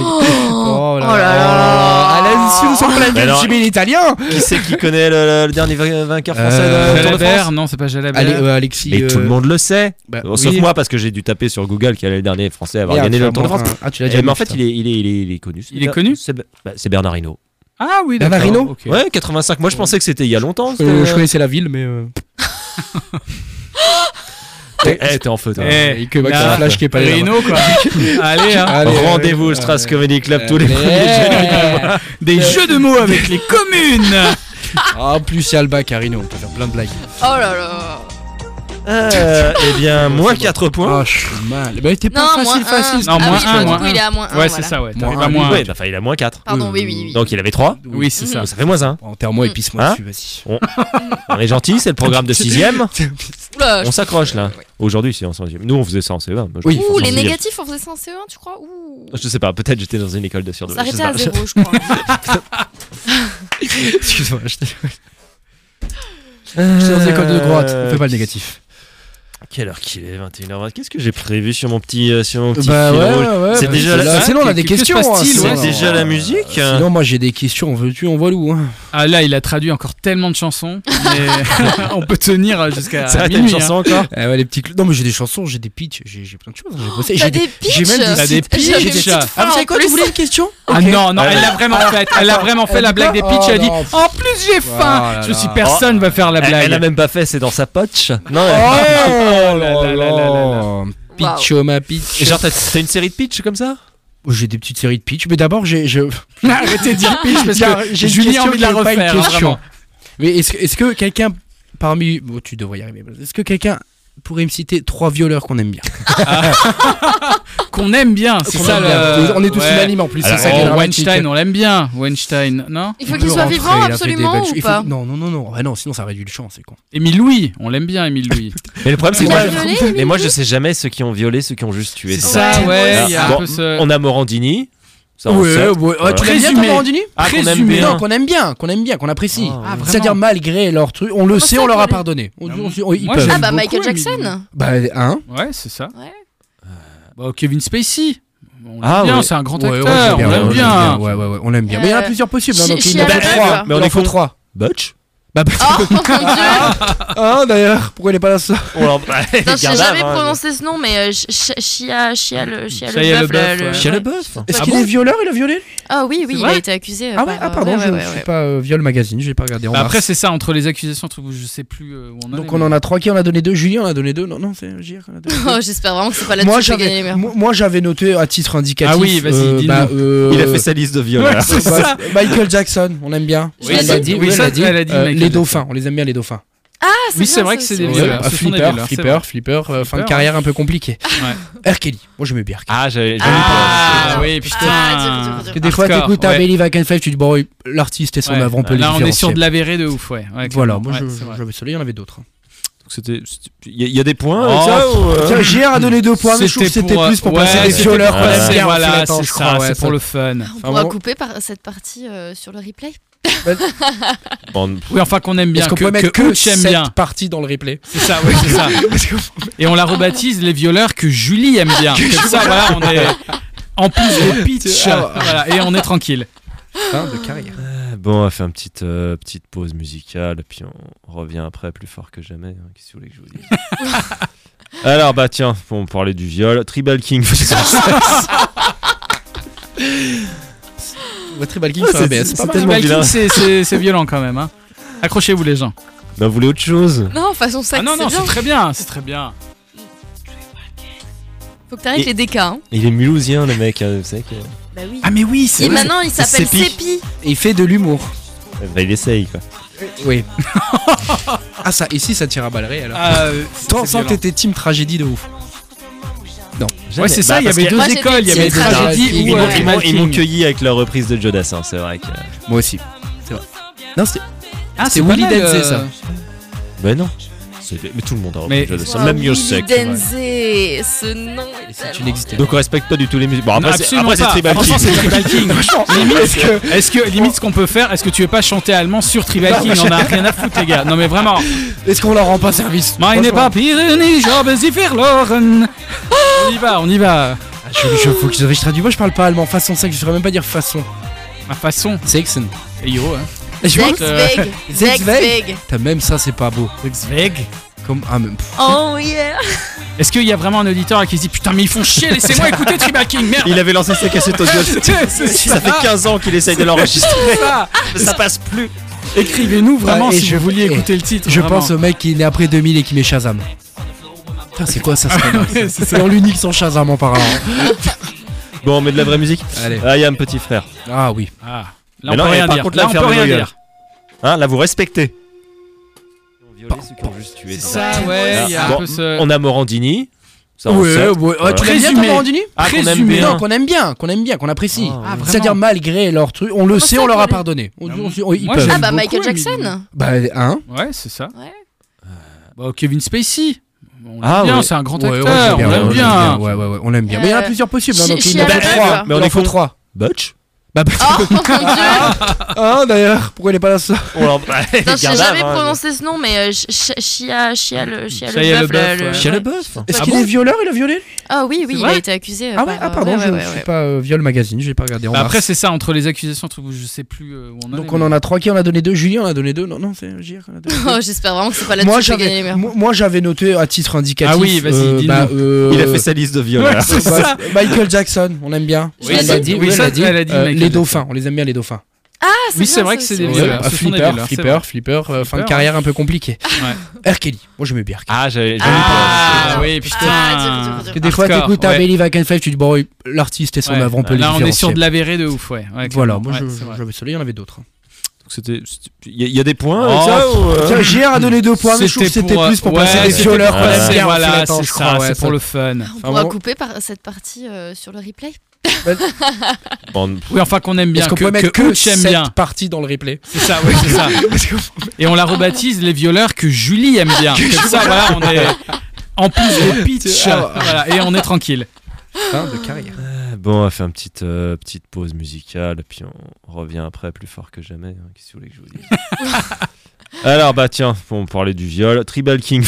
[SPEAKER 3] Oh,
[SPEAKER 4] Oh là
[SPEAKER 3] Oh
[SPEAKER 4] là
[SPEAKER 3] là
[SPEAKER 4] À
[SPEAKER 3] là.
[SPEAKER 4] la suite de son plein
[SPEAKER 2] Mais
[SPEAKER 4] gré,
[SPEAKER 2] alors-
[SPEAKER 4] j'ai mis l'italien
[SPEAKER 2] Qui c'est qui connaît le, le dernier va- vainqueur
[SPEAKER 4] Euh,
[SPEAKER 2] français de- du Tour de France
[SPEAKER 5] Jalabert, non, c'est pas Jalabert.
[SPEAKER 4] Allez, euh, Alexis.
[SPEAKER 2] Mais tout
[SPEAKER 4] euh,
[SPEAKER 2] le monde le sait.
[SPEAKER 4] bah,
[SPEAKER 2] Bon, Sauf
[SPEAKER 4] oui.
[SPEAKER 2] moi, parce que j'ai dû taper sur Google qui est le dernier français à avoir
[SPEAKER 4] Merde,
[SPEAKER 2] gagné le Tour de
[SPEAKER 4] enfin,
[SPEAKER 2] France.
[SPEAKER 4] Ah, tu l'as
[SPEAKER 2] Eh,
[SPEAKER 4] déjà
[SPEAKER 2] mais
[SPEAKER 4] mis,
[SPEAKER 2] en fait,
[SPEAKER 4] putain.
[SPEAKER 2] il est, il, est, il, est, il est connu. ce
[SPEAKER 5] Il est
[SPEAKER 2] leader.
[SPEAKER 5] connu
[SPEAKER 2] C'est bah, c'est Bernard Hinault.
[SPEAKER 5] Ah oui,
[SPEAKER 4] Bernard
[SPEAKER 5] d'accord.
[SPEAKER 4] Hinault
[SPEAKER 5] ok.
[SPEAKER 2] Ouais, 85. euh, Moi, je pensais que c'était il y a longtemps. c'était-
[SPEAKER 4] Euh, Je connaissais la ville, mais. euh,
[SPEAKER 2] Eh, t'es en feu, toi.
[SPEAKER 5] Eh,
[SPEAKER 4] Et que bah,
[SPEAKER 5] là,
[SPEAKER 4] qu'il y a un flash qui est pas là.
[SPEAKER 5] Reno, quoi. Allez, Eh, hein.
[SPEAKER 4] Allez,
[SPEAKER 2] Rendez-vous au
[SPEAKER 4] euh,
[SPEAKER 2] Stras Comedy Club tous les
[SPEAKER 4] Allez.
[SPEAKER 2] premiers jeudis.
[SPEAKER 5] Des jeux de mots avec les communes.
[SPEAKER 4] Ah, en plus, il y a le bac à Rino, on peut faire plein de blagues.
[SPEAKER 3] Oh là là.
[SPEAKER 2] Euh, Eh bien, moins 4 points.
[SPEAKER 4] Ah, je suis mal. Bah, t'es pas
[SPEAKER 3] Non, moins
[SPEAKER 4] facile, facile.
[SPEAKER 5] Non,
[SPEAKER 3] un. Ah
[SPEAKER 5] moins
[SPEAKER 3] oui,
[SPEAKER 5] un,
[SPEAKER 3] du
[SPEAKER 5] moins
[SPEAKER 3] coup,
[SPEAKER 5] un.
[SPEAKER 3] il est à moins un,
[SPEAKER 5] Ouais, c'est
[SPEAKER 3] voilà.
[SPEAKER 5] ça, ouais.
[SPEAKER 4] Moins
[SPEAKER 5] T'arrives à
[SPEAKER 4] un,
[SPEAKER 5] moins
[SPEAKER 2] Ouais,
[SPEAKER 5] un.
[SPEAKER 2] bah, enfin, il a moins 4.
[SPEAKER 3] Pardon, oui, oui, oui.
[SPEAKER 2] Donc il avait 3.
[SPEAKER 5] Oui, c'est ça.
[SPEAKER 2] Ça fait moins 1.
[SPEAKER 4] Enterre-moi
[SPEAKER 3] Mm.
[SPEAKER 4] et pisse-moi
[SPEAKER 2] Hein
[SPEAKER 4] dessus, vas-y.
[SPEAKER 2] On est gentil, c'est le programme de 6
[SPEAKER 3] Oula,
[SPEAKER 2] On s'accroche là.
[SPEAKER 3] Ouais.
[SPEAKER 2] Aujourd'hui, c'est en 100 Nous, on faisait ça en CE1. Moi, je-
[SPEAKER 4] Oui,
[SPEAKER 3] Ouh,
[SPEAKER 2] en
[SPEAKER 3] les
[SPEAKER 2] sixième.
[SPEAKER 3] négatifs, on faisait ça en CE1, tu crois Ouh.
[SPEAKER 2] Je sais pas, peut-être j'étais dans une école de surdoués. je sais
[SPEAKER 3] S'arrêter à
[SPEAKER 2] pas.
[SPEAKER 3] zéro, je crois.
[SPEAKER 4] Excuse-moi, je t'ai. J'étais Euh, dans une école de
[SPEAKER 5] Euh,
[SPEAKER 4] droite, on fait pas le négatif.
[SPEAKER 2] Euh, Quelle heure qu'il est 21h20. Qu'est-ce que j'ai prévu sur mon petit, euh, sur mon petit
[SPEAKER 4] Bah,
[SPEAKER 2] fil
[SPEAKER 4] ouais,
[SPEAKER 2] rouge
[SPEAKER 4] ouais,
[SPEAKER 2] C'est
[SPEAKER 4] bah,
[SPEAKER 2] déjà
[SPEAKER 4] c'est
[SPEAKER 2] la-
[SPEAKER 4] là-
[SPEAKER 2] hein
[SPEAKER 4] Sinon, on a des
[SPEAKER 5] Que- que se
[SPEAKER 4] questions. hein,
[SPEAKER 5] passe-t-il,
[SPEAKER 4] sinon,
[SPEAKER 5] ouais.
[SPEAKER 2] C'est déjà la musique
[SPEAKER 5] euh.
[SPEAKER 2] hein
[SPEAKER 4] Sinon, moi, j'ai des questions. On veut tu, on voit l'où. hein.
[SPEAKER 5] Ah là, il a traduit encore tellement de chansons. mais on peut tenir jusqu'à
[SPEAKER 2] C'est vrai, t'as une
[SPEAKER 5] minuit. hein.
[SPEAKER 2] chanson encore
[SPEAKER 4] Eh ouais, les petits. cl- Non, mais j'ai des chansons, j'ai des pitchs, j'ai j'ai plein de choses. hein, J'ai bossé.
[SPEAKER 3] T'as
[SPEAKER 4] j'ai
[SPEAKER 3] des
[SPEAKER 4] j'ai
[SPEAKER 3] pitchs
[SPEAKER 4] même Ah, des
[SPEAKER 5] T'as des pitchs.
[SPEAKER 3] J'ai des petites
[SPEAKER 5] Ah,
[SPEAKER 3] fins, en plus.
[SPEAKER 4] une question
[SPEAKER 5] Ah non, non,
[SPEAKER 2] Ah,
[SPEAKER 5] elle
[SPEAKER 2] oui.
[SPEAKER 5] l'a vraiment fait. Elle a vraiment fait la blague des pitchs. Elle a dit
[SPEAKER 4] Oh, non.
[SPEAKER 5] En plus, j'ai
[SPEAKER 4] Oh
[SPEAKER 5] faim.
[SPEAKER 4] là
[SPEAKER 5] Je me suis
[SPEAKER 4] là.
[SPEAKER 5] dit, personne va faire la
[SPEAKER 2] elle,
[SPEAKER 5] blague.
[SPEAKER 2] elle a même pas fait, c'est dans sa poche. Non,
[SPEAKER 4] Oh
[SPEAKER 2] elle-
[SPEAKER 4] là
[SPEAKER 5] là là là
[SPEAKER 4] là
[SPEAKER 5] là
[SPEAKER 4] Pitch, oh, ma pitch.
[SPEAKER 2] Et genre, t'as t'as une série de pitch comme ça
[SPEAKER 4] Oh, J'ai des petites séries de pitch, mais d'abord, j'ai. je-
[SPEAKER 5] Arrêtez de dire pitch parce
[SPEAKER 4] Il y a-
[SPEAKER 5] que
[SPEAKER 4] j'ai une
[SPEAKER 5] Julien a
[SPEAKER 4] question
[SPEAKER 5] envie de la
[SPEAKER 4] qui est pas une
[SPEAKER 5] refaire. hein,
[SPEAKER 4] question.
[SPEAKER 5] vraiment.
[SPEAKER 4] Mais est-ce que, est-ce que quelqu'un parmi. Bon, tu devrais y arriver. mais Est-ce que quelqu'un pourrait me citer trois violeurs qu'on aime bien
[SPEAKER 5] Qu'on aime bien, c'est
[SPEAKER 4] Qu'on
[SPEAKER 5] ça.
[SPEAKER 4] aime bien.
[SPEAKER 5] le-
[SPEAKER 4] On est tous
[SPEAKER 5] Ouais.
[SPEAKER 4] unanimes en plus, c'est
[SPEAKER 2] Alors,
[SPEAKER 4] ça qui est
[SPEAKER 5] Oh,
[SPEAKER 4] dramatique.
[SPEAKER 5] Weinstein, on l'aime bien. Weinstein, non
[SPEAKER 3] Il faut
[SPEAKER 4] On
[SPEAKER 3] qu'il
[SPEAKER 4] peut
[SPEAKER 3] soit
[SPEAKER 4] rentrer,
[SPEAKER 3] vivant,
[SPEAKER 4] il a fait des belles
[SPEAKER 3] absolument,
[SPEAKER 4] choses.
[SPEAKER 3] ou
[SPEAKER 4] Il faut-
[SPEAKER 3] pas
[SPEAKER 4] Non, non, non, non. Ah non, sinon ça réduit le champ, c'est con.
[SPEAKER 5] Émile Louis, on l'aime bien, Émile Louis.
[SPEAKER 2] Mais le problème, c'est
[SPEAKER 3] Il
[SPEAKER 2] que moi,
[SPEAKER 3] a violé,
[SPEAKER 2] je- mais moi,
[SPEAKER 3] Émilie
[SPEAKER 2] je sais jamais ceux qui ont violé, ceux qui ont juste tué.
[SPEAKER 5] C'est
[SPEAKER 2] c'est
[SPEAKER 5] ça,
[SPEAKER 3] ça.
[SPEAKER 5] ouais.
[SPEAKER 2] Ah,
[SPEAKER 5] Il y a un
[SPEAKER 2] bon,
[SPEAKER 5] peu ce.
[SPEAKER 2] On a Morandini. Ça, on sait.
[SPEAKER 4] ouais.
[SPEAKER 5] Très
[SPEAKER 4] Très
[SPEAKER 5] bien,
[SPEAKER 4] bien, Morandini
[SPEAKER 2] Ah, qu'on aime
[SPEAKER 5] présumé.
[SPEAKER 2] bien.
[SPEAKER 4] Non, qu'on aime bien, qu'on aime bien, qu'on apprécie.
[SPEAKER 2] Ah,
[SPEAKER 5] Ah, vraiment.
[SPEAKER 4] C'est-à-dire malgré leur truc, on le
[SPEAKER 3] Comment
[SPEAKER 4] sait,
[SPEAKER 3] ça,
[SPEAKER 4] on leur
[SPEAKER 3] qu'on
[SPEAKER 4] a
[SPEAKER 3] les-
[SPEAKER 4] pardonné. On,
[SPEAKER 5] Ah,
[SPEAKER 4] on- on- ils
[SPEAKER 5] moi,
[SPEAKER 4] peuvent.
[SPEAKER 5] j'aime
[SPEAKER 3] Ah bah
[SPEAKER 5] beaucoup,
[SPEAKER 3] Michael
[SPEAKER 5] Émilie
[SPEAKER 3] Jackson
[SPEAKER 4] Bah, hein
[SPEAKER 5] Ouais, c'est ça.
[SPEAKER 3] Ouais.
[SPEAKER 5] Bah, Kevin Spacey. On l'aime
[SPEAKER 2] Ah,
[SPEAKER 5] bien,
[SPEAKER 2] ouais.
[SPEAKER 5] c'est un grand
[SPEAKER 4] Ouais, ouais,
[SPEAKER 5] acteur.
[SPEAKER 4] j'aime
[SPEAKER 5] on l'aime
[SPEAKER 4] ouais,
[SPEAKER 5] bien.
[SPEAKER 4] Ouais, ouais, ouais, on l'aime bien.
[SPEAKER 3] Euh,
[SPEAKER 4] Mais il y en a plusieurs possibles. hein,
[SPEAKER 3] Chi-
[SPEAKER 4] donc il y en a
[SPEAKER 2] Chi-
[SPEAKER 4] pas
[SPEAKER 2] Chi-
[SPEAKER 4] trois.
[SPEAKER 2] Chi- Mais on
[SPEAKER 4] Il en
[SPEAKER 2] est
[SPEAKER 4] faut
[SPEAKER 2] con.
[SPEAKER 4] trois.
[SPEAKER 2] Butch
[SPEAKER 4] Bah, bah,
[SPEAKER 3] Oh mon dieu
[SPEAKER 4] hein, d'ailleurs, pourquoi il est pas là ça
[SPEAKER 2] On l'en- Les
[SPEAKER 3] Non, Je sais
[SPEAKER 2] Gardaves,
[SPEAKER 3] jamais
[SPEAKER 2] bah, hein.
[SPEAKER 3] prononcé ce nom, mais euh, Ch- Ch- Chia Chia le Chia
[SPEAKER 5] Chia
[SPEAKER 3] le
[SPEAKER 5] Leboeuf,
[SPEAKER 3] bœuf.
[SPEAKER 5] ouais.
[SPEAKER 2] Shia LaBeouf.
[SPEAKER 4] Est-ce
[SPEAKER 3] Ah
[SPEAKER 4] qu'il
[SPEAKER 3] bon
[SPEAKER 4] est violeur Il a violé lui
[SPEAKER 3] Ah oui, oui,
[SPEAKER 5] C'est
[SPEAKER 3] il
[SPEAKER 5] vrai
[SPEAKER 3] a été accusé. euh,
[SPEAKER 4] Ah
[SPEAKER 3] par,
[SPEAKER 4] ouais, ah
[SPEAKER 3] euh,
[SPEAKER 4] pardon,
[SPEAKER 3] ouais,
[SPEAKER 4] je,
[SPEAKER 3] ouais,
[SPEAKER 4] je
[SPEAKER 3] ouais.
[SPEAKER 4] sais pas euh, viol magazine, j'ai pas regardé. en
[SPEAKER 5] Bah, après,
[SPEAKER 4] mars.
[SPEAKER 5] c'est ça, entre les accusations, un truc où je sais plus euh, où on en
[SPEAKER 4] donc on en a trois qui en a donné deux. Julie en a donné deux. Non, non, c'est JR qu'on a donné. deux.
[SPEAKER 3] Oh, J'espère vraiment que c'est pas là-dessus
[SPEAKER 4] Moi
[SPEAKER 3] que j'ai gagné les
[SPEAKER 4] j'avais,
[SPEAKER 3] meilleurs.
[SPEAKER 4] moi moi, j'avais noté à titre indicatif.
[SPEAKER 5] Ah oui, vas-y,
[SPEAKER 4] euh,
[SPEAKER 5] dis-nous.
[SPEAKER 4] bah, euh,
[SPEAKER 2] Il a fait sa liste de violeurs.
[SPEAKER 5] Ouais, c'est
[SPEAKER 4] bah,
[SPEAKER 5] ça.
[SPEAKER 4] Michael Jackson, on aime bien.
[SPEAKER 3] Je l'ai
[SPEAKER 4] elle l'a
[SPEAKER 3] dit.
[SPEAKER 4] dit.
[SPEAKER 5] Oui,
[SPEAKER 4] elle
[SPEAKER 5] ça,
[SPEAKER 4] l'a dit.
[SPEAKER 5] elle a dit
[SPEAKER 4] Euh,
[SPEAKER 5] Michael
[SPEAKER 4] les
[SPEAKER 5] Jackson.
[SPEAKER 4] dauphins, on les aime bien les dauphins.
[SPEAKER 3] Ah,
[SPEAKER 5] Oui, c'est
[SPEAKER 3] bien,
[SPEAKER 5] vrai
[SPEAKER 3] ça
[SPEAKER 5] que c'est
[SPEAKER 3] aussi.
[SPEAKER 5] des
[SPEAKER 4] Ouais,
[SPEAKER 5] violeurs,
[SPEAKER 4] bah,
[SPEAKER 5] ce sont des
[SPEAKER 4] flipper,
[SPEAKER 5] violeurs, c'est
[SPEAKER 4] flipper,
[SPEAKER 5] vrai.
[SPEAKER 4] flipper, euh, fin de
[SPEAKER 5] Flipper,
[SPEAKER 4] carrière un peu compliquée. R. Kelly, moi j'aimais bien. R. Kelly.
[SPEAKER 2] Ah, j'avais. j'avais
[SPEAKER 5] Ah,
[SPEAKER 3] Ah,
[SPEAKER 5] oui, putain.
[SPEAKER 3] Ah, dur, dur, dur.
[SPEAKER 4] Parce que des fois,
[SPEAKER 5] Hardcore,
[SPEAKER 4] t'écoutes un
[SPEAKER 5] ouais.
[SPEAKER 4] Bailey Vacan Five, tu dis bon, l'artiste et son
[SPEAKER 5] Ouais.
[SPEAKER 4] avant, on peut les
[SPEAKER 5] Là, on est
[SPEAKER 4] différencier.
[SPEAKER 5] sur de l'avéré de ouf, ouais. Ouais,
[SPEAKER 4] Voilà,
[SPEAKER 5] clairement.
[SPEAKER 4] moi je-
[SPEAKER 5] Ouais, c'est vrai.
[SPEAKER 4] j'avais celui, il y en avait d'autres.
[SPEAKER 2] C'était. c'était- Il y, a- il y a des points avec
[SPEAKER 5] Oh,
[SPEAKER 2] ça ou, euh
[SPEAKER 4] Tiens, JR a donné deux points, mais je trouve que c'était
[SPEAKER 5] euh,
[SPEAKER 4] plus pour
[SPEAKER 5] ouais,
[SPEAKER 4] passer des
[SPEAKER 5] c'était
[SPEAKER 4] violeurs
[SPEAKER 5] pour
[SPEAKER 4] qu'on aime
[SPEAKER 5] passer,
[SPEAKER 4] bien.
[SPEAKER 5] Voilà,
[SPEAKER 4] Attends,
[SPEAKER 5] c'est
[SPEAKER 4] je crois,
[SPEAKER 5] ça,
[SPEAKER 4] ouais,
[SPEAKER 5] c'est pour le fun.
[SPEAKER 3] On
[SPEAKER 4] Enfin,
[SPEAKER 3] pourra
[SPEAKER 4] bon.
[SPEAKER 3] couper par cette partie euh, sur le replay.
[SPEAKER 2] Bon,
[SPEAKER 5] Oui, enfin qu'on aime bien,
[SPEAKER 4] Est-ce qu'on
[SPEAKER 5] que,
[SPEAKER 4] peut
[SPEAKER 5] que
[SPEAKER 4] mettre que
[SPEAKER 5] Coach aime bien.
[SPEAKER 4] cette partie dans le replay
[SPEAKER 5] C'est ça, oui, c'est ça. Et on la rebaptise les violeurs que Julie aime bien. Comme ça, voilà, on est en plus de pitch.
[SPEAKER 4] Ah.
[SPEAKER 5] Voilà, et on est tranquille.
[SPEAKER 4] Fin de carrière.
[SPEAKER 2] Bon, on va faire une petite, euh, petite pause musicale, puis on revient après plus fort que jamais. hein. Qu'est-ce que vous voulez que je vous dise Alors, bah tiens, on parlait du viol. Tribal King.
[SPEAKER 4] Tribal King
[SPEAKER 2] Ouais,
[SPEAKER 4] sur
[SPEAKER 2] c'est-
[SPEAKER 4] ABS,
[SPEAKER 2] c'est-
[SPEAKER 4] pas mal.
[SPEAKER 2] tellement
[SPEAKER 5] Malkin,
[SPEAKER 2] vilain.
[SPEAKER 5] c'est- C'est c'est violent quand même. hein. Accrochez-vous les gens.
[SPEAKER 2] ben, vous voulez autre chose
[SPEAKER 3] Non, façon ça,
[SPEAKER 5] Ah non,
[SPEAKER 3] Bah, c'est
[SPEAKER 5] non, c'est
[SPEAKER 3] bien.
[SPEAKER 5] très bien, c'est très bien.
[SPEAKER 3] Faut que t'arrêtes
[SPEAKER 2] Et-
[SPEAKER 3] les DK. hein.
[SPEAKER 2] Il est mulhousien, le mec. hein, vous savez que-
[SPEAKER 3] Bah oui.
[SPEAKER 5] Ah mais oui, c'est
[SPEAKER 3] Et
[SPEAKER 5] vrai.
[SPEAKER 3] maintenant, il s'appelle
[SPEAKER 2] Sepi.
[SPEAKER 3] Sepi.
[SPEAKER 4] Et il fait de l'humour.
[SPEAKER 2] Bah, il essaye, quoi.
[SPEAKER 4] Oui. ah ça, ici ça tire à balles réelles.
[SPEAKER 5] Ah, euh, c'est-
[SPEAKER 4] Tant
[SPEAKER 5] c'est
[SPEAKER 4] tant que
[SPEAKER 5] violent.
[SPEAKER 4] t'étais team tragédie de ouf.
[SPEAKER 5] Ouais,
[SPEAKER 4] Bah,
[SPEAKER 5] c'est ça, il y
[SPEAKER 2] parce
[SPEAKER 5] avait
[SPEAKER 2] que-
[SPEAKER 5] deux
[SPEAKER 3] Moi, j'étais
[SPEAKER 5] écoles, il y
[SPEAKER 3] Team
[SPEAKER 5] avait des
[SPEAKER 4] Tragédie
[SPEAKER 5] tragédies
[SPEAKER 4] King.
[SPEAKER 5] ou
[SPEAKER 2] Ils m'ont-
[SPEAKER 4] Ouais,
[SPEAKER 5] euh,
[SPEAKER 2] ils m'ont-
[SPEAKER 5] Tribal
[SPEAKER 2] ils m'ont
[SPEAKER 5] King.
[SPEAKER 2] cueilli avec leur reprise de Joe Dassin, c'est vrai que.
[SPEAKER 4] Moi aussi. C'est vrai. Non, c'est
[SPEAKER 5] Ah,
[SPEAKER 4] c'est Willy
[SPEAKER 5] pas mal,
[SPEAKER 4] Denzé,
[SPEAKER 5] euh,
[SPEAKER 4] ça.
[SPEAKER 2] Ben non. C'était- Mais tout le monde a repris
[SPEAKER 5] Bah, Mais-
[SPEAKER 2] Joe Dassin,
[SPEAKER 3] Wow,
[SPEAKER 2] même Your
[SPEAKER 3] Willy
[SPEAKER 2] Sect, ouais.
[SPEAKER 3] Denzé, ce nom est
[SPEAKER 4] si tu
[SPEAKER 3] tellement-
[SPEAKER 4] n'existais pas.
[SPEAKER 2] Donc on respecte pas du tout les musiques. Bon,
[SPEAKER 5] Non,
[SPEAKER 2] après, Ah, bah, c'est
[SPEAKER 5] absolument
[SPEAKER 2] après, c'est
[SPEAKER 5] pas.
[SPEAKER 2] Tribal
[SPEAKER 5] Franchement,
[SPEAKER 2] King.
[SPEAKER 5] c'est Tribal King.
[SPEAKER 4] Est-ce que
[SPEAKER 5] Est-ce que limite ce qu'on peut faire, est-ce que tu veux pas chanter allemand sur Tribal King On a rien à foutre les gars. Non mais vraiment.
[SPEAKER 4] est-ce qu'on leur rend pas service
[SPEAKER 5] Meine
[SPEAKER 4] Franchement.
[SPEAKER 5] Papiere nicht, habe sie verloren. On y va, on y va.
[SPEAKER 4] Ah, Je, je- faut que je, je traduis. Moi, je parle pas allemand. Façon sec, je saurais même pas dire façon.
[SPEAKER 5] Ma façon.
[SPEAKER 4] Sexen.
[SPEAKER 5] Et yo, hein.
[SPEAKER 4] Et je vois que-
[SPEAKER 3] Zexweg. Zexweg.
[SPEAKER 4] T'as même ça, c'est pas beau. Comme ah même. pff,
[SPEAKER 3] Oh yeah.
[SPEAKER 5] Est-ce qu'il y a vraiment un auditeur là qui se dit putain mais ils font chier, laissez-moi écouter Tribal King, merde
[SPEAKER 2] Il avait lancé sa cassette audio. Ça fait 15 ans qu'il essaye de l'enregistrer. mais ça passe plus.
[SPEAKER 5] Écrivez-nous vraiment
[SPEAKER 4] Ouais, et
[SPEAKER 5] si
[SPEAKER 4] je-
[SPEAKER 2] eh,
[SPEAKER 5] vous vouliez
[SPEAKER 4] et
[SPEAKER 5] écouter le titre.
[SPEAKER 4] Je
[SPEAKER 5] vraiment.
[SPEAKER 4] pense au mec qui est né après 2000 et qui met Shazam. Putain, c'est quoi ça ce
[SPEAKER 5] Ouais,
[SPEAKER 4] canard
[SPEAKER 5] c'est ça.
[SPEAKER 4] C'est dans l'unique sans Shazam en parlant.
[SPEAKER 2] Bon, mais de la vraie musique.
[SPEAKER 4] Allez.
[SPEAKER 2] Ah, Yam, petit frère.
[SPEAKER 4] Ah oui.
[SPEAKER 5] Ah.
[SPEAKER 2] Mais
[SPEAKER 5] Là, on
[SPEAKER 2] non,
[SPEAKER 5] peut
[SPEAKER 2] mais
[SPEAKER 5] rien
[SPEAKER 2] par
[SPEAKER 5] dire.
[SPEAKER 2] contre, là,
[SPEAKER 5] Là, on peut
[SPEAKER 2] fermez
[SPEAKER 5] rien
[SPEAKER 2] vos gueules.
[SPEAKER 5] dire.
[SPEAKER 2] Hein, là, vous respectez.
[SPEAKER 5] C'est ça, ouais. Eh, Il y a
[SPEAKER 2] Ah, Bon,
[SPEAKER 5] un peu ce.
[SPEAKER 2] On a Morandini. Ça, on
[SPEAKER 4] Ouais,
[SPEAKER 2] sait.
[SPEAKER 4] ouais, ouais.
[SPEAKER 2] Ouais.
[SPEAKER 4] Tu l'aimes bien,
[SPEAKER 5] Présumé.
[SPEAKER 4] toi, Morandini
[SPEAKER 2] Ah, qu'on aime
[SPEAKER 4] Présumé.
[SPEAKER 2] bien.
[SPEAKER 4] Non, qu'on aime bien, qu'on aime bien, qu'on apprécie.
[SPEAKER 2] Ah,
[SPEAKER 5] vraiment
[SPEAKER 4] C'est-à-dire malgré leur truc, on le sait,
[SPEAKER 3] ça,
[SPEAKER 4] on leur
[SPEAKER 3] qu'on
[SPEAKER 4] a
[SPEAKER 3] aime-
[SPEAKER 4] pardonné. On,
[SPEAKER 5] Ah,
[SPEAKER 4] on- on- ils
[SPEAKER 5] moi,
[SPEAKER 4] peuvent.
[SPEAKER 5] j'aime
[SPEAKER 3] Ah bah
[SPEAKER 5] beaucoup
[SPEAKER 3] Michael
[SPEAKER 5] Emily
[SPEAKER 3] Jackson
[SPEAKER 4] Bah, hein
[SPEAKER 5] Ouais, c'est ça.
[SPEAKER 3] Ouais.
[SPEAKER 5] Bah, Kevin Spacey. On l'aime
[SPEAKER 2] Ah,
[SPEAKER 5] bien,
[SPEAKER 2] ouais.
[SPEAKER 5] c'est un grand
[SPEAKER 4] Ouais, ouais,
[SPEAKER 5] acteur.
[SPEAKER 4] j'aime
[SPEAKER 5] on l'aime
[SPEAKER 4] ouais,
[SPEAKER 5] bien.
[SPEAKER 4] Ouais, ouais, ouais, on l'aime bien.
[SPEAKER 3] Euh,
[SPEAKER 4] Mais il y en a plusieurs possibles. hein,
[SPEAKER 3] Chi-
[SPEAKER 4] donc il y en
[SPEAKER 3] Chia
[SPEAKER 4] a
[SPEAKER 3] la
[SPEAKER 4] trois.
[SPEAKER 3] Veuve.
[SPEAKER 2] Mais on
[SPEAKER 4] Il en
[SPEAKER 2] est
[SPEAKER 4] faut
[SPEAKER 2] con.
[SPEAKER 4] trois.
[SPEAKER 2] Butch.
[SPEAKER 4] Bah, bah,
[SPEAKER 3] Oh mon dieu
[SPEAKER 4] hein, d'ailleurs, pourquoi il est pas là ça
[SPEAKER 2] On l'en- bah, les
[SPEAKER 3] Non, Je sais
[SPEAKER 2] gardes,
[SPEAKER 3] jamais
[SPEAKER 2] hein.
[SPEAKER 3] prononcé ce nom, mais euh, Ch- Ch- Chia, Chia le, Chia
[SPEAKER 5] Shia
[SPEAKER 3] le
[SPEAKER 5] LaBeouf, ouais.
[SPEAKER 3] bœuf.
[SPEAKER 2] Shia LaBeouf.
[SPEAKER 4] Est-ce
[SPEAKER 5] Ah
[SPEAKER 4] qu'il
[SPEAKER 5] bon
[SPEAKER 4] est violeur Il a violé lui
[SPEAKER 3] Ah oui, oui,
[SPEAKER 5] C'est
[SPEAKER 3] il
[SPEAKER 5] vrai
[SPEAKER 3] a été accusé. euh,
[SPEAKER 4] Ah
[SPEAKER 3] par,
[SPEAKER 4] ouais, ah
[SPEAKER 3] euh,
[SPEAKER 4] pardon,
[SPEAKER 3] ouais,
[SPEAKER 4] je,
[SPEAKER 3] ouais,
[SPEAKER 4] je suis
[SPEAKER 3] ouais.
[SPEAKER 4] pas euh, viol magazine, j'ai pas regardé. en
[SPEAKER 5] Bah, après,
[SPEAKER 4] mars.
[SPEAKER 5] c'est ça, entre les accusations, un truc où je sais plus euh, où on en
[SPEAKER 4] donc on en a trois qui en a donné deux. Julie en a donné deux. Non, non, c'est JR qu'on a donné. deux.
[SPEAKER 3] Oh, J'espère vraiment que c'est pas là-dessus
[SPEAKER 4] Moi
[SPEAKER 3] que j'ai gagné les
[SPEAKER 4] j'avais,
[SPEAKER 3] meilleurs.
[SPEAKER 4] moi moi, j'avais noté à titre indicatif.
[SPEAKER 5] Ah oui, vas-y,
[SPEAKER 4] euh,
[SPEAKER 5] dis-nous.
[SPEAKER 4] bah, euh,
[SPEAKER 2] Il a fait sa liste de
[SPEAKER 5] Ouais,
[SPEAKER 2] violeurs.
[SPEAKER 5] c'est
[SPEAKER 4] bah,
[SPEAKER 3] Ah,
[SPEAKER 5] ça.
[SPEAKER 4] Michael Jackson, on aime bien.
[SPEAKER 5] Oui,
[SPEAKER 3] Je l'ai
[SPEAKER 4] elle l'a
[SPEAKER 3] dit.
[SPEAKER 4] dit,
[SPEAKER 5] Oui,
[SPEAKER 4] oui, elle
[SPEAKER 5] ça,
[SPEAKER 4] l'a dit.
[SPEAKER 5] elle a dit
[SPEAKER 4] Euh,
[SPEAKER 5] Michael
[SPEAKER 4] les
[SPEAKER 5] Jackson.
[SPEAKER 4] dauphins, on les aime bien les dauphins.
[SPEAKER 3] Ah,
[SPEAKER 5] Oui, c'est
[SPEAKER 3] bien,
[SPEAKER 5] vrai
[SPEAKER 3] ça
[SPEAKER 5] que c'est
[SPEAKER 3] aussi.
[SPEAKER 5] des
[SPEAKER 4] Ouais,
[SPEAKER 5] violeurs,
[SPEAKER 4] bah,
[SPEAKER 5] ce sont des
[SPEAKER 4] flipper,
[SPEAKER 5] violeurs, c'est
[SPEAKER 4] flipper, flipper, euh, fin de
[SPEAKER 5] Flipper.
[SPEAKER 4] carrière un peu compliquée.
[SPEAKER 5] Ouais.
[SPEAKER 4] R. Kelly, moi j'aimais bien. R. Kelly.
[SPEAKER 2] Ah, j'avais. j'avais
[SPEAKER 5] Ah,
[SPEAKER 2] pas-
[SPEAKER 5] oui, putain.
[SPEAKER 3] Ah, dur, dur, dur.
[SPEAKER 4] Parce que des fois
[SPEAKER 5] Hardcore,
[SPEAKER 4] t'écoutes un
[SPEAKER 5] ouais.
[SPEAKER 4] Bailey Vacan Five, tu dis bon, l'artiste et son
[SPEAKER 5] Ouais.
[SPEAKER 4] avant on peut les
[SPEAKER 5] Là, on est
[SPEAKER 4] différencier.
[SPEAKER 5] sur de l'avéré de ouf, ouais. Ouais,
[SPEAKER 4] Voilà,
[SPEAKER 5] clairement.
[SPEAKER 4] moi je-
[SPEAKER 5] Ouais, c'est vrai.
[SPEAKER 4] j'avais celui, il y en avait d'autres. hein.
[SPEAKER 2] C'était. c'était- Il y, a- il y a des points avec ça
[SPEAKER 5] Oh,
[SPEAKER 2] ou, euh,
[SPEAKER 4] Tiens, JR a donné Ah, deux points, mais je trouve que c'était
[SPEAKER 5] euh,
[SPEAKER 4] plus pour
[SPEAKER 5] ouais,
[SPEAKER 4] passer des
[SPEAKER 5] c'était
[SPEAKER 4] violeurs
[SPEAKER 5] pour
[SPEAKER 4] qu'on aime
[SPEAKER 5] passer,
[SPEAKER 4] bien.
[SPEAKER 5] Voilà,
[SPEAKER 4] Philatan,
[SPEAKER 5] c'est
[SPEAKER 4] je crois,
[SPEAKER 5] ça,
[SPEAKER 4] ouais,
[SPEAKER 5] c'est
[SPEAKER 4] ça-
[SPEAKER 5] pour le fun.
[SPEAKER 3] On
[SPEAKER 4] Ah
[SPEAKER 3] pourra
[SPEAKER 4] bon
[SPEAKER 3] couper par cette partie euh, sur le replay.
[SPEAKER 2] bon, pff,
[SPEAKER 5] Oui, enfin qu'on aime bien,
[SPEAKER 4] Est-ce qu'on
[SPEAKER 5] que,
[SPEAKER 4] peut
[SPEAKER 5] que,
[SPEAKER 4] mettre
[SPEAKER 5] que
[SPEAKER 4] que
[SPEAKER 5] Hutch aime bien.
[SPEAKER 4] cette partie dans le replay
[SPEAKER 5] C'est ça, oui, c'est ça. Et on la rebaptise les violeurs que Julie aime bien. Comme ça, voilà, on est en plus de pitch.
[SPEAKER 4] Ah.
[SPEAKER 5] Voilà, et on est tranquille.
[SPEAKER 4] Fin hein, de carrière.
[SPEAKER 2] Bon, on va faire une petite, euh, petite pause musicale, puis on revient après plus fort que jamais. hein. Qu'est-ce que vous voulez que je vous dise Alors, bah tiens, on parlait du viol. Tribal King.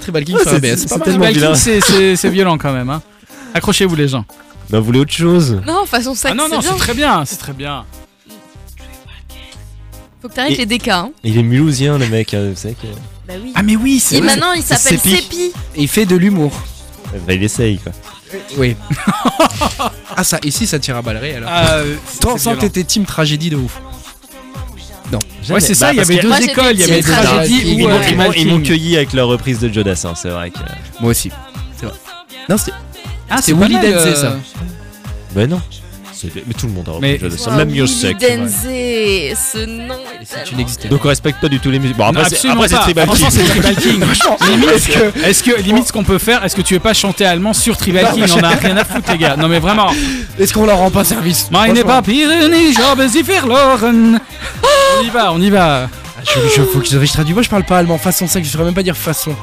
[SPEAKER 4] Tribal King
[SPEAKER 2] Ouais,
[SPEAKER 4] sur
[SPEAKER 2] c'est-
[SPEAKER 4] ABS,
[SPEAKER 2] c'est-
[SPEAKER 4] pas mal.
[SPEAKER 2] tellement
[SPEAKER 5] Viking,
[SPEAKER 2] vilain.
[SPEAKER 5] c'est- C'est c'est violent quand même. hein. Accrochez-vous les gens.
[SPEAKER 2] ben, vous voulez autre chose
[SPEAKER 3] Non, façon ça,
[SPEAKER 5] Ah non,
[SPEAKER 3] c'est
[SPEAKER 5] non, c'est
[SPEAKER 3] bien.
[SPEAKER 5] très bien, c'est très bien.
[SPEAKER 3] Faut que t'arrêtes
[SPEAKER 2] Et-
[SPEAKER 3] les DK. Hein.
[SPEAKER 2] Il est mulhousien, le mec. hein, vous savez que-
[SPEAKER 3] Bah oui.
[SPEAKER 5] Ah mais oui, c'est
[SPEAKER 3] Et maintenant, il s'appelle
[SPEAKER 2] Sepi.
[SPEAKER 3] Sepi.
[SPEAKER 4] Et il fait de l'humour.
[SPEAKER 2] Bah, il essaye, quoi.
[SPEAKER 4] Oui. ah ça, ici ça tire à balles réelles.
[SPEAKER 5] Ah, euh, c'est-
[SPEAKER 4] Tant
[SPEAKER 5] c'est
[SPEAKER 4] tant que
[SPEAKER 5] violent.
[SPEAKER 4] t'étais team tragédie de ouf.
[SPEAKER 5] Ouais, c'est ça,
[SPEAKER 2] Bah,
[SPEAKER 5] il y
[SPEAKER 2] parce
[SPEAKER 5] avait
[SPEAKER 2] que-
[SPEAKER 5] deux
[SPEAKER 3] Moi, j'étais
[SPEAKER 5] écoles, il y
[SPEAKER 3] Team
[SPEAKER 5] avait deux
[SPEAKER 3] Tragedy
[SPEAKER 5] tragédies
[SPEAKER 2] Ils m'ont-
[SPEAKER 5] ou euh,
[SPEAKER 2] ils m'ont-
[SPEAKER 5] Tribal
[SPEAKER 2] ils m'ont
[SPEAKER 5] King.
[SPEAKER 2] cueilli avec leur reprise de Jodas, hein, c'est vrai que.
[SPEAKER 4] Moi aussi. C'est vrai. Non, c'est
[SPEAKER 5] Ah,
[SPEAKER 4] c'est Willy
[SPEAKER 5] pas mal,
[SPEAKER 4] Denzé,
[SPEAKER 5] euh,
[SPEAKER 4] ça.
[SPEAKER 2] Ben non. C'est- Mais tout le monde a repris
[SPEAKER 5] Mais-
[SPEAKER 2] Jodas,
[SPEAKER 3] Wow,
[SPEAKER 2] même
[SPEAKER 3] Willy
[SPEAKER 2] Yosek.
[SPEAKER 3] Denzé, ce nom. est
[SPEAKER 4] si tu
[SPEAKER 3] tellement-
[SPEAKER 4] n'existais pas.
[SPEAKER 2] Donc on respecte pas du tout les musiques. Bon,
[SPEAKER 5] Non,
[SPEAKER 2] après, c'est
[SPEAKER 5] absolument
[SPEAKER 2] après, c'est
[SPEAKER 5] pas.
[SPEAKER 2] Tribal
[SPEAKER 5] Franchement,
[SPEAKER 2] King.
[SPEAKER 5] c'est Tribal King. Limite, est-ce que limite ce qu'on peut faire, est-ce que tu veux pas chanter allemand sur Tribal King On a rien à foutre les gars. Non mais vraiment.
[SPEAKER 4] Est-ce qu'on leur rend pas service
[SPEAKER 5] Meine
[SPEAKER 4] Franchement.
[SPEAKER 5] Papiere nicht, aber sie verloren. On y va, on y va.
[SPEAKER 4] Ah, Je, je- faut que je, je traduis. Moi, je parle pas allemand. Façon sec, je saurais même pas dire façon.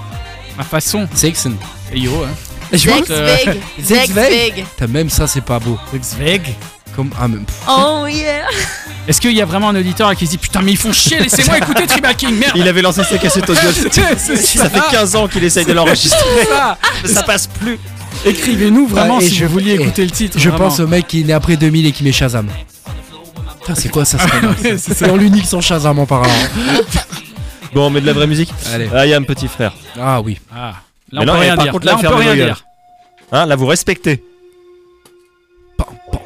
[SPEAKER 5] Ma façon.
[SPEAKER 4] Sexen.
[SPEAKER 5] Et yo, hein.
[SPEAKER 4] Et je vois que-
[SPEAKER 3] Zexweg. Zexweg.
[SPEAKER 4] T'as même ça, c'est pas beau. Comme ah même. pff.
[SPEAKER 3] Oh yeah.
[SPEAKER 5] Est-ce qu'il y a vraiment un auditeur là qui se dit putain mais ils font chier, laissez-moi écouter Tribal King, merde.
[SPEAKER 2] Il avait lancé sa cassette audio. Ça fait 15 ans qu'il essaye de l'enregistrer. mais ça passe plus.
[SPEAKER 5] Écrivez-nous vraiment
[SPEAKER 4] Ah, et
[SPEAKER 5] si
[SPEAKER 4] je-
[SPEAKER 5] vous vouliez
[SPEAKER 4] et
[SPEAKER 5] écouter le titre.
[SPEAKER 4] Je
[SPEAKER 5] vraiment.
[SPEAKER 4] pense au mec qui est né après 2000 et qui met Shazam. Putain, c'est quoi ça ce
[SPEAKER 5] Ah,
[SPEAKER 4] canard, ça C'est dans l'unique sans Shazam en parlant. hein.
[SPEAKER 2] Bon, mais de la vraie musique.
[SPEAKER 4] Allez.
[SPEAKER 2] Ah, Yam, petit frère.
[SPEAKER 4] Ah oui.
[SPEAKER 5] Ah,
[SPEAKER 2] Mais
[SPEAKER 5] là on peut
[SPEAKER 2] non, mais
[SPEAKER 5] rien
[SPEAKER 2] par
[SPEAKER 5] dire.
[SPEAKER 2] contre,
[SPEAKER 5] Là
[SPEAKER 2] là,
[SPEAKER 5] on peut
[SPEAKER 2] fermez
[SPEAKER 5] rien
[SPEAKER 2] vos gueules.
[SPEAKER 5] dire.
[SPEAKER 2] Hein, là, vous respectez.
[SPEAKER 4] Pam, pam.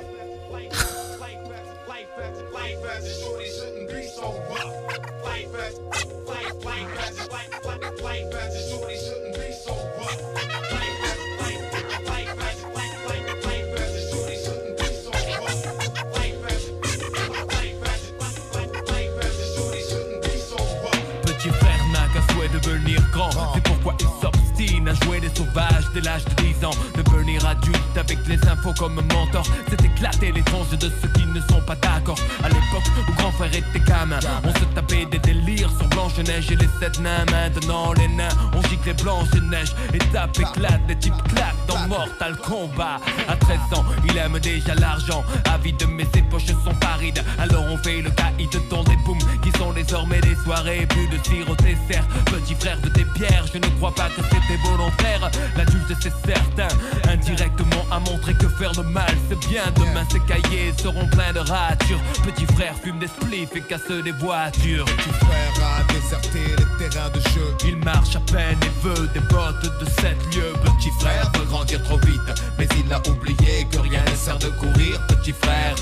[SPEAKER 9] Petit frère n'a qu'à souhait de devenir grand. C'est pourquoi il s'obstine à jouer les sauvages dès l'âge de 10 ans. Devenir adulte avec les infos comme mentor. C'est éclater les tranches de ceux qui ne sont pas d'accord. À l'époque où grand frère était gamin, on se tapait des délires sur Blanche-Neige et les sept nains. Maintenant les nains, on gicle les Blanche-Neige. Étape éclate, des types claquent dans Mortal Kombat. À 13 ans, il aime déjà l'argent. Avide, mais ses poches sont parides. Alors on fait le caïd dans des booms qui sont désormais des soirées. Plus de tir au dessert. Petit frère de tes pierres, je ne crois pas que c'était volontaire. L'adulte, c'est certain. Indirectement, a montré que faire le mal, c'est bien. Demain, ces cahiers seront pleins de ratures. Petit frère fume des spliffs et casse des voitures.
[SPEAKER 10] Petit frère a déserté les terrains de jeu.
[SPEAKER 9] Il marche à peine et veut des bottes de sept lieux. Petit frère veut grandir trop vite, mais il a oublié que rien ne sert de courir. Petit frère.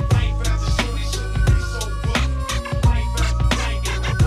[SPEAKER 10] Life as a shorty shouldn't be so rough. Life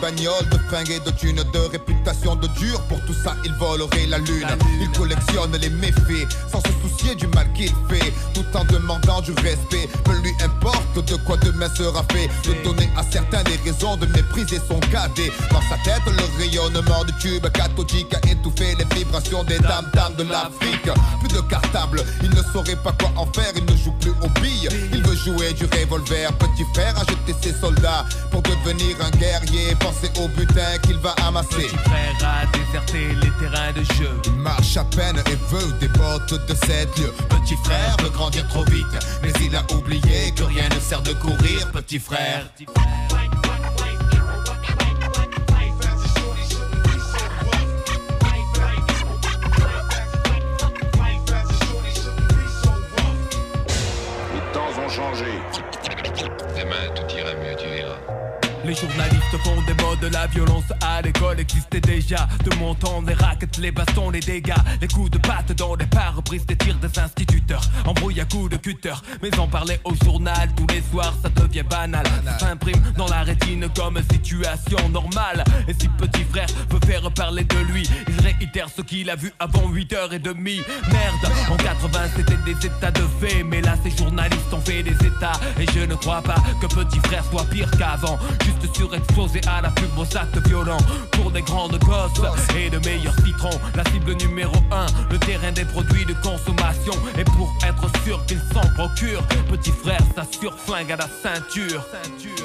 [SPEAKER 11] bagnole, de fringues et de thunes, de réputation de dur. Pour tout ça, il volerait la lune.
[SPEAKER 9] La lune.
[SPEAKER 11] Il collectionne les méfaits, sans se soucier du mal qu'il fait, tout en demandant du respect. Peu lui importe de quoi demain sera fait, de donner à certains des raisons de mépriser son cadet. Dans sa tête, le rayonnement du tube cathodique a étouffé les vibrations des dames dames de l'Afrique. Plus de cartable, il ne saurait pas quoi en faire, il ne joue plus aux billes. Il veut jouer du revolver, petit frère a jeté ses soldats pour devenir un guerrier. Pensez au butin qu'il va amasser.
[SPEAKER 9] Petit frère a déserté les terrains de jeu.
[SPEAKER 11] Il marche à peine et veut des bottes de sept lieux. Petit frère veut grandir trop vite, mais il a oublié que rien ne sert de courir, petit frère.
[SPEAKER 12] Les temps ont changé. Demain, tout ira mieux, tu verras.
[SPEAKER 9] Les journalistes font des mots de la violence à l'école existait déjà. De mon temps, les raquettes, les bastons, les dégâts, les coups de patte dans les pare-brises, des tirs des instituteurs, embrouille à coups de cutter. Mais en parler au journal tous les soirs, ça devient banal. Ça S'imprime dans la rétine comme situation normale. Et si petit frère veut faire parler de lui, il réitère ce qu'il a vu avant 8h30. Merde, en 80 c'était des états de fait, mais là ces journalistes ont fait des états. Et je ne crois pas que petit frère soit pire qu'avant. Juste surexposé à la pub aux actes violents pour des grandes gosses et de meilleurs citrons. La cible numéro 1, le terrain des produits de consommation. Et pour être sûr qu'ils s'en procurent, petit frère s'assure flingue à la ceinture.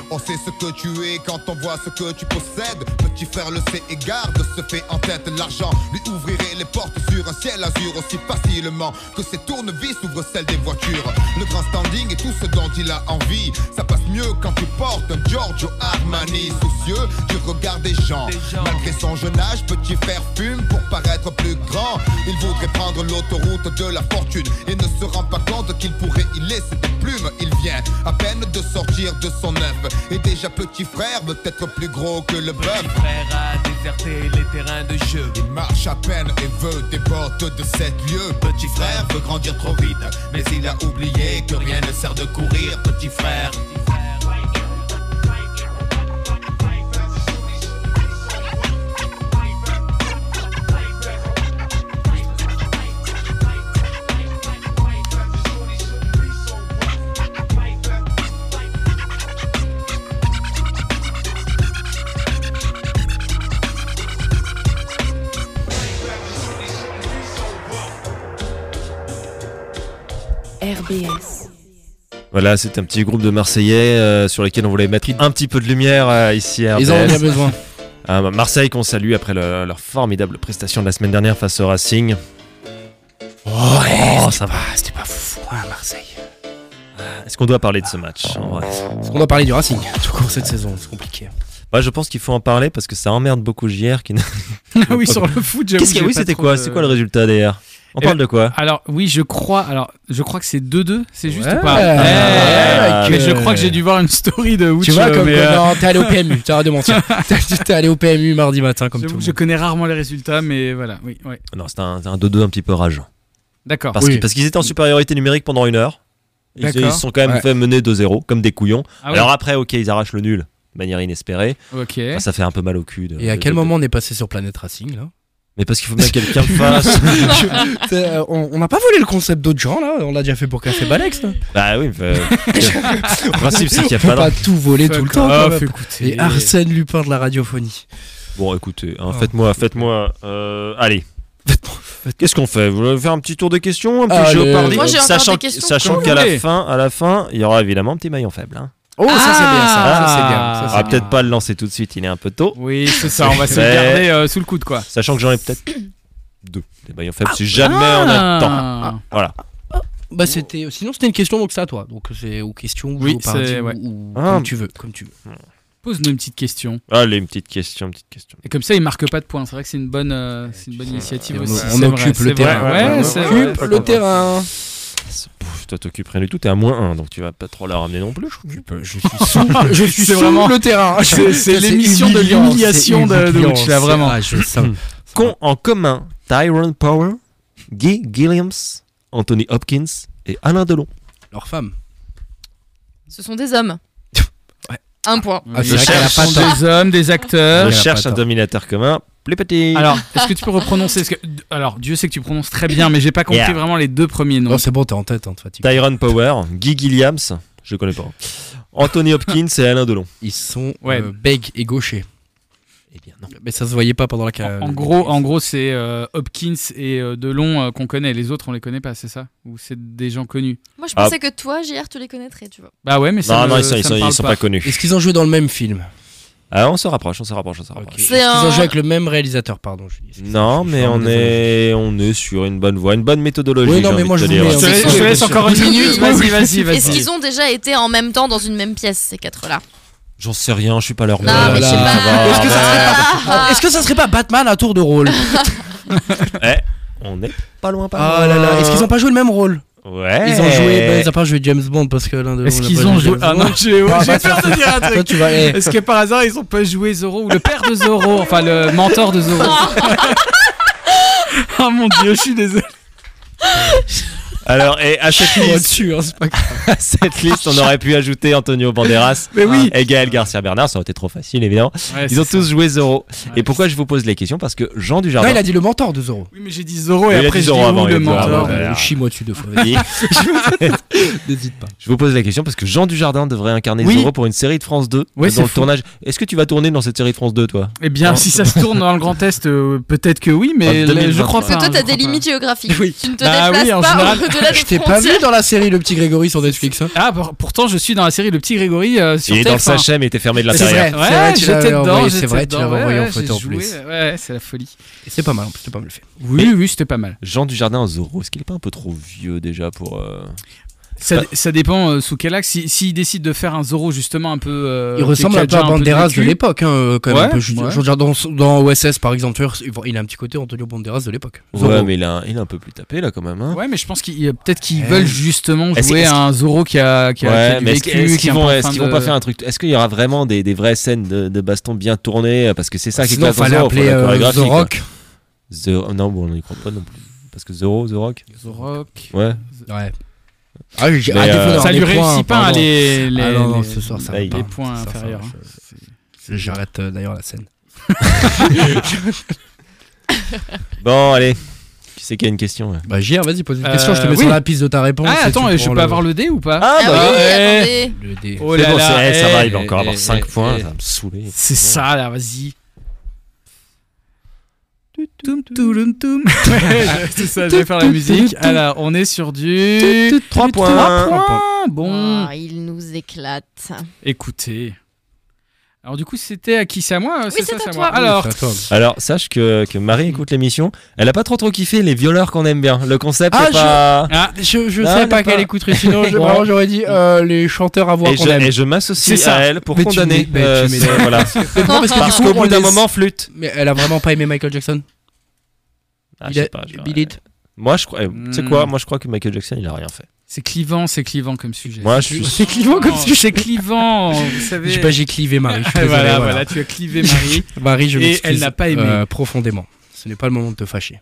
[SPEAKER 11] On sait ce que tu es quand on voit ce que tu possèdes. Petit frère le sait et garde ce fait en tête. L'argent lui ouvrirait les portes sur un ciel azur aussi facilement que ses tournevis ouvrent celles des voitures. Le grand standing et tout ce dont il a envie. Ça passe mieux quand tu portes un Giorgio Armani. Soucieux du regard des gens.
[SPEAKER 9] Des gens.
[SPEAKER 11] Malgré son jeune âge, petit frère fume pour paraître plus grand. Il voudrait prendre l'autoroute de la fortune et ne se rend pas compte qu'il pourrait y laisser des plumes. Il vient à peine de sortir de son œuf et déjà petit frère veut être plus gros que le bœuf.
[SPEAKER 9] Petit frère a déserté les terrains de jeu.
[SPEAKER 11] Il marche à peine et veut des portes de sept lieux. Petit frère veut grandir trop vite, mais il a oublié que rien ne sert de courir, petit frère.
[SPEAKER 13] RBS.
[SPEAKER 2] Voilà, c'est un petit groupe de Marseillais euh, sur lesquels on voulait mettre un petit peu de lumière euh, ici à
[SPEAKER 6] Ils en ont
[SPEAKER 2] RBS.
[SPEAKER 6] bien besoin.
[SPEAKER 2] Euh, Marseille qu'on salue après le- leur formidable prestation de la semaine dernière face au Racing. Oh, ça va.
[SPEAKER 4] Ah,
[SPEAKER 6] c'était pas fou à
[SPEAKER 4] hein,
[SPEAKER 6] Marseille.
[SPEAKER 2] Est-ce qu'on doit parler de ce match
[SPEAKER 5] Oh.
[SPEAKER 2] en vrai
[SPEAKER 6] Est-ce qu'on doit parler du Racing Tout court cette saison, c'est compliqué.
[SPEAKER 2] Bah, Je pense qu'il faut en parler parce que ça emmerde beaucoup JR. Qui... n'a-
[SPEAKER 5] Ah oui, sur le foot, j'avoue.
[SPEAKER 2] Qu'est-ce qu'il y a
[SPEAKER 5] j'ai
[SPEAKER 2] Oui,
[SPEAKER 5] pas
[SPEAKER 2] c'était
[SPEAKER 5] trop
[SPEAKER 2] quoi
[SPEAKER 5] de-
[SPEAKER 2] C'est quoi le résultat d'ailleurs On
[SPEAKER 5] Eh
[SPEAKER 2] parle de quoi
[SPEAKER 5] Alors oui, je crois. Alors je crois que c'est 2-2, c'est juste
[SPEAKER 6] Ouais.
[SPEAKER 4] Ah,
[SPEAKER 5] ou pas
[SPEAKER 6] Ouais,
[SPEAKER 5] Eh, Mais
[SPEAKER 2] que-
[SPEAKER 5] je crois que j'ai dû voir une story de Ouch.
[SPEAKER 6] tu vois,
[SPEAKER 5] euh,
[SPEAKER 6] comme.
[SPEAKER 5] mais, euh,
[SPEAKER 6] Non, t'es allé au PMU, t'as de mentir. T'es t'es allé au PMU mardi matin, comme tout le
[SPEAKER 5] j'avoue que
[SPEAKER 6] monde.
[SPEAKER 5] je connais rarement les résultats, mais voilà, oui, ouais.
[SPEAKER 2] Non, c'était un, c'était un 2-2 un petit peu rageant.
[SPEAKER 5] D'accord.
[SPEAKER 2] Parce
[SPEAKER 6] Oui.
[SPEAKER 2] qu'ils parce qu'ils étaient en supériorité numérique pendant une heure. Ils
[SPEAKER 5] D'accord.
[SPEAKER 2] ils se sont quand même
[SPEAKER 6] Ouais.
[SPEAKER 2] fait mener 2-0 comme des couillons.
[SPEAKER 5] Ah oui,
[SPEAKER 2] Alors après, ok, ils arrachent le nul de manière inespérée.
[SPEAKER 5] ok.
[SPEAKER 2] Enfin, ça fait un peu mal au cul. de-
[SPEAKER 6] Et à
[SPEAKER 2] de-
[SPEAKER 6] quel
[SPEAKER 2] de-
[SPEAKER 6] moment on est passé sur Planète Racing là
[SPEAKER 2] Mais parce qu'il faut bien que quelqu'un le fasse.
[SPEAKER 6] Je- t'es, euh, On on n'a pas volé le concept d'autres gens là, on l'a déjà fait pour Café Balex. là.
[SPEAKER 2] bah oui, bah, le principe c'est qu'il n'y a
[SPEAKER 6] On peut
[SPEAKER 2] pas
[SPEAKER 6] pas
[SPEAKER 2] d'en-
[SPEAKER 6] tout voler tout le
[SPEAKER 5] Fuck
[SPEAKER 6] temps. quand
[SPEAKER 5] off,
[SPEAKER 6] même.
[SPEAKER 5] écoutez.
[SPEAKER 6] Et Arsène Lupin de la radiophonie.
[SPEAKER 2] Bon, écoutez, hein,
[SPEAKER 6] Oh.
[SPEAKER 2] faites-moi, faites-moi. euh, allez. Qu'est-ce qu'on fait Vous voulez faire un petit tour de questions, un petit
[SPEAKER 6] Allez.
[SPEAKER 2] jeu par
[SPEAKER 6] Moi,
[SPEAKER 3] j'ai encore
[SPEAKER 2] sachant
[SPEAKER 3] des questions.
[SPEAKER 2] sachant
[SPEAKER 5] Comme
[SPEAKER 2] qu'à
[SPEAKER 5] vous
[SPEAKER 2] la
[SPEAKER 5] voulez.
[SPEAKER 2] fin, à la fin, il y aura évidemment un petit maillon faible. hein.
[SPEAKER 6] Oh, ça c'est bien, ça, ça, c'est bien.
[SPEAKER 5] Ah.
[SPEAKER 6] ça,
[SPEAKER 2] On
[SPEAKER 6] c'est
[SPEAKER 2] va
[SPEAKER 6] bien.
[SPEAKER 2] peut-être pas le lancer tout de suite, il est un peu tôt.
[SPEAKER 5] Oui, c'est ça. On va se le
[SPEAKER 2] Ouais.
[SPEAKER 5] garder euh, sous le coude, quoi.
[SPEAKER 2] Sachant que j'en ai peut-être deux. Des maillons faibles,
[SPEAKER 6] Ah.
[SPEAKER 2] si jamais on a le temps.
[SPEAKER 5] Ah.
[SPEAKER 6] Bah c'était sinon c'était une question donc c'est à toi donc c'est aux questions ou
[SPEAKER 5] Oui,
[SPEAKER 6] aux parodies,
[SPEAKER 5] c'est-
[SPEAKER 6] ou-
[SPEAKER 5] ouais.
[SPEAKER 6] ou
[SPEAKER 2] Ah.
[SPEAKER 6] comme tu veux comme tu veux.
[SPEAKER 5] Pose-nous une petite question.
[SPEAKER 2] Allez, une petite question, une petite question.
[SPEAKER 5] Et comme ça, il marque pas de points. C'est vrai que c'est une bonne, euh, c'est une bonne initiative
[SPEAKER 6] on-
[SPEAKER 5] aussi.
[SPEAKER 6] on
[SPEAKER 5] c'est
[SPEAKER 6] occupe
[SPEAKER 5] vrai,
[SPEAKER 6] le
[SPEAKER 5] c'est vrai.
[SPEAKER 6] terrain.
[SPEAKER 5] Ouais,
[SPEAKER 2] Ouais,
[SPEAKER 5] c'est
[SPEAKER 2] ouais,
[SPEAKER 5] vrai.
[SPEAKER 2] ouais.
[SPEAKER 6] le terrain.
[SPEAKER 2] Pouf, toi, t'occupes rien du tout, t'es à moins 1, donc tu vas pas trop la ramener non plus. je crois.
[SPEAKER 6] Bah, Je suis sous, je suis
[SPEAKER 5] C'est
[SPEAKER 6] sous
[SPEAKER 5] vraiment-
[SPEAKER 6] le terrain.
[SPEAKER 5] C'est- c'est
[SPEAKER 6] Ça,
[SPEAKER 5] l'émission de
[SPEAKER 6] humiliant,
[SPEAKER 5] l'humiliation
[SPEAKER 6] c'est
[SPEAKER 5] de- de
[SPEAKER 6] humiliant,
[SPEAKER 5] Witch, là,
[SPEAKER 6] c'est-
[SPEAKER 5] vraiment.
[SPEAKER 6] ah, je sens-
[SPEAKER 2] Qu'ont en commun Tyrone Power, Guy Gilliams, Anthony Hopkins et Alain Delon
[SPEAKER 6] Leur femme.
[SPEAKER 3] Ce sont des hommes. Un point.
[SPEAKER 5] Ah, c'est vrai qu'elle a pas tort. des hommes, des acteurs.
[SPEAKER 2] Je
[SPEAKER 5] Elle a
[SPEAKER 2] cherche
[SPEAKER 5] pas
[SPEAKER 2] un
[SPEAKER 5] tort.
[SPEAKER 2] dominateur commun. Les petits.
[SPEAKER 5] Alors, est-ce que tu peux reprononcer parce que- Alors, Dieu sait que tu prononces très bien, mais j'ai pas compris
[SPEAKER 2] Yeah.
[SPEAKER 5] vraiment les deux premiers noms.
[SPEAKER 2] Non,
[SPEAKER 4] c'est bon, t'es en tête, hein, de fatigue.
[SPEAKER 2] Tyron Power, Guy Gilliams, je connais pas. Anthony Hopkins et Alain Delon.
[SPEAKER 4] Ils sont
[SPEAKER 5] Ouais.
[SPEAKER 4] euh, bègues et gauchers.
[SPEAKER 2] Eh bien non.
[SPEAKER 4] Mais ça se voyait pas pendant la carrière.
[SPEAKER 5] En gros, en gros, c'est euh, Hopkins et euh, Delon euh, qu'on connaît. Les autres, on les connaît pas, c'est ça Ou c'est des gens connus
[SPEAKER 3] Moi, je
[SPEAKER 2] Ah.
[SPEAKER 3] pensais que toi, JR, tu les connaîtrais, tu vois.
[SPEAKER 5] Bah ouais, mais ça
[SPEAKER 2] non,
[SPEAKER 5] me-
[SPEAKER 2] non, ils sont,
[SPEAKER 5] ça
[SPEAKER 2] ils
[SPEAKER 5] me
[SPEAKER 2] sont,
[SPEAKER 5] parle
[SPEAKER 2] ils sont pas connus.
[SPEAKER 4] Est-ce qu'ils ont joué dans le même film
[SPEAKER 2] Ah, on se rapproche, on se rapproche, on se rapproche.
[SPEAKER 4] Est-ce
[SPEAKER 3] C'est
[SPEAKER 4] qu'ils ont
[SPEAKER 3] un-
[SPEAKER 4] joué avec le même réalisateur, pardon. je dis Est-ce qu'ils
[SPEAKER 2] Non,
[SPEAKER 4] ont joué-
[SPEAKER 2] mais
[SPEAKER 4] Ah,
[SPEAKER 2] on
[SPEAKER 4] désolé.
[SPEAKER 2] est, on est sur une bonne voie, une bonne méthodologie.
[SPEAKER 4] Oui, non,
[SPEAKER 2] j'ai
[SPEAKER 4] mais
[SPEAKER 2] envie
[SPEAKER 4] moi,
[SPEAKER 2] de
[SPEAKER 4] je
[SPEAKER 2] te
[SPEAKER 4] vous
[SPEAKER 2] dire.
[SPEAKER 4] mets
[SPEAKER 5] Je
[SPEAKER 4] en-
[SPEAKER 5] te laisse- je te laisse encore une minute. Vas-y, vas-y,
[SPEAKER 3] Est-ce
[SPEAKER 5] vas-y.
[SPEAKER 3] qu'ils ont déjà été en même temps dans une même pièce, ces quatre-là
[SPEAKER 2] J'en sais rien, je suis pas leur
[SPEAKER 3] Non,
[SPEAKER 2] mère,
[SPEAKER 3] mais je
[SPEAKER 2] ça
[SPEAKER 3] sais pas.
[SPEAKER 2] va,
[SPEAKER 4] Est-ce que ça
[SPEAKER 2] ouais.
[SPEAKER 4] Ah, Est-ce que ça serait pas Batman à tour de rôle
[SPEAKER 2] On est pas loin, pas
[SPEAKER 4] Ah
[SPEAKER 2] loin.
[SPEAKER 4] là là, est-ce qu'ils ont pas joué le même rôle
[SPEAKER 2] Ouais.
[SPEAKER 4] Ils ont joué, ben, ils ont pas joué James Bond parce que l'un de
[SPEAKER 5] Est-ce qu'ils ont joué Ah non, j'ai
[SPEAKER 4] Ah,
[SPEAKER 5] j'ai
[SPEAKER 4] bah,
[SPEAKER 5] peur de dire un
[SPEAKER 4] Toi,
[SPEAKER 5] truc.
[SPEAKER 4] tu vas. eh,
[SPEAKER 5] Est-ce que par hasard ils ont pas joué Zoro ou le père de Zoro, enfin le mentor de Zoro Oh mon dieu, je suis désolé.
[SPEAKER 2] Alors, et à cette
[SPEAKER 4] on va
[SPEAKER 2] liste,
[SPEAKER 4] dessus, hein, c'est pas grave.
[SPEAKER 2] à cette liste, on aurait pu ajouter Antonio Banderas
[SPEAKER 5] Mais oui. Ah,
[SPEAKER 2] et Gaël Garcia Bernard, ça aurait été trop facile, évidemment. Ils ont tous joué Zoro.
[SPEAKER 5] Ouais.
[SPEAKER 2] Et pourquoi je vous pose les questions Parce que Jean
[SPEAKER 4] Non,
[SPEAKER 2] Dujardin.
[SPEAKER 4] il a dit le mentor de Zoro.
[SPEAKER 5] Oui, mais j'ai dit Zoro
[SPEAKER 2] Il
[SPEAKER 5] et
[SPEAKER 2] a dit
[SPEAKER 5] après je
[SPEAKER 2] Zorro
[SPEAKER 5] dis
[SPEAKER 2] avant,
[SPEAKER 5] où
[SPEAKER 2] il a
[SPEAKER 5] le
[SPEAKER 2] dit Zorro
[SPEAKER 5] mentor.
[SPEAKER 2] avant. voilà.
[SPEAKER 4] Chie-moi dessus deux fois. vas-y.
[SPEAKER 2] Il-
[SPEAKER 4] N'hésite pas.
[SPEAKER 2] Je vous pose la question parce que Jean Dujardin devrait incarner
[SPEAKER 5] Oui.
[SPEAKER 2] Zorro pour une série de France 2
[SPEAKER 5] Oui, c'est
[SPEAKER 2] dans le
[SPEAKER 5] fou.
[SPEAKER 2] tournage. Est-ce que tu vas tourner dans cette série de France 2 toi
[SPEAKER 5] Eh bien, si ça se tourne dans le Grand Est, euh, peut-être que oui, mais
[SPEAKER 2] En
[SPEAKER 5] là, je crois
[SPEAKER 2] 2023.
[SPEAKER 3] Parce
[SPEAKER 5] pas.
[SPEAKER 3] que toi,
[SPEAKER 5] hein,
[SPEAKER 3] t'as
[SPEAKER 5] je
[SPEAKER 3] des
[SPEAKER 5] crois
[SPEAKER 3] limites géographiques.
[SPEAKER 5] Oui.
[SPEAKER 3] Tu ne te
[SPEAKER 5] Bah
[SPEAKER 3] déplaces
[SPEAKER 5] oui, en
[SPEAKER 3] pas
[SPEAKER 5] général,
[SPEAKER 3] au-delà des
[SPEAKER 4] Je t'ai pas vu
[SPEAKER 3] frontières.
[SPEAKER 4] dans la série Le Petit Grégory sur Netflix. hein.
[SPEAKER 5] pas. Ah, pour- pourtant, je suis dans la série Le Petit Grégory euh, sur
[SPEAKER 2] Il est dans le
[SPEAKER 5] TF1.
[SPEAKER 2] sachet mais il était fermé de
[SPEAKER 4] C'est
[SPEAKER 2] l'intérieur.
[SPEAKER 4] vrai,
[SPEAKER 5] Ouais,
[SPEAKER 4] c'est vrai, tu l'avais
[SPEAKER 5] j'étais dedans,
[SPEAKER 4] envoyé,
[SPEAKER 5] j'étais
[SPEAKER 4] c'est vrai, tu
[SPEAKER 5] dedans,
[SPEAKER 4] l'avais
[SPEAKER 5] ouais,
[SPEAKER 4] envoyé en
[SPEAKER 5] ouais,
[SPEAKER 4] photo
[SPEAKER 5] j'ai
[SPEAKER 4] en
[SPEAKER 5] joué,
[SPEAKER 4] plus.
[SPEAKER 5] Ouais, c'est la folie.
[SPEAKER 4] Et C'est pas mal, en plus, t'as pas mal fait.
[SPEAKER 5] Oui, oui, c'était pas mal.
[SPEAKER 2] Jean Dujardin en Zorro, est-ce qu'il est pas un peu trop vieux déjà pour euh,
[SPEAKER 5] Ça, ça dépend euh, sous quel axe. Si- S'il décide de faire un Zoro justement un peu. euh,
[SPEAKER 4] Il
[SPEAKER 5] qui-
[SPEAKER 4] ressemble
[SPEAKER 5] qui a
[SPEAKER 4] un peu à
[SPEAKER 5] déjà un peu de
[SPEAKER 4] Banderas
[SPEAKER 5] vécu.
[SPEAKER 4] de l'époque, hein, euh, quand même.
[SPEAKER 5] Ouais,
[SPEAKER 4] un peu. Je-
[SPEAKER 5] ouais.
[SPEAKER 4] je veux dire, dans, dans OSS, par exemple, tu vois, il- il a un petit côté Antonio Banderas de l'époque.
[SPEAKER 2] Ouais,
[SPEAKER 4] Zorro.
[SPEAKER 2] mais il a, un- il est un peu plus tapé là quand même. hein.
[SPEAKER 5] Ouais, mais je pense qu'ils euh, peut-être qu'ils
[SPEAKER 4] Ouais.
[SPEAKER 5] veulent justement
[SPEAKER 2] Est-ce-
[SPEAKER 5] jouer
[SPEAKER 2] est-ce
[SPEAKER 5] à un Zoro qui a, qui a, qui a
[SPEAKER 2] Ouais,
[SPEAKER 5] du
[SPEAKER 2] mais est-ce
[SPEAKER 5] vécu,
[SPEAKER 2] est-ce
[SPEAKER 5] qui est
[SPEAKER 2] qu'ils
[SPEAKER 5] un
[SPEAKER 2] vont,
[SPEAKER 5] peu en
[SPEAKER 2] est-ce
[SPEAKER 5] fin
[SPEAKER 2] qu'ils vont
[SPEAKER 5] de-
[SPEAKER 2] pas faire un truc Est-ce qu'il y aura vraiment des, des vraies scènes de, de baston bien tournées Parce que c'est ça
[SPEAKER 5] Bah,
[SPEAKER 2] qui
[SPEAKER 4] Sinon,
[SPEAKER 2] éclate dans
[SPEAKER 4] fallait
[SPEAKER 2] Zorro, faut
[SPEAKER 4] appeler
[SPEAKER 2] la
[SPEAKER 4] euh,
[SPEAKER 2] chorégraphie,
[SPEAKER 4] The
[SPEAKER 2] quoi.
[SPEAKER 4] Rock.
[SPEAKER 2] The- Non, bon, on n'y croit pas non plus. Parce que Zoro, The Rock
[SPEAKER 5] Zoro, ok.
[SPEAKER 2] Ouais.
[SPEAKER 4] Ouais. Ah, j'ai-
[SPEAKER 2] Mais,
[SPEAKER 4] à défaut
[SPEAKER 2] euh,
[SPEAKER 4] d'avoir
[SPEAKER 5] Ça lui
[SPEAKER 4] des points,
[SPEAKER 5] réussit pas hein,
[SPEAKER 4] pardon.
[SPEAKER 5] les, les,
[SPEAKER 4] Ah non, non,
[SPEAKER 5] les-
[SPEAKER 4] ce soir, ça
[SPEAKER 2] va
[SPEAKER 5] les
[SPEAKER 2] pas.
[SPEAKER 5] points
[SPEAKER 4] Ce soir, ça va,
[SPEAKER 5] inférieurs. hein.
[SPEAKER 4] J'arrête euh, d'ailleurs la scène.
[SPEAKER 2] Bon, allez. Qui c'est qui a une question là
[SPEAKER 4] Bah, JR, vas-y, pose une
[SPEAKER 5] Euh,
[SPEAKER 4] question, je te mets
[SPEAKER 5] oui.
[SPEAKER 4] sur la piste de ta réponse.
[SPEAKER 5] Ah,
[SPEAKER 4] et tu
[SPEAKER 5] attends, je
[SPEAKER 4] prends
[SPEAKER 5] peux
[SPEAKER 4] le-
[SPEAKER 5] avoir le dé ou pas
[SPEAKER 3] Ah,
[SPEAKER 5] bah,
[SPEAKER 3] oui,
[SPEAKER 5] eh.
[SPEAKER 3] attendez.
[SPEAKER 4] le dé.
[SPEAKER 5] Oh
[SPEAKER 2] C'est
[SPEAKER 5] là
[SPEAKER 2] bon,
[SPEAKER 5] là,
[SPEAKER 2] c'est- eh, ça
[SPEAKER 5] eh.
[SPEAKER 2] va, il va encore
[SPEAKER 4] eh,
[SPEAKER 2] avoir
[SPEAKER 4] eh,
[SPEAKER 2] 5 points,
[SPEAKER 4] eh.
[SPEAKER 2] ça va me saouler.
[SPEAKER 5] C'est ça, là, vas-y. Toum, touloum, toum. Ouais, je- c'est ça, je vais faire la musique. Alors, on est sur du.
[SPEAKER 2] 3
[SPEAKER 5] Trois
[SPEAKER 2] points
[SPEAKER 5] points. Bon,
[SPEAKER 3] Ah, il nous éclate.
[SPEAKER 5] écoutez. Alors, du coup, c'était à qui C'est à moi
[SPEAKER 3] c'est à
[SPEAKER 5] ça,
[SPEAKER 3] toi.
[SPEAKER 5] moi Alors,
[SPEAKER 4] C'est à toi.
[SPEAKER 2] Alors, sache que, que Marie écoute l'émission. Elle a pas trop trop kiffé les violeurs qu'on aime bien. Le concept
[SPEAKER 4] Ah,
[SPEAKER 2] est pas.
[SPEAKER 5] ah,
[SPEAKER 4] Je, je
[SPEAKER 2] Non,
[SPEAKER 4] sais
[SPEAKER 2] elle
[SPEAKER 4] pas
[SPEAKER 2] est
[SPEAKER 4] qu'elle
[SPEAKER 2] pas.
[SPEAKER 4] écouterait, sinon je-
[SPEAKER 2] Bon.
[SPEAKER 4] vraiment, j'aurais dit euh, les chanteurs à voix
[SPEAKER 2] Et
[SPEAKER 4] qu'on
[SPEAKER 2] je,
[SPEAKER 4] aime.
[SPEAKER 2] et je m'associe
[SPEAKER 5] C'est ça.
[SPEAKER 2] à elle pour
[SPEAKER 4] Mais tu
[SPEAKER 2] condamner.
[SPEAKER 4] m'é- mais tu
[SPEAKER 2] c'est-
[SPEAKER 4] m'étonnes.
[SPEAKER 2] voilà.
[SPEAKER 4] Non, parce que du
[SPEAKER 2] Parce
[SPEAKER 4] coup,
[SPEAKER 2] qu'au
[SPEAKER 4] on
[SPEAKER 2] bout d'un
[SPEAKER 4] les-
[SPEAKER 2] moment, flûte.
[SPEAKER 4] Mais elle a vraiment pas aimé Michael Jackson.
[SPEAKER 2] Ah,
[SPEAKER 4] Il
[SPEAKER 2] je
[SPEAKER 4] a-
[SPEAKER 2] sais pas, je-
[SPEAKER 4] Bill It.
[SPEAKER 2] Moi, je crois. eh, Tu sais
[SPEAKER 5] Hmm.
[SPEAKER 2] quoi Moi, je crois que Michael Jackson, il a rien fait.
[SPEAKER 5] c'est clivant, c'est clivant comme sujet.
[SPEAKER 2] Moi, je suis.
[SPEAKER 4] C'est clivant comme
[SPEAKER 5] Non,
[SPEAKER 4] sujet.
[SPEAKER 5] C'est clivant, vous savez. Eh,
[SPEAKER 4] Je sais pas, j'ai clivé Marie. je suis
[SPEAKER 5] voilà,
[SPEAKER 4] désolé,
[SPEAKER 5] voilà,
[SPEAKER 4] voilà.
[SPEAKER 5] tu as clivé Marie.
[SPEAKER 4] Marie, je
[SPEAKER 5] Et
[SPEAKER 4] m'excuse,
[SPEAKER 5] elle n'a pas aimé.
[SPEAKER 4] euh, profondément. Ce n'est pas le moment de te fâcher.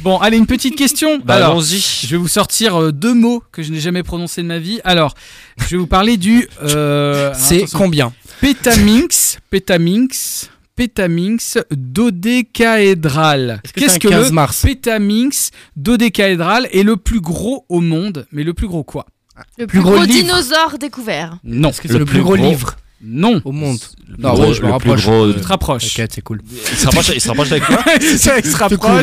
[SPEAKER 5] bon, allez, une petite question.
[SPEAKER 2] Bah,
[SPEAKER 5] Alors,
[SPEAKER 2] allons-y.
[SPEAKER 5] je vais vous sortir euh, deux mots que je n'ai jamais prononcés de ma vie. Alors, je vais vous parler du. euh,
[SPEAKER 4] C'est
[SPEAKER 5] attention,
[SPEAKER 4] combien
[SPEAKER 5] Pétaminx, Pétaminx, Pétaminx dodécaédral.
[SPEAKER 4] Est-ce que
[SPEAKER 5] Qu'est-ce
[SPEAKER 4] c'est
[SPEAKER 5] que
[SPEAKER 4] un 15
[SPEAKER 5] le
[SPEAKER 4] mars
[SPEAKER 5] Pétaminx dodécaédral est le plus gros au monde Mais le plus gros quoi
[SPEAKER 3] Le
[SPEAKER 4] Plus
[SPEAKER 3] plus
[SPEAKER 4] gros
[SPEAKER 3] gros
[SPEAKER 4] livre.
[SPEAKER 3] dinosaure découvert.
[SPEAKER 5] Non.
[SPEAKER 4] Est-ce que c'est le plus gros livre
[SPEAKER 5] Non.
[SPEAKER 4] au monde
[SPEAKER 2] Le
[SPEAKER 4] Non,
[SPEAKER 2] gros-
[SPEAKER 4] ouais, je me
[SPEAKER 2] le plus
[SPEAKER 4] rapproche.
[SPEAKER 2] gros-
[SPEAKER 5] Tu te rapproches.
[SPEAKER 4] T'inquiète, c'est cool.
[SPEAKER 2] Il se rapproche, il se rapproche avec quoi
[SPEAKER 5] ça, il se
[SPEAKER 4] C'est cool,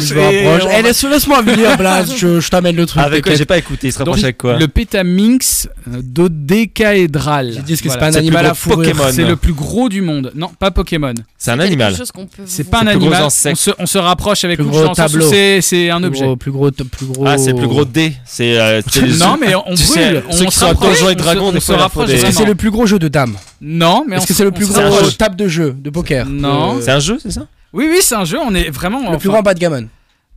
[SPEAKER 4] je me rapproche. Eh, laisse- Laisse-moi venir, Blas. Je je t'amène le truc.
[SPEAKER 2] Avec quoi
[SPEAKER 4] t'inquiète.
[SPEAKER 2] J'ai pas écouté. Il se rapproche
[SPEAKER 5] Donc,
[SPEAKER 2] avec quoi
[SPEAKER 5] Le pétaminx dodécaédral.
[SPEAKER 4] Ils disent que c'est
[SPEAKER 5] Voilà.
[SPEAKER 4] pas un
[SPEAKER 2] C'est le
[SPEAKER 4] animal
[SPEAKER 2] plus
[SPEAKER 4] à
[SPEAKER 2] gros
[SPEAKER 4] fourrure.
[SPEAKER 2] Pokémon.
[SPEAKER 5] C'est le plus gros du monde. Non, pas Pokémon.
[SPEAKER 2] C'est un animal.
[SPEAKER 3] Quelque chose qu'on peut
[SPEAKER 5] C'est
[SPEAKER 3] vous-
[SPEAKER 5] pas un
[SPEAKER 2] le plus gros
[SPEAKER 5] animal. On
[SPEAKER 2] insecte.
[SPEAKER 5] se, on se rapproche avec
[SPEAKER 4] Plus
[SPEAKER 5] vous,
[SPEAKER 4] gros
[SPEAKER 5] dans le sens où
[SPEAKER 4] tableau.
[SPEAKER 5] C'est c'est un
[SPEAKER 4] Plus
[SPEAKER 5] objet.
[SPEAKER 4] gros- Plus gros, plus gros.
[SPEAKER 2] Ah, c'est le plus
[SPEAKER 4] Oh.
[SPEAKER 2] gros D. C'est. euh, c'est les-
[SPEAKER 5] Non, mais on
[SPEAKER 2] Tu sais,
[SPEAKER 5] brûle. on
[SPEAKER 2] ceux qui
[SPEAKER 5] se
[SPEAKER 2] sont à
[SPEAKER 5] rapproche,
[SPEAKER 2] Donjons et
[SPEAKER 5] on se-
[SPEAKER 2] Dragons,
[SPEAKER 5] on
[SPEAKER 2] des
[SPEAKER 5] se
[SPEAKER 2] fois, ils en font
[SPEAKER 5] rapproche
[SPEAKER 2] des-
[SPEAKER 4] Est-ce que
[SPEAKER 5] vraiment.
[SPEAKER 4] c'est le plus gros jeu de dames
[SPEAKER 5] Non, mais on
[SPEAKER 4] Est-ce que
[SPEAKER 5] se-
[SPEAKER 4] c'est le
[SPEAKER 5] on
[SPEAKER 4] plus
[SPEAKER 5] se
[SPEAKER 4] gros
[SPEAKER 2] un
[SPEAKER 5] rapproche.
[SPEAKER 4] euh, table de jeu, de poker
[SPEAKER 5] Non.
[SPEAKER 4] Euh,
[SPEAKER 2] C'est un jeu, c'est ça
[SPEAKER 5] Oui, oui, c'est un jeu. On est vraiment.
[SPEAKER 4] Le plus
[SPEAKER 5] enfin,
[SPEAKER 4] grand backgammon.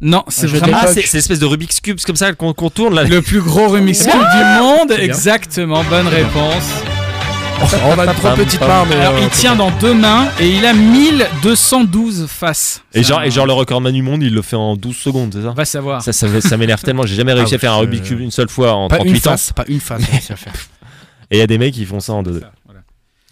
[SPEAKER 5] Non, c'est
[SPEAKER 4] jeu
[SPEAKER 5] vraiment.
[SPEAKER 2] Ah,
[SPEAKER 4] Fuck.
[SPEAKER 2] c'est c'est l'espèce de Rubik's Cube c'est comme ça qu'on qu'on tourne là.
[SPEAKER 5] Le plus gros remix club du monde,
[SPEAKER 4] bien.
[SPEAKER 5] exactement, bonne réponse.
[SPEAKER 4] On a une trop
[SPEAKER 2] Pam,
[SPEAKER 4] petite
[SPEAKER 2] pam.
[SPEAKER 4] main, mais.
[SPEAKER 5] Alors
[SPEAKER 4] euh,
[SPEAKER 5] il tient dans deux mains et il a 1212 faces.
[SPEAKER 2] Et
[SPEAKER 5] Ça,
[SPEAKER 2] genre, et genre le recordman du monde, il le fait en 12 secondes, c'est ça
[SPEAKER 5] on va savoir.
[SPEAKER 2] Ça, ça, me- ça m'énerve tellement, j'ai jamais réussi
[SPEAKER 4] Ah
[SPEAKER 2] à faire un
[SPEAKER 4] ouais,
[SPEAKER 2] Rubik's
[SPEAKER 4] euh,
[SPEAKER 2] Cube une seule fois en
[SPEAKER 4] Pas une
[SPEAKER 2] 38 ans.
[SPEAKER 4] face, pas une face. on va se faire.
[SPEAKER 2] Et il y a des mecs qui font ça en deux.
[SPEAKER 5] Ça, voilà.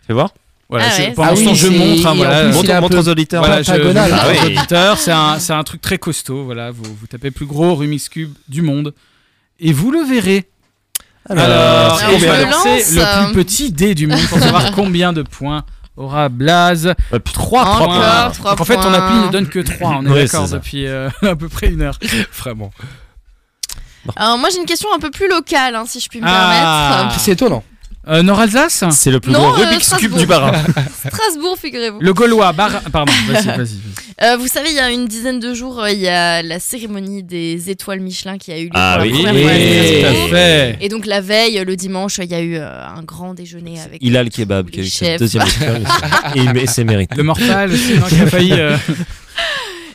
[SPEAKER 2] Fais voir.
[SPEAKER 5] Voilà,
[SPEAKER 2] Ah
[SPEAKER 5] je-
[SPEAKER 2] ouais,
[SPEAKER 5] pendant
[SPEAKER 2] c'est-
[SPEAKER 5] ce temps, je
[SPEAKER 2] Ah oui,
[SPEAKER 5] montre. hein,
[SPEAKER 2] et
[SPEAKER 5] voilà,
[SPEAKER 2] en plus,
[SPEAKER 5] je-
[SPEAKER 2] il est un peu
[SPEAKER 5] Voilà, je-
[SPEAKER 2] pentagonal.
[SPEAKER 5] je-
[SPEAKER 2] Ah oui.
[SPEAKER 5] aux auditeurs, c'est un, c'est un truc très costaud. Voilà, vous, vous tapez plus gros Rumix Cube du monde et vous le verrez.
[SPEAKER 2] Alors,
[SPEAKER 5] Alors,
[SPEAKER 2] c'est
[SPEAKER 5] et je vais
[SPEAKER 2] combien
[SPEAKER 5] lancer
[SPEAKER 2] Je me lance,
[SPEAKER 5] le
[SPEAKER 2] euh.
[SPEAKER 5] plus petit dé du monde pour savoir combien de points aura Blaze. 3
[SPEAKER 2] Encore
[SPEAKER 5] points.
[SPEAKER 2] trois
[SPEAKER 5] Donc, en fait, ton
[SPEAKER 2] points.
[SPEAKER 5] appli ne donne que 3. On est
[SPEAKER 2] Ouais,
[SPEAKER 5] d'accord
[SPEAKER 2] c'est ça.
[SPEAKER 5] depuis euh, à peu près une heure. Vraiment.
[SPEAKER 3] Alors moi j'ai une question un peu plus locale, hein, si je puis me permettre.
[SPEAKER 5] C'est étonnant. Euh, Nord-Alsace
[SPEAKER 2] C'est le
[SPEAKER 3] plus Non, gros euh, Rubik's Cube Strasbourg. du Bas-Rhin. Strasbourg, figurez-vous.
[SPEAKER 5] le Gaulois, Bar... pardon, vas-y, vas-y. vas-y.
[SPEAKER 3] Euh, vous savez, il y a une dizaine de jours, euh, il y a la cérémonie des étoiles Michelin qui a eu lieu
[SPEAKER 5] Ah
[SPEAKER 3] pour
[SPEAKER 5] oui,
[SPEAKER 3] la première fois à
[SPEAKER 5] oui,
[SPEAKER 3] Strasbourg.
[SPEAKER 5] tout à fait.
[SPEAKER 3] Et donc la veille, le dimanche, il y a eu euh, un grand déjeuner avec. euh,
[SPEAKER 2] Il a le kebab qui a eu cette
[SPEAKER 3] Chef.
[SPEAKER 2] deuxième étoile. et il mé- c'est mérité.
[SPEAKER 5] Le Morphal aussi, non, qui a failli, euh,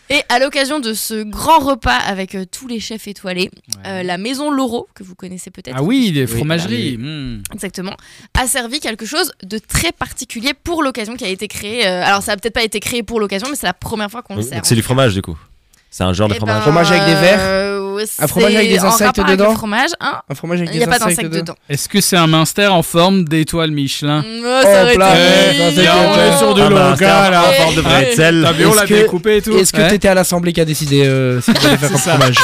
[SPEAKER 3] Et à l'occasion de ce grand repas avec euh, tous les chefs étoilés, euh, la maison Laureau, que vous connaissez peut-être.
[SPEAKER 5] Ah oui, les fromageries. mm.
[SPEAKER 3] Exactement, a servi quelque chose de très particulier pour l'occasion qui a été créé. euh, alors ça a peut-être pas été créé pour l'occasion, mais c'est la première fois qu'on le
[SPEAKER 2] Donc,
[SPEAKER 3] sert.
[SPEAKER 2] C'est du fromage du coup. C'est un genre de
[SPEAKER 3] Eh
[SPEAKER 2] fromage.
[SPEAKER 3] ben, euh, ouais,
[SPEAKER 4] Un fromage avec
[SPEAKER 3] c'est
[SPEAKER 4] des
[SPEAKER 3] en
[SPEAKER 4] insectes
[SPEAKER 3] rapport avec
[SPEAKER 4] dedans
[SPEAKER 3] le fromage, hein
[SPEAKER 4] Un fromage avec
[SPEAKER 3] Il y
[SPEAKER 4] des
[SPEAKER 3] a pas
[SPEAKER 4] insectes
[SPEAKER 3] d'insectes dedans.
[SPEAKER 5] Est-ce que c'est un minster en forme d'étoile Michelin
[SPEAKER 3] Oh, ça aurait été
[SPEAKER 5] Eh,
[SPEAKER 3] mignon.
[SPEAKER 5] bien, on est sur du
[SPEAKER 4] Ah bah,
[SPEAKER 5] local,
[SPEAKER 3] hein.
[SPEAKER 4] c'est un
[SPEAKER 5] là.
[SPEAKER 3] ben,
[SPEAKER 4] rapport de
[SPEAKER 3] Ah.
[SPEAKER 4] bretzel.
[SPEAKER 5] T'as vu, on
[SPEAKER 4] Est-ce
[SPEAKER 5] l'a bien
[SPEAKER 4] que-
[SPEAKER 5] coupé et tout.
[SPEAKER 4] Est-ce que
[SPEAKER 5] Ouais.
[SPEAKER 4] t'étais à l'assemblée qui a décidé euh, si tu voulais faire un
[SPEAKER 5] ça.
[SPEAKER 4] fromage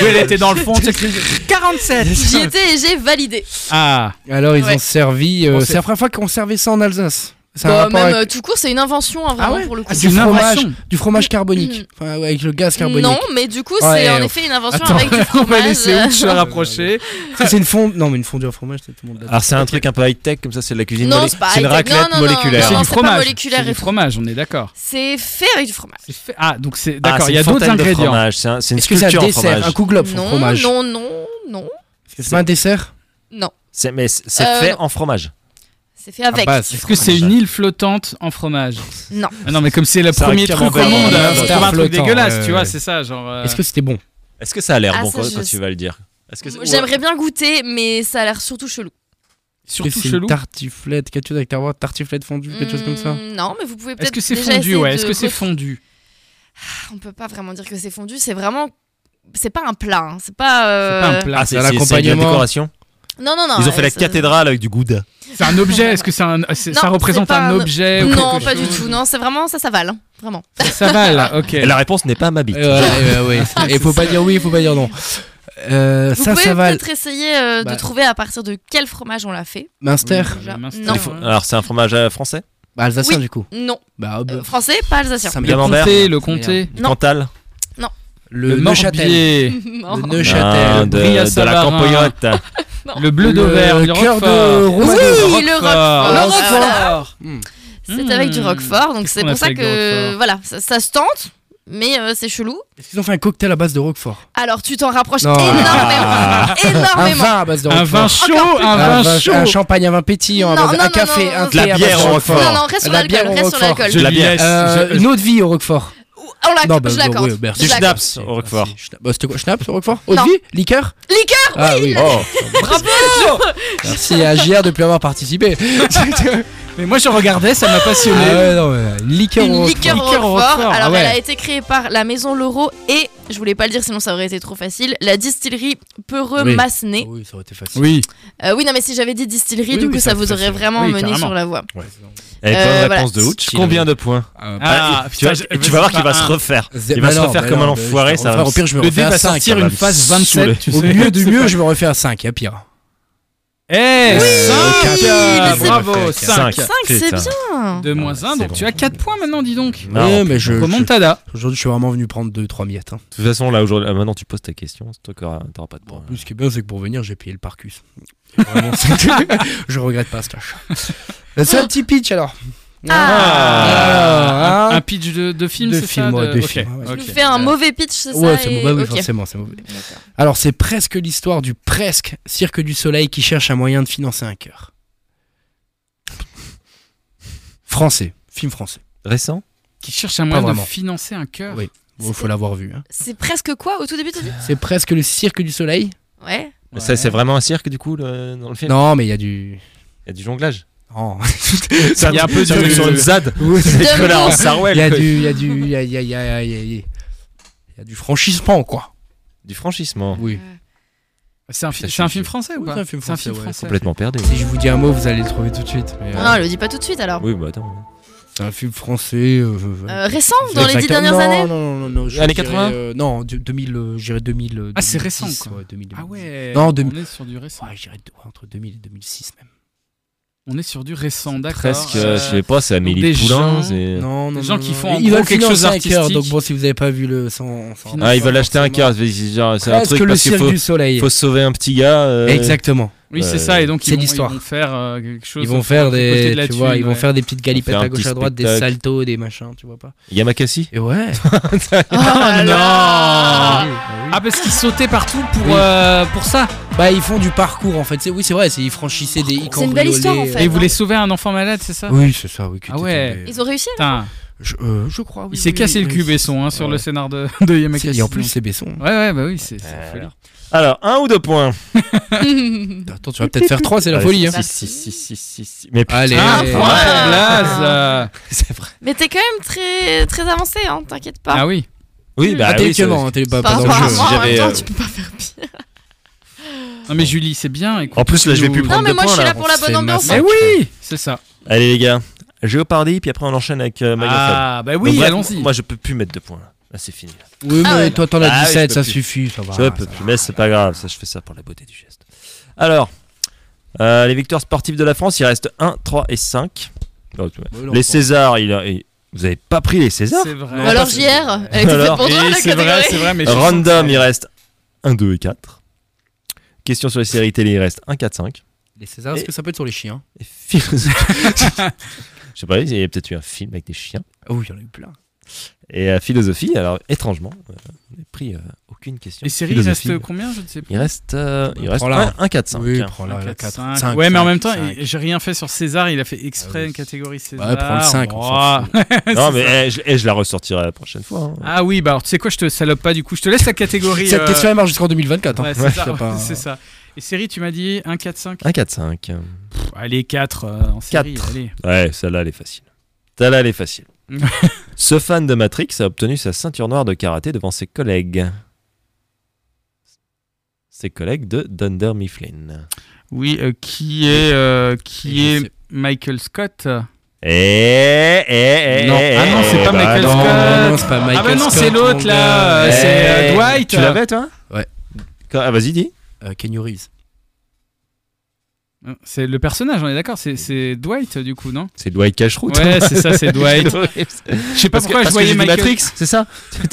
[SPEAKER 5] Oui, elle était dans le fond. tu sais que-
[SPEAKER 3] 47 J'y étais et j'ai validé.
[SPEAKER 5] Ah
[SPEAKER 4] Alors ils
[SPEAKER 3] Ouais.
[SPEAKER 4] ont servi. euh,
[SPEAKER 5] On sait-
[SPEAKER 4] c'est la première fois qu'on servait ça en Alsace. C'est un
[SPEAKER 3] Bah,
[SPEAKER 4] rapport
[SPEAKER 3] même
[SPEAKER 4] avec-
[SPEAKER 3] euh, tout court, c'est une invention hein, vraiment
[SPEAKER 4] ouais
[SPEAKER 3] pour le coup.
[SPEAKER 4] Ah, du fromage, du fromage carbonique, Enfin, ouais, avec le gaz carbonique.
[SPEAKER 3] Mm. Non, mais du coup, c'est
[SPEAKER 4] Ouais,
[SPEAKER 3] en
[SPEAKER 4] euh,
[SPEAKER 3] effet une invention
[SPEAKER 4] attends,
[SPEAKER 3] avec du
[SPEAKER 5] On va
[SPEAKER 3] fromage.
[SPEAKER 5] laisser Ouch se rapprocher.
[SPEAKER 4] Ça, C'est une fondue. Non, mais une fondue au fromage, c'est tout le monde. l'a.
[SPEAKER 2] Alors c'est un truc un peu high tech comme ça, c'est de la cuisine.
[SPEAKER 3] Non,
[SPEAKER 2] molé-
[SPEAKER 3] c'est pas
[SPEAKER 2] une
[SPEAKER 3] high-tech.
[SPEAKER 2] raclette
[SPEAKER 3] Non, non, non,
[SPEAKER 2] moléculaire.
[SPEAKER 3] non, non,
[SPEAKER 5] du
[SPEAKER 3] c'est pas
[SPEAKER 5] fromage.
[SPEAKER 3] moléculaire.
[SPEAKER 5] C'est du fromage, on est d'accord.
[SPEAKER 3] C'est fait avec du fromage.
[SPEAKER 5] Fait- Ah, donc c'est
[SPEAKER 2] Ah,
[SPEAKER 5] d'accord,
[SPEAKER 2] c'est
[SPEAKER 5] il y a
[SPEAKER 2] une
[SPEAKER 5] d'autres
[SPEAKER 2] fontaine de
[SPEAKER 5] ingrédients.
[SPEAKER 2] fromage, c'est un- c'est une
[SPEAKER 4] Est-ce que c'est un
[SPEAKER 2] sculpture en
[SPEAKER 4] dessert,
[SPEAKER 2] fromage.
[SPEAKER 4] un coup globe
[SPEAKER 3] non,
[SPEAKER 4] fromage
[SPEAKER 3] non, non, non.
[SPEAKER 4] C'est pas un dessert
[SPEAKER 3] Non,
[SPEAKER 2] C'est mais c'est- c'est
[SPEAKER 3] Euh,
[SPEAKER 2] fait
[SPEAKER 3] non.
[SPEAKER 2] en fromage.
[SPEAKER 3] c'est fait avec.
[SPEAKER 4] Ah, bah,
[SPEAKER 5] Est-ce que c'est une île flottante en fromage
[SPEAKER 3] Non.
[SPEAKER 5] Ah non, mais comme c'est le
[SPEAKER 2] Ça
[SPEAKER 5] premier
[SPEAKER 2] aurait
[SPEAKER 5] truc au
[SPEAKER 2] carrément
[SPEAKER 5] monde, hein,
[SPEAKER 2] vraiment
[SPEAKER 5] c'est
[SPEAKER 4] l'air
[SPEAKER 5] comme un truc
[SPEAKER 4] flottant,
[SPEAKER 5] dégueulasse,
[SPEAKER 4] ouais,
[SPEAKER 5] tu vois,
[SPEAKER 4] ouais.
[SPEAKER 5] c'est ça, genre. euh,
[SPEAKER 4] Est-ce que c'était bon
[SPEAKER 2] Est-ce que ça a l'air
[SPEAKER 3] Ah,
[SPEAKER 2] bon
[SPEAKER 3] ça,
[SPEAKER 2] quand,
[SPEAKER 3] je
[SPEAKER 2] quand
[SPEAKER 3] sais.
[SPEAKER 2] tu vas le dire Est-ce que c'est- ouais.
[SPEAKER 3] J'aimerais bien goûter, mais ça a l'air surtout chelou.
[SPEAKER 4] Est-ce
[SPEAKER 5] surtout
[SPEAKER 4] que c'est une
[SPEAKER 5] chelou
[SPEAKER 4] tartiflette, quelque chose avec ta voix, tartiflette fondue, quelque chose comme ça
[SPEAKER 3] Hmm, Non, mais vous pouvez peut-être.
[SPEAKER 5] Est-ce que c'est
[SPEAKER 3] déjà
[SPEAKER 5] fondu
[SPEAKER 3] essayer
[SPEAKER 5] Ouais,
[SPEAKER 3] de
[SPEAKER 5] est-ce que c'est
[SPEAKER 3] ref-
[SPEAKER 5] fondu
[SPEAKER 3] On peut pas vraiment dire que c'est fondu. C'est vraiment. C'est pas un plat. hein, C'est pas. euh,
[SPEAKER 5] C'est pas un plat.
[SPEAKER 2] Ah, c'est
[SPEAKER 4] un
[SPEAKER 2] c'est- c'est de la
[SPEAKER 4] accompagnement.
[SPEAKER 2] décoration.
[SPEAKER 3] Non, non, non.
[SPEAKER 2] Ils ont fait la
[SPEAKER 3] Ah, ça-
[SPEAKER 2] cathédrale avec du gouda.
[SPEAKER 5] C'est un objet Est-ce que c'est un- c'est-
[SPEAKER 3] Non,
[SPEAKER 5] ça représente
[SPEAKER 3] c'est pas
[SPEAKER 5] un
[SPEAKER 3] un-
[SPEAKER 5] objet ou
[SPEAKER 3] Non,
[SPEAKER 5] quelque
[SPEAKER 3] pas du
[SPEAKER 5] chose
[SPEAKER 3] tout. Non, c'est vraiment ça, ça vale. hein, Vraiment.
[SPEAKER 5] Ça va là, ok.
[SPEAKER 2] Et la réponse n'est pas ma
[SPEAKER 3] Mm.
[SPEAKER 2] bite.
[SPEAKER 4] Et voilà, et ouais, ouais. Et faut pas dire oui, faut pas dire non. Euh,
[SPEAKER 3] Vous
[SPEAKER 4] ça,
[SPEAKER 3] pouvez
[SPEAKER 4] ça va.
[SPEAKER 3] peut-être essayer euh,
[SPEAKER 4] Bah.
[SPEAKER 3] de trouver à partir de quel fromage on l'a fait.
[SPEAKER 4] Minster.
[SPEAKER 5] Déjà.
[SPEAKER 3] Déjà.
[SPEAKER 5] Minster.
[SPEAKER 3] Non.
[SPEAKER 2] Il faut- Alors c'est un fromage euh, français
[SPEAKER 4] Bah, alsacien,
[SPEAKER 3] Oui.
[SPEAKER 4] du coup.
[SPEAKER 3] Non.
[SPEAKER 4] Bah, hop.
[SPEAKER 3] Euh, français, pas alsacien.
[SPEAKER 4] Ça
[SPEAKER 2] Le
[SPEAKER 4] me-
[SPEAKER 2] camembert
[SPEAKER 5] comté, le comté,
[SPEAKER 2] Du
[SPEAKER 3] Non.
[SPEAKER 2] Cantal
[SPEAKER 5] le
[SPEAKER 4] le Neuchâtel.
[SPEAKER 5] morbier,
[SPEAKER 3] Non.
[SPEAKER 4] Le
[SPEAKER 2] Ah,
[SPEAKER 4] Neuchâtel.
[SPEAKER 2] de,
[SPEAKER 5] Brie à
[SPEAKER 2] de la
[SPEAKER 5] Savarin.
[SPEAKER 2] campoyote.
[SPEAKER 5] le bleu
[SPEAKER 4] Le
[SPEAKER 5] d'Auvergne, le
[SPEAKER 4] cœur
[SPEAKER 5] Roquefort.
[SPEAKER 4] de Romain
[SPEAKER 3] Oui, le
[SPEAKER 5] Roquefort.
[SPEAKER 4] Ah,
[SPEAKER 3] Roquefort.
[SPEAKER 5] Le
[SPEAKER 3] Voilà.
[SPEAKER 5] Roquefort.
[SPEAKER 3] C'est
[SPEAKER 5] Hmm.
[SPEAKER 3] avec du Roquefort, donc
[SPEAKER 5] Qu'est-ce
[SPEAKER 3] c'est
[SPEAKER 5] qu'on a
[SPEAKER 3] pour
[SPEAKER 5] fait
[SPEAKER 3] ça
[SPEAKER 5] avec du
[SPEAKER 3] que
[SPEAKER 5] Roquefort
[SPEAKER 3] voilà, ça, ça se tente, mais euh, c'est chelou.
[SPEAKER 4] Est-ce qu'ils ont fait un cocktail à base de Roquefort
[SPEAKER 3] Alors tu t'en rapproches
[SPEAKER 4] Non.
[SPEAKER 2] Ah.
[SPEAKER 3] énormément,
[SPEAKER 4] Un
[SPEAKER 3] énormément.
[SPEAKER 4] vin à base de
[SPEAKER 5] Un
[SPEAKER 4] Roquefort.
[SPEAKER 5] vin chaud, un
[SPEAKER 4] Ah, Un
[SPEAKER 5] vin
[SPEAKER 4] vin-
[SPEAKER 5] chaud.
[SPEAKER 4] un champagne, un vin pétillant, un,
[SPEAKER 3] Non,
[SPEAKER 4] vin-
[SPEAKER 3] non,
[SPEAKER 4] un
[SPEAKER 3] non,
[SPEAKER 4] café,
[SPEAKER 3] non,
[SPEAKER 4] un
[SPEAKER 3] non,
[SPEAKER 4] thé
[SPEAKER 2] non.
[SPEAKER 4] à
[SPEAKER 2] La
[SPEAKER 4] base
[SPEAKER 2] bière
[SPEAKER 4] de
[SPEAKER 2] au
[SPEAKER 4] Roquefort.
[SPEAKER 2] Roquefort.
[SPEAKER 3] Non, non, reste sur
[SPEAKER 4] La bière
[SPEAKER 3] l'alcool,
[SPEAKER 4] au
[SPEAKER 3] reste sur
[SPEAKER 4] Roquefort.
[SPEAKER 3] l'alcool.
[SPEAKER 5] Je
[SPEAKER 2] La
[SPEAKER 5] lui
[SPEAKER 2] bière.
[SPEAKER 5] laisse-
[SPEAKER 4] Euh,
[SPEAKER 5] je-
[SPEAKER 4] Une eau de vie au Roquefort.
[SPEAKER 3] Ou- On
[SPEAKER 4] Non,
[SPEAKER 3] l'accorde,
[SPEAKER 4] bah,
[SPEAKER 3] Ah, je
[SPEAKER 4] bah,
[SPEAKER 3] l'accorde.
[SPEAKER 4] oui, merci.
[SPEAKER 2] Du
[SPEAKER 3] Je l'accorde.
[SPEAKER 2] schnapps au Roquefort.
[SPEAKER 4] Merci. Schna- bah, C'était quoi Schnaps au Roquefort Eau
[SPEAKER 3] Non.
[SPEAKER 4] de vie Liqueur
[SPEAKER 3] Liqueur
[SPEAKER 4] Ah oui.
[SPEAKER 2] Oh,
[SPEAKER 4] Merci à JR de plus avoir participé.
[SPEAKER 5] Mais moi je regardais, ça m'a
[SPEAKER 4] Ah
[SPEAKER 5] passionné.
[SPEAKER 4] ouais, non, mais une liqueur au
[SPEAKER 3] Une
[SPEAKER 4] Roquefort.
[SPEAKER 3] liqueur au
[SPEAKER 5] Liqueur au
[SPEAKER 3] Roquefort.
[SPEAKER 5] Roquefort,
[SPEAKER 3] Alors,
[SPEAKER 5] ah ouais.
[SPEAKER 3] elle a été créée par la maison Laureau et, je voulais pas le dire sinon ça aurait été trop facile, la distillerie
[SPEAKER 4] Oui.
[SPEAKER 3] Peureux-Massenet.
[SPEAKER 4] Oui, ça aurait été facile.
[SPEAKER 5] Oui.
[SPEAKER 3] Euh, oui, non, mais si j'avais dit distillerie,
[SPEAKER 4] Oui,
[SPEAKER 3] du
[SPEAKER 4] oui,
[SPEAKER 3] coup, ça
[SPEAKER 4] ça fait
[SPEAKER 3] vous aurait
[SPEAKER 4] facile.
[SPEAKER 3] vraiment
[SPEAKER 5] Oui,
[SPEAKER 3] mené
[SPEAKER 5] carrément.
[SPEAKER 3] sur la voie.
[SPEAKER 2] Et bonne
[SPEAKER 3] Euh,
[SPEAKER 2] réponse de
[SPEAKER 3] voilà.
[SPEAKER 2] Hooch. Combien de points
[SPEAKER 4] Bah,
[SPEAKER 5] Ah,
[SPEAKER 2] tu, vas,
[SPEAKER 5] putain, je-
[SPEAKER 2] tu vas voir qu'il va
[SPEAKER 5] pas
[SPEAKER 2] se
[SPEAKER 5] un.
[SPEAKER 2] refaire.
[SPEAKER 4] Zé-
[SPEAKER 2] Il va
[SPEAKER 4] bah
[SPEAKER 2] se
[SPEAKER 4] non,
[SPEAKER 2] refaire
[SPEAKER 4] bah
[SPEAKER 2] comme
[SPEAKER 4] non,
[SPEAKER 2] un
[SPEAKER 4] bah, je
[SPEAKER 2] enfoiré.
[SPEAKER 4] vais
[SPEAKER 2] Ça va
[SPEAKER 4] refaire. Au pire, je me
[SPEAKER 5] Le
[SPEAKER 4] refais
[SPEAKER 5] dé
[SPEAKER 4] à
[SPEAKER 5] va
[SPEAKER 4] 5.
[SPEAKER 5] sortir
[SPEAKER 4] ça
[SPEAKER 5] une
[SPEAKER 4] va me
[SPEAKER 5] phase 27, tu
[SPEAKER 4] Au
[SPEAKER 5] sais.
[SPEAKER 4] mieux du mieux, je me refais à 5, il y a pire.
[SPEAKER 5] Eh,
[SPEAKER 4] quatre.
[SPEAKER 5] 5
[SPEAKER 3] Mais c'est-
[SPEAKER 4] Cinq.
[SPEAKER 5] Bravo, 5
[SPEAKER 2] Cinq.
[SPEAKER 3] 5, c'est
[SPEAKER 2] Putain.
[SPEAKER 3] bien.
[SPEAKER 5] 2 moins 1,
[SPEAKER 2] c'est
[SPEAKER 5] donc
[SPEAKER 2] bon.
[SPEAKER 5] tu as 4 points maintenant, dis donc.
[SPEAKER 2] Non,
[SPEAKER 4] Ouais, mais je, je-
[SPEAKER 5] Remontada.
[SPEAKER 4] aujourd'hui, je suis vraiment venu prendre 2-3 miettes. hein.
[SPEAKER 2] De toute façon, là, aujourd'hui, ah, maintenant, tu poses ta question. C'est toi qui auras- t'auras pas de
[SPEAKER 4] Bon, en
[SPEAKER 2] points.
[SPEAKER 4] plus, ce qui est bien, c'est que pour venir, j'ai payé le parcus. Vraiment, c'est- je regrette pas ce tâche. C'est un petit pitch alors. Ah.
[SPEAKER 5] Ah, un, un pitch de, de film,
[SPEAKER 4] De
[SPEAKER 5] c'est
[SPEAKER 4] film,
[SPEAKER 5] ça
[SPEAKER 4] ouais, de
[SPEAKER 5] ok,
[SPEAKER 4] film, ouais, ouais.
[SPEAKER 5] ok.
[SPEAKER 3] Tu nous fais un mauvais pitch, c'est ça
[SPEAKER 4] ouais, c'est
[SPEAKER 3] et-
[SPEAKER 4] mauvais, oui,
[SPEAKER 3] ok.
[SPEAKER 4] forcément, c'est mauvais. Alors, c'est presque l'histoire du presque Cirque du Soleil qui cherche un moyen de financer un cœur. Français, film français.
[SPEAKER 2] Récent
[SPEAKER 5] Qui cherche un moyen de
[SPEAKER 4] vraiment.
[SPEAKER 5] financer un cœur.
[SPEAKER 4] Oui. Bon, faut l'avoir vu. hein.
[SPEAKER 3] C'est presque quoi au tout début, t'as dit
[SPEAKER 4] C'est presque le Cirque du Soleil.
[SPEAKER 3] Ouais.
[SPEAKER 5] Ouais.
[SPEAKER 2] Ça, C'est vraiment un cirque, du coup, le- dans le film
[SPEAKER 4] Non, mais il y a du.
[SPEAKER 2] Il y a du jonglage.
[SPEAKER 4] Non.
[SPEAKER 2] C'est
[SPEAKER 5] Il y a un peu
[SPEAKER 2] sur
[SPEAKER 5] de-
[SPEAKER 2] sur une ZAD.
[SPEAKER 4] Il
[SPEAKER 2] C'est que là, en
[SPEAKER 3] mots.
[SPEAKER 2] Sarwell.
[SPEAKER 4] y a
[SPEAKER 2] quoi.
[SPEAKER 4] du, il y a du, il y a, il y a- il y a- il y a- il y a- il y a du franchissement quoi.
[SPEAKER 2] Du franchissement.
[SPEAKER 4] Oui.
[SPEAKER 5] C'est un, fi-
[SPEAKER 4] Ça,
[SPEAKER 5] c'est un
[SPEAKER 4] je-
[SPEAKER 5] film français ou
[SPEAKER 4] Oui,
[SPEAKER 5] pas
[SPEAKER 4] c'est un film français, ouais,
[SPEAKER 2] Complètement perdu.
[SPEAKER 4] Si je vous dis un mot, vous allez le trouver tout de suite. mais, euh,
[SPEAKER 3] Ah, le dis pas tout de suite alors.
[SPEAKER 2] Oui, bah attends.
[SPEAKER 4] C'est un film français. euh, je-
[SPEAKER 3] Euh, récent,
[SPEAKER 4] je-
[SPEAKER 3] dans les dix
[SPEAKER 4] Exactement.
[SPEAKER 3] dernières
[SPEAKER 4] Non,
[SPEAKER 3] années
[SPEAKER 4] Non, non, non, non. je
[SPEAKER 2] Années
[SPEAKER 4] dirais,
[SPEAKER 2] 80?
[SPEAKER 4] euh, Non, du- 2000. euh, Je dirais 2000. euh,
[SPEAKER 5] Ah, c'est
[SPEAKER 4] 2010,
[SPEAKER 5] récent, quoi.
[SPEAKER 4] ouais, 2000,
[SPEAKER 5] Ah ouais.
[SPEAKER 4] Non,
[SPEAKER 5] on
[SPEAKER 4] deux-
[SPEAKER 5] est sur du récent.
[SPEAKER 4] Ouais, je dirais de- ouais, entre 2000 et 2006 même.
[SPEAKER 5] On est sur du récent, d'accord.
[SPEAKER 2] Presque,
[SPEAKER 5] Euh,
[SPEAKER 2] euh, je sais pas, c'est
[SPEAKER 5] des
[SPEAKER 2] Amélie
[SPEAKER 5] gens-
[SPEAKER 2] Poulain. c'est-
[SPEAKER 4] Non, non,
[SPEAKER 5] Des
[SPEAKER 4] non,
[SPEAKER 5] gens
[SPEAKER 4] non,
[SPEAKER 5] qui
[SPEAKER 4] non.
[SPEAKER 5] font en
[SPEAKER 4] Ils
[SPEAKER 5] gros
[SPEAKER 4] veulent
[SPEAKER 5] quelque chose
[SPEAKER 4] financer un cœur,
[SPEAKER 5] d'artistique.
[SPEAKER 4] donc bon, si vous n'avez pas vu le. Sans, sans-
[SPEAKER 5] Ah,
[SPEAKER 2] Ah, ils veulent acheter un
[SPEAKER 4] forcément.
[SPEAKER 2] cœur. c'est- C'est c'est un
[SPEAKER 4] Presque
[SPEAKER 2] truc
[SPEAKER 4] le
[SPEAKER 2] parce qu'il
[SPEAKER 4] cirque
[SPEAKER 2] faut,
[SPEAKER 4] du soleil.
[SPEAKER 2] faut sauver un petit gars. euh,
[SPEAKER 4] Exactement.
[SPEAKER 5] Oui, c'est
[SPEAKER 2] Euh,
[SPEAKER 5] ça. Et donc,
[SPEAKER 4] c'est
[SPEAKER 5] ils vont, ils
[SPEAKER 4] l'histoire.
[SPEAKER 5] vont faire euh, quelque chose.
[SPEAKER 4] Ils vont faire
[SPEAKER 5] côté
[SPEAKER 4] des,
[SPEAKER 5] de la
[SPEAKER 4] tu vois,
[SPEAKER 5] thune,
[SPEAKER 4] ils vont
[SPEAKER 5] ouais.
[SPEAKER 4] faire des petites galipettes
[SPEAKER 2] Faire un
[SPEAKER 4] à gauche
[SPEAKER 2] petit
[SPEAKER 4] à droite, des
[SPEAKER 2] spectacle.
[SPEAKER 4] saltos, des machins, tu vois pas.
[SPEAKER 2] Yamakasi
[SPEAKER 4] Et ouais.
[SPEAKER 3] Ah, là
[SPEAKER 5] Ah
[SPEAKER 4] oui,
[SPEAKER 5] non
[SPEAKER 4] bah oui.
[SPEAKER 5] Ah, parce qu'ils sautaient partout pour,
[SPEAKER 4] Oui.
[SPEAKER 5] euh, pour ça.
[SPEAKER 4] Bah ils font du parcours en fait. C'est- Oui c'est vrai, c'est- ils franchissaient des. ils
[SPEAKER 3] C'est une belle histoire, en
[SPEAKER 4] cambriolaient,
[SPEAKER 3] fait.
[SPEAKER 5] Et ils
[SPEAKER 3] non.
[SPEAKER 5] voulaient sauver un enfant malade, c'est ça
[SPEAKER 4] euh, Oui c'est ça, oui. que
[SPEAKER 5] Ah
[SPEAKER 4] t'es
[SPEAKER 5] ouais.
[SPEAKER 4] tombé.
[SPEAKER 3] Ils ont réussi
[SPEAKER 5] Putain,
[SPEAKER 4] Je, euh, je crois. Oui,
[SPEAKER 5] il s'est
[SPEAKER 4] oui,
[SPEAKER 5] cassé
[SPEAKER 4] oui,
[SPEAKER 5] le
[SPEAKER 4] oui,
[SPEAKER 5] cul
[SPEAKER 4] c'est-
[SPEAKER 5] Besson hein, sur
[SPEAKER 4] ouais.
[SPEAKER 5] le scénar de, de
[SPEAKER 4] C'est-
[SPEAKER 5] Yamakasi.
[SPEAKER 4] Et en plus c'est Euh, Besson.
[SPEAKER 5] Ouais, ouais, bah oui, c'est c'est la folie.
[SPEAKER 2] Alors. Alors, un ou deux points
[SPEAKER 4] Attends tu vas peut-être faire 3 c'est la
[SPEAKER 2] Allez,
[SPEAKER 4] folie. hein.
[SPEAKER 2] si, si, si, si, si, si. Mais putain,
[SPEAKER 4] Allez.
[SPEAKER 5] Un
[SPEAKER 4] Et-
[SPEAKER 5] point pour Blaze
[SPEAKER 4] Ah.
[SPEAKER 5] euh.
[SPEAKER 2] c'est vrai.
[SPEAKER 3] Mais t'es quand même très, très avancé, hein, t'inquiète pas.
[SPEAKER 5] Ah oui.
[SPEAKER 2] Oui, bah oui, ça-
[SPEAKER 4] Intellectuellement, hein, t'es pas,
[SPEAKER 3] Enfin,
[SPEAKER 4] pas dans
[SPEAKER 2] Apparemment,
[SPEAKER 4] le
[SPEAKER 2] si
[SPEAKER 4] jeu.
[SPEAKER 3] en même
[SPEAKER 2] j'avais,
[SPEAKER 3] temps,
[SPEAKER 2] euh,
[SPEAKER 3] tu peux pas faire pire.
[SPEAKER 5] Non, mais Julie, c'est bien. écoute,
[SPEAKER 2] En plus, là, je vais plus
[SPEAKER 5] nous-
[SPEAKER 2] prendre
[SPEAKER 3] Non, mais
[SPEAKER 2] de
[SPEAKER 3] moi, je
[SPEAKER 2] points
[SPEAKER 3] suis là
[SPEAKER 2] là.
[SPEAKER 3] pour la
[SPEAKER 4] on se
[SPEAKER 3] bonne
[SPEAKER 4] fait
[SPEAKER 3] ambiance.
[SPEAKER 5] Mais
[SPEAKER 4] Cinq.
[SPEAKER 5] oui C'est ça.
[SPEAKER 2] Allez, les gars, Géopardy, puis après, on enchaîne avec euh, Maillot Faible.
[SPEAKER 5] Ah, bah
[SPEAKER 2] Donc,
[SPEAKER 5] oui,
[SPEAKER 2] bref,
[SPEAKER 5] allons-y.
[SPEAKER 2] Moi, je peux plus mettre de points là. Là, c'est fini. là.
[SPEAKER 4] Oui
[SPEAKER 3] Ah ouais.
[SPEAKER 4] mais toi t'en as
[SPEAKER 2] Ah, oui,
[SPEAKER 4] 17,
[SPEAKER 2] je
[SPEAKER 4] ça
[SPEAKER 2] peux plus.
[SPEAKER 4] suffit, ça va.
[SPEAKER 2] je peux
[SPEAKER 4] Bah, ça
[SPEAKER 2] plus,
[SPEAKER 4] va.
[SPEAKER 2] mais c'est pas grave. Ça, je fais ça pour la beauté du geste. Alors, euh, les victoires sportives de la France, il reste 1, 3 et 5. Oh, tu vois.
[SPEAKER 4] Oui, non,
[SPEAKER 2] Les
[SPEAKER 4] pas-
[SPEAKER 2] Césars, il a- il- vous avez pas pris les Césars
[SPEAKER 5] C'est vrai.
[SPEAKER 3] Ou alors JR, elle était faite
[SPEAKER 2] Alors,
[SPEAKER 3] pour toi,
[SPEAKER 5] Oui,
[SPEAKER 3] la
[SPEAKER 5] c'est vrai,
[SPEAKER 3] catégorie.
[SPEAKER 5] c'est vrai, mais je-
[SPEAKER 2] Random, il reste 1, 2 et 4. Question sur les séries télé, il reste 1, 4, 5.
[SPEAKER 4] Les Césars, est-ce que ça peut être sur les chiens
[SPEAKER 2] Et philosophie. je sais pas, il y a peut-être eu un film avec des chiens.
[SPEAKER 4] Ah oui, il y en a eu plein.
[SPEAKER 2] Et euh, philosophie, alors étrangement, euh, on n'a pris euh, aucune question.
[SPEAKER 5] Les séries, il
[SPEAKER 2] Philosophie,
[SPEAKER 5] reste combien Je ne sais plus.
[SPEAKER 2] il reste, euh, il reste
[SPEAKER 4] Prends-la.
[SPEAKER 2] 1, 4, 5.
[SPEAKER 4] Oui, prends
[SPEAKER 5] Un,
[SPEAKER 4] la
[SPEAKER 5] quatre,
[SPEAKER 4] 4.
[SPEAKER 5] cinq. ouais, mais en même temps, il- j'ai rien fait sur César. Il a fait exprès
[SPEAKER 4] Ah oui.
[SPEAKER 5] une catégorie César.
[SPEAKER 4] Ouais, prends le 5.
[SPEAKER 5] Ouah.
[SPEAKER 2] non, mais eh, je, eh, je la ressortirai la prochaine fois. hein.
[SPEAKER 5] Ah oui, bah alors tu sais quoi, je te salope pas du coup. Je te laisse la catégorie.
[SPEAKER 4] Cette
[SPEAKER 5] euh,
[SPEAKER 4] question elle marche jusqu'en 2024. hein.
[SPEAKER 5] Ouais, c'est
[SPEAKER 4] Ouais,
[SPEAKER 5] ça.
[SPEAKER 4] y a pas-
[SPEAKER 5] ouais, c'est ça. Et série, tu m'as dit 1, 4, 5.
[SPEAKER 2] 1, 4, 5.
[SPEAKER 5] allez, 4
[SPEAKER 4] Ah,
[SPEAKER 5] en série.
[SPEAKER 2] Quatre.
[SPEAKER 5] allez.
[SPEAKER 2] Ouais, celle-là, elle est facile. Celle-là, elle est facile. Ce fan de Matrix a obtenu sa ceinture noire de karaté devant ses collègues. Ses collègues de Dunder Mifflin.
[SPEAKER 5] Oui, euh, qui est, euh, qui
[SPEAKER 4] Et je
[SPEAKER 5] est Michael Scott
[SPEAKER 2] Eh, eh, eh,
[SPEAKER 5] Non.
[SPEAKER 2] eh,
[SPEAKER 5] Ah non,
[SPEAKER 2] eh,
[SPEAKER 5] c'est pas
[SPEAKER 2] bah
[SPEAKER 5] Michael
[SPEAKER 2] non.
[SPEAKER 4] Non, non,
[SPEAKER 5] Scott.
[SPEAKER 4] non, c'est pas Michael
[SPEAKER 5] Ah bah non,
[SPEAKER 4] Scott,
[SPEAKER 5] c'est l'autre
[SPEAKER 4] mon
[SPEAKER 5] là.
[SPEAKER 4] gars.
[SPEAKER 5] euh, c'est euh,
[SPEAKER 2] Eh,
[SPEAKER 5] Dwight.
[SPEAKER 2] Tu l'avais, toi
[SPEAKER 4] Ouais.
[SPEAKER 2] Quand- ah, vas-y, dis.
[SPEAKER 4] Euh, Keanu Reeves.
[SPEAKER 5] C'est le personnage, on est d'accord. C'est, c'est Dwight du coup, non
[SPEAKER 2] C'est Dwight Cashroot.
[SPEAKER 5] Ouais, c'est ça, c'est Dwight.
[SPEAKER 2] Je sais
[SPEAKER 5] pas pourquoi je voyais Michael-
[SPEAKER 2] Matrix, c'est ça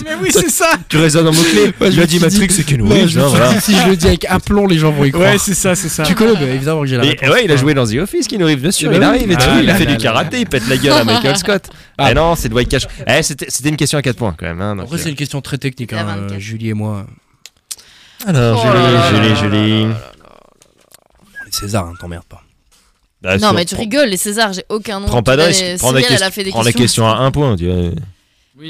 [SPEAKER 5] Mais oui, c'est ça.
[SPEAKER 2] Tu résonnes en mots-clés.
[SPEAKER 4] Ouais,
[SPEAKER 2] Il
[SPEAKER 4] je
[SPEAKER 2] a
[SPEAKER 4] me
[SPEAKER 2] dit
[SPEAKER 4] suis dit-
[SPEAKER 2] Matrix, c'est Ken
[SPEAKER 4] Non,
[SPEAKER 2] Reeves.
[SPEAKER 4] je me
[SPEAKER 2] non,
[SPEAKER 4] suis
[SPEAKER 2] voilà.
[SPEAKER 4] dit, si je le dis avec aplomb, les gens vont y croire.
[SPEAKER 5] Ouais, c'est ça, c'est ça.
[SPEAKER 4] tu connais, bah, évidemment que j'ai la
[SPEAKER 2] Et,
[SPEAKER 4] réponse.
[SPEAKER 2] ouais, il a joué dans The Office, Keanu Reeves, bien sûr.
[SPEAKER 5] Eh
[SPEAKER 2] Il
[SPEAKER 5] ben oui.
[SPEAKER 2] arrive et tout,
[SPEAKER 5] Ah
[SPEAKER 2] il
[SPEAKER 5] là
[SPEAKER 2] fait
[SPEAKER 5] là
[SPEAKER 2] du
[SPEAKER 5] là
[SPEAKER 2] karaté,
[SPEAKER 5] là.
[SPEAKER 2] il pète la gueule à Michael Scott. Ah, non, c'est Dwight Cash. Eh, c'était c'était une question à 4 points quand même. hein, donc,
[SPEAKER 4] Après, c'est une question très technique,
[SPEAKER 3] La
[SPEAKER 4] hein,
[SPEAKER 3] 24.
[SPEAKER 4] euh, Julie et moi.
[SPEAKER 2] euh, Alors,
[SPEAKER 3] Oh là là
[SPEAKER 2] Julie,
[SPEAKER 3] là
[SPEAKER 2] Julie, Julie.
[SPEAKER 4] Les César, hein, t'emmerdes pas.
[SPEAKER 2] Bah,
[SPEAKER 3] Non,
[SPEAKER 2] sûr,
[SPEAKER 3] mais tu
[SPEAKER 2] prends-
[SPEAKER 3] rigoles, les Césars, j'ai aucun nom.
[SPEAKER 2] Prends pas de
[SPEAKER 3] Putain,
[SPEAKER 2] risque.
[SPEAKER 3] mais
[SPEAKER 2] Prends la
[SPEAKER 3] Cyrielle, elle a
[SPEAKER 2] question-
[SPEAKER 3] fait des
[SPEAKER 2] prends la question à 1 point. tu vois.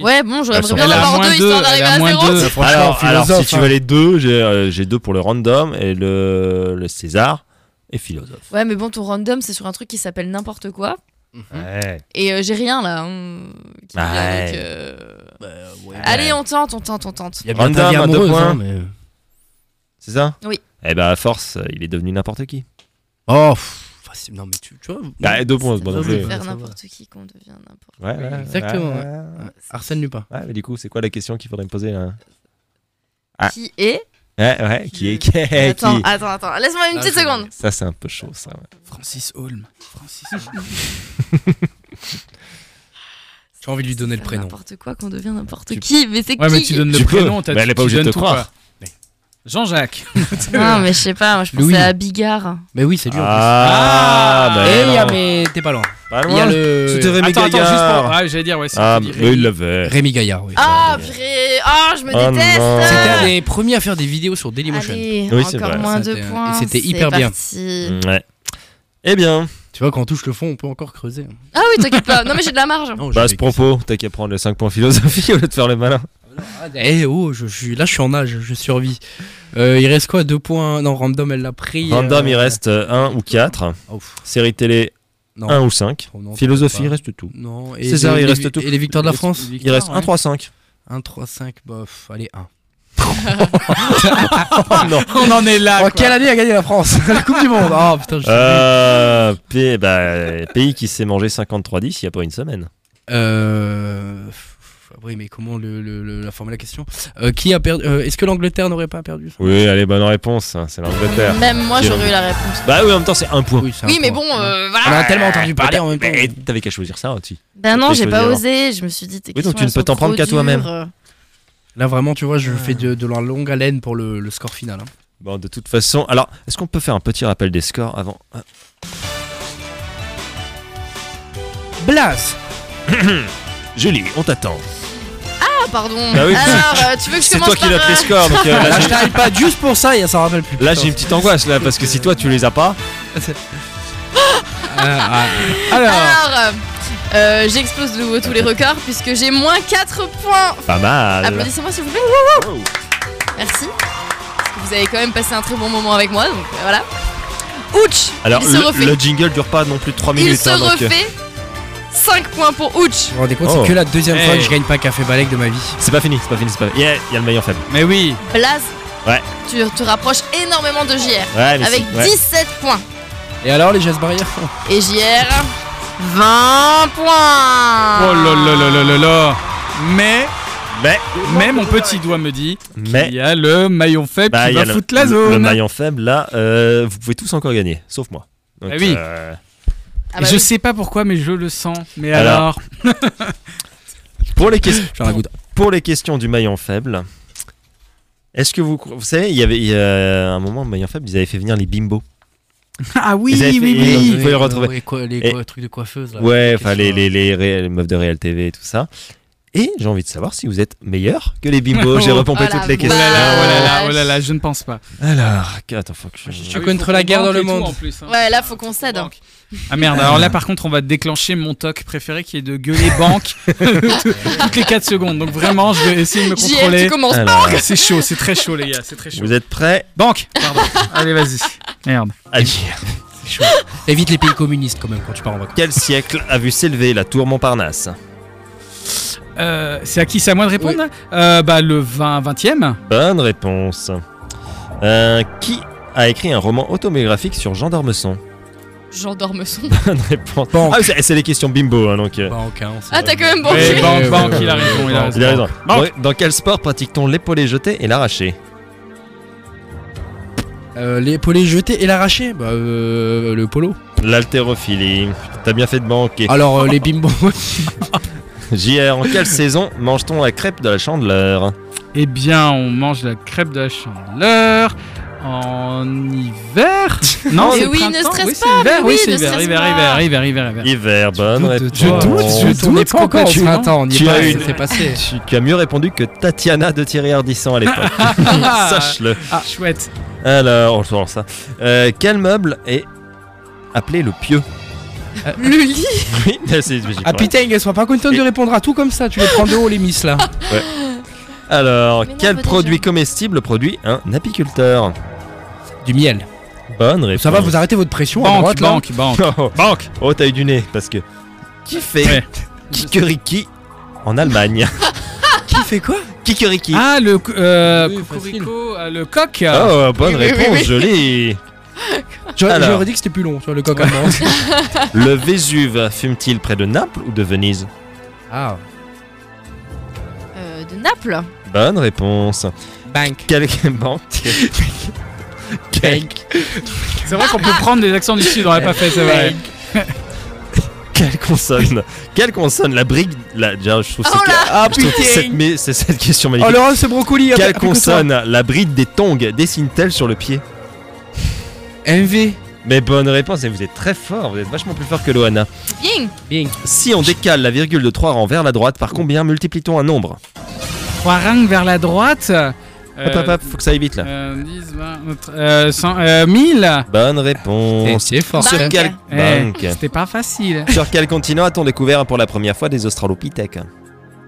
[SPEAKER 3] Ouais, bon, j'aurais
[SPEAKER 2] Elles sont-
[SPEAKER 3] bien en
[SPEAKER 2] Elle a
[SPEAKER 3] avoir
[SPEAKER 5] moins
[SPEAKER 3] deux
[SPEAKER 5] deux,
[SPEAKER 3] histoire
[SPEAKER 5] elle
[SPEAKER 3] d'arriver
[SPEAKER 5] a
[SPEAKER 3] à
[SPEAKER 5] moins
[SPEAKER 3] zéro.
[SPEAKER 5] deux.
[SPEAKER 4] Franchement,
[SPEAKER 2] Alors, alors, si
[SPEAKER 4] philosophe,
[SPEAKER 2] tu
[SPEAKER 4] hein.
[SPEAKER 2] veux les deux, j'ai euh, j'ai deux pour le random et le, le César et philosophe.
[SPEAKER 3] Ouais, mais bon, ton random, c'est sur un truc qui s'appelle n'importe quoi.
[SPEAKER 5] Mhm.
[SPEAKER 2] Ouais.
[SPEAKER 3] Et euh, j'ai rien là. hein, qui vient
[SPEAKER 2] Ouais.
[SPEAKER 3] avec, euh,
[SPEAKER 4] Bah, ouais.
[SPEAKER 3] Allez, on tente, on tente, on tente.
[SPEAKER 4] Il y a bien
[SPEAKER 2] Random,
[SPEAKER 4] ta vie
[SPEAKER 2] à deux
[SPEAKER 4] amoureuse,
[SPEAKER 2] points.
[SPEAKER 4] hein, mais...
[SPEAKER 2] C'est ça
[SPEAKER 3] Oui.
[SPEAKER 2] Eh ben, à force, euh, il est devenu n'importe qui.
[SPEAKER 4] Oh, pff, facile. Non, mais tu, tu vois.
[SPEAKER 2] Ah, deux points, c'est bon
[SPEAKER 3] Ça
[SPEAKER 2] non
[SPEAKER 3] veut
[SPEAKER 2] plus.
[SPEAKER 3] faire
[SPEAKER 4] Ouais,
[SPEAKER 3] n'importe qui qu'on devient n'importe
[SPEAKER 2] Ouais, ouais,
[SPEAKER 4] Exactement,
[SPEAKER 2] ouais,
[SPEAKER 4] ouais.
[SPEAKER 2] ouais.
[SPEAKER 4] Arsène Lupin.
[SPEAKER 2] Ouais, mais du coup, c'est quoi la question qu'il faudrait me poser là Ah.
[SPEAKER 3] qui. est
[SPEAKER 2] Ouais, ouais, qui est qui, est- qui
[SPEAKER 3] Attends, attends, attends. Laisse-moi une
[SPEAKER 4] Ah,
[SPEAKER 3] petite
[SPEAKER 4] je-
[SPEAKER 3] seconde.
[SPEAKER 2] Ça, c'est un peu chaud, ça. ouais.
[SPEAKER 5] Francis Holm.
[SPEAKER 4] Ah,
[SPEAKER 5] Francis Holm.
[SPEAKER 4] J'ai envie de lui donner le
[SPEAKER 3] Faire
[SPEAKER 4] prénom.
[SPEAKER 3] N'importe quoi qu'on devient n'importe
[SPEAKER 2] Tu-
[SPEAKER 3] qui. Mais c'est
[SPEAKER 5] Ouais, mais
[SPEAKER 3] qui
[SPEAKER 5] tu donnes le
[SPEAKER 2] Tu peux,
[SPEAKER 5] prénom. t'as-
[SPEAKER 2] mais elle est pas
[SPEAKER 5] tu
[SPEAKER 2] obligée de
[SPEAKER 5] donnes
[SPEAKER 2] te
[SPEAKER 5] tout,
[SPEAKER 2] croire.
[SPEAKER 5] quoi. Jean-Jacques.
[SPEAKER 3] Non, mais je sais pas. Moi, je pensais
[SPEAKER 4] Louis.
[SPEAKER 3] à Bigard.
[SPEAKER 4] Mais oui, c'est lui. en
[SPEAKER 2] Ah,
[SPEAKER 5] Ah,
[SPEAKER 4] plus.
[SPEAKER 2] bah,
[SPEAKER 4] Eh, il y a,
[SPEAKER 2] non.
[SPEAKER 4] mais t'es pas loin.
[SPEAKER 2] Pas
[SPEAKER 4] Il y
[SPEAKER 2] loin.
[SPEAKER 4] a le.
[SPEAKER 2] Tout est Rémi
[SPEAKER 5] Euh, attends, attends, juste
[SPEAKER 2] Gaillard.
[SPEAKER 5] pour. Ah, j'allais dire, ouais. c'est
[SPEAKER 2] Ah,
[SPEAKER 5] ce que dit
[SPEAKER 2] mais
[SPEAKER 5] Rémi.
[SPEAKER 2] il l'avait.
[SPEAKER 4] Rémi Gaillard, oui.
[SPEAKER 3] Ah, purée. Ah, je me
[SPEAKER 2] Oh,
[SPEAKER 3] déteste.
[SPEAKER 2] non.
[SPEAKER 4] C'était un des premiers à faire des vidéos sur Dailymotion.
[SPEAKER 3] Ah. Allez,
[SPEAKER 2] Oui, c'est
[SPEAKER 3] encore
[SPEAKER 2] vrai. Mm.
[SPEAKER 3] moins de
[SPEAKER 4] C'était-
[SPEAKER 3] points.
[SPEAKER 4] et c'était
[SPEAKER 3] c'est
[SPEAKER 4] hyper bien.
[SPEAKER 3] parti.
[SPEAKER 2] Ouais. Eh bien,
[SPEAKER 4] Tu vois, quand on touche le fond, on peut encore creuser.
[SPEAKER 3] Ah oui, t'inquiète pas. Non, mais j'ai de la marge.
[SPEAKER 2] bah,
[SPEAKER 4] Non,
[SPEAKER 2] à
[SPEAKER 4] j'avais
[SPEAKER 2] ce
[SPEAKER 4] que
[SPEAKER 2] propos, t'as qu'à prendre les 5 points philosophie au lieu de faire le malin.
[SPEAKER 4] ça. Eh oh, je, je suis là, je suis en âge, je survis. Euh, il reste quoi Deux points Non, Random, elle l'a pris.
[SPEAKER 2] Random,
[SPEAKER 4] euh,
[SPEAKER 2] il reste 1 ou 4.
[SPEAKER 4] oh, pff,
[SPEAKER 2] Série télé,
[SPEAKER 4] non.
[SPEAKER 2] 1 ou 5.
[SPEAKER 4] Oh, non,
[SPEAKER 2] Philosophie, il
[SPEAKER 4] pas.
[SPEAKER 2] reste tout.
[SPEAKER 4] Non.
[SPEAKER 2] César,
[SPEAKER 4] les-
[SPEAKER 2] il
[SPEAKER 4] les-
[SPEAKER 2] reste tout.
[SPEAKER 4] Et les victoires de la France
[SPEAKER 2] Il reste 1, 3, 5.
[SPEAKER 4] 1, 3, 5, bof, allez, 1. Ah.
[SPEAKER 5] On en est là.
[SPEAKER 4] En Oh, quelle année a gagné la France La Coupe du Monde Oh putain, je
[SPEAKER 2] Euh, pays, bah, pays qui s'est mangé 53-10 il y a pas une semaine.
[SPEAKER 4] Euh... pff, Oui, mais comment le, le- le- la former la question Euh, Qui a perdu euh, Est-ce que l'Angleterre n'aurait pas perdu ça
[SPEAKER 2] Oui, allez, bonne réponse, hein, c'est l'Angleterre.
[SPEAKER 3] Même moi,
[SPEAKER 2] Qui
[SPEAKER 3] j'aurais
[SPEAKER 2] est-
[SPEAKER 3] eu la réponse.
[SPEAKER 2] Bah oui, en même temps, c'est un point. Ah, bah,
[SPEAKER 4] Oui, c'est un
[SPEAKER 3] Oui, mais
[SPEAKER 4] point.
[SPEAKER 3] bon, euh,
[SPEAKER 4] On en
[SPEAKER 3] voilà.
[SPEAKER 4] a tellement entendu parler en même temps.
[SPEAKER 2] Mais t'avais qu'à choisir ça aussi.
[SPEAKER 3] Ben non,
[SPEAKER 2] T'es
[SPEAKER 3] j'ai pas
[SPEAKER 2] choisi, hein.
[SPEAKER 3] osé. Je me suis dit, tes
[SPEAKER 2] Oui, donc
[SPEAKER 3] questions,
[SPEAKER 2] tu ne
[SPEAKER 3] elles
[SPEAKER 2] peux
[SPEAKER 3] sont
[SPEAKER 2] t'en prendre
[SPEAKER 3] trop
[SPEAKER 2] qu'à toi-même.
[SPEAKER 3] dures.
[SPEAKER 4] Là, vraiment, tu vois, je fais de, de la longue haleine pour le, le score final. hein.
[SPEAKER 2] Bon, de toute façon, alors, est-ce qu'on peut faire un petit rappel des scores avant
[SPEAKER 4] Blas
[SPEAKER 2] Julie, on t'attend.
[SPEAKER 3] Ah, pardon.
[SPEAKER 2] Bah oui,
[SPEAKER 3] Alors, euh, tu veux que je
[SPEAKER 2] C'est toi
[SPEAKER 3] commence
[SPEAKER 2] qui
[SPEAKER 3] par,
[SPEAKER 2] notes les
[SPEAKER 3] euh,
[SPEAKER 2] scores, donc euh, là,
[SPEAKER 4] Là,
[SPEAKER 2] j'ai-
[SPEAKER 4] je t'arrive pas juste pour ça, et ça me rappelle plus.
[SPEAKER 2] là,
[SPEAKER 4] putain.
[SPEAKER 2] j'ai une petite angoisse là, parce que si toi tu les as pas,
[SPEAKER 4] Ah,
[SPEAKER 2] Ah.
[SPEAKER 4] Alors,
[SPEAKER 3] Alors, euh, euh, j'explose de nouveau tous les records puisque j'ai moins 4 points.
[SPEAKER 2] pas mal.
[SPEAKER 3] Applaudissez-moi s'il vous plaît.
[SPEAKER 2] Oh.
[SPEAKER 3] Merci. Parce que vous avez quand même passé un très bon moment avec moi, donc euh, voilà. Ouch
[SPEAKER 2] Alors,
[SPEAKER 3] Il se refait.
[SPEAKER 2] le, le jingle dure pas non plus de 3 minutes.
[SPEAKER 3] Il se
[SPEAKER 2] hein, donc, euh,
[SPEAKER 3] refait 5 points pour Ouch
[SPEAKER 4] vous vous rendez compte,
[SPEAKER 2] Oh.
[SPEAKER 4] c'est que la deuxième fois
[SPEAKER 2] Hey.
[SPEAKER 4] que je gagne pas Café Balek de ma vie.
[SPEAKER 2] C'est pas fini, c'est pas fini, c'est pas fini. Yeah, Il y a le meilleur faible.
[SPEAKER 5] Mais oui.
[SPEAKER 3] Blaze,
[SPEAKER 2] Ouais.
[SPEAKER 3] tu te rapproches énormément de JR
[SPEAKER 2] Ouais, mais
[SPEAKER 3] avec
[SPEAKER 2] c'est- ouais.
[SPEAKER 3] 17 points.
[SPEAKER 4] Et alors, les gestes barrières
[SPEAKER 3] Et JR, 20
[SPEAKER 5] Oh
[SPEAKER 3] points
[SPEAKER 5] là là là là là là. Mais,
[SPEAKER 2] Mais,
[SPEAKER 5] mais mon petit doigt me dit
[SPEAKER 2] mais.
[SPEAKER 5] il y a le maillon faible
[SPEAKER 2] Eh. Bah,
[SPEAKER 5] qui
[SPEAKER 2] il y
[SPEAKER 5] va
[SPEAKER 2] a le,
[SPEAKER 5] foutre la
[SPEAKER 2] le-
[SPEAKER 5] zone.
[SPEAKER 2] le maillon faible, là, euh, vous pouvez tous encore gagner, sauf moi.
[SPEAKER 3] Bah
[SPEAKER 2] Donc,
[SPEAKER 5] Ah oui.
[SPEAKER 2] euh,
[SPEAKER 3] Ah
[SPEAKER 5] Et
[SPEAKER 3] bah
[SPEAKER 5] je
[SPEAKER 3] oui.
[SPEAKER 5] sais pas pourquoi, mais je le sens. Mais alors,
[SPEAKER 2] Alors. pour, les ques-
[SPEAKER 4] J'en ragoute.
[SPEAKER 2] pour les questions du maillon faible, est-ce que vous. Vous savez, il y avait il y a un moment, au maillon faible, ils avaient fait venir les bimbos.
[SPEAKER 5] ah oui,
[SPEAKER 2] Ils avaient
[SPEAKER 5] oui,
[SPEAKER 2] fait-
[SPEAKER 5] oui. hein.
[SPEAKER 2] Vous pouvez le retrouver.
[SPEAKER 4] Euh, Les, quoi- les
[SPEAKER 2] Et-
[SPEAKER 4] quoi- trucs de coiffeuse là.
[SPEAKER 2] Ouais, enfin, les,
[SPEAKER 4] Qu'est-ce
[SPEAKER 2] les, les, ré- les meufs de Real TV et tout ça. Et j'ai envie de savoir si vous êtes meilleur que les bimbos. J'ai
[SPEAKER 5] Oh,
[SPEAKER 2] repompé
[SPEAKER 3] oh la
[SPEAKER 2] toutes les
[SPEAKER 5] Oh
[SPEAKER 2] questions.
[SPEAKER 5] là là, oh là là,
[SPEAKER 3] Vache.
[SPEAKER 5] oh là là, je ne pense pas.
[SPEAKER 2] Alors, attends, faut que je.
[SPEAKER 4] suis contre la guerre dans le monde.
[SPEAKER 5] hein.
[SPEAKER 3] Ouais, là, faut qu'on cède.
[SPEAKER 5] Ah merde, alors là par contre on va déclencher mon toc préféré qui est de gueuler banque toutes les 4 secondes. Donc vraiment je vais essayer de me
[SPEAKER 3] JR, tu
[SPEAKER 5] contrôler.
[SPEAKER 3] commences
[SPEAKER 2] Alors,
[SPEAKER 5] C'est chaud, c'est très chaud les gars, c'est très chaud.
[SPEAKER 2] vous êtes prêts
[SPEAKER 5] Banque Pardon. Allez vas-y. Merde.
[SPEAKER 2] Allez.
[SPEAKER 4] que- Évite les pays communistes quand même quand tu pars en vacances.
[SPEAKER 2] Quel siècle a vu s'élever la tour Montparnasse
[SPEAKER 5] Euh, c'est à qui C'est à moi de répondre là Euh, Bah le 20, 20ème
[SPEAKER 2] Bonne réponse. Euh, qui a écrit un roman autobiographique sur Jean d'Ormesson
[SPEAKER 3] J'endorme son.
[SPEAKER 2] Bonne réponse.
[SPEAKER 4] Banque.
[SPEAKER 2] Ah, c'est c'est les questions bimbo, hein, donc. euh,
[SPEAKER 4] Banque, hein, on sait
[SPEAKER 3] Ah,
[SPEAKER 4] pas.
[SPEAKER 3] t'as quand même
[SPEAKER 5] Oui,
[SPEAKER 3] banqué
[SPEAKER 5] Eh, banque,
[SPEAKER 4] Ouais,
[SPEAKER 5] banque,
[SPEAKER 4] ouais,
[SPEAKER 5] il a
[SPEAKER 4] ouais,
[SPEAKER 5] raison,
[SPEAKER 4] ouais,
[SPEAKER 5] il a
[SPEAKER 4] ouais.
[SPEAKER 5] raison.
[SPEAKER 2] il a raison.
[SPEAKER 5] Banque.
[SPEAKER 2] Dans dans quel sport pratique-t-on l'épaulé jeté et l'arraché
[SPEAKER 4] Euh, L'épaulé jeté et l'arraché Bah, euh, le polo.
[SPEAKER 2] L'haltérophilie. T'as bien fait de banquer.
[SPEAKER 4] Alors, euh, les bimbos.
[SPEAKER 2] JR, en quelle saison mange-t-on la crêpe de la chandeleur
[SPEAKER 5] Eh bien on mange la crêpe de la chandeleur en hiver Non,
[SPEAKER 3] Mais
[SPEAKER 5] c'est
[SPEAKER 3] oui,
[SPEAKER 5] printemps.
[SPEAKER 3] ne stresse
[SPEAKER 5] oui, c'est
[SPEAKER 3] pas,
[SPEAKER 5] hiver,
[SPEAKER 3] mais
[SPEAKER 5] oui,
[SPEAKER 3] oui,
[SPEAKER 5] c'est
[SPEAKER 3] ne
[SPEAKER 5] hiver,
[SPEAKER 3] stresse
[SPEAKER 5] hiver,
[SPEAKER 3] pas.
[SPEAKER 5] hiver, hiver, hiver, hiver.
[SPEAKER 2] Hiver, bonne réponse.
[SPEAKER 5] Je doute, je
[SPEAKER 4] On est
[SPEAKER 5] doute
[SPEAKER 4] pas encore
[SPEAKER 5] encore,
[SPEAKER 4] au
[SPEAKER 5] tu vois.
[SPEAKER 4] printemps, on y
[SPEAKER 2] Tu
[SPEAKER 4] est pas,
[SPEAKER 2] as
[SPEAKER 4] il
[SPEAKER 2] une-
[SPEAKER 4] s'est passé.
[SPEAKER 2] Tu, tu as mieux répondu que Tatiana de Thierry Ardisson à l'époque. Sache-le.
[SPEAKER 5] Ah chouette.
[SPEAKER 2] Alors, on sort ça. Euh, quel meuble est appelé le pieu
[SPEAKER 3] Le lit
[SPEAKER 2] Oui, c'est- c'est- j'y crois.
[SPEAKER 4] Ah putain, il soit pas content de répondre à tout comme ça. Tu les prends de haut les miss là.
[SPEAKER 2] Alors,
[SPEAKER 3] Mais non,
[SPEAKER 2] quel
[SPEAKER 3] pas
[SPEAKER 2] produit
[SPEAKER 3] déjà.
[SPEAKER 2] comestible produit un apiculteur
[SPEAKER 4] Du miel.
[SPEAKER 2] Bonne réponse.
[SPEAKER 4] Ça va, vous arrêtez votre pression à
[SPEAKER 5] Banque,
[SPEAKER 4] droite là.
[SPEAKER 5] banque, banque.
[SPEAKER 2] Oh,
[SPEAKER 5] Banque.
[SPEAKER 2] oh, t'as eu du nez, parce que. Qui fait
[SPEAKER 5] Ouais.
[SPEAKER 2] Kikuriki en Allemagne
[SPEAKER 4] Qui fait quoi
[SPEAKER 2] Kikuriki
[SPEAKER 5] Ah, le co- euh,
[SPEAKER 4] Oui,
[SPEAKER 5] cocorico, euh, le coq.
[SPEAKER 2] Oh, bonne
[SPEAKER 3] Ah. Oui, oui, oui,
[SPEAKER 2] réponse,
[SPEAKER 3] oui.
[SPEAKER 2] jolie
[SPEAKER 4] J'aurais
[SPEAKER 2] Alors.
[SPEAKER 4] j'aurais dit que c'était plus long, tu vois, le coq allemand.
[SPEAKER 2] Le Vésuve fume-t-il près de Naples ou de Venise
[SPEAKER 4] ah,
[SPEAKER 3] Euh, De Naples
[SPEAKER 2] Bonne réponse.
[SPEAKER 4] bank.
[SPEAKER 2] Quel banque Quel-
[SPEAKER 5] C'est vrai qu'on
[SPEAKER 4] Ah.
[SPEAKER 5] peut prendre des accents du sud, on l'a pas fait, c'est vrai.
[SPEAKER 2] Quelle consonne Quelle consonne La brique. La, déjà, je
[SPEAKER 3] Oh
[SPEAKER 2] trouve c'est que-
[SPEAKER 4] Ah
[SPEAKER 2] je trouve que cette,
[SPEAKER 4] putain
[SPEAKER 2] mais- c'est cette question
[SPEAKER 4] Oh
[SPEAKER 2] magnifique.
[SPEAKER 4] le rose, ce brocoli
[SPEAKER 2] Quelle
[SPEAKER 4] avec- avec le
[SPEAKER 2] consonne la bride des tongs dessine-t-elle sur le pied
[SPEAKER 4] toit. MV
[SPEAKER 2] Mais bonne réponse, et vous êtes très fort, vous êtes vachement plus fort que Loana.
[SPEAKER 3] Bien
[SPEAKER 2] Si on décale la virgule de 3 rangs vers la droite, par combien multiplie-t-on un nombre
[SPEAKER 5] Trois rangs vers la droite. Euh,
[SPEAKER 2] Hop hop hop, faut que ça aille vite là.
[SPEAKER 5] euh, 10, 20, autre- euh, 100, euh, 1000.
[SPEAKER 2] Bonne
[SPEAKER 4] Eh,
[SPEAKER 2] réponse.
[SPEAKER 4] C'est fort
[SPEAKER 3] Bank.
[SPEAKER 2] Sur quel...
[SPEAKER 5] Eh,
[SPEAKER 2] Bank.
[SPEAKER 5] C'était pas facile.
[SPEAKER 2] Sur quel continent a-t-on découvert pour la première fois des Australopithèques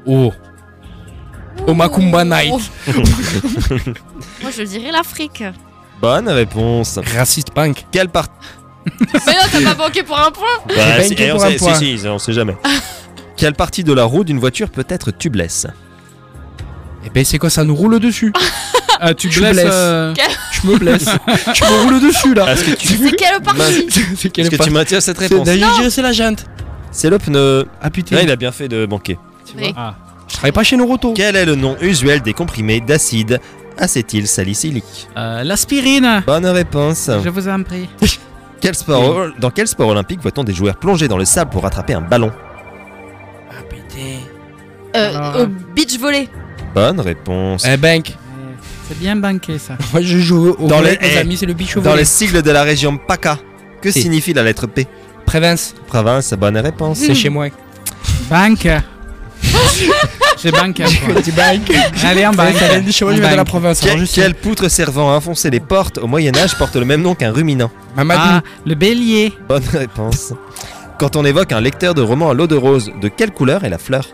[SPEAKER 4] Oh Oh Macumba Night
[SPEAKER 3] Oh. Moi, je dirais l'Afrique.
[SPEAKER 2] Bonne réponse.
[SPEAKER 4] Raciste punk
[SPEAKER 2] Quelle part
[SPEAKER 3] Mais non, t'as pas banqué pour un point
[SPEAKER 2] Bah,
[SPEAKER 4] banké
[SPEAKER 2] si- eh, on
[SPEAKER 4] pour un
[SPEAKER 2] sait-
[SPEAKER 4] point.
[SPEAKER 2] si, si, on sait jamais. Quelle partie de la roue d'une voiture peut être tubeless
[SPEAKER 4] Et ben c'est quoi ça nous roule dessus
[SPEAKER 5] Ah, tu
[SPEAKER 4] Je
[SPEAKER 5] blesses.
[SPEAKER 4] blesse.
[SPEAKER 5] euh,
[SPEAKER 4] Je me blesse. Je me roule dessus là.
[SPEAKER 2] Est-ce que tu,
[SPEAKER 3] C'est quelle partie
[SPEAKER 4] C'est
[SPEAKER 2] est-ce que tu maintiens cette réponse
[SPEAKER 4] D'ailleurs, c'est la jante.
[SPEAKER 2] C'est le pneu.
[SPEAKER 4] Ah
[SPEAKER 2] Là,
[SPEAKER 4] putain.
[SPEAKER 2] il a bien fait de manquer.
[SPEAKER 5] Ah.
[SPEAKER 4] Je travaille pas chez Noroto.
[SPEAKER 2] Quel est le nom usuel des comprimés d'acide acétyl salicylique
[SPEAKER 5] Euh,
[SPEAKER 4] Ah.
[SPEAKER 5] L'aspirine.
[SPEAKER 2] Bonne réponse.
[SPEAKER 5] Je vous en prie.
[SPEAKER 2] Quel sport, dans quel sport olympique voit-on des joueurs plonger dans le sable pour attraper un ballon
[SPEAKER 4] Ah putain.
[SPEAKER 5] Alors,
[SPEAKER 2] Ah.
[SPEAKER 3] Euh, Au beach volley.
[SPEAKER 2] Bonne réponse.
[SPEAKER 4] Eh bank.
[SPEAKER 5] C'est bien banqué ça.
[SPEAKER 4] Moi je joue au
[SPEAKER 2] Dans
[SPEAKER 4] dans
[SPEAKER 2] les- eh,
[SPEAKER 4] amis, c'est le bichot.
[SPEAKER 2] Dans les sigles de la région PACA, que
[SPEAKER 4] Si.
[SPEAKER 2] signifie la lettre P
[SPEAKER 4] Prévince,
[SPEAKER 2] Province, bonne réponse.
[SPEAKER 4] c'est chez moi.
[SPEAKER 5] Banque. C'est banque. quoi.
[SPEAKER 4] Tu bank.
[SPEAKER 5] Allez, en
[SPEAKER 4] Bah, Ça
[SPEAKER 5] banque.
[SPEAKER 4] vient de chez moi, je viens de la province.
[SPEAKER 2] Que-
[SPEAKER 4] alors je sais.
[SPEAKER 2] quelle poutre servant à enfoncer les portes au Moyen-Âge porte le même nom qu'un ruminant
[SPEAKER 4] Mamadou.
[SPEAKER 5] Ah, le bélier.
[SPEAKER 2] Bonne réponse. Quand on évoque un lecteur de roman à l'eau de rose, de quelle couleur est la fleur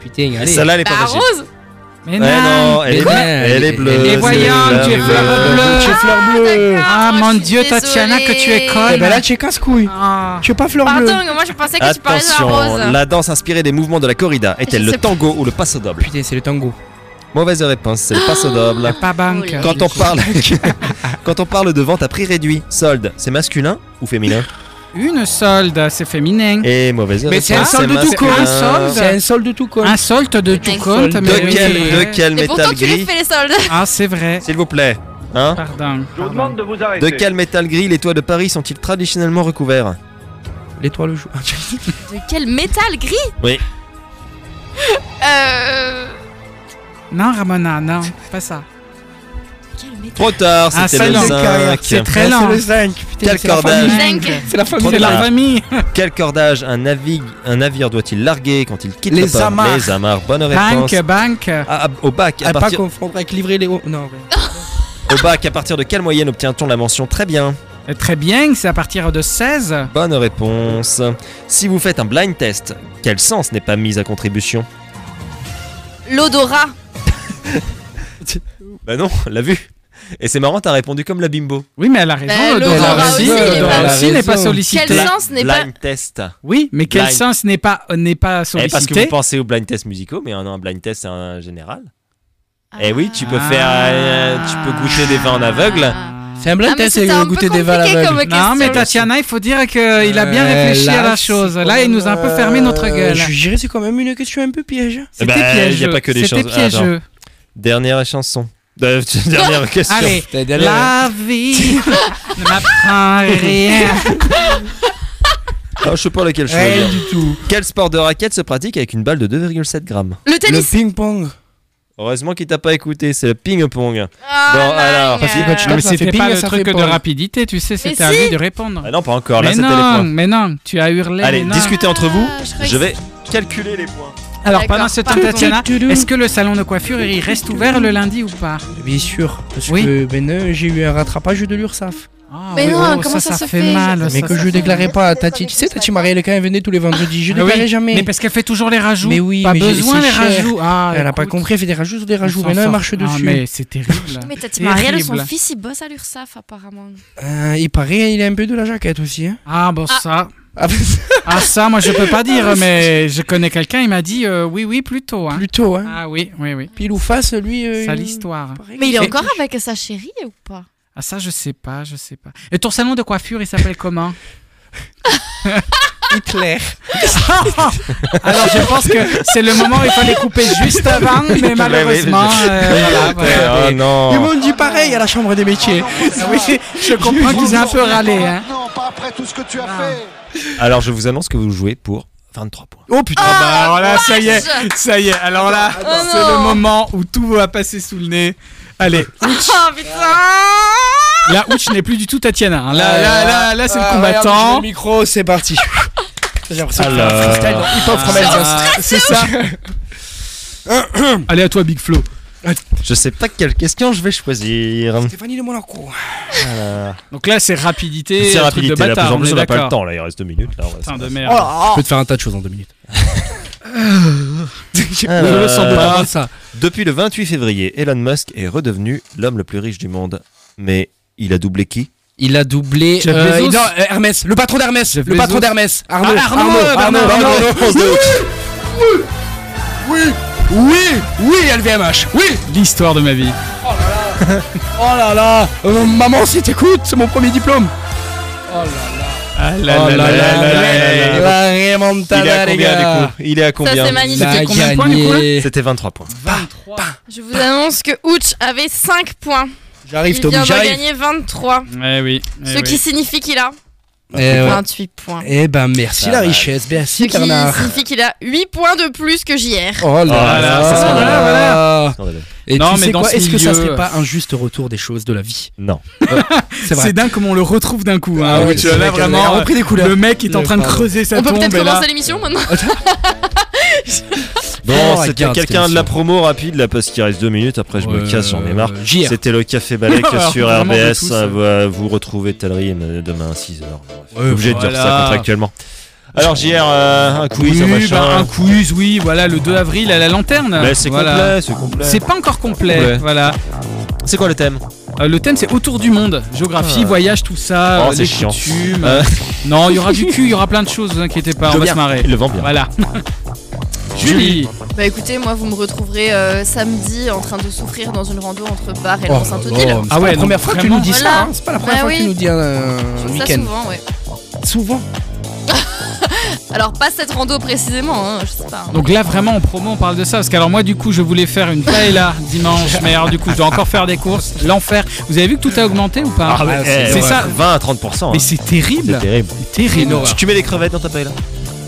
[SPEAKER 4] Putain, allez.
[SPEAKER 2] Celle-là, elle est
[SPEAKER 3] Bah,
[SPEAKER 2] pas facile.
[SPEAKER 3] rose
[SPEAKER 5] Mais
[SPEAKER 2] Ouais,
[SPEAKER 5] non.
[SPEAKER 2] non, elle, est,
[SPEAKER 4] Mais non,
[SPEAKER 2] elle est
[SPEAKER 4] mais-
[SPEAKER 2] bleue.
[SPEAKER 4] mais
[SPEAKER 2] Euh, c'est
[SPEAKER 5] voyons,
[SPEAKER 2] la Ah,
[SPEAKER 5] tu es
[SPEAKER 2] bleue.
[SPEAKER 5] fleur bleue.
[SPEAKER 4] Tu es fleur bleue.
[SPEAKER 5] Ah,
[SPEAKER 3] Ah,
[SPEAKER 5] mon
[SPEAKER 3] je suis
[SPEAKER 5] dieu, Tatiana, que
[SPEAKER 3] désolée.
[SPEAKER 5] tu es conne.
[SPEAKER 4] Eh ben là, tu es casse-couille.
[SPEAKER 5] Ah.
[SPEAKER 4] Tu es pas fleur bleue.
[SPEAKER 3] Pardon, mais moi je pensais que tu parlais de la
[SPEAKER 2] Attention,
[SPEAKER 3] rose.
[SPEAKER 2] la danse inspirée des mouvements de la corrida est-elle
[SPEAKER 3] Je
[SPEAKER 2] le
[SPEAKER 3] sais pas.
[SPEAKER 2] tango ou le passo doble
[SPEAKER 4] Putain, c'est le tango.
[SPEAKER 2] Mauvaise réponse, c'est le passo doble.
[SPEAKER 5] Pas banque.
[SPEAKER 3] Oh là.
[SPEAKER 2] Quand on parle Quand on parle de vente à prix réduit, solde, c'est masculin ou féminin
[SPEAKER 5] Une solde, c'est féminin.
[SPEAKER 2] Et mauvaise réponse.
[SPEAKER 5] c'est un solde de tout
[SPEAKER 2] masculin.
[SPEAKER 5] court, un solde.
[SPEAKER 4] C'est un sol de tout con.
[SPEAKER 5] Un solde de tout
[SPEAKER 3] Un
[SPEAKER 5] compte.
[SPEAKER 4] solde.
[SPEAKER 5] mais
[SPEAKER 2] De
[SPEAKER 5] oui.
[SPEAKER 2] quel, de quel
[SPEAKER 3] Et
[SPEAKER 2] métal
[SPEAKER 3] pourtant tu les
[SPEAKER 2] gris
[SPEAKER 3] fais les soldes.
[SPEAKER 5] Ah, c'est vrai.
[SPEAKER 2] S'il vous plaît. Hein
[SPEAKER 5] Pardon.
[SPEAKER 14] Je vous
[SPEAKER 5] pardon.
[SPEAKER 14] demande de vous
[SPEAKER 2] de
[SPEAKER 14] arrêter.
[SPEAKER 2] quel métal gris les toits de Paris sont-ils traditionnellement recouverts
[SPEAKER 4] L'étoile au jour.
[SPEAKER 3] De quel métal gris
[SPEAKER 2] Oui.
[SPEAKER 3] Euh.
[SPEAKER 5] Non, Ramona, non, pas ça.
[SPEAKER 3] Quel métal
[SPEAKER 2] Trop tard,
[SPEAKER 5] Ah,
[SPEAKER 2] c'était
[SPEAKER 5] ça,
[SPEAKER 2] le
[SPEAKER 5] non. C'est
[SPEAKER 2] 5.
[SPEAKER 5] très lent.
[SPEAKER 4] C'est le 5.
[SPEAKER 2] Quel cordage
[SPEAKER 3] Zinc.
[SPEAKER 4] C'est la
[SPEAKER 2] Trop
[SPEAKER 5] C'est la
[SPEAKER 2] tard.
[SPEAKER 5] famille.
[SPEAKER 2] Quel cordage un, navigue, un navire doit-il larguer quand il quitte
[SPEAKER 4] Les
[SPEAKER 2] le port
[SPEAKER 4] amarres.
[SPEAKER 2] Les amarres. Bonne réponse.
[SPEAKER 5] Banque, banque.
[SPEAKER 2] Ah, ah, au, bac, à
[SPEAKER 4] À pas
[SPEAKER 2] partir,
[SPEAKER 4] confondre avec livrer les hauts. Non,
[SPEAKER 3] Ah,
[SPEAKER 2] au bac, à partir de quelle moyenne obtient-on la mention très bien
[SPEAKER 5] Euh, Très bien, c'est à partir de 16.
[SPEAKER 2] Bonne réponse. Si vous faites un blind test, quel sens n'est pas mis à contribution
[SPEAKER 3] L'odorat.
[SPEAKER 2] Bah non, la vue. Et c'est marrant, t'as répondu comme la bimbo.
[SPEAKER 5] Oui, mais elle a raison.
[SPEAKER 3] Ben,
[SPEAKER 5] l'odorat
[SPEAKER 3] l'odorat
[SPEAKER 5] aussi,
[SPEAKER 3] aussi, il est
[SPEAKER 5] l'odorat
[SPEAKER 3] pas-
[SPEAKER 5] aussi n'est pas
[SPEAKER 4] Quel
[SPEAKER 5] sollicité.
[SPEAKER 3] Quel sens n'est pas.
[SPEAKER 2] Blind test.
[SPEAKER 5] Oui, mais quel
[SPEAKER 2] Blind.
[SPEAKER 5] sens n'est pas, n'est pas
[SPEAKER 2] Eh, parce que
[SPEAKER 5] sollicité
[SPEAKER 2] vous pensez aux blind tests musicaux, mais non, un blind test c'est un général.
[SPEAKER 3] Ah.
[SPEAKER 2] Eh oui, tu peux
[SPEAKER 5] Ah.
[SPEAKER 2] faire, euh, tu peux goûter des vins en aveugle.
[SPEAKER 3] Ah.
[SPEAKER 4] C'est un blind
[SPEAKER 3] Ah, mais
[SPEAKER 4] test,
[SPEAKER 3] c'était un
[SPEAKER 4] c'est
[SPEAKER 3] peu
[SPEAKER 4] goûter des vins à
[SPEAKER 3] compliqué
[SPEAKER 4] l'aveugle.
[SPEAKER 3] comme
[SPEAKER 5] Non,
[SPEAKER 3] question.
[SPEAKER 5] mais Tatiana, il faut dire qu'il a bien
[SPEAKER 4] Euh,
[SPEAKER 5] réfléchi
[SPEAKER 4] là,
[SPEAKER 5] à la
[SPEAKER 4] c'est
[SPEAKER 5] chose.
[SPEAKER 4] quand
[SPEAKER 5] Là, il
[SPEAKER 4] même,
[SPEAKER 5] nous a un peu fermé notre
[SPEAKER 4] euh,
[SPEAKER 5] gueule.
[SPEAKER 4] Je Bah, dirais c'est quand même une question un peu piège.
[SPEAKER 5] C'était
[SPEAKER 2] Eh ben,
[SPEAKER 5] piégeux.
[SPEAKER 2] y a pas que des
[SPEAKER 5] C'était
[SPEAKER 2] choses-
[SPEAKER 5] piégeux.
[SPEAKER 2] Dernière chanson. Euh, dernière question.
[SPEAKER 5] Allez, la vie ne m'apprend rien.
[SPEAKER 2] Ah, je sais pas laquelle
[SPEAKER 4] Rien
[SPEAKER 2] choisir.
[SPEAKER 4] du tout.
[SPEAKER 2] Quel sport de raquette se pratique avec une balle de 2,7 grammes
[SPEAKER 3] Le
[SPEAKER 4] Le
[SPEAKER 3] tennis.
[SPEAKER 4] ping-pong.
[SPEAKER 2] Heureusement qu'il t'a pas écouté, c'est le ping-pong.
[SPEAKER 3] Ah,
[SPEAKER 2] Bon, alors,
[SPEAKER 3] my
[SPEAKER 2] parce
[SPEAKER 3] God.
[SPEAKER 4] que quand tu tapes,
[SPEAKER 5] Non, mais
[SPEAKER 4] ça fait
[SPEAKER 5] c'était
[SPEAKER 4] ping
[SPEAKER 5] pas
[SPEAKER 4] et
[SPEAKER 5] le
[SPEAKER 4] ça
[SPEAKER 5] truc
[SPEAKER 4] fait
[SPEAKER 5] de
[SPEAKER 4] pong.
[SPEAKER 5] rapidité, tu sais, c'était à
[SPEAKER 3] si.
[SPEAKER 5] lui de répondre.
[SPEAKER 2] Ah non, pas encore, là
[SPEAKER 5] Mais
[SPEAKER 2] c'était les
[SPEAKER 5] non,
[SPEAKER 2] points.
[SPEAKER 5] mais non, tu as hurlé.
[SPEAKER 2] Allez,
[SPEAKER 5] mais non.
[SPEAKER 2] discutez entre vous,
[SPEAKER 3] Ah, je croyais
[SPEAKER 2] je
[SPEAKER 3] que
[SPEAKER 2] vais calculer les points.
[SPEAKER 5] Alors pendant ce
[SPEAKER 4] Ah,
[SPEAKER 5] temps,
[SPEAKER 3] D'accord, pardon.
[SPEAKER 5] Tatiana, est-ce que le salon de coiffure il reste ouvert le lundi ou pas
[SPEAKER 4] Bien sûr. Parce
[SPEAKER 5] Oui.
[SPEAKER 4] que ben, euh, j'ai eu un rattrapage de l'URSSAF.
[SPEAKER 5] Ah,
[SPEAKER 3] Mais
[SPEAKER 5] oui,
[SPEAKER 3] non,
[SPEAKER 5] oh,
[SPEAKER 3] comment
[SPEAKER 5] ça,
[SPEAKER 3] ça se
[SPEAKER 5] fait,
[SPEAKER 3] fait
[SPEAKER 5] mal.
[SPEAKER 4] Mais
[SPEAKER 5] Ah, ça,
[SPEAKER 4] que
[SPEAKER 5] ça
[SPEAKER 4] je
[SPEAKER 5] fait-
[SPEAKER 4] déclarais pas à Tati. Tu sais, Tati Marielle, quand elle venait tous les vendredis, je
[SPEAKER 5] Ah oui,
[SPEAKER 4] déclarais jamais.
[SPEAKER 5] Mais parce qu'elle fait toujours les rajouts.
[SPEAKER 4] Mais oui,
[SPEAKER 5] pas
[SPEAKER 4] mais j'ai-
[SPEAKER 5] besoin
[SPEAKER 4] c'est
[SPEAKER 5] les
[SPEAKER 4] cher.
[SPEAKER 5] rajouts. Ah,
[SPEAKER 4] Elle a pas
[SPEAKER 5] écoute,
[SPEAKER 4] compris, elle fait des rajouts sur des
[SPEAKER 5] on
[SPEAKER 4] rajouts.
[SPEAKER 5] s'en
[SPEAKER 4] Mais non, elle
[SPEAKER 5] sort.
[SPEAKER 4] marche
[SPEAKER 5] Ah,
[SPEAKER 4] dessus.
[SPEAKER 5] mais c'est terrible.
[SPEAKER 3] Mais Tatiana Marielle, son
[SPEAKER 5] Terrible.
[SPEAKER 3] fils, il bosse à l'URSAF apparemment.
[SPEAKER 4] Euh, il paraît, il est un peu de la jaquette aussi. hein.
[SPEAKER 5] Ah bon ça.
[SPEAKER 4] Ah,
[SPEAKER 5] Ah ça, moi je peux pas dire, mais je connais quelqu'un, il m'a dit euh, oui, oui, plutôt. hein.
[SPEAKER 4] Plutôt, hein.
[SPEAKER 5] Ah oui, oui, oui.
[SPEAKER 4] Pile ou face, lui. euh,
[SPEAKER 5] Ça
[SPEAKER 4] il-
[SPEAKER 5] l'histoire.
[SPEAKER 4] pareil.
[SPEAKER 3] Mais il est
[SPEAKER 4] Et-
[SPEAKER 3] encore avec sa chérie ou pas
[SPEAKER 5] Ah ça, je sais pas, je sais pas. Et ton salon de coiffure, il s'appelle comment
[SPEAKER 4] Hitler.
[SPEAKER 5] Alors je pense que c'est le moment où il fallait couper juste avant, mais malheureusement, euh, voilà, voilà.
[SPEAKER 2] oh
[SPEAKER 4] Ils
[SPEAKER 2] non
[SPEAKER 4] m'ont dit pareil à la chambre des métiers.
[SPEAKER 5] Ah oui, je comprends qu'ils aient un peu râlé. Hein.
[SPEAKER 1] Non, pas après tout ce que tu as
[SPEAKER 5] Ah.
[SPEAKER 1] fait.
[SPEAKER 2] Alors je vous annonce que vous jouez pour 23 points.
[SPEAKER 4] Oh putain.
[SPEAKER 5] Ah bah alors là, ça y est, ça y est. Alors là,
[SPEAKER 3] Attends.
[SPEAKER 5] c'est
[SPEAKER 3] Oh
[SPEAKER 5] le
[SPEAKER 3] non.
[SPEAKER 5] moment où tout va passer sous le nez. Allez,
[SPEAKER 3] Oh putain
[SPEAKER 5] là, Ouch n'est plus du tout Tatiana. hein. Là, là, là, là, c'est le combattant.
[SPEAKER 4] Le micro, c'est parti. J'ai l'impression de faire un
[SPEAKER 2] Alors.
[SPEAKER 4] freestyle dans Hip Hop from Alsace.
[SPEAKER 5] Ah, C'est ça. Allez, à toi, Big Flo.
[SPEAKER 2] Je sais pas quelle question je vais choisir.
[SPEAKER 4] Stéphanie de Monaco.
[SPEAKER 5] Donc là, c'est rapidité.
[SPEAKER 2] C'est
[SPEAKER 5] truc
[SPEAKER 2] rapidité
[SPEAKER 5] de bâtard,
[SPEAKER 2] là, en
[SPEAKER 5] on
[SPEAKER 2] plus
[SPEAKER 5] est
[SPEAKER 2] on n'a pas le
[SPEAKER 5] d'accord.
[SPEAKER 2] temps là, il reste deux minutes là. on va
[SPEAKER 5] Putain
[SPEAKER 2] se-
[SPEAKER 5] de merde.
[SPEAKER 4] Je peux te faire un tas de choses en deux minutes.
[SPEAKER 2] Je le sens pas.
[SPEAKER 4] Avant ça.
[SPEAKER 2] Depuis le 28 février, Elon Musk est redevenu l'homme le plus riche du monde. Mais il a doublé qui
[SPEAKER 4] Il a doublé.
[SPEAKER 5] Jeff
[SPEAKER 4] euh,
[SPEAKER 5] Bezos.
[SPEAKER 4] il- non, euh, Hermès, le patron d'Hermès, le
[SPEAKER 5] Bezos.
[SPEAKER 4] patron d'Hermès. Arnaud,
[SPEAKER 5] Ah, Arnaud,
[SPEAKER 4] Arnaud,
[SPEAKER 5] Arnaud,
[SPEAKER 4] Arnaud,
[SPEAKER 5] Arnaud.
[SPEAKER 4] Arnaud.
[SPEAKER 2] Oui, oui,
[SPEAKER 4] Oui, oui, il y a le VMH, oui
[SPEAKER 5] L'histoire de ma vie.
[SPEAKER 4] Oh là là Euh, Maman, si t'écoutes, c'est mon premier diplôme
[SPEAKER 2] Ah
[SPEAKER 4] Oh là là
[SPEAKER 2] là là là.
[SPEAKER 4] La remontada,
[SPEAKER 2] Il est à
[SPEAKER 4] les
[SPEAKER 2] combien
[SPEAKER 4] gars.
[SPEAKER 2] du coup Il est à combien
[SPEAKER 3] c'est magnifique.
[SPEAKER 4] La
[SPEAKER 5] C'était combien de points, du coup,
[SPEAKER 4] gagnée.
[SPEAKER 2] C'était 23 points.
[SPEAKER 3] Je vous annonce que Ouch avait 5 points.
[SPEAKER 4] J'arrive,
[SPEAKER 3] il
[SPEAKER 4] Tommy,
[SPEAKER 3] vient de
[SPEAKER 4] j'arrive.
[SPEAKER 3] gagner 23.
[SPEAKER 5] Eh oui. eh
[SPEAKER 3] Ce
[SPEAKER 5] oui.
[SPEAKER 3] qui signifie qu'il a
[SPEAKER 4] Eh ouais.
[SPEAKER 3] 28 points.
[SPEAKER 4] Eh ben, merci
[SPEAKER 2] Ça
[SPEAKER 4] la
[SPEAKER 2] va.
[SPEAKER 4] richesse,
[SPEAKER 3] Ce
[SPEAKER 4] merci
[SPEAKER 3] Ah. qui
[SPEAKER 4] Bernard.
[SPEAKER 3] signifie qu'il a 8 points de plus que JR.
[SPEAKER 4] Oh là
[SPEAKER 2] là,
[SPEAKER 4] là,
[SPEAKER 2] c'est ça,
[SPEAKER 5] voilà,
[SPEAKER 4] là. Et
[SPEAKER 5] Non,
[SPEAKER 4] tu
[SPEAKER 5] mais
[SPEAKER 4] sais
[SPEAKER 5] dans
[SPEAKER 4] quoi
[SPEAKER 5] ce
[SPEAKER 4] Est-ce que ça
[SPEAKER 5] milieu-
[SPEAKER 4] serait pas un juste retour des choses de la vie
[SPEAKER 2] Non.
[SPEAKER 5] Oh,
[SPEAKER 4] C'est vrai.
[SPEAKER 5] C'est dingue comme on le retrouve d'un coup. hein.
[SPEAKER 4] Ah ouais,
[SPEAKER 5] Ouch,
[SPEAKER 4] c'est
[SPEAKER 5] là,
[SPEAKER 4] vrai qu'elle
[SPEAKER 5] vraiment, euh,
[SPEAKER 4] a repris des couleurs.
[SPEAKER 5] Le mec est en
[SPEAKER 4] Le
[SPEAKER 5] train de
[SPEAKER 4] pardon.
[SPEAKER 5] creuser sa
[SPEAKER 3] On peut
[SPEAKER 5] tombe.
[SPEAKER 3] peut-être
[SPEAKER 5] et là-
[SPEAKER 3] commencer l'émission maintenant
[SPEAKER 2] Bon,
[SPEAKER 4] Oh,
[SPEAKER 2] c'était
[SPEAKER 4] regarde,
[SPEAKER 2] quelqu'un
[SPEAKER 4] cette
[SPEAKER 2] de la promo rapide là parce qu'il reste deux minutes. Après, je me
[SPEAKER 4] Euh,
[SPEAKER 2] casse, j'en ai marre.
[SPEAKER 4] JR.
[SPEAKER 2] C'était le Café Balek
[SPEAKER 5] Alors,
[SPEAKER 2] sur
[SPEAKER 5] vraiment de
[SPEAKER 2] RBS.
[SPEAKER 5] tous, hein.
[SPEAKER 2] Euh, Vous retrouvez Talry euh, demain à 6h.
[SPEAKER 5] Ouais,
[SPEAKER 2] Obligé de dire
[SPEAKER 5] voilà.
[SPEAKER 2] ça contractuellement. Alors, JR, euh, un quiz, un
[SPEAKER 5] Oui,
[SPEAKER 2] machin.
[SPEAKER 5] bah, un quiz, oui, voilà, le 2 avril à la lanterne.
[SPEAKER 2] Mais Bah, c'est
[SPEAKER 5] Voilà.
[SPEAKER 2] complet, c'est complet.
[SPEAKER 5] C'est pas encore complet,
[SPEAKER 2] Ouais.
[SPEAKER 5] voilà.
[SPEAKER 2] C'est quoi le thème
[SPEAKER 5] Euh, le thème c'est autour du monde, géographie,
[SPEAKER 2] Ah.
[SPEAKER 5] voyage, tout ça,
[SPEAKER 2] Oh,
[SPEAKER 5] euh,
[SPEAKER 2] c'est
[SPEAKER 5] les
[SPEAKER 2] chiant.
[SPEAKER 5] coutumes.
[SPEAKER 2] Euh,
[SPEAKER 5] Non, il y aura du cul, il y aura plein de choses, vous inquiétez pas,
[SPEAKER 2] Je
[SPEAKER 5] on va
[SPEAKER 2] viens.
[SPEAKER 5] se marrer.
[SPEAKER 2] Il le vend bien.
[SPEAKER 5] Voilà. Julie,
[SPEAKER 3] Bah écoutez, moi vous me retrouverez euh, samedi en train de souffrir dans une rando entre Bar et
[SPEAKER 4] Oh,
[SPEAKER 3] Saint-Odile.
[SPEAKER 4] c'est
[SPEAKER 5] Ah
[SPEAKER 4] pas
[SPEAKER 5] ouais,
[SPEAKER 4] la
[SPEAKER 5] non,
[SPEAKER 4] première fois que tu
[SPEAKER 5] vraiment. Ah
[SPEAKER 4] nous dis
[SPEAKER 3] Voilà.
[SPEAKER 4] ça. hein. C'est pas la première
[SPEAKER 3] Bah
[SPEAKER 4] fois que tu
[SPEAKER 3] oui.
[SPEAKER 4] nous dis un euh,
[SPEAKER 3] Je trouve ça
[SPEAKER 4] week-end.
[SPEAKER 3] souvent, ouais.
[SPEAKER 4] Souvent.
[SPEAKER 3] Alors pas cette rando précisément, hein, je sais pas.
[SPEAKER 5] donc là vraiment en promo on parle de ça parce qu'alors moi du coup je voulais faire une paella dimanche mais alors du coup je dois encore faire des courses, l'enfer. Vous avez vu que tout a augmenté ou pas
[SPEAKER 2] Ah ouais,
[SPEAKER 4] Ah,
[SPEAKER 2] eh, ouais,
[SPEAKER 5] c'est ça.
[SPEAKER 2] 20 à 30%. hein.
[SPEAKER 5] Mais c'est terrible,
[SPEAKER 2] C'est terrible.
[SPEAKER 5] c'est terrible.
[SPEAKER 2] Tu, tu mets les crevettes dans ta hein. paille là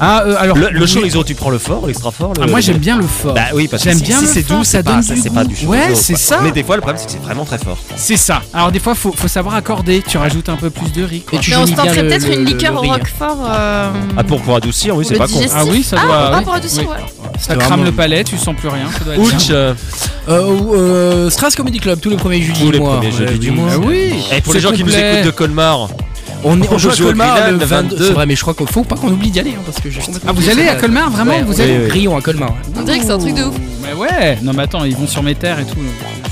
[SPEAKER 5] Ah euh, alors
[SPEAKER 2] Le, le chaud,
[SPEAKER 5] oui.
[SPEAKER 2] les autres, tu prends le fort, l'extra fort le-
[SPEAKER 5] Ah, moi j'aime bien le fort.
[SPEAKER 2] Bah oui, parce que
[SPEAKER 5] J'aime
[SPEAKER 2] si,
[SPEAKER 5] bien
[SPEAKER 2] si
[SPEAKER 5] le
[SPEAKER 2] c'est
[SPEAKER 5] fort,
[SPEAKER 2] doux,
[SPEAKER 5] ça
[SPEAKER 2] c'est
[SPEAKER 5] donne
[SPEAKER 2] pas, ça,
[SPEAKER 5] du
[SPEAKER 2] c'est
[SPEAKER 5] goût.
[SPEAKER 2] pas du chaud.
[SPEAKER 5] Ouais,
[SPEAKER 2] d'eau,
[SPEAKER 5] c'est
[SPEAKER 2] quoi.
[SPEAKER 5] ça.
[SPEAKER 2] Mais des fois, le problème, c'est que c'est vraiment très fort.
[SPEAKER 5] C'est ça. Alors des fois faut, faut savoir accorder, tu rajoutes un peu plus de riz. quoi.
[SPEAKER 4] Et tu
[SPEAKER 3] Mais on
[SPEAKER 4] jaunis
[SPEAKER 3] se
[SPEAKER 4] bien
[SPEAKER 3] tenterait
[SPEAKER 4] le-
[SPEAKER 3] peut-être
[SPEAKER 4] le-
[SPEAKER 3] une
[SPEAKER 4] le
[SPEAKER 3] liqueur au
[SPEAKER 4] riz.
[SPEAKER 3] Roquefort. euh,
[SPEAKER 2] Ah, pour, pour adoucir, oui,
[SPEAKER 3] Pour
[SPEAKER 2] c'est
[SPEAKER 3] le
[SPEAKER 2] pas con.
[SPEAKER 3] digestif.
[SPEAKER 5] Ah oui, ça
[SPEAKER 3] Ah,
[SPEAKER 5] doit.
[SPEAKER 3] ah,
[SPEAKER 5] oui,
[SPEAKER 3] pour adoucir,
[SPEAKER 5] oui.
[SPEAKER 3] ouais.
[SPEAKER 5] Ça
[SPEAKER 4] C'est
[SPEAKER 5] crame
[SPEAKER 4] vraiment-
[SPEAKER 5] le palais, tu sens plus rien. Ça doit être bien.
[SPEAKER 2] Ouch, euh,
[SPEAKER 4] Euh, euh, Strass Comedy Club tous les premiers jeudis
[SPEAKER 2] Tous
[SPEAKER 4] du
[SPEAKER 2] les
[SPEAKER 4] mois.
[SPEAKER 2] premiers jeudis du
[SPEAKER 4] oui.
[SPEAKER 2] mois.
[SPEAKER 4] Ah oui.
[SPEAKER 2] Et pour les
[SPEAKER 5] C'est
[SPEAKER 2] gens qui nous
[SPEAKER 5] complet.
[SPEAKER 2] écoutent de Colmar,
[SPEAKER 4] On, est, on joue à
[SPEAKER 2] joue au
[SPEAKER 4] Colmar
[SPEAKER 2] Gridan,
[SPEAKER 4] le 22.
[SPEAKER 2] 22.
[SPEAKER 4] C'est vrai, mais je crois qu'il faut pas qu'on oublie d'y aller hein, parce que j'ai complètement
[SPEAKER 5] Ah, vous
[SPEAKER 4] oublié
[SPEAKER 5] allez
[SPEAKER 4] cette
[SPEAKER 5] à Colmar
[SPEAKER 4] date.
[SPEAKER 5] vraiment
[SPEAKER 4] Ouais,
[SPEAKER 5] Vous
[SPEAKER 4] on
[SPEAKER 5] allez
[SPEAKER 4] est Rion à Colmar. ouais.
[SPEAKER 5] hein.
[SPEAKER 3] On dirait que c'est un truc de ouf.
[SPEAKER 5] Mais ouais. Non mais attends, ils vont sur mes terres et tout.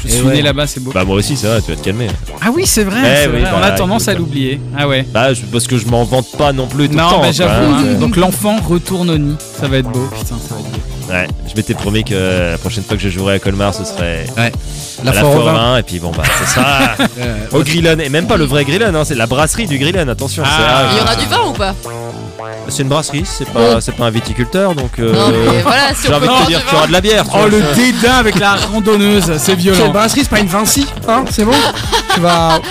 [SPEAKER 5] Je suis
[SPEAKER 4] Et ouais.
[SPEAKER 5] né là-bas, c'est beau.
[SPEAKER 2] bah moi aussi ça va, tu vas te calmer.
[SPEAKER 5] Eh Ah oui, c'est vrai.
[SPEAKER 2] Eh
[SPEAKER 5] c'est
[SPEAKER 2] oui,
[SPEAKER 5] vrai. On
[SPEAKER 2] bah,
[SPEAKER 5] a tendance à
[SPEAKER 2] écoute.
[SPEAKER 5] l'oublier. Ah ouais.
[SPEAKER 2] Bah je- parce que je m'en vante pas non plus tout le
[SPEAKER 5] Non,
[SPEAKER 2] temps.
[SPEAKER 5] mais
[SPEAKER 2] quoi,
[SPEAKER 5] j'avoue.
[SPEAKER 2] hein.
[SPEAKER 5] hein. Donc l'enfant retourne au nid. Ça va être beau. Putain, ça va être beau.
[SPEAKER 2] Ouais, je m'étais promis que euh, la prochaine fois que je jouerais à Colmar, ce serait
[SPEAKER 4] La
[SPEAKER 2] à la
[SPEAKER 4] foire au
[SPEAKER 2] Foire
[SPEAKER 4] vin.
[SPEAKER 2] 1 et puis bon bah ce sera
[SPEAKER 4] Euh,
[SPEAKER 2] au Grillon et même pas le vrai Grillon, hein, c'est la brasserie du Grillon. Attention,
[SPEAKER 5] Ah.
[SPEAKER 3] Il y
[SPEAKER 2] c'est-
[SPEAKER 3] aura du vin ou pas
[SPEAKER 2] c'est une brasserie, c'est pas c'est pas un viticulteur donc. euh,
[SPEAKER 3] Non mais voilà, si
[SPEAKER 2] J'ai
[SPEAKER 3] on
[SPEAKER 2] envie de
[SPEAKER 3] peut
[SPEAKER 2] te
[SPEAKER 3] boire
[SPEAKER 2] dire
[SPEAKER 3] du
[SPEAKER 2] qu'il y aura
[SPEAKER 3] vin.
[SPEAKER 2] de la bière. tu
[SPEAKER 5] Oh
[SPEAKER 2] vois.
[SPEAKER 5] le dédain avec la randonneuse, c'est
[SPEAKER 4] Quelle
[SPEAKER 5] violent.
[SPEAKER 4] brasserie, c'est pas une Vinci, hein C'est bon Tu vas